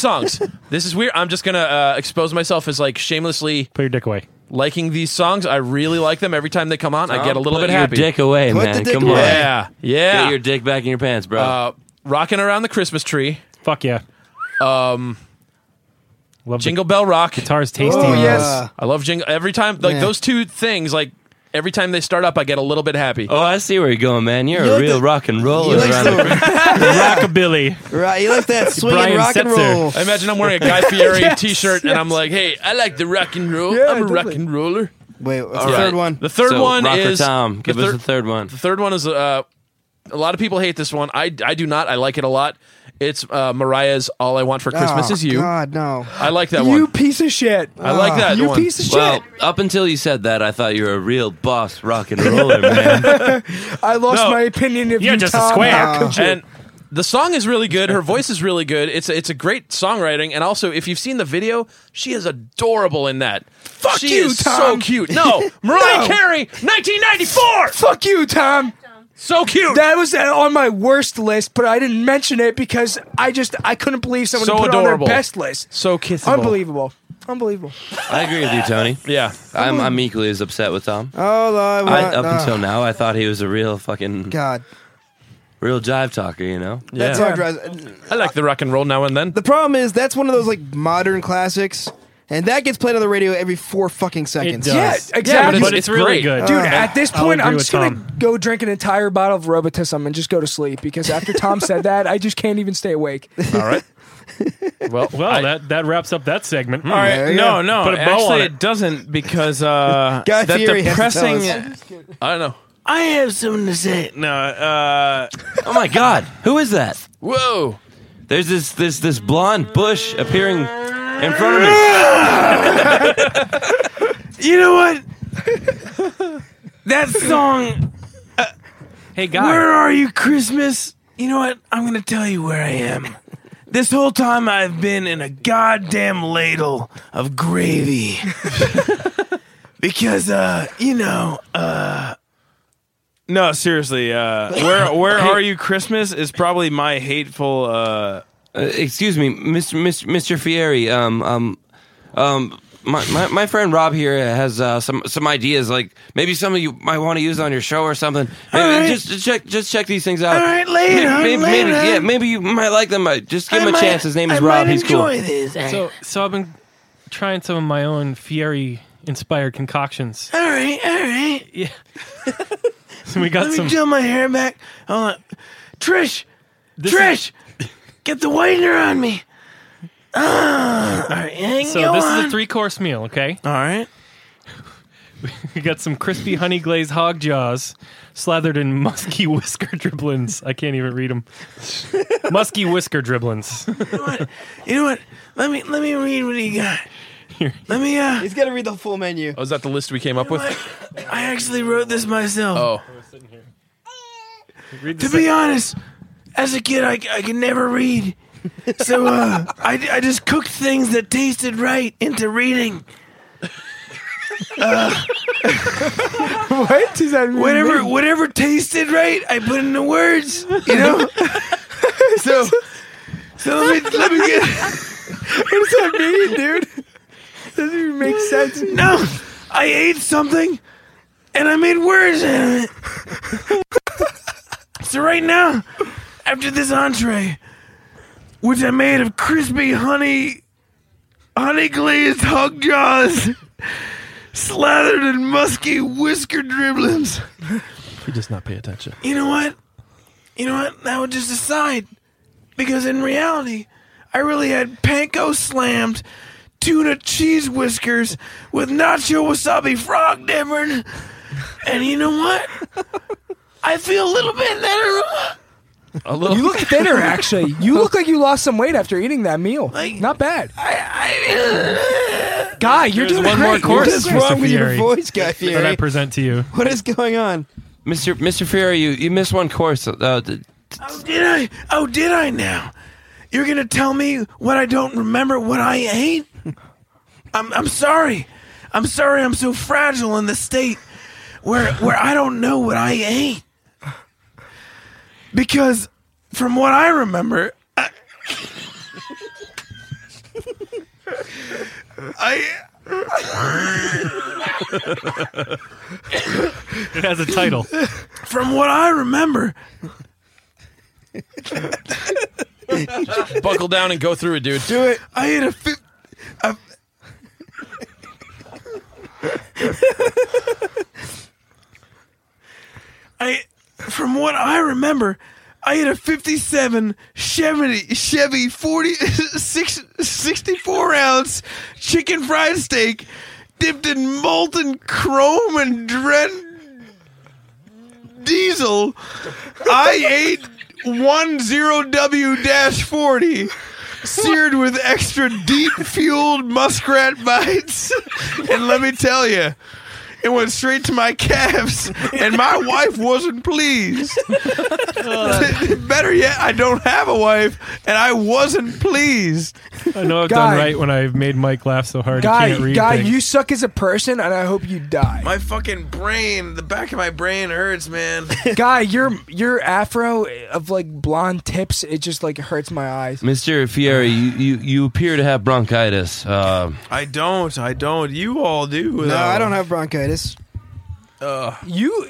Speaker 1: songs. this is weird. I'm just gonna uh, expose myself as like shamelessly
Speaker 8: Put your dick away.
Speaker 1: liking these songs. I really like them every time they come on. I get a little
Speaker 3: Put
Speaker 1: bit
Speaker 3: your
Speaker 1: happy.
Speaker 3: dick away,
Speaker 5: Put the
Speaker 3: man.
Speaker 5: dick
Speaker 3: Come
Speaker 5: away.
Speaker 3: on.
Speaker 1: Yeah, yeah.
Speaker 3: Get your dick back in your pants, bro.
Speaker 1: uh, rocking around the Christmas tree. Um,
Speaker 8: Fuck yeah. Um, love the
Speaker 1: Jingle Bell Rock.
Speaker 8: guitars tasty.
Speaker 5: oh yes.
Speaker 1: I love jingle every time. Like
Speaker 5: Yeah.
Speaker 1: those two things. Like every time they start up, I get a little bit happy.
Speaker 3: oh, I see where you're going, man. You're
Speaker 5: You
Speaker 3: a
Speaker 5: like
Speaker 3: real
Speaker 5: the-
Speaker 3: rock and
Speaker 5: he
Speaker 3: roller
Speaker 5: likes
Speaker 3: around the
Speaker 5: the,
Speaker 8: Rockabilly.
Speaker 5: right, he likes that swing
Speaker 8: Brian
Speaker 5: rock and
Speaker 8: Setzer.
Speaker 5: roll.
Speaker 1: I imagine I'm wearing a Guy Fieri T-shirt, and I'm like, "Hey, I like the rock and roll.
Speaker 6: Yeah,
Speaker 1: I'm a rock
Speaker 6: totally.
Speaker 1: and roller."
Speaker 5: Wait, what's
Speaker 1: All
Speaker 5: the
Speaker 1: right.
Speaker 5: third one?
Speaker 1: The third
Speaker 3: So,
Speaker 1: one
Speaker 3: Rocker
Speaker 1: is
Speaker 3: Tom. Give
Speaker 1: the
Speaker 3: us
Speaker 1: third,
Speaker 3: the third one.
Speaker 1: the third one is uh, a lot of people hate this one. I, I do not. I like it a lot. It's uh, Mariah's "All I Want for Christmas
Speaker 5: Oh,
Speaker 1: Is You."
Speaker 5: God, no.
Speaker 1: I like that
Speaker 6: You
Speaker 1: one.
Speaker 6: piece of shit.
Speaker 1: I
Speaker 5: Ah,
Speaker 1: like that
Speaker 6: you
Speaker 1: one.
Speaker 6: piece of shit.
Speaker 3: Well, up until you said that, I thought you were a real boss rock and roller, man.
Speaker 6: I lost
Speaker 1: No.
Speaker 6: my opinion of
Speaker 8: You're
Speaker 6: you,
Speaker 8: just a
Speaker 6: Tom.
Speaker 8: square.
Speaker 6: How could you?
Speaker 1: and the song is really good. Her voice is really good. It's a, it's a great songwriting, and also if you've seen the video, she is adorable in that. Fuck she
Speaker 6: you,
Speaker 1: is So
Speaker 6: Tom.
Speaker 1: cute. No, Mariah
Speaker 6: No.
Speaker 1: Carey, 1994.
Speaker 6: Fuck you, Tom.
Speaker 1: So cute.
Speaker 6: That was uh, on my worst list, but I didn't mention it because I just I couldn't believe someone
Speaker 1: So
Speaker 6: put it
Speaker 1: adorable.
Speaker 6: on their best list.
Speaker 1: so kissable.
Speaker 6: Unbelievable. Unbelievable.
Speaker 3: I agree with you, Tony.
Speaker 1: Yeah.
Speaker 3: I'm, I'm equally as upset with Tom.
Speaker 5: All I
Speaker 6: Uh,
Speaker 5: want.
Speaker 3: I, up
Speaker 5: no.
Speaker 3: until now, I thought he was a real fucking
Speaker 5: God,
Speaker 3: real jive talker. You know,
Speaker 1: Yeah.
Speaker 5: that's hard. drives-
Speaker 1: I like the rock and roll now and then.
Speaker 5: The problem is that's one of those like modern classics, and that gets played on the radio every four fucking seconds.
Speaker 8: does. Yes.
Speaker 6: Yeah, exactly.
Speaker 8: but it's,
Speaker 1: it's
Speaker 8: really
Speaker 1: great.
Speaker 8: good.
Speaker 6: Dude, at this
Speaker 8: I'll
Speaker 6: point,
Speaker 8: agree
Speaker 6: I'm
Speaker 8: with
Speaker 6: just gonna
Speaker 8: Tom.
Speaker 6: go drink an entire bottle of Robitussin and just go to sleep because after Tom said that, I just can't even stay awake.
Speaker 1: All right. Well,
Speaker 8: Well,
Speaker 1: I-
Speaker 8: that, that wraps up that segment.
Speaker 4: All right,
Speaker 5: There you
Speaker 4: no,
Speaker 5: go.
Speaker 4: no.
Speaker 8: Put a bow on
Speaker 4: actually,
Speaker 8: it.
Speaker 4: it. doesn't because uh,
Speaker 5: Guy
Speaker 4: that
Speaker 5: Fieri has to tell
Speaker 4: depressing.
Speaker 5: us.
Speaker 1: I don't know.
Speaker 4: I have something to say. No, uh,
Speaker 3: Oh my God, who is that?
Speaker 1: Whoa.
Speaker 3: There's this this this blonde bush appearing in front of me.
Speaker 4: you know what? that song.
Speaker 8: Hey, guys.
Speaker 4: Where are you, Christmas? You know what? I'm gonna tell you where I am. This whole time I've been in a goddamn ladle of gravy. because uh, you know, uh No, seriously, uh Where Where Are You Christmas is probably my hateful uh
Speaker 3: Uh, excuse me, Mr. Mr. Mr. Fieri. Um um um. My, my, my friend Rob here has uh, some some ideas like maybe some of you might want to use on your show or something. Maybe,
Speaker 4: right.
Speaker 3: Just just check just check these things out.
Speaker 4: All right, later,
Speaker 3: Maybe, maybe,
Speaker 4: later.
Speaker 3: yeah, maybe you might like them. Uh, Just give him a
Speaker 4: might-
Speaker 3: chance. His name is
Speaker 4: I
Speaker 3: Rob.
Speaker 4: might
Speaker 3: He's cool.
Speaker 4: enjoy this.
Speaker 8: So, so I've been trying some of my own Fieri inspired concoctions.
Speaker 4: all right, all right.
Speaker 8: So we got
Speaker 4: Let
Speaker 8: some.
Speaker 4: me gel my hair back. Hold on. Trish,
Speaker 8: this is-
Speaker 4: Trish, get the whitener on me.
Speaker 2: Ah,
Speaker 8: So this is a three course meal, okay?
Speaker 2: All right.
Speaker 8: We got some crispy honey glazed hog jaws slathered in musky whisker dribblings. I can't even read them. musky whisker dribblings.
Speaker 2: You know what? Let me let me read what he got. Let me. Uh,
Speaker 5: He's got to read the full menu.
Speaker 1: Oh, is that the list we came up with?
Speaker 2: I actually wrote this myself.
Speaker 1: Oh,
Speaker 8: Read the
Speaker 2: To be honest, as a kid, I, I could never read. So uh, I, I just cooked things that tasted right into reading. Uh,
Speaker 6: What does that mean?
Speaker 2: Whatever whatever tasted right, I put into words. You know. so so let me, let me get
Speaker 6: What does that mean, dude? Doesn't even make sense.
Speaker 2: no. I ate something, and I made words out of it. so right now, after this entree, which I made of crispy honey, honey glazed hog jaws, slathered in musky whisker dribblings.
Speaker 1: he does not pay attention.
Speaker 2: you know what? You know what? That was just a side. Because in reality, I really had panko slammed tuna cheese whiskers with nacho wasabi frog dipping. And you know what? I feel a little bit better.
Speaker 1: A little.
Speaker 6: You look thinner, actually. You look like you lost some weight after eating that meal. Not bad.
Speaker 2: I, I,
Speaker 6: Guy, Ah, you're doing
Speaker 8: one
Speaker 6: great.
Speaker 8: more
Speaker 6: You're
Speaker 8: course.
Speaker 6: doing
Speaker 5: What's wrong with your
Speaker 8: Fieri.
Speaker 5: voice, Guy
Speaker 8: that I
Speaker 5: Fieri?
Speaker 8: present to you.
Speaker 5: What is going on?
Speaker 3: Mr. Mr. Fieri, you, you missed one course. Uh, d-
Speaker 2: oh, did I? Oh, did I now? You're going to tell me what I don't remember what I ate? I'm, I'm sorry. I'm sorry I'm so fragile in the state where where I don't know what I ate. Because from what I remember, I I,
Speaker 8: It has a title.
Speaker 2: from what I remember,
Speaker 1: Buckle down and go through it, dude.
Speaker 2: do it. I ate a fi- a- I from what I remember, I ate a 57 Chevy Chevy 40 six- 64 ounce chicken fried steak dipped in molten chrome and dren diesel. I ate 10W-40 seared with extra deep fueled muskrat bites. And let me tell you, it went straight to my calves, and my wife wasn't pleased. Better yet, I don't have a wife, and I wasn't pleased.
Speaker 8: I know I've
Speaker 6: Guy.
Speaker 8: done right when I've made Mike laugh so hard he can't
Speaker 6: Guy,
Speaker 8: read
Speaker 6: guy,
Speaker 8: things.
Speaker 6: you suck as a person, and I hope you die.
Speaker 2: My fucking brain, the back of my brain hurts, man.
Speaker 6: guy, your your afro of like blonde tips, it just like hurts my eyes.
Speaker 3: Mr. Fieri, you, you, you appear to have bronchitis. Uh,
Speaker 4: I don't. I don't. You all do.
Speaker 5: No, I don't have bronchitis.
Speaker 6: You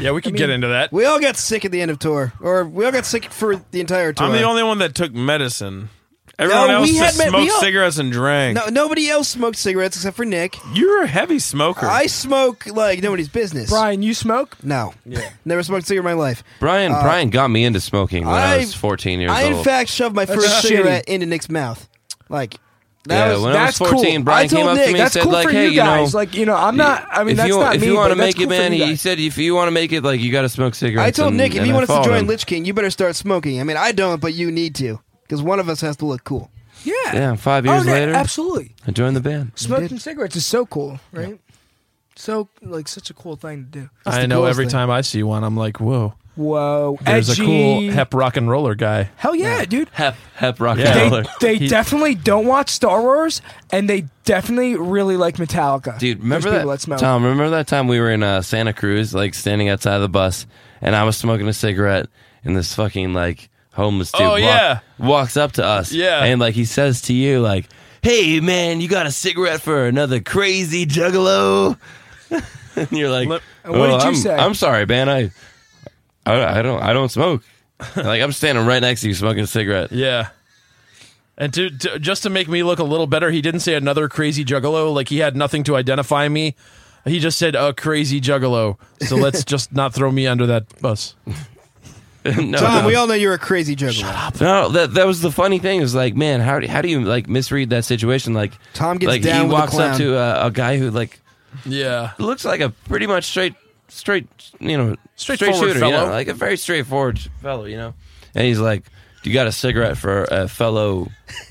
Speaker 1: Yeah, we could get into that.
Speaker 5: We all got sick at the end of tour, or we all got sick for the entire tour.
Speaker 4: I'm the only one that took medicine. Everyone else
Speaker 5: we
Speaker 4: just
Speaker 5: had med- we
Speaker 4: smoked
Speaker 5: all-
Speaker 4: cigarettes and drank.
Speaker 5: No, nobody else smoked cigarettes except for Nick.
Speaker 4: You're a heavy smoker.
Speaker 5: I smoke like nobody's business.
Speaker 6: Brian, you smoke?
Speaker 5: No. Never smoked a cigarette in my life.
Speaker 3: Brian
Speaker 6: Uh,
Speaker 3: Brian got me into smoking when I,
Speaker 5: I-
Speaker 3: was 14 years
Speaker 5: I,
Speaker 3: old.
Speaker 5: in fact, shoved my
Speaker 6: That's
Speaker 5: first
Speaker 6: shitty.
Speaker 5: cigarette into Nick's mouth. Like, that
Speaker 3: Yeah,
Speaker 5: was.
Speaker 3: when I was
Speaker 6: that's
Speaker 3: 14,
Speaker 6: cool.
Speaker 3: Brian
Speaker 6: I told
Speaker 3: came up
Speaker 6: Nick,
Speaker 3: to me and
Speaker 6: that's
Speaker 3: said,
Speaker 6: cool
Speaker 3: like,
Speaker 6: for
Speaker 3: hey,
Speaker 6: you guys.
Speaker 3: know,
Speaker 6: like, you know, I'm not. I mean,
Speaker 3: if
Speaker 6: that's
Speaker 3: you,
Speaker 6: not
Speaker 3: if
Speaker 6: me.
Speaker 3: you
Speaker 6: want to
Speaker 3: make it,
Speaker 6: cool for
Speaker 3: man,
Speaker 6: you
Speaker 3: he
Speaker 6: guys.
Speaker 3: said if you want to make it, like, you got to smoke cigarettes.
Speaker 5: I told
Speaker 3: and-
Speaker 5: Nick if
Speaker 3: and
Speaker 5: he
Speaker 3: I
Speaker 5: wants to
Speaker 3: followed
Speaker 5: join
Speaker 3: him.
Speaker 5: Lich King, you better start smoking. I mean, I don't, but you need to because one of us has to look cool.
Speaker 6: yeah.
Speaker 3: Yeah, five
Speaker 6: Oh,
Speaker 3: years
Speaker 6: no,
Speaker 3: later,
Speaker 6: absolutely.
Speaker 3: I joined the band.
Speaker 6: Smoking cigarettes is so cool, right? So like such a cool thing to do.
Speaker 1: I know every time I see one, I'm like, whoa.
Speaker 6: Whoa,
Speaker 1: There's
Speaker 6: edgy.
Speaker 1: a cool hep rock and roller guy.
Speaker 6: Hell yeah, dude.
Speaker 3: Hep, hep, rock
Speaker 1: Yeah.
Speaker 3: and
Speaker 6: They,
Speaker 3: roller.
Speaker 6: they
Speaker 1: He-
Speaker 6: definitely don't watch Star Wars, and they definitely really like Metallica.
Speaker 3: Dude, remember
Speaker 6: There's people
Speaker 3: that,
Speaker 6: that smoke.
Speaker 3: Tom? Remember that time we were in uh, Santa Cruz, like standing outside the bus, and I was smoking a cigarette, and this fucking like homeless dude
Speaker 1: Oh,
Speaker 3: walk-
Speaker 1: yeah.
Speaker 3: walks up to us,
Speaker 1: Yeah.
Speaker 3: and like he says to you, like, "Hey man, you got a cigarette for another crazy juggalo?" and you're like,
Speaker 6: And what
Speaker 3: "Oh,
Speaker 6: did you
Speaker 3: I'm,
Speaker 6: say?"
Speaker 3: I'm sorry, man. I, I, I don't, I don't smoke. like I'm standing right next to you smoking a cigarette.
Speaker 1: Yeah. And to, to just to make me look a little better, he didn't say another crazy juggalo. Like he had nothing to identify me. He just said a crazy juggalo. So let's just not throw me under that bus.
Speaker 3: no,
Speaker 5: Tom,
Speaker 3: no.
Speaker 5: we all know you're a crazy juggler. Shut up.
Speaker 3: No, that that was the funny thing. It was like, man, how do, how do you like misread that situation? Like
Speaker 5: Tom gets
Speaker 3: like
Speaker 5: down
Speaker 3: he
Speaker 5: with a
Speaker 3: walks
Speaker 5: clown.
Speaker 3: up to a, a guy who like
Speaker 1: Yeah.
Speaker 3: looks like a pretty much straight straight you know straight
Speaker 1: Straightforward
Speaker 3: shooter, you know,
Speaker 1: fellow.
Speaker 3: like a very straightforward fellow, you know. And he's like, "You got a cigarette for a fellow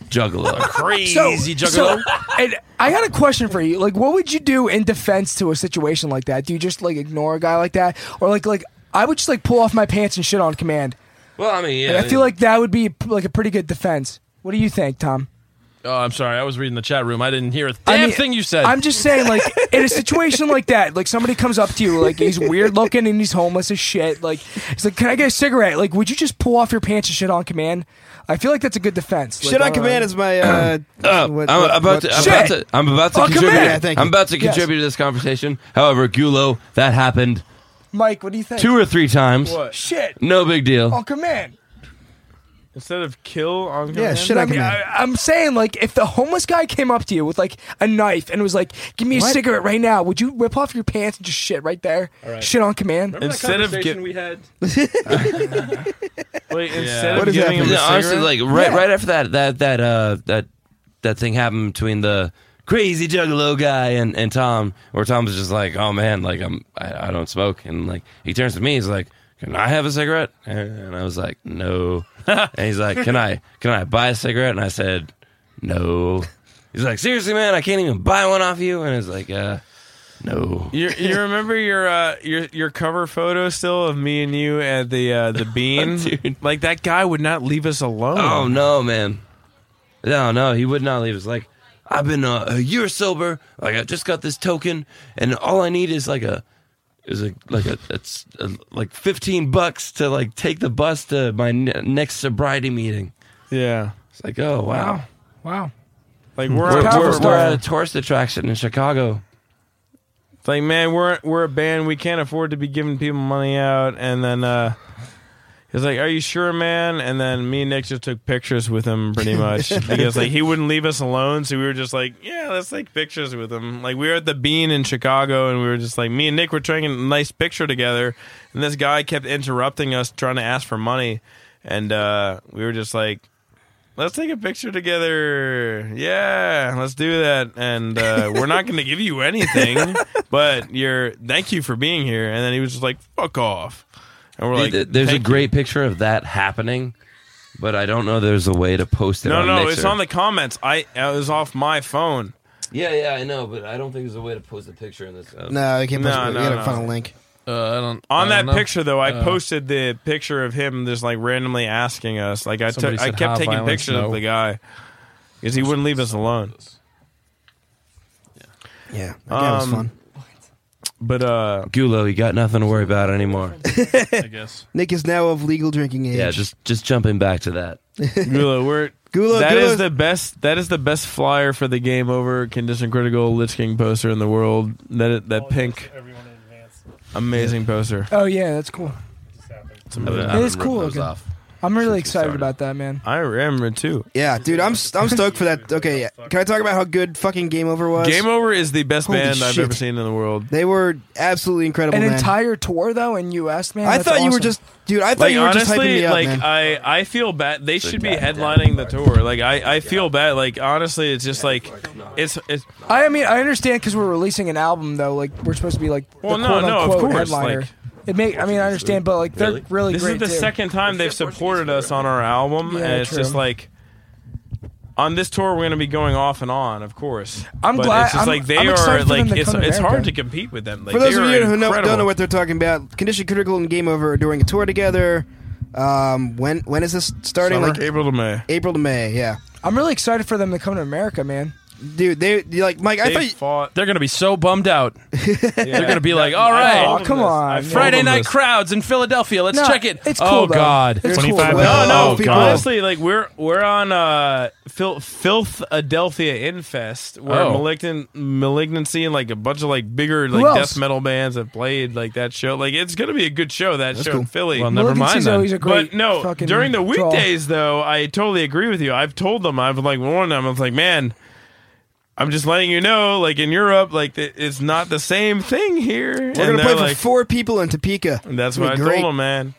Speaker 3: juggler?"
Speaker 1: Crazy
Speaker 6: So,
Speaker 1: juggalo.
Speaker 6: and I got a question for you. Like, what would you do in defense to a situation like that? Do you just like ignore a guy like that, or like like I would just like pull off my pants and shit on command?
Speaker 3: well, I mean, yeah,
Speaker 6: Like, I feel like that would be p- like a pretty good defense. What do you think, Tom?
Speaker 1: oh, I'm sorry. I was reading the chat room. I didn't hear a
Speaker 6: I
Speaker 1: damn
Speaker 6: mean,
Speaker 1: thing you said.
Speaker 6: I'm just saying, like, in a situation like that, like somebody comes up to you, like he's weird looking and he's homeless as shit. Like, he's like, "Can I get a cigarette?" Like, would you just pull off your pants and shit on command? I feel like that's a good defense. Like,
Speaker 5: Shit
Speaker 6: I
Speaker 5: on
Speaker 6: don't know.
Speaker 5: command is my. Uh,
Speaker 3: Uh,
Speaker 5: what-
Speaker 3: I'm
Speaker 5: what-
Speaker 3: about
Speaker 5: what-
Speaker 3: to. I'm
Speaker 6: Shit.
Speaker 3: about to. I'm about to
Speaker 6: Oh, come
Speaker 3: contribute.
Speaker 6: here. Yeah,
Speaker 5: thank
Speaker 3: I'm
Speaker 5: you.
Speaker 3: about to
Speaker 6: Yes.
Speaker 3: contribute to this conversation. However, Gulo, that happened
Speaker 6: Mike, what do you think?
Speaker 3: two or three times.
Speaker 6: shit
Speaker 3: No big deal.
Speaker 6: on command.
Speaker 4: Instead of kill on
Speaker 5: yeah,
Speaker 4: command?
Speaker 5: shit on
Speaker 6: I mean,
Speaker 5: command.
Speaker 6: I, I'm saying, like, if the homeless guy came up to you with like a knife and was like, "Give me a cigarette right now," would you rip off your pants and just shit right there? Shit on command.
Speaker 4: Instead of get,
Speaker 1: we had.
Speaker 4: wait, instead
Speaker 5: What is
Speaker 4: of giving
Speaker 5: happening?
Speaker 4: him a
Speaker 3: No, honestly,
Speaker 4: cigarette?
Speaker 3: like right right after that that that uh that that thing happened between the crazy juggalo guy and and Tom, where Tom was just like, oh man, like I'm I, I don't smoke, and like he turns to me, he's like. Can I have a cigarette? And I was like, no. and he's like, can I can I buy a cigarette? And I said, no. He's like, seriously, man, I can't even buy one off you. And it's like, uh, no.
Speaker 4: you, you remember your uh, your your cover photo still of me and you at the uh, the bean?
Speaker 3: Dude.
Speaker 4: Like that guy would not leave us alone.
Speaker 3: Oh no, man. No, no, he would not leave. It's like I've been uh, a year sober. Like I just got this token, and all I need is like a is a like a, it's a like fifteen bucks to like take the bus to my ne- next sobriety meeting.
Speaker 4: Yeah.
Speaker 3: It's like oh wow,
Speaker 6: Wow.
Speaker 4: Like we're,
Speaker 3: we're,
Speaker 4: on,
Speaker 6: powerful
Speaker 3: we're,
Speaker 6: stuff.
Speaker 3: we're at a tourist attraction in Chicago.
Speaker 4: it's like man, we're we're a band. We can't afford to be giving people money out. And then uh, he's like, "Are you sure, man?" And then me and Nick just took pictures with him, pretty much. because like he wouldn't leave us alone, so we were just like, "Yeah, let's take pictures with him." Like we were at the Bean in Chicago, and we were just like, me and Nick were trying a nice picture together, and this guy kept interrupting us, trying to ask for money, and uh, we were just like. Let's take a picture together. Yeah, let's do that. And uh, we're not going to give you anything, but you're thank you for being here. And then he was just like, "Fuck off." And we're like,
Speaker 3: Th- there's a
Speaker 4: "Thank
Speaker 3: great picture of that happening, but I don't know. There's a way to post it.
Speaker 4: you." No,
Speaker 3: on
Speaker 4: no,
Speaker 3: Mixer.
Speaker 4: it's on the comments. I it was off my phone.
Speaker 3: Yeah, yeah, I know, but I don't think there's a way to post a picture in this. uh,
Speaker 5: No, I can't.
Speaker 4: No,
Speaker 5: No, no,
Speaker 4: no,
Speaker 5: we gotta
Speaker 4: no.
Speaker 5: find a link.
Speaker 1: Uh, I don't.
Speaker 4: On
Speaker 1: I
Speaker 4: that
Speaker 1: don't know.
Speaker 4: picture though, I
Speaker 1: Uh,
Speaker 4: posted the picture of him just like randomly asking us. Like I
Speaker 1: Somebody
Speaker 4: took, I
Speaker 1: said,
Speaker 4: kept
Speaker 1: "How
Speaker 4: taking
Speaker 1: violence?
Speaker 4: pictures of
Speaker 1: No.
Speaker 4: the guy because he wouldn't leave us alone.
Speaker 5: Yeah, that guy was
Speaker 4: Um,
Speaker 5: fun.
Speaker 4: But uh,
Speaker 3: Gulo, you got nothing to worry about anymore.
Speaker 1: I guess.
Speaker 5: Nick is now of legal drinking age.
Speaker 3: Yeah, just just jumping back to that.
Speaker 4: Gula, we're
Speaker 5: Gula,
Speaker 4: that
Speaker 5: Gula-
Speaker 4: is the best. That is the best flyer for the game over condition critical Lich King poster in the world. That that pink,
Speaker 8: Everyone in advance.
Speaker 4: amazing poster.
Speaker 6: Oh yeah, that's cool. It is cool looking. I'm really excited about that, man.
Speaker 4: I remember too.
Speaker 5: yeah, dude, I'm s- I'm stoked for that. Okay, yeah. can I talk about how good fucking Game Over was?
Speaker 4: Game over is the best
Speaker 5: Holy
Speaker 4: band I've
Speaker 5: shit.
Speaker 4: ever seen in the world.
Speaker 5: They were absolutely incredible.
Speaker 6: An
Speaker 5: man.
Speaker 6: entire tour though in U.S. Man.
Speaker 5: I
Speaker 6: That's
Speaker 5: thought you were
Speaker 6: awesome.
Speaker 5: just, dude. I thought
Speaker 4: Like
Speaker 5: you were just hyping
Speaker 4: honestly,
Speaker 5: me up,
Speaker 4: like
Speaker 5: man.
Speaker 4: I, I feel bad. They should be headlining the tour. Like I, I feel bad. Like honestly, it's just like it's it's.
Speaker 6: I mean, I understand because we're releasing an album though. Like we're supposed to be like
Speaker 4: Well,
Speaker 6: the
Speaker 4: no,
Speaker 6: quote
Speaker 4: no, of
Speaker 6: unquote
Speaker 4: course,
Speaker 6: headliner.
Speaker 4: like-
Speaker 6: it may. I mean, I understand, but like they're really,
Speaker 4: This
Speaker 6: great
Speaker 4: is the
Speaker 6: too.
Speaker 4: second time they've supported us on our album,
Speaker 6: Yeah,
Speaker 4: and it's
Speaker 6: true.
Speaker 4: just like on this tour we're going to be going off and on, of course.
Speaker 6: I'm
Speaker 4: but
Speaker 6: glad-
Speaker 4: It's just
Speaker 6: I'm-
Speaker 4: like they
Speaker 6: I'm excited
Speaker 4: are
Speaker 6: for them
Speaker 4: like
Speaker 6: to
Speaker 4: it's
Speaker 6: come to
Speaker 4: it's hard
Speaker 6: America.
Speaker 4: to compete with them. Like,
Speaker 5: for those
Speaker 4: they
Speaker 5: of
Speaker 4: are
Speaker 5: you who know,
Speaker 4: incredible.
Speaker 5: don't know what they're talking about, Condition Critical and Game Over are doing a tour together. Um, when when is this starting?
Speaker 4: Summer,
Speaker 5: Like
Speaker 4: April to May.
Speaker 5: April to May. Yeah,
Speaker 6: I'm really excited for them to come to America, man.
Speaker 5: dude. They they, like Mike. I
Speaker 4: They
Speaker 5: thought you-
Speaker 4: fought.
Speaker 1: They're gonna be so bummed out.
Speaker 4: They're
Speaker 1: They're gonna be like, all
Speaker 6: Oh,
Speaker 1: right,
Speaker 6: come on, man.
Speaker 1: Friday night crowds in Philadelphia. Let's
Speaker 6: No,
Speaker 1: check it.
Speaker 6: It's cool.
Speaker 1: oh
Speaker 6: though.
Speaker 1: God.
Speaker 6: It's cool.
Speaker 8: 25
Speaker 6: though.
Speaker 5: No, no,
Speaker 8: Oh,
Speaker 5: people.
Speaker 8: God.
Speaker 4: Honestly, like we're we're on uh Phil- Filth Adelphia Infest where
Speaker 1: Oh.
Speaker 4: malignant malignancy and like a bunch of like bigger like
Speaker 6: else?
Speaker 4: death metal bands have played like that show. Like it's gonna be a good show that show in Philly.
Speaker 1: Well, never
Speaker 6: Malignancy's
Speaker 1: mind then.
Speaker 6: always a great
Speaker 4: but no,
Speaker 6: fucking
Speaker 4: during the
Speaker 6: draw.
Speaker 4: weekdays though, I totally agree with you. I've told them, I've like warned them. I was like, man, I'm just letting you know, like in Europe, like it- it's not the same thing here.
Speaker 5: we're
Speaker 4: And
Speaker 5: gonna play
Speaker 4: they're
Speaker 5: for
Speaker 4: like,
Speaker 5: four people in Topeka.
Speaker 4: That's
Speaker 5: It'll
Speaker 4: what
Speaker 5: be
Speaker 4: I
Speaker 5: great.
Speaker 4: told them, man.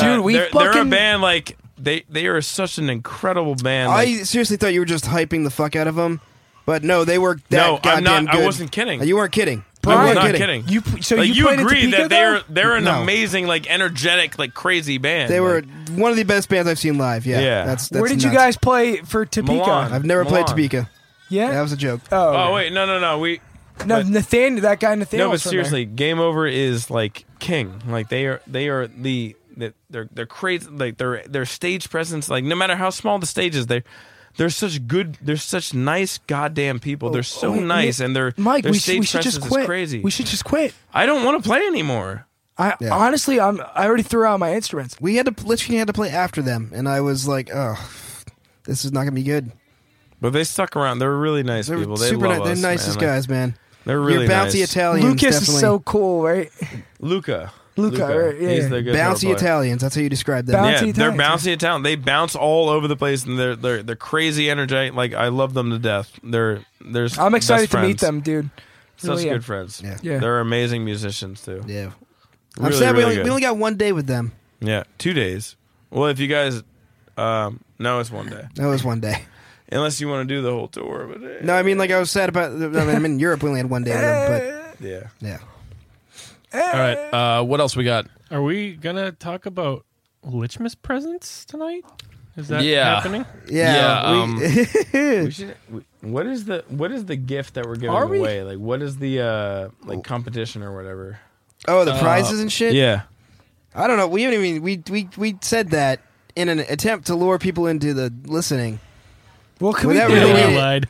Speaker 6: Dude, we
Speaker 4: Uh, they're, they're a
Speaker 6: fucking-
Speaker 4: band like they they are such an incredible band. Like,
Speaker 5: I seriously thought you were just hyping the fuck out of them, but no, they were that
Speaker 4: No, I'm
Speaker 5: goddamn
Speaker 4: not- I
Speaker 5: good.
Speaker 4: wasn't kidding.
Speaker 5: You weren't kidding.
Speaker 4: I was
Speaker 5: You
Speaker 4: not
Speaker 5: weren't
Speaker 4: kidding.
Speaker 6: You p- so
Speaker 4: Like,
Speaker 6: you,
Speaker 4: you,
Speaker 6: played at
Speaker 4: agree
Speaker 6: Topeka,
Speaker 4: that they're
Speaker 6: though?
Speaker 4: they're an
Speaker 5: No.
Speaker 4: amazing like energetic like crazy band.
Speaker 5: They were
Speaker 4: Like,
Speaker 5: one of the best bands I've seen live. Yeah,
Speaker 4: Yeah.
Speaker 5: That's, that's
Speaker 6: Where did you
Speaker 5: nuts.
Speaker 6: guys play for Topeka?
Speaker 4: Milan.
Speaker 5: I've never played
Speaker 4: Milan.
Speaker 5: Topeka.
Speaker 6: Yeah.
Speaker 5: That was a joke.
Speaker 6: oh,
Speaker 4: oh wait, no, no, no. We
Speaker 6: no,
Speaker 4: but-
Speaker 6: Nathaniel. That guy Nathaniel.
Speaker 4: no, but seriously, Game Over is like king. Like they are they are the the- they're they're crazy. Like their their stage presence. Like no matter how small the stage is, they. They're such good. They're such nice, goddamn people. They're so
Speaker 6: Oh, wait,
Speaker 4: nice, and their
Speaker 6: Mike,
Speaker 4: their
Speaker 6: we,
Speaker 4: stage
Speaker 6: should, we should
Speaker 4: presence
Speaker 6: just quit.
Speaker 4: is crazy.
Speaker 6: We should just quit.
Speaker 4: I don't want to play anymore.
Speaker 6: I honestly, I'm. I already threw out my instruments.
Speaker 5: We had to literally had to play after them, and I was like, oh, this is not gonna be good.
Speaker 4: But they stuck around. They're really nice
Speaker 5: They're
Speaker 4: people. They
Speaker 5: super.
Speaker 4: love
Speaker 5: ni-
Speaker 4: us,
Speaker 5: they're nicest
Speaker 4: man. Like,
Speaker 5: guys, man.
Speaker 4: they're really
Speaker 5: Your bouncy
Speaker 4: nice.
Speaker 5: Italians.
Speaker 6: Lucas
Speaker 5: definitely.
Speaker 6: is so cool, right?
Speaker 4: Oh, Luca.
Speaker 6: Luca, right, yeah.
Speaker 4: He's the good
Speaker 5: bouncy
Speaker 4: little boy.
Speaker 5: Italians. That's how you describe them.
Speaker 6: Bouncy
Speaker 4: Yeah, they're
Speaker 6: Italians,
Speaker 4: bouncy Italian. They bounce all over the place, and they're they're they're crazy energetic. Like I love them to death. They're they're.
Speaker 6: I'm excited
Speaker 4: best
Speaker 6: to meet
Speaker 4: friends.
Speaker 6: them, dude.
Speaker 4: Such
Speaker 6: Really, yeah.
Speaker 4: good friends.
Speaker 5: Yeah.
Speaker 6: Yeah.
Speaker 4: they're amazing musicians too. Yeah,
Speaker 5: yeah. I'm
Speaker 4: Really,
Speaker 5: sad we,
Speaker 4: really
Speaker 5: only,
Speaker 4: good.
Speaker 5: we only got one day with them.
Speaker 4: two days. Well, if you guys, um, no, it's one day.
Speaker 5: That was one day.
Speaker 4: Unless you want to do the whole tour, but eh,
Speaker 5: No, I mean, like I was sad about. I mean, I'm in Europe. We only had one day with them,
Speaker 4: yeah.
Speaker 5: but yeah.
Speaker 1: All right. Uh, what else we got?
Speaker 8: Are we gonna talk about Lichmas presents tonight? Is that
Speaker 1: Yeah.
Speaker 8: happening?
Speaker 5: Yeah. we-
Speaker 1: um,
Speaker 4: We should, we- what is the what is the gift that we're giving
Speaker 8: Are we-
Speaker 4: away? Like, what is the uh like competition or whatever?
Speaker 5: oh,
Speaker 4: Uh,
Speaker 5: the prizes and shit.
Speaker 4: Yeah,
Speaker 5: I don't know. We haven't even we we we said that in an attempt to lure people into the listening.
Speaker 6: Well, can
Speaker 5: Without
Speaker 6: we do
Speaker 5: really-
Speaker 6: it?
Speaker 8: Yeah,
Speaker 5: we-
Speaker 8: we lied.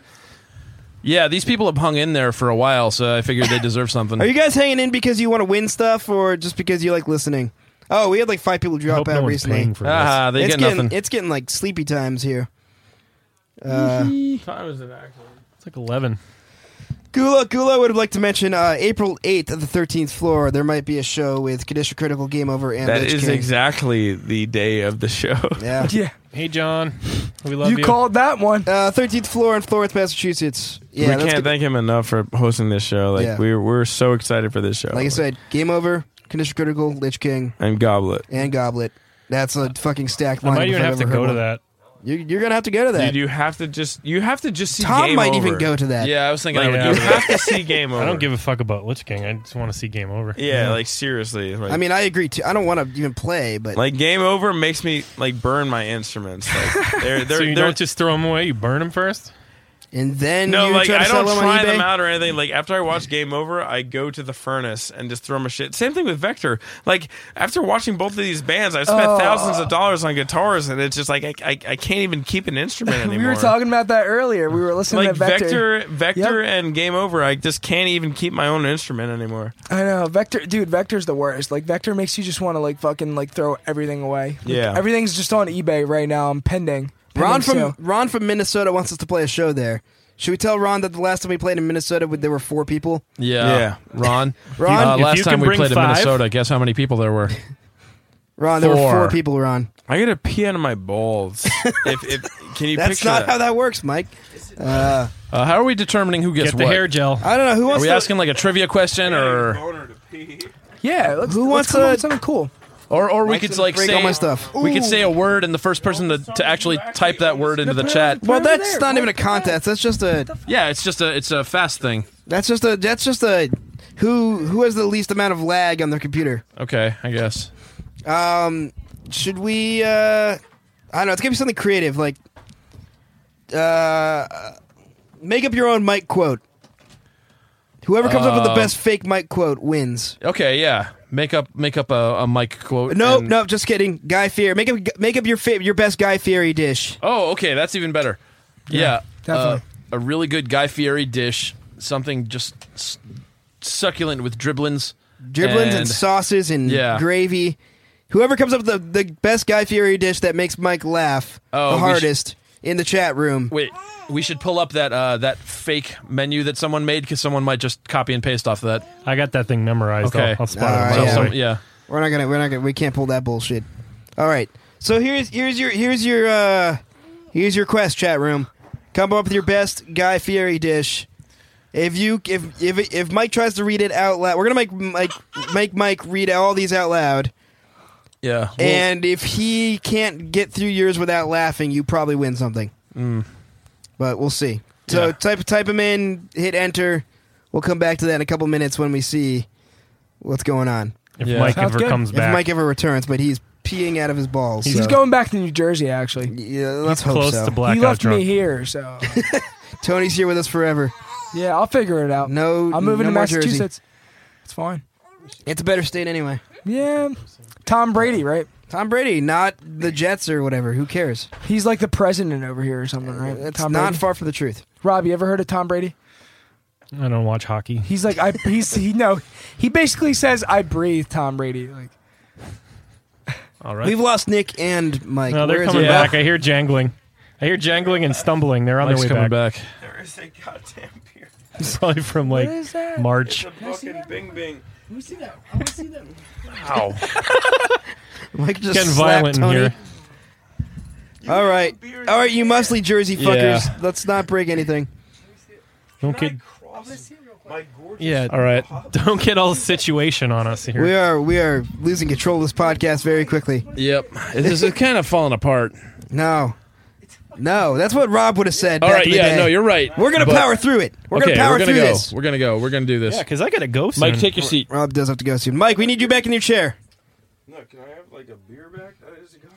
Speaker 1: Yeah, these people have hung in there for a while, so I figured they deserve something.
Speaker 5: Are you guys hanging in because you want to win stuff or just because you like listening? Oh, we had like five people
Speaker 8: I
Speaker 5: drop
Speaker 8: hope no
Speaker 5: out
Speaker 8: one's
Speaker 5: recently.
Speaker 8: paying for this.
Speaker 1: ah, they
Speaker 5: it's
Speaker 1: get
Speaker 5: getting
Speaker 1: nothing.
Speaker 5: it's getting like sleepy times here. Uh,
Speaker 4: time is an accident.
Speaker 8: It's like eleven.
Speaker 5: Gula Gula would like to mention uh, April eighth at the thirteenth floor. There might be a show with Condition Critical, Game Over, and
Speaker 4: That
Speaker 5: Lich
Speaker 4: is
Speaker 5: King.
Speaker 4: exactly the day of the show.
Speaker 5: yeah.
Speaker 6: Yeah,
Speaker 8: Hey, John, we love
Speaker 6: you,
Speaker 8: you.
Speaker 6: called that one.
Speaker 5: Uh, 13th floor in Florence, Massachusetts. Yeah,
Speaker 4: we
Speaker 5: that's
Speaker 4: can't
Speaker 5: good.
Speaker 4: thank him enough for hosting this show. Like
Speaker 5: Yeah.
Speaker 4: we're we're so excited for this show.
Speaker 5: Like I said, Game Over, Condition Critical, Lich King,
Speaker 4: and Goblet.
Speaker 5: and Goblet. That's a fucking stacked
Speaker 8: I
Speaker 5: line.
Speaker 8: might even have to go to that.
Speaker 5: You're, you're gonna have to go to that.
Speaker 4: Dude, you have to just you have to just see
Speaker 5: Tom
Speaker 4: Game
Speaker 5: might
Speaker 4: Over.
Speaker 5: even go to that.
Speaker 1: Yeah, I was thinking
Speaker 4: Like,
Speaker 1: I
Speaker 8: Yeah.
Speaker 4: you
Speaker 1: would go. to that.
Speaker 4: have to see Game Over.
Speaker 8: I don't give a fuck about Lich King. I just want to see Game Over.
Speaker 4: Yeah, like seriously. Like,
Speaker 5: I mean, I agree too. I don't want to even play, but
Speaker 4: like Game Over makes me like burn my instruments. Like they're they're,
Speaker 8: so you
Speaker 4: they're
Speaker 8: don't just throw them away. You burn them first.
Speaker 5: and then
Speaker 4: no,
Speaker 5: you
Speaker 4: like
Speaker 5: try to
Speaker 4: I
Speaker 5: sell
Speaker 4: don't
Speaker 5: them
Speaker 4: try
Speaker 5: on eBay.
Speaker 4: them out or anything. Like after I watch Game Over, I go to the furnace and just throw my shit. Same thing with Vector. Like after watching both of these bands, I've spent
Speaker 5: Oh.
Speaker 4: thousands of dollars on guitars, and it's just like I, I, I can't even keep an instrument
Speaker 6: we
Speaker 4: anymore.
Speaker 6: were talking about that earlier. We were listening
Speaker 4: like
Speaker 6: to Vector.
Speaker 4: Vector, Vector, and Game Over. I just can't even keep my own instrument anymore.
Speaker 6: I know Vector, dude. Vector's the worst. Like Vector makes you just want to like fucking like throw everything away. Like,
Speaker 4: Yeah.
Speaker 6: everything's just on eBay right now. I'm pending.
Speaker 5: Ron
Speaker 6: Pending
Speaker 5: from
Speaker 6: sale.
Speaker 5: Ron from Minnesota wants us to play a show there. Should we tell Ron that the last time we played in Minnesota, we- there were four people?
Speaker 1: Yeah.
Speaker 4: Yeah.
Speaker 1: Ron.
Speaker 5: Ron,
Speaker 1: uh,
Speaker 8: if
Speaker 1: last
Speaker 8: you
Speaker 1: time
Speaker 8: can
Speaker 1: we
Speaker 8: bring
Speaker 1: played in
Speaker 8: five-
Speaker 1: Minnesota, guess how many people there were?
Speaker 5: Ron, there were four
Speaker 1: Four.
Speaker 5: people. Ron,
Speaker 4: I gotta pee out of my balls. if, if can you
Speaker 5: that's
Speaker 4: picture
Speaker 5: not
Speaker 4: that?
Speaker 5: how that works, Mike. Uh,
Speaker 1: Uh, how are we determining who gets
Speaker 8: Get the
Speaker 1: what?
Speaker 8: hair gel.
Speaker 5: I don't know who
Speaker 1: Are
Speaker 5: wants
Speaker 1: we
Speaker 5: to.
Speaker 1: asking like a trivia question, or
Speaker 6: yeah. Let's,
Speaker 5: Who wants
Speaker 6: let's come up
Speaker 5: to-
Speaker 6: with something cool?
Speaker 1: or or we
Speaker 5: Mike's
Speaker 1: could
Speaker 5: gonna
Speaker 1: like
Speaker 5: break
Speaker 1: say
Speaker 5: all my stuff.
Speaker 1: We could say a word, and the first person to, to actually type that word into the chat.
Speaker 5: Well,
Speaker 6: Put it over
Speaker 5: that's
Speaker 6: there.
Speaker 5: not even a contest. That's just a.
Speaker 1: Yeah, it's just a it's a fast thing.
Speaker 5: That's just a. That's just a. Who who has the least amount of lag on their computer?
Speaker 1: Okay, I guess.
Speaker 5: Um, should we? Uh, I don't know. It's gonna be something creative, like uh, make up your own Mike quote. Whoever comes up
Speaker 1: Uh,
Speaker 5: with the best fake Mike quote wins.
Speaker 1: Okay, yeah. Make up make up a, a mic quote.
Speaker 5: Nope,
Speaker 1: and-
Speaker 5: nope. Just kidding. Guy Fieri. Make up, make up your fa- your best Guy Fieri dish.
Speaker 1: Oh, okay, that's even better. Yeah, uh,
Speaker 6: definitely.
Speaker 1: a really good Guy Fieri dish, something just s- succulent with dribblings,
Speaker 5: Dribblings and, sauces and
Speaker 1: Yeah.
Speaker 5: gravy. Whoever comes up with the, the best Guy Fieri dish that makes Mike laugh
Speaker 1: Oh,
Speaker 5: the
Speaker 1: we sh-
Speaker 5: hardest in the chat room.
Speaker 1: Wait, we should pull up that uh, that fake menu that someone made because someone might just copy and paste off of that.
Speaker 8: I got that thing memorized.
Speaker 1: Okay.
Speaker 8: I'll, I'll spot
Speaker 5: All
Speaker 8: it.
Speaker 1: So
Speaker 8: right
Speaker 5: Ah, yeah.
Speaker 1: some-
Speaker 8: away.
Speaker 1: yeah.
Speaker 5: We're not gonna. We're not gonna. We can't pull that bullshit. All right. So here's here's your here's your uh here's your quest chat room. Come up with your best Guy Fieri dish. If you if if if Mike tries to read it out loud, we're gonna make Mike make Mike read all these out loud.
Speaker 1: Yeah. Well,
Speaker 5: and if he can't get through yours without laughing, you probably win something. But we'll see. So
Speaker 1: Mm. Yeah.
Speaker 5: type type him in, hit enter. We'll come back to that in a couple minutes when we see what's going on.
Speaker 8: If
Speaker 1: Yeah.
Speaker 8: Mike
Speaker 6: Sounds
Speaker 8: ever
Speaker 6: good.
Speaker 8: comes
Speaker 5: If
Speaker 8: back,
Speaker 5: Mike ever returns, but he's peeing out of his balls.
Speaker 6: He's
Speaker 5: so-
Speaker 6: going back to New Jersey. Actually,
Speaker 5: Yeah, let's
Speaker 8: he's
Speaker 5: hope
Speaker 8: close
Speaker 5: so.
Speaker 8: to blackout
Speaker 6: he left
Speaker 8: drunk.
Speaker 6: me here, so
Speaker 5: Tony's here with us forever.
Speaker 6: yeah, I'll figure it out.
Speaker 5: No,
Speaker 6: I'm moving
Speaker 5: no
Speaker 6: to
Speaker 5: more Jersey.
Speaker 6: Massachusetts. It's fine.
Speaker 5: It's a better state anyway.
Speaker 6: Yeah, Tom Brady, right?
Speaker 5: Tom Brady, not the Jets or whatever. Who cares?
Speaker 6: He's like the president over here or something, right?
Speaker 5: That's
Speaker 6: Tom
Speaker 5: not
Speaker 6: Brady.
Speaker 5: far from the truth.
Speaker 6: Rob, you ever heard of Tom Brady?
Speaker 8: I don't watch hockey.
Speaker 6: He's like I. He's he no. He basically says I breathe Tom Brady. Like
Speaker 8: All right.
Speaker 5: We've lost Nick and Mike.
Speaker 8: No,
Speaker 5: Where
Speaker 8: they're
Speaker 5: is
Speaker 8: coming
Speaker 5: it?
Speaker 8: back. I hear jangling. I hear jangling and stumbling. They're on
Speaker 1: Mike's
Speaker 8: their way
Speaker 1: coming
Speaker 8: back.
Speaker 1: back.
Speaker 2: There is a goddamn beer.
Speaker 8: Probably from like
Speaker 6: is that?
Speaker 8: March.
Speaker 2: Fucking Bing Bing.
Speaker 5: Mike just
Speaker 8: Getting violent
Speaker 5: slapped
Speaker 8: in
Speaker 5: Tony.
Speaker 8: here.
Speaker 5: All right, all right, you muscly Jersey fuckers. Let's not break anything.
Speaker 8: Don't get
Speaker 1: Yeah. All right.
Speaker 8: don't get all situation on us here.
Speaker 5: We are we are losing control of this podcast very quickly.
Speaker 1: Yep. This is kind of falling apart.
Speaker 5: No, no, that's what Rob would have said.
Speaker 1: All
Speaker 5: back
Speaker 1: right.
Speaker 5: in the
Speaker 1: Yeah.
Speaker 5: day.
Speaker 1: No, you're right.
Speaker 5: We're gonna
Speaker 1: But-
Speaker 5: power through it. We're
Speaker 1: okay,
Speaker 5: gonna power
Speaker 1: we're gonna
Speaker 5: through
Speaker 1: go.
Speaker 5: this.
Speaker 1: We're gonna go. We're gonna do this.
Speaker 8: Yeah, because I gotta go soon.
Speaker 3: Mike, take your seat.
Speaker 5: Rob does have to go soon. Mike, we need you back in your chair.
Speaker 2: No, can I have like a beer back? That is gone.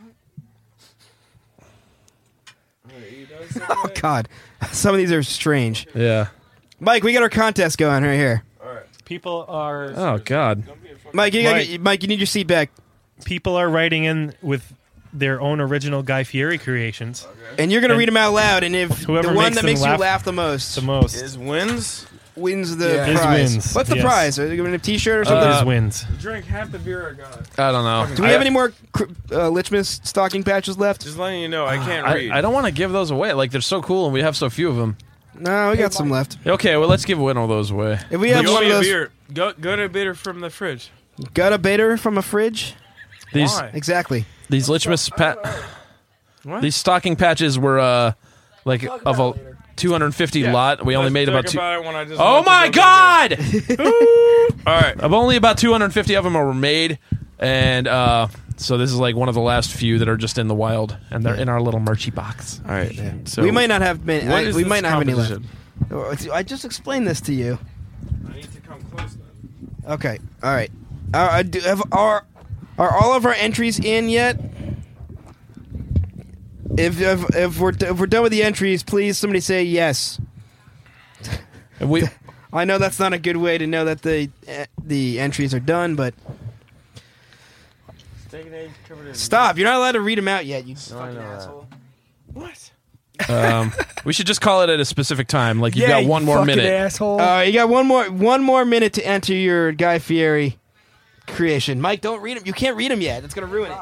Speaker 5: Oh God, some of these are strange.
Speaker 1: Yeah.
Speaker 5: Mike, we got our contest going right here.
Speaker 8: people are
Speaker 1: Oh God.
Speaker 5: Mike, you gotta,
Speaker 8: Mike.
Speaker 5: Mike. Mike, you need your seat back,
Speaker 8: people are writing in with their own original Guy Fieri creations.
Speaker 5: and you're gonna
Speaker 8: And
Speaker 5: read them out loud. And if
Speaker 8: whoever
Speaker 5: the one
Speaker 8: makes
Speaker 5: that
Speaker 8: them
Speaker 5: makes you
Speaker 8: laugh
Speaker 5: laugh the most
Speaker 8: The most
Speaker 2: Is wins.
Speaker 5: wins the
Speaker 8: Is
Speaker 5: prize.
Speaker 8: wins,
Speaker 5: What's the
Speaker 8: yes.
Speaker 5: prize? Are they giving a T-shirt or something?
Speaker 8: uh, is wins.
Speaker 2: Drink half the beer I got.
Speaker 1: I don't know.
Speaker 5: Do we have any more cr- uh, Lichmas stocking patches left?
Speaker 2: Just letting you know,
Speaker 8: Uh,
Speaker 2: I can't
Speaker 1: I,
Speaker 2: read.
Speaker 1: I don't want to give those away. Like they're so cool, and we have so few of them.
Speaker 5: No, we got some left.
Speaker 1: Okay, well, let's give one of those away.
Speaker 5: If we have
Speaker 2: You owe
Speaker 5: one
Speaker 2: me
Speaker 5: of
Speaker 2: a
Speaker 5: those,
Speaker 2: beer. Go, go to a beer from the fridge.
Speaker 5: got a baiter from a fridge.
Speaker 1: These
Speaker 2: Why?
Speaker 5: Exactly.
Speaker 1: these Lichmas pat, these stocking patches were uh, like of a 250 lot. We only
Speaker 2: Let's
Speaker 1: made
Speaker 2: talk
Speaker 1: about two.
Speaker 2: about it when I just
Speaker 1: Oh
Speaker 2: want to
Speaker 1: my
Speaker 2: go get
Speaker 1: God!
Speaker 2: a beer. All right.
Speaker 1: Of only about 250 of them are made, and uh, so this is like one of the last few that are just in the wild, and they're in our little merchy box.
Speaker 2: All right. So
Speaker 5: we might not have many.
Speaker 2: what
Speaker 5: I-
Speaker 2: is
Speaker 5: we
Speaker 2: this
Speaker 5: might not have any left. Oh,
Speaker 2: composition?
Speaker 5: I just explained this to you.
Speaker 2: I need to come close then.
Speaker 5: Okay. All right. Uh, I do have our are all of our entries in yet? If if, if we're if we're done with the entries, please somebody say yes.
Speaker 1: And we
Speaker 5: I know that's not a good way to know that the eh, the entries are done, but
Speaker 2: Take an egg, cover it in.
Speaker 5: stop! You're not allowed to read them out yet. You
Speaker 2: I
Speaker 5: fucking
Speaker 2: know that.
Speaker 5: asshole.
Speaker 2: What?
Speaker 1: um, we should just call it at a specific time. Like you've
Speaker 6: yeah,
Speaker 1: got
Speaker 6: you
Speaker 1: one more
Speaker 6: fucking
Speaker 1: minute.
Speaker 6: asshole.
Speaker 5: All right, Uh, you got one more one more minute to enter your Guy Fieri creation. Mike, don't read them. You can't read them yet. That's gonna ruin it.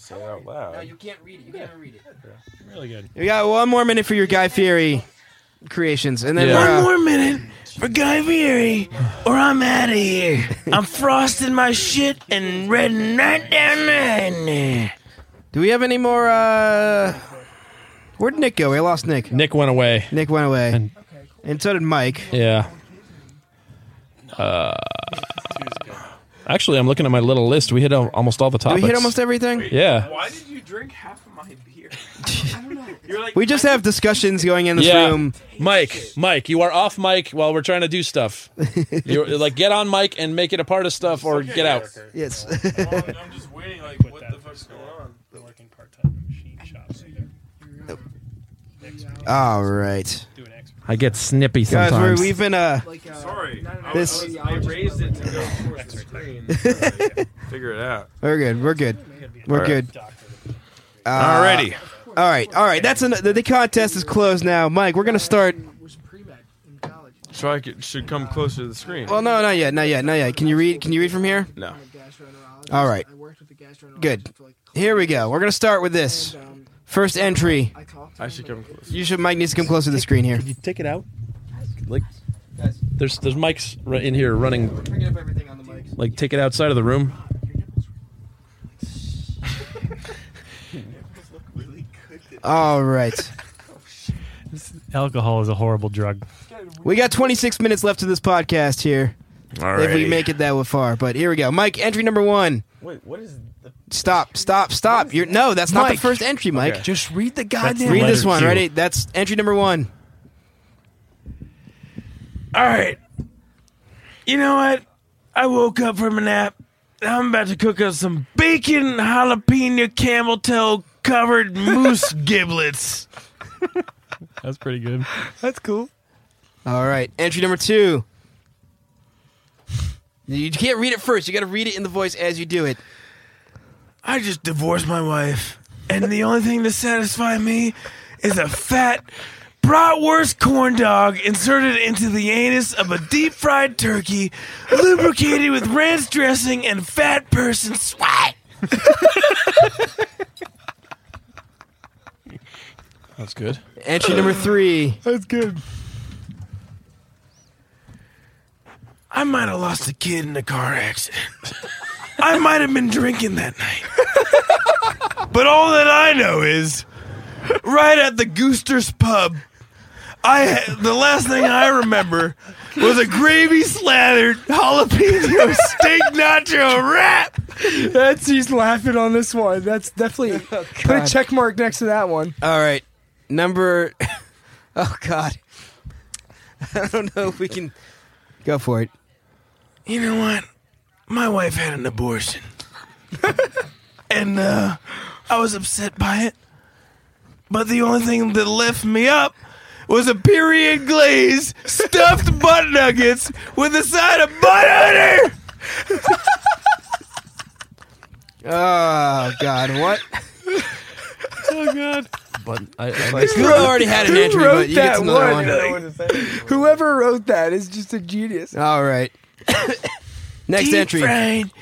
Speaker 2: Say it out loud.
Speaker 5: You can't read it. You can't read it.
Speaker 8: Really good.
Speaker 5: You got one more minute for your Guy Fieri creations, and then
Speaker 1: Yeah.
Speaker 5: we're, uh,
Speaker 2: minute for Guy Fieri, or I'm out of here. I'm frosting my shit and reading that down there.
Speaker 5: Do we have any more? uh Where'd Nick go? We lost Nick.
Speaker 1: Nick went away.
Speaker 5: Nick went away,
Speaker 1: And-
Speaker 5: and, so did Mike.
Speaker 1: Yeah. Uh, actually, I'm looking at my little list. We hit al- almost all the
Speaker 5: Did
Speaker 1: topics.
Speaker 5: we hit almost everything?
Speaker 1: Yeah.
Speaker 2: Why did you drink half of my beer? You're like,
Speaker 5: We just have discussions going in this
Speaker 1: Yeah.
Speaker 5: room.
Speaker 1: Mike, Mike, you are off mic while we're trying to do stuff. You're like, get on mic and make it a part of stuff or get out.
Speaker 5: Yes.
Speaker 2: I'm, I'm just waiting, like, what the fuck's going on?
Speaker 8: Working part time machine shop.
Speaker 5: All right,
Speaker 9: I get snippy
Speaker 5: guys.
Speaker 9: sometimes.
Speaker 5: We're, we've been uh,
Speaker 2: Sorry. I,
Speaker 5: This-
Speaker 2: I, was, I raised it to go towards the screen. Figure it out.
Speaker 5: we're good. We're good. We're
Speaker 2: All right.
Speaker 5: good. Uh,
Speaker 2: Alrighty.
Speaker 5: All right. All right. That's an, the, the contest is closed now. Mike, we're gonna start.
Speaker 2: So I could, should come closer to the screen.
Speaker 5: Well, Oh, no, not yet. Not yet. Not yet. Can you read? Can you read from here?
Speaker 2: no.
Speaker 5: All right. Good. Here we go. We're gonna start with this first entry.
Speaker 2: I should come closer.
Speaker 5: You should. Mike needs to come closer to the screen here.
Speaker 1: You take it out. Like, there's there's mics right in here running.
Speaker 5: Bring up everything on the mic.
Speaker 1: Like, take it outside of the room.
Speaker 5: All right.
Speaker 8: Alcohol is a horrible drug.
Speaker 5: We got 26 minutes left of this podcast here. If we make it that far, but here we go, Mike. Entry number one.
Speaker 4: Wait, what is the
Speaker 5: Stop! Stop! Stop! You're no, that's not the
Speaker 6: Mike.
Speaker 5: first entry, Mike.
Speaker 4: Okay.
Speaker 6: Just read the
Speaker 8: That's the
Speaker 6: goddamn.
Speaker 5: Read
Speaker 8: letter
Speaker 5: this one.
Speaker 8: Q.
Speaker 5: Ready? That's entry number one.
Speaker 2: All right. You know what? I woke up from a nap. I'm about to cook up some bacon jalapeno camel toe covered moose giblets.
Speaker 8: That's pretty good.
Speaker 5: All right, entry number two. You can't read it first. You got to read it in the voice as you do it.
Speaker 2: I just divorced my wife, and the only thing to satisfy me is a fat bratwurst corn dog inserted into the anus of a deep fried turkey, lubricated with ranch dressing and fat person sweat.
Speaker 1: That's good.
Speaker 5: Entry number three.
Speaker 2: I might have lost a kid in a car accident. I might have been drinking that night. but all that I know is right at the Gooster's pub, I the last thing I remember was a gravy slathered jalapeno steak nacho wrap.
Speaker 6: That's he's laughing on this one. That's definitely put a check mark next to that one.
Speaker 5: All right, number. Oh God, I don't know if we can go for it.
Speaker 2: You know what? My wife had an abortion. and uh, I was upset by it. But the only thing that left me up was a period glaze stuffed butt nuggets with a side of butt honey.
Speaker 5: Oh God, what?
Speaker 1: But I, I
Speaker 5: You already had an entry, but you get another one.
Speaker 6: Whoever wrote that is just a genius.
Speaker 5: All right. Next entry.
Speaker 2: Fried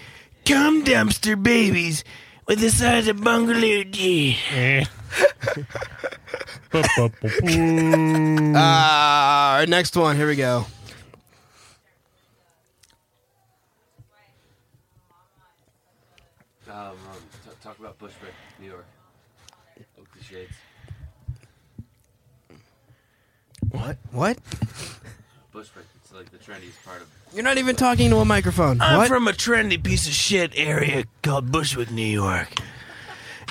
Speaker 2: cum dumpster babies with a side of bungaloo tea.
Speaker 8: Eh. Ba-ba-ba-boo.
Speaker 5: Ah, our next one. Here we go.
Speaker 2: Um, talk about Bushwick, New York. Oakley Shades.
Speaker 5: What? What?
Speaker 2: Bushwick. It's like the trendiest part of
Speaker 5: You're not even talking to a microphone.
Speaker 2: I'm
Speaker 5: what?
Speaker 2: from a trendy piece of shit area called Bushwick, New York.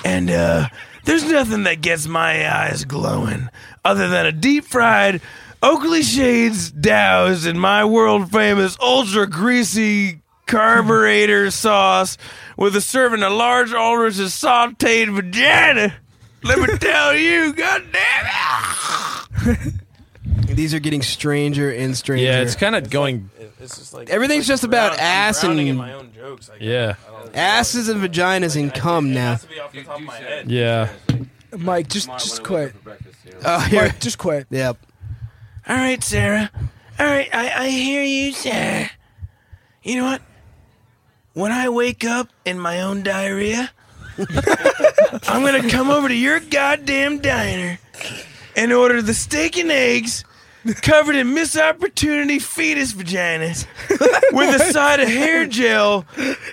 Speaker 2: And uh, there's nothing that gets my eyes glowing other than a deep fried Oakley Shades Dows and my world famous ultra greasy carburetor sauce with a serving of large Ulrich's sauteed vagina. Let me tell you, goddamn it!
Speaker 5: These are getting stranger and stranger.
Speaker 1: yeah, it's kind of going.
Speaker 4: It's just like
Speaker 5: Everything's just about ass
Speaker 4: drowning in
Speaker 5: and
Speaker 4: my own jokes. Like,
Speaker 1: Yeah,
Speaker 5: asses and vaginas and cum now.
Speaker 4: Has to be off the top of my head.
Speaker 1: yeah.
Speaker 6: Mike, just just quit.
Speaker 5: Oh, here.
Speaker 6: Mike, just quit.
Speaker 5: Yep.
Speaker 2: All right, Sarah. All right, I, I hear you, Sarah. You know what? When I wake up in my own diarrhea, I'm going to come over to your goddamn diner and order the steak and eggs covered in Miss Opportunity fetus vagina with a side of hair gel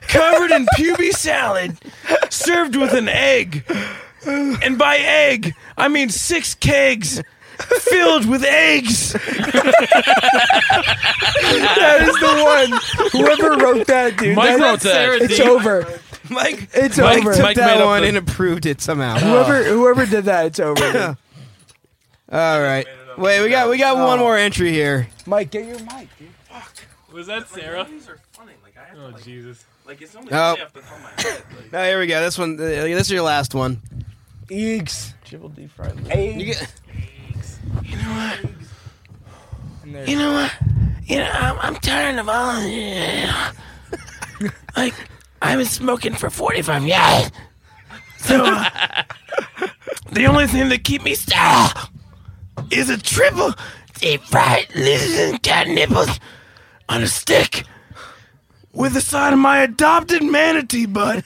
Speaker 2: covered in pubic salad served with an egg. And by egg, I mean six kegs filled with eggs.
Speaker 6: That is the one. Whoever wrote that, dude.
Speaker 1: Mike
Speaker 6: that-
Speaker 1: wrote that.
Speaker 6: It's over.
Speaker 5: Mike,
Speaker 6: It's
Speaker 1: Mike
Speaker 6: over.
Speaker 1: took Mike made
Speaker 5: that
Speaker 1: up
Speaker 5: one
Speaker 1: the-
Speaker 5: and approved it somehow. Oh.
Speaker 6: whoever whoever did that, it's over. dude.
Speaker 5: All right. Wait, we got we got one more entry here.
Speaker 6: Oh. Mike, get your mic. Dude.
Speaker 8: Was that Sarah?
Speaker 4: These are funny. Like I have to,
Speaker 8: Oh
Speaker 4: like,
Speaker 8: Jesus!
Speaker 4: like it's only
Speaker 5: Oh.
Speaker 4: really off the top of my head. Like,
Speaker 5: No, here we go. This one. uh, This is your last one.
Speaker 6: Eeks.
Speaker 4: Jibble deep fried.
Speaker 5: You get,
Speaker 2: You know what? You know, I'm, I'm tired of all. like, I've been smoking for 45 years. So, uh, the only thing that keep me still is a triple deep fried lizard and cat nipples on a stick with the side of my adopted manatee butt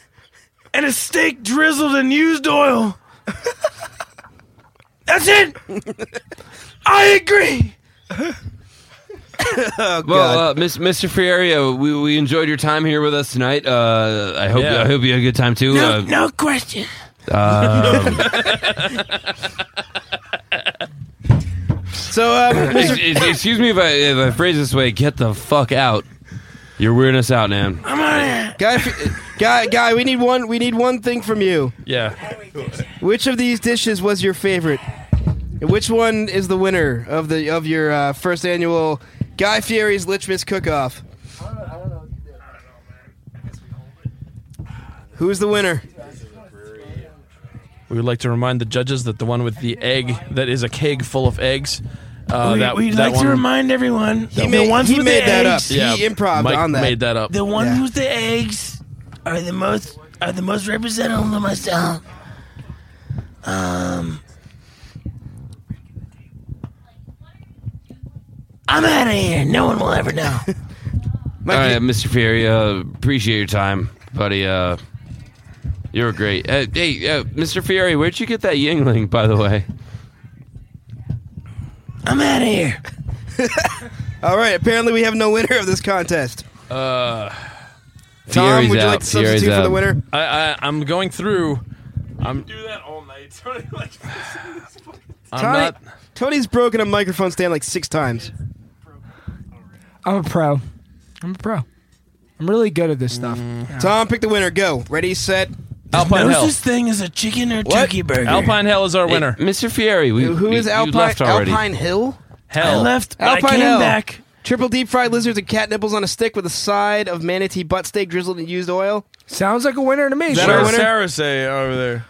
Speaker 2: and a steak drizzled in used oil. That's it. I agree. Well, uh, Miss, Mr. Fieria, we, we enjoyed your time here with us tonight. Uh, I hope
Speaker 1: Yeah.
Speaker 2: I hope you had a good time too. No,
Speaker 3: uh,
Speaker 2: no question.
Speaker 3: um,
Speaker 5: so So, um,
Speaker 3: Ex- ex- Excuse me if I, if I phrase this way. Get the fuck out. You're weirding us out, man.
Speaker 5: guy, f- guy, guy, we need one. We need one thing from you.
Speaker 1: Yeah.
Speaker 5: Which of these dishes was your favorite? And which one is the winner of the of your uh, first annual Guy Fieri's Lich Miss Cook Off? Who's the winner?
Speaker 1: We would like to remind the judges that the one with the egg that is a keg full of eggs. Uh, that, that one,
Speaker 2: remind everyone
Speaker 5: He made, he made that up.
Speaker 1: Yeah,
Speaker 5: he improv
Speaker 1: Mike
Speaker 5: on that.
Speaker 1: Made that up.
Speaker 2: The ones
Speaker 5: Yeah.
Speaker 2: with the eggs are the most are the most representative of myself. Um, I'm out of here. No one will ever know.
Speaker 3: All right, Mr. Fury. Uh, appreciate your time, buddy. Uh, you're great. Uh, hey, uh, Mr. Fury, where'd you get that Yingling, by the way?
Speaker 2: I'm out of here.
Speaker 5: All right. Apparently, we have no winner of this contest.
Speaker 1: uh,
Speaker 5: Tom,
Speaker 3: Fury's
Speaker 5: would you
Speaker 3: out.
Speaker 5: like to substitute
Speaker 3: Fury's
Speaker 5: for the
Speaker 3: out.
Speaker 5: winner?
Speaker 1: I, I, I'm going through. I'm,
Speaker 10: Do that all night. Tony, like,
Speaker 1: I'm
Speaker 5: Tony,
Speaker 1: not.
Speaker 5: Tony's broken a microphone stand like six times.
Speaker 6: I'm a pro. I'm a pro. I'm really good at this stuff.
Speaker 5: Tom, pick the winner. Go. Ready, set.
Speaker 1: Alpine Hell.
Speaker 2: thing is a chicken or turkey burger.
Speaker 1: Alpine Hell is our winner.
Speaker 3: Hey, Mr. Fieri, we,
Speaker 5: Who
Speaker 3: we-
Speaker 5: is
Speaker 3: you
Speaker 5: Alpine?
Speaker 3: left already.
Speaker 5: Alpine Hill.
Speaker 1: Hell.
Speaker 5: Alpine Hell. Triple deep fried lizards and cat nipples on a stick with a side of manatee butt steak drizzled in used oil.
Speaker 6: Sounds like a winner to me.
Speaker 5: that
Speaker 4: What
Speaker 5: our
Speaker 4: does
Speaker 6: sure.
Speaker 5: winner?
Speaker 4: Sarah say over there?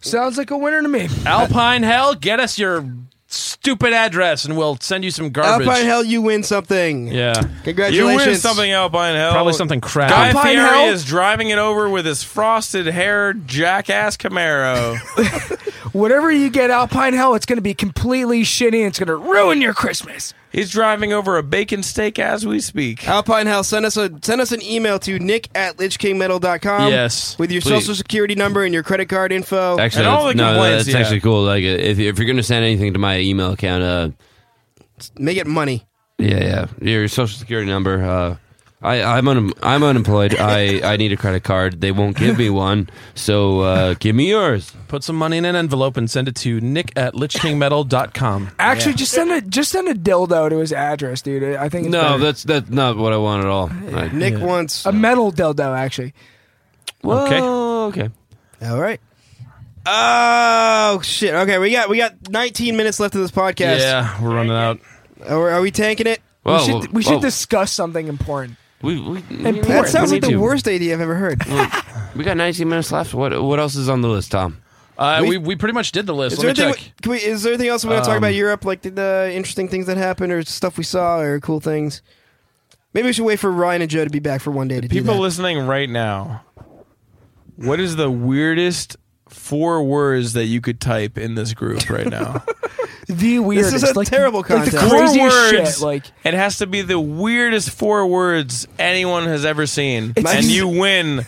Speaker 6: Sounds like a winner to me.
Speaker 1: Alpine Hell, get us your stupid address and we'll send you some garbage.
Speaker 5: Alpine Hell, you win something.
Speaker 1: Yeah.
Speaker 4: You
Speaker 5: Congratulations.
Speaker 4: win something, Alpine Hell.
Speaker 1: Probably something crap.
Speaker 4: Guy
Speaker 6: Alpine
Speaker 4: Fieri
Speaker 6: Hell?
Speaker 4: is driving it over with his frosted hair jackass Camaro.
Speaker 6: Whatever you get, Alpine Hell, it's going to be completely shitty. and It's going to ruin your Christmas.
Speaker 4: He's driving over a bacon steak as we speak.
Speaker 5: Alpine Hell, send us a send us an email to nick at lichkingmetal.com.
Speaker 1: Yes,
Speaker 5: With your
Speaker 3: please.
Speaker 5: social security number and your credit card info.
Speaker 3: Actually,
Speaker 4: Oh, And all the
Speaker 3: no,
Speaker 4: complaints,
Speaker 3: that's
Speaker 4: yeah.
Speaker 3: actually cool. Like, uh, if, if you're gonna send anything to my email account, uh,
Speaker 5: Make it money.
Speaker 3: yeah, yeah, your social security number. Uh, I, I'm un, I'm unemployed. I, I need a credit card. They won't give me one, so uh, give me yours.
Speaker 1: Put some money in an envelope and send it to nick at lichkingmetal.com.
Speaker 6: Actually, just send a just send a dildo to his address, dude. I think it's
Speaker 3: No,
Speaker 6: better.
Speaker 3: that's that's not what I want at all.
Speaker 4: Uh,
Speaker 3: Like,
Speaker 5: Nick wants.
Speaker 6: a metal dildo. Actually,
Speaker 3: whoa, okay.
Speaker 5: All right. Oh shit. Okay, we got we got 19 minutes left of this podcast.
Speaker 1: Yeah, we're running out.
Speaker 5: Are, are we tanking it?
Speaker 3: Whoa,
Speaker 6: we should
Speaker 3: whoa,
Speaker 6: we should
Speaker 3: whoa.
Speaker 6: discuss something important.
Speaker 3: We, we, we,
Speaker 6: That
Speaker 5: That
Speaker 6: Important.
Speaker 5: sounds
Speaker 3: we
Speaker 5: like the
Speaker 3: need to.
Speaker 5: worst idea I've ever heard.
Speaker 3: We got 19 minutes left. What what else is on the list, Tom?
Speaker 1: Uh,
Speaker 5: We-
Speaker 1: we, we pretty much did the list.
Speaker 5: Is there,
Speaker 1: Let me
Speaker 5: anything,
Speaker 1: check.
Speaker 5: can we, is there anything else we want to talk about
Speaker 1: Um,
Speaker 5: Europe? Like the, the interesting things that happened, or stuff we saw, or cool things? Maybe we should wait for Ryan and Joe to be back for one day to do
Speaker 4: People
Speaker 5: that.
Speaker 4: listening right now, what is the weirdest four words that you could type in this group right now?
Speaker 6: The weirdest.
Speaker 5: is a
Speaker 6: like,
Speaker 5: terrible
Speaker 6: like
Speaker 5: contest.
Speaker 6: the
Speaker 4: Four
Speaker 6: craziest
Speaker 4: words.
Speaker 6: shit. Like
Speaker 4: it has to be the weirdest four words anyone has ever seen,
Speaker 6: It's
Speaker 4: and
Speaker 6: just-
Speaker 4: you win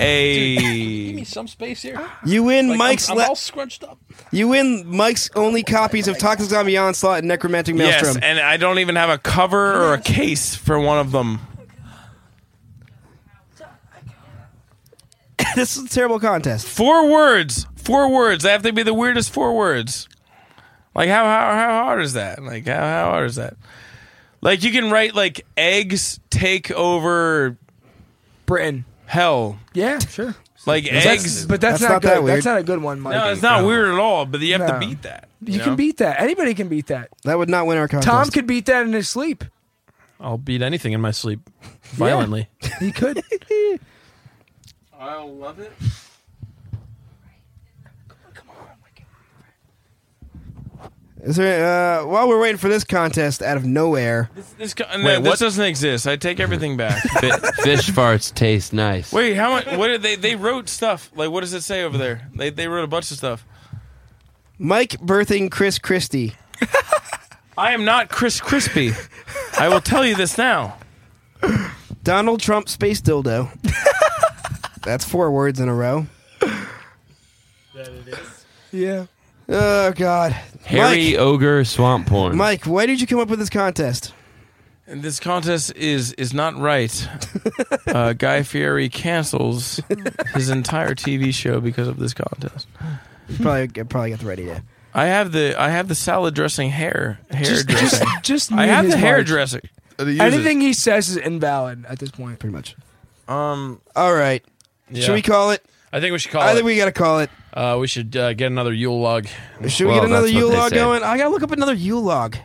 Speaker 4: a.
Speaker 1: some space here.
Speaker 5: You win Mike's la-
Speaker 1: scrunched up.
Speaker 5: you win Mike's only copies of Toxic Zombie Onslaught and Necromantic Maelstrom.
Speaker 4: Yes, and I don't even have a cover or a case for one of them.
Speaker 5: this is a terrible contest.
Speaker 4: Four words. Four words. They have to be the weirdest four words. Like how how how hard is that? Like how how hard is that? Like you can write like eggs take over
Speaker 6: Britain.
Speaker 4: hell.
Speaker 6: Yeah, sure.
Speaker 4: Like eggs.
Speaker 6: But that's,
Speaker 5: That's
Speaker 6: not,
Speaker 5: not
Speaker 6: good.
Speaker 5: that weird.
Speaker 6: That's not a good one, Mike.
Speaker 4: no, it's not weird at all. But you have
Speaker 6: No.
Speaker 4: to beat that.
Speaker 6: you
Speaker 4: know?
Speaker 6: can beat that. Anybody can beat that.
Speaker 5: That would not win our contest.
Speaker 6: Tom could beat that in his sleep.
Speaker 1: I'll beat anything in my sleep violently.
Speaker 6: He could.
Speaker 10: I'll love it.
Speaker 5: Is there? Uh, while we're waiting for this contest, out of nowhere,
Speaker 4: This, co- no,
Speaker 1: Wait,
Speaker 4: this
Speaker 1: what?
Speaker 4: doesn't exist. I take everything back.
Speaker 3: Fi- fish farts taste nice.
Speaker 4: Wait, how much? What did they? They wrote stuff. Like what does it say over there? They they wrote a bunch of stuff.
Speaker 5: Mike birthing Chris Christie.
Speaker 4: I am not Chris Crispy. I will tell you this now.
Speaker 5: Donald Trump space dildo. That's four words in a row.
Speaker 6: yeah.
Speaker 5: Oh God,
Speaker 3: Hairy ogre swamp porn.
Speaker 5: Mike, why did you come up with this contest?
Speaker 4: And This contest is is not right. uh, Guy Fieri cancels his entire TV show because of this contest.
Speaker 5: Probably, I probably got the right idea.
Speaker 4: I have the I have the salad dressing hair hair
Speaker 6: Just-
Speaker 4: dressing.
Speaker 6: just- just
Speaker 4: I have
Speaker 6: mute
Speaker 4: the
Speaker 6: his
Speaker 4: hair
Speaker 6: mic.
Speaker 4: dressing.
Speaker 6: Anything Uh, he says is invalid at this point.
Speaker 5: Uh, Pretty much.
Speaker 4: Um,
Speaker 5: All right.
Speaker 1: Yeah.
Speaker 5: Should we call it?
Speaker 1: I think we should call
Speaker 5: I
Speaker 1: it.
Speaker 5: think we gotta call it.
Speaker 1: uh, we should uh, get another Yule log.
Speaker 5: Should
Speaker 3: Well,
Speaker 5: we get another
Speaker 3: that's what
Speaker 5: Yule
Speaker 3: they
Speaker 5: log
Speaker 3: say.
Speaker 5: going? I gotta look up another Yule log.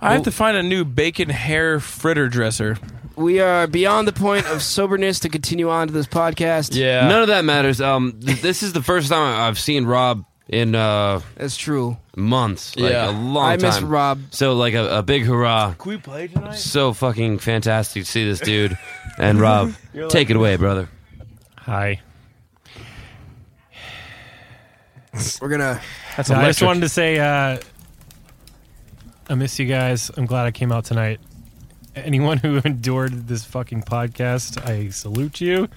Speaker 4: I have to find a new bacon hair fritter dresser.
Speaker 5: We are beyond the point of soberness to continue on to this podcast.
Speaker 1: Yeah.
Speaker 3: None of that matters. Um, th- this is the first time I- I've seen Rob in uh,
Speaker 5: that's true.
Speaker 3: months, like
Speaker 1: Yeah.
Speaker 3: a long
Speaker 5: I miss
Speaker 3: time.
Speaker 5: Rob.
Speaker 3: So like a, a big hurrah. Can we play tonight? So fucking fantastic to see this dude and Rob. Take it away, brother.
Speaker 8: Hi.
Speaker 5: We're gonna.
Speaker 8: That's I just wanted to say uh, I miss you guys. I'm glad I came out tonight. Anyone who endured this fucking podcast, I salute you.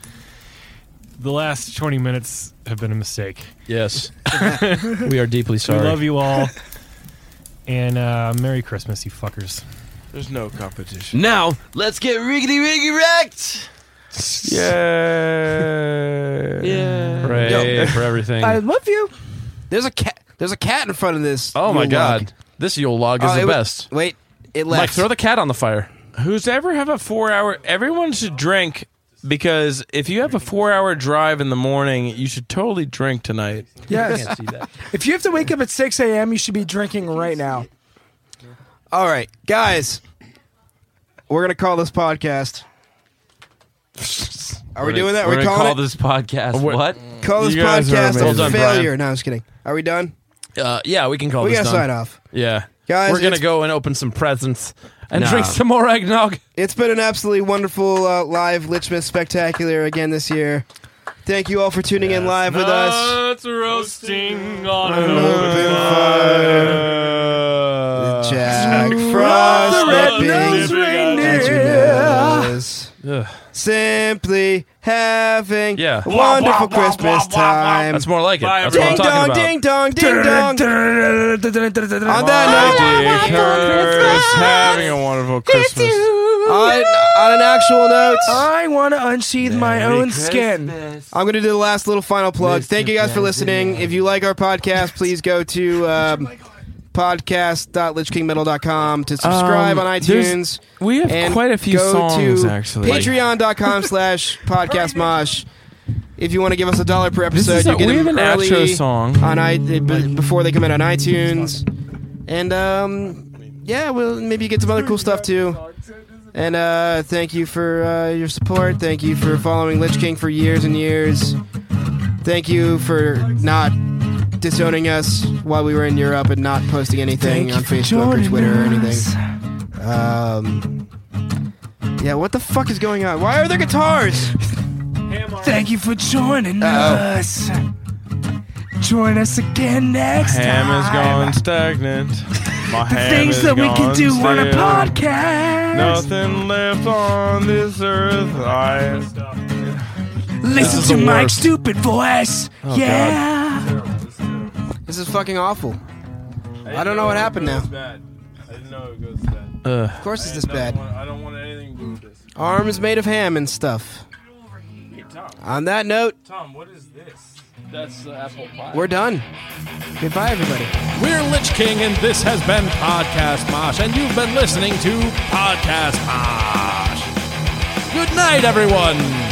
Speaker 8: The last 20 minutes have been a mistake.
Speaker 1: Yes. we are deeply sorry.
Speaker 8: We love you all. and uh, Merry Christmas, you fuckers.
Speaker 4: There's no competition.
Speaker 3: Now let's get riggedy riggy wrecked.
Speaker 8: Uh,
Speaker 4: Yeah.
Speaker 3: Yeah.
Speaker 1: Pray
Speaker 5: Yo.
Speaker 1: for everything.
Speaker 6: I love you.
Speaker 5: There's a cat. There's a cat in front of this.
Speaker 1: oh
Speaker 5: Yule
Speaker 1: my
Speaker 5: log.
Speaker 1: god. This Yule log is
Speaker 5: Oh,
Speaker 1: the
Speaker 5: it was-
Speaker 1: best.
Speaker 5: Wait, it left.
Speaker 1: Mike, throw the cat on the fire.
Speaker 4: Who's ever have a four hour? Everyone should drink because if you have a four hour drive in the morning, you should totally drink tonight.
Speaker 6: Yes. If you have to wake up at 6 a.m., you should be drinking right now.
Speaker 5: All right, guys. We're gonna call this podcast. Are we doing that?
Speaker 3: We're
Speaker 5: We're,
Speaker 3: gonna
Speaker 5: calling
Speaker 3: call
Speaker 5: it.
Speaker 3: this podcast
Speaker 1: We're-
Speaker 3: what?
Speaker 5: call this
Speaker 4: You guys are
Speaker 5: podcast
Speaker 4: amazing.
Speaker 5: a
Speaker 4: Well done,
Speaker 5: failure. No, I'm just kidding. Are we done?
Speaker 1: Uh, yeah, we can call
Speaker 5: we
Speaker 1: this
Speaker 5: gotta
Speaker 1: done.
Speaker 5: sign off,
Speaker 1: Yeah.
Speaker 5: guys.
Speaker 1: We're going to
Speaker 5: it's-
Speaker 1: go and open some presents and
Speaker 3: Nah.
Speaker 1: drink some more eggnog.
Speaker 5: It's been an absolutely wonderful uh, live Lichmond spectacular again this year. Thank you all for tuning in live with us.
Speaker 8: roasting on
Speaker 5: Jack Frost, that
Speaker 6: Red-Nosed
Speaker 5: big
Speaker 6: Reindeer.
Speaker 5: is simply having
Speaker 1: Yeah.
Speaker 5: a wonderful Christmas time.
Speaker 1: That's more like it. That's what
Speaker 5: ding
Speaker 1: I'm talking
Speaker 5: dong,
Speaker 1: about.
Speaker 5: ding dong, ding dong. On that note,
Speaker 4: having a wonderful Christmas.
Speaker 5: on, on an actual note,
Speaker 6: I want to unsheathe my own skin.
Speaker 5: I'm going to do the last little final plug. Thank you guys for listening. If you like our podcast, please go to um, podcast.lichkingmetal.com to subscribe
Speaker 4: Um,
Speaker 5: on
Speaker 4: there's-
Speaker 5: iTunes.
Speaker 4: We have
Speaker 5: and
Speaker 4: quite a few
Speaker 5: go
Speaker 4: songs
Speaker 5: to
Speaker 4: actually.
Speaker 5: Patreon.com slash podcast mosh. If you want to give us a dollar per
Speaker 4: This
Speaker 5: episode,
Speaker 4: is a,
Speaker 5: you get
Speaker 4: we have
Speaker 5: them
Speaker 4: an
Speaker 5: early
Speaker 4: outro song.
Speaker 5: on i b- before they come out on iTunes, and um, yeah, well maybe you get some other cool stuff too. And uh, thank you for uh, your support. Thank you for following Lich King for years and years. Thank you for not disowning us while we were in Europe and not posting anything
Speaker 6: Thank
Speaker 5: on
Speaker 6: you for
Speaker 5: Facebook or
Speaker 6: joining
Speaker 5: Twitter or
Speaker 6: us.
Speaker 5: anything. Um, yeah, what the fuck is going on? Why are there guitars? Uh,
Speaker 6: Thank you for joining
Speaker 5: Uh-oh.
Speaker 6: us. Join us again next
Speaker 4: Ham
Speaker 6: time.
Speaker 4: is going stagnant. My
Speaker 6: The
Speaker 4: ham
Speaker 6: things
Speaker 4: is
Speaker 6: that we can
Speaker 4: gone
Speaker 6: do on a
Speaker 4: stale.
Speaker 6: podcast.
Speaker 4: Nothing left on this earth. I
Speaker 6: Listen to Mike's stupid voice.
Speaker 5: Oh,
Speaker 6: yeah.
Speaker 5: This is fucking awful. I don't know what happened now.
Speaker 4: I didn't know it goes that.
Speaker 5: Of course, it's this bad.
Speaker 4: I don't want anything to do with this.
Speaker 5: Arms made of ham and stuff. On that note,
Speaker 4: Tom, what is this?
Speaker 5: we're done. Goodbye, everybody.
Speaker 1: We're Lich King, and this has been Podcast Mosh, and you've been listening to Podcast Mosh. Good night, everyone.